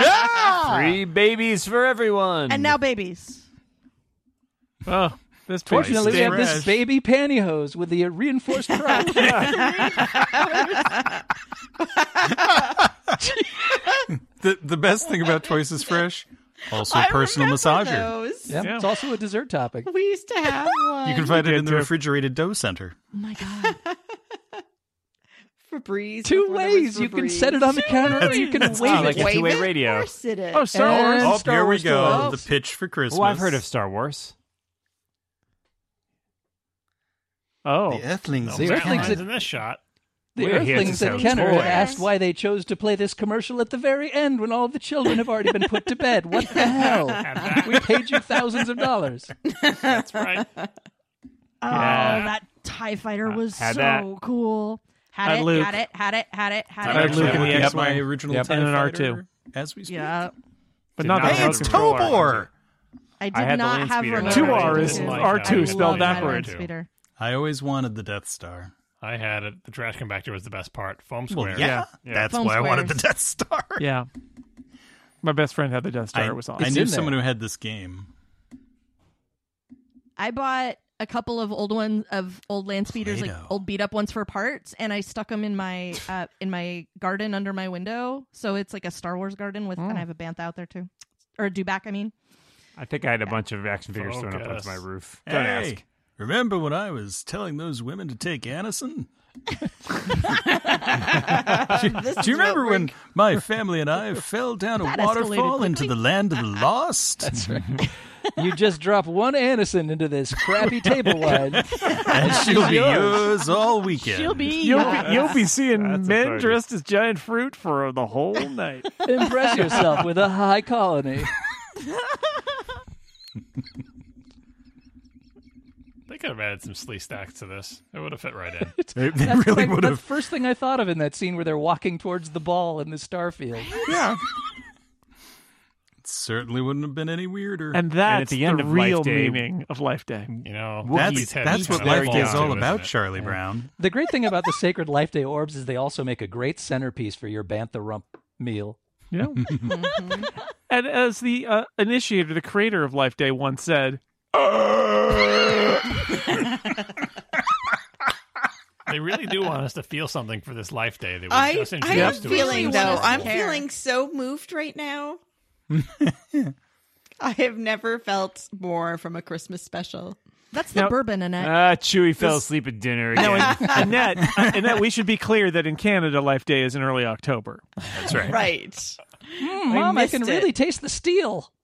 [SPEAKER 8] Oh,
[SPEAKER 9] Three babies for everyone.
[SPEAKER 6] And now babies.
[SPEAKER 2] Oh, this place.
[SPEAKER 3] Fortunately, we have this
[SPEAKER 5] Fresh.
[SPEAKER 3] baby pantyhose with the reinforced crotch.
[SPEAKER 5] The, the best thing about Twice as Fresh, also
[SPEAKER 8] I
[SPEAKER 5] personal
[SPEAKER 8] remember
[SPEAKER 5] massager.
[SPEAKER 8] those.
[SPEAKER 3] Yeah, It's also a dessert topic.
[SPEAKER 8] We used to have one.
[SPEAKER 5] You can find it in the refrigerated dough center.
[SPEAKER 6] Oh my God.
[SPEAKER 8] Febreze.
[SPEAKER 3] Two
[SPEAKER 8] before there was
[SPEAKER 3] ways. You can
[SPEAKER 8] Febreze.
[SPEAKER 3] set it on the counter or you can wave
[SPEAKER 9] Oh,
[SPEAKER 3] it.
[SPEAKER 9] like a
[SPEAKER 8] Wave
[SPEAKER 9] two-way
[SPEAKER 8] it? Of
[SPEAKER 9] radio.
[SPEAKER 8] course it is.
[SPEAKER 2] Oh, Star Wars.
[SPEAKER 3] And
[SPEAKER 5] Oh,
[SPEAKER 3] Star
[SPEAKER 5] here we
[SPEAKER 3] Wars
[SPEAKER 5] go.
[SPEAKER 3] stories.
[SPEAKER 5] The pitch for Christmas.
[SPEAKER 9] Oh, I've heard of Star Wars.
[SPEAKER 2] Oh,
[SPEAKER 5] The Earthlings.
[SPEAKER 3] The
[SPEAKER 7] Batman
[SPEAKER 3] Earthlings
[SPEAKER 7] is
[SPEAKER 3] that-
[SPEAKER 7] in this shot.
[SPEAKER 3] The
[SPEAKER 9] We're here to
[SPEAKER 3] Earthlings at
[SPEAKER 9] sell
[SPEAKER 3] Kenner
[SPEAKER 9] toys.
[SPEAKER 3] had asked why they chose to play this commercial at the very end when all the children have already been put to bed. What the hell? We paid you thousands of dollars.
[SPEAKER 7] That's right.
[SPEAKER 6] Oh,
[SPEAKER 9] Yeah.
[SPEAKER 6] that TIE fighter was
[SPEAKER 9] Uh, had
[SPEAKER 6] so
[SPEAKER 9] that.
[SPEAKER 6] cool. Had
[SPEAKER 2] Had
[SPEAKER 6] it,
[SPEAKER 2] Luke.
[SPEAKER 6] had it, had it, had it,
[SPEAKER 5] I'm
[SPEAKER 6] had it.
[SPEAKER 2] Had Luke
[SPEAKER 5] actually
[SPEAKER 2] in the
[SPEAKER 5] looking at
[SPEAKER 2] X-Wing.
[SPEAKER 5] my original
[SPEAKER 2] Yep.
[SPEAKER 5] TIE
[SPEAKER 2] And an
[SPEAKER 5] fighter
[SPEAKER 2] R2.
[SPEAKER 5] as we speak.
[SPEAKER 6] Yeah.
[SPEAKER 2] but
[SPEAKER 7] Did
[SPEAKER 2] not
[SPEAKER 7] not
[SPEAKER 2] that
[SPEAKER 5] Hey,
[SPEAKER 7] have
[SPEAKER 5] it's
[SPEAKER 7] the
[SPEAKER 2] controller.
[SPEAKER 5] Tobor!
[SPEAKER 6] I did
[SPEAKER 9] I had the
[SPEAKER 6] not
[SPEAKER 9] land
[SPEAKER 6] have
[SPEAKER 9] speeder.
[SPEAKER 6] Remote
[SPEAKER 2] Two
[SPEAKER 6] Control.
[SPEAKER 2] R is
[SPEAKER 6] I
[SPEAKER 2] R2
[SPEAKER 6] love
[SPEAKER 2] spelled
[SPEAKER 6] my land
[SPEAKER 2] backwards.
[SPEAKER 6] speeder.
[SPEAKER 5] I always wanted the Death Star.
[SPEAKER 7] I had it. The trash compactor was the best part. Foam
[SPEAKER 5] Well,
[SPEAKER 7] square.
[SPEAKER 5] yeah, that's
[SPEAKER 6] Foam
[SPEAKER 5] why I wanted the
[SPEAKER 6] squares.
[SPEAKER 5] Death Star.
[SPEAKER 2] Yeah. My best friend had the Death Star.
[SPEAKER 5] I,
[SPEAKER 2] it was
[SPEAKER 5] I
[SPEAKER 2] awesome.
[SPEAKER 5] knew
[SPEAKER 3] in there.
[SPEAKER 5] someone who had this game.
[SPEAKER 6] I bought a couple of old ones of old land speeders,
[SPEAKER 5] Play-Doh.
[SPEAKER 6] like old beat up ones for parts, and I stuck them in my uh, in my garden under my window. So it's like a Star Wars garden with, and I have a bantha out there too, or a dewback. I mean,
[SPEAKER 9] I think I had a bunch of action figures thrown up
[SPEAKER 7] Focus.
[SPEAKER 9] onto my roof. Don't
[SPEAKER 5] hey,
[SPEAKER 9] ask.
[SPEAKER 5] remember when I was telling those women to take Anison?
[SPEAKER 8] Um, This
[SPEAKER 5] Do you
[SPEAKER 8] is what
[SPEAKER 5] remember
[SPEAKER 8] we're-
[SPEAKER 5] when my family and I fell down a
[SPEAKER 6] That escalated
[SPEAKER 5] waterfall into the land of the lost? That's right.
[SPEAKER 3] You just drop one Anison into this crappy table wine.
[SPEAKER 5] and she'll be yours all weekend.
[SPEAKER 6] She'll be.
[SPEAKER 2] You'll
[SPEAKER 6] yours.
[SPEAKER 2] be, you'll be seeing
[SPEAKER 9] That's a
[SPEAKER 2] men
[SPEAKER 9] party.
[SPEAKER 2] dressed as giant fruit for the whole night.
[SPEAKER 3] Impress yourself with a high colony.
[SPEAKER 7] They could have added some slee stacks to this. It would have fit right in.
[SPEAKER 5] They, they
[SPEAKER 3] That's
[SPEAKER 5] really
[SPEAKER 3] my-
[SPEAKER 5] would
[SPEAKER 3] that's
[SPEAKER 5] have.
[SPEAKER 3] the first thing I thought of in that scene where they're walking towards the ball in the starfield.
[SPEAKER 5] Certainly wouldn't have been any weirder.
[SPEAKER 2] And that's
[SPEAKER 9] the
[SPEAKER 2] the,
[SPEAKER 9] end of Life
[SPEAKER 2] real
[SPEAKER 9] Day-
[SPEAKER 2] meaning of Life Day.
[SPEAKER 7] You know,
[SPEAKER 5] that's
[SPEAKER 7] Wookiees had
[SPEAKER 5] that's
[SPEAKER 7] to
[SPEAKER 5] what
[SPEAKER 7] kinda
[SPEAKER 5] life
[SPEAKER 7] fall
[SPEAKER 5] is
[SPEAKER 7] into,
[SPEAKER 5] all
[SPEAKER 7] isn't
[SPEAKER 5] about,
[SPEAKER 7] it?
[SPEAKER 5] Charlie Brown.
[SPEAKER 3] The great thing about the sacred Life Day orbs is they also make a great centerpiece for your bantha rump meal.
[SPEAKER 2] Yeah.
[SPEAKER 9] Mm-hmm.
[SPEAKER 2] and as the uh, initiator, the creator of Life Day once said,
[SPEAKER 7] They really do want us to feel something for this life day that we
[SPEAKER 8] I,
[SPEAKER 7] just
[SPEAKER 8] I
[SPEAKER 7] introduced
[SPEAKER 8] am
[SPEAKER 7] to
[SPEAKER 8] feeling
[SPEAKER 6] Really
[SPEAKER 7] us.
[SPEAKER 8] though.
[SPEAKER 6] want us to
[SPEAKER 8] I'm
[SPEAKER 6] care.
[SPEAKER 8] feeling so moved right now. I have never felt more from a Christmas special.
[SPEAKER 6] That's the
[SPEAKER 2] Now-
[SPEAKER 6] bourbon in it.
[SPEAKER 9] Ah, Chewy fell asleep at dinner
[SPEAKER 2] no,
[SPEAKER 9] again.
[SPEAKER 2] and- Annette, Annette, we should be clear that in Canada, Life Day is in early October.
[SPEAKER 5] That's right.
[SPEAKER 8] Right.
[SPEAKER 3] Mom, I
[SPEAKER 8] missed
[SPEAKER 3] can
[SPEAKER 8] it.
[SPEAKER 3] really taste the steel.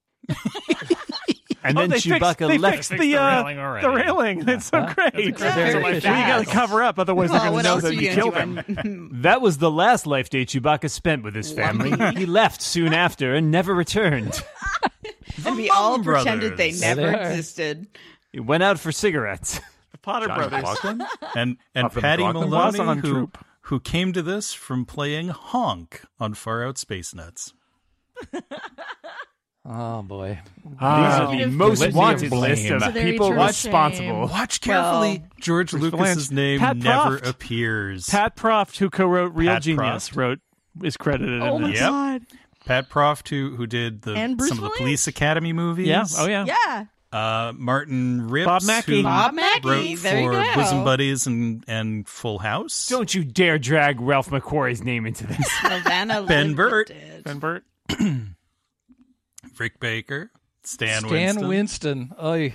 [SPEAKER 9] And
[SPEAKER 2] Oh,
[SPEAKER 9] then
[SPEAKER 2] they
[SPEAKER 9] Chewbacca
[SPEAKER 2] fixed, they
[SPEAKER 9] left.
[SPEAKER 2] fixed
[SPEAKER 7] They
[SPEAKER 2] the,
[SPEAKER 7] fixed the
[SPEAKER 2] uh,
[SPEAKER 7] railing already.
[SPEAKER 2] The railing. That's so great.
[SPEAKER 7] That's
[SPEAKER 8] Yeah.
[SPEAKER 7] a
[SPEAKER 8] Very
[SPEAKER 7] great
[SPEAKER 2] Well, you got
[SPEAKER 7] fast.
[SPEAKER 2] to cover up, otherwise
[SPEAKER 8] Well,
[SPEAKER 2] they're
[SPEAKER 8] what
[SPEAKER 2] going to know
[SPEAKER 8] else
[SPEAKER 2] that
[SPEAKER 8] are
[SPEAKER 2] you
[SPEAKER 8] you
[SPEAKER 2] killed
[SPEAKER 8] going
[SPEAKER 2] them.
[SPEAKER 8] to do? on-
[SPEAKER 9] That was the last life day Chewbacca spent with his family. he left soon after and never returned.
[SPEAKER 8] and we all
[SPEAKER 5] Bum
[SPEAKER 8] pretended they
[SPEAKER 5] Brothers.
[SPEAKER 8] never
[SPEAKER 3] They are.
[SPEAKER 8] existed.
[SPEAKER 9] He went out for cigarettes.
[SPEAKER 2] Potter Brothers.
[SPEAKER 5] McLaughlin and and
[SPEAKER 4] Up in
[SPEAKER 5] Patty
[SPEAKER 4] McLaughlin
[SPEAKER 2] was on
[SPEAKER 5] Maloney, who,
[SPEAKER 2] Troop.
[SPEAKER 5] who came to this from playing Honk on Far Out Space Nuts.
[SPEAKER 3] Oh boy.
[SPEAKER 2] Ah.
[SPEAKER 9] These are the
[SPEAKER 6] Fugitive
[SPEAKER 9] most
[SPEAKER 6] Blame.
[SPEAKER 9] wanted list
[SPEAKER 6] To
[SPEAKER 9] of
[SPEAKER 6] their
[SPEAKER 9] people
[SPEAKER 6] eternal
[SPEAKER 9] responsible.
[SPEAKER 5] Watch carefully. George Lucas's
[SPEAKER 2] Lanz-
[SPEAKER 5] name
[SPEAKER 2] Pat
[SPEAKER 5] never
[SPEAKER 2] Proft.
[SPEAKER 5] appears.
[SPEAKER 2] Pat Proft, who co-wrote Real
[SPEAKER 5] Pat
[SPEAKER 2] Genius,
[SPEAKER 5] Proft.
[SPEAKER 2] wrote is credited
[SPEAKER 6] oh
[SPEAKER 2] in
[SPEAKER 6] my
[SPEAKER 2] it.
[SPEAKER 5] Yep.
[SPEAKER 6] god.
[SPEAKER 5] Pat Proft, who who did the
[SPEAKER 6] And Bruce
[SPEAKER 5] some of the
[SPEAKER 6] Willis?
[SPEAKER 5] Police Academy movies.
[SPEAKER 2] Yeah. Oh yeah.
[SPEAKER 6] Yeah.
[SPEAKER 5] Uh, Martin Rips,
[SPEAKER 2] Bob Mackie.
[SPEAKER 5] who
[SPEAKER 8] Bob Mackie,
[SPEAKER 5] wrote
[SPEAKER 8] there you
[SPEAKER 5] for
[SPEAKER 8] go.
[SPEAKER 5] Bosom Buddies and and Full House.
[SPEAKER 9] Don't you dare drag Ralph McQuarrie's name into this.
[SPEAKER 8] Savannah
[SPEAKER 5] Ben
[SPEAKER 8] Lynn
[SPEAKER 5] Burt.
[SPEAKER 8] did.
[SPEAKER 2] Ben Burt.
[SPEAKER 5] Rick Baker, Stan,
[SPEAKER 3] Stan
[SPEAKER 5] Winston.
[SPEAKER 3] Winston. Oy.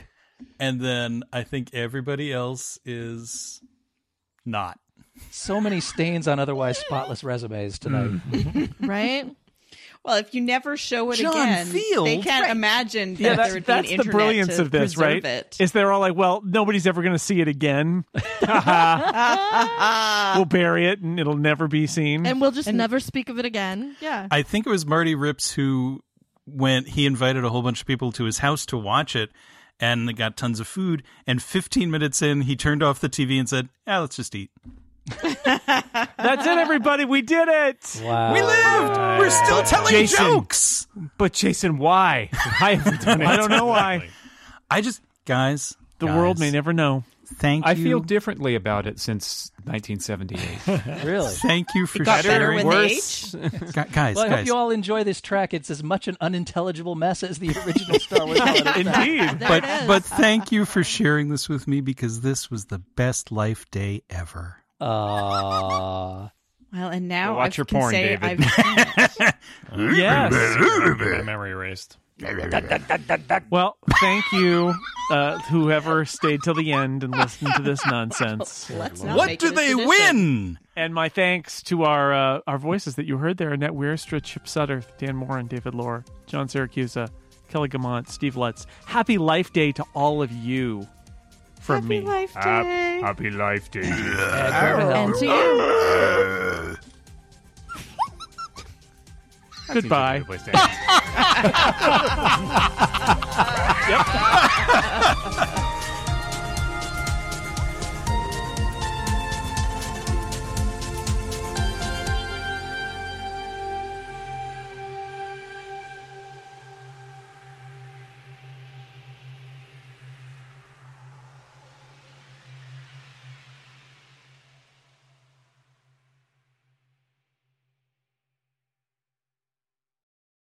[SPEAKER 5] and then I think everybody else is not.
[SPEAKER 3] So many stains on otherwise spotless resumes tonight.
[SPEAKER 6] Right.
[SPEAKER 8] Well, if you never show it
[SPEAKER 5] John
[SPEAKER 8] again, they
[SPEAKER 5] Field.
[SPEAKER 8] can't imagine that
[SPEAKER 2] Yeah,
[SPEAKER 8] there
[SPEAKER 2] that's,
[SPEAKER 8] would
[SPEAKER 2] that's
[SPEAKER 8] be an
[SPEAKER 2] the
[SPEAKER 8] internet
[SPEAKER 2] brilliance
[SPEAKER 8] to
[SPEAKER 2] of this,
[SPEAKER 8] preserve
[SPEAKER 2] right?
[SPEAKER 8] It.
[SPEAKER 2] Is they're all like, well, nobody's ever going to see it again. we'll bury it and it'll never be seen.
[SPEAKER 6] And we'll just never speak of it again. Yeah.
[SPEAKER 5] I think it was Marty Rips who went. He invited a whole bunch of people to his house to watch it, and they got tons of food. And 15 minutes in, he turned off the TV and said, "Ah, let's just eat."
[SPEAKER 2] That's it, everybody. We did it.
[SPEAKER 3] Wow.
[SPEAKER 5] We lived. We're still telling
[SPEAKER 9] Jason-
[SPEAKER 5] jokes.
[SPEAKER 9] But Jason, why? Why have we done it?
[SPEAKER 2] I don't know why.
[SPEAKER 7] Exactly.
[SPEAKER 5] I just, guys,
[SPEAKER 2] The
[SPEAKER 5] guys,
[SPEAKER 2] world may never know.
[SPEAKER 5] Thank you.
[SPEAKER 4] I feel differently about it since 1978.
[SPEAKER 5] Mm.
[SPEAKER 3] Really.
[SPEAKER 5] Thank you for
[SPEAKER 8] It got
[SPEAKER 5] sharing.
[SPEAKER 8] better with
[SPEAKER 9] Worse.
[SPEAKER 8] age.
[SPEAKER 5] Gu- guys,
[SPEAKER 3] Well, I hope
[SPEAKER 5] guys.
[SPEAKER 3] you all enjoy this track. It's as much an unintelligible mess as the original Star Wars. holiday.
[SPEAKER 2] Indeed.
[SPEAKER 5] but but thank you for sharing this with me because this was the best life day ever.
[SPEAKER 3] Aw.
[SPEAKER 8] Well, and now
[SPEAKER 9] Watch
[SPEAKER 8] I
[SPEAKER 9] your
[SPEAKER 8] can
[SPEAKER 9] porn,
[SPEAKER 8] say
[SPEAKER 9] David.
[SPEAKER 8] I've seen it.
[SPEAKER 2] yes.
[SPEAKER 7] My memory erased.
[SPEAKER 2] Well, thank you, uh, whoever stayed till the end and listened to this nonsense.
[SPEAKER 8] Let's not
[SPEAKER 5] What
[SPEAKER 8] make
[SPEAKER 5] do
[SPEAKER 8] it a
[SPEAKER 5] they
[SPEAKER 8] tradition.
[SPEAKER 5] win?
[SPEAKER 2] And my thanks to our uh, our voices that you heard there: Annette Weirstra, Chip Sutter, Dan Morin, David Lohr, John Syracusa, Kelly Gamont, Steve Lutz. Happy Life Day to all of you, from me.
[SPEAKER 8] Life day.
[SPEAKER 9] Happy life day.
[SPEAKER 6] and to you.
[SPEAKER 2] Goodbye.
[SPEAKER 9] Bye.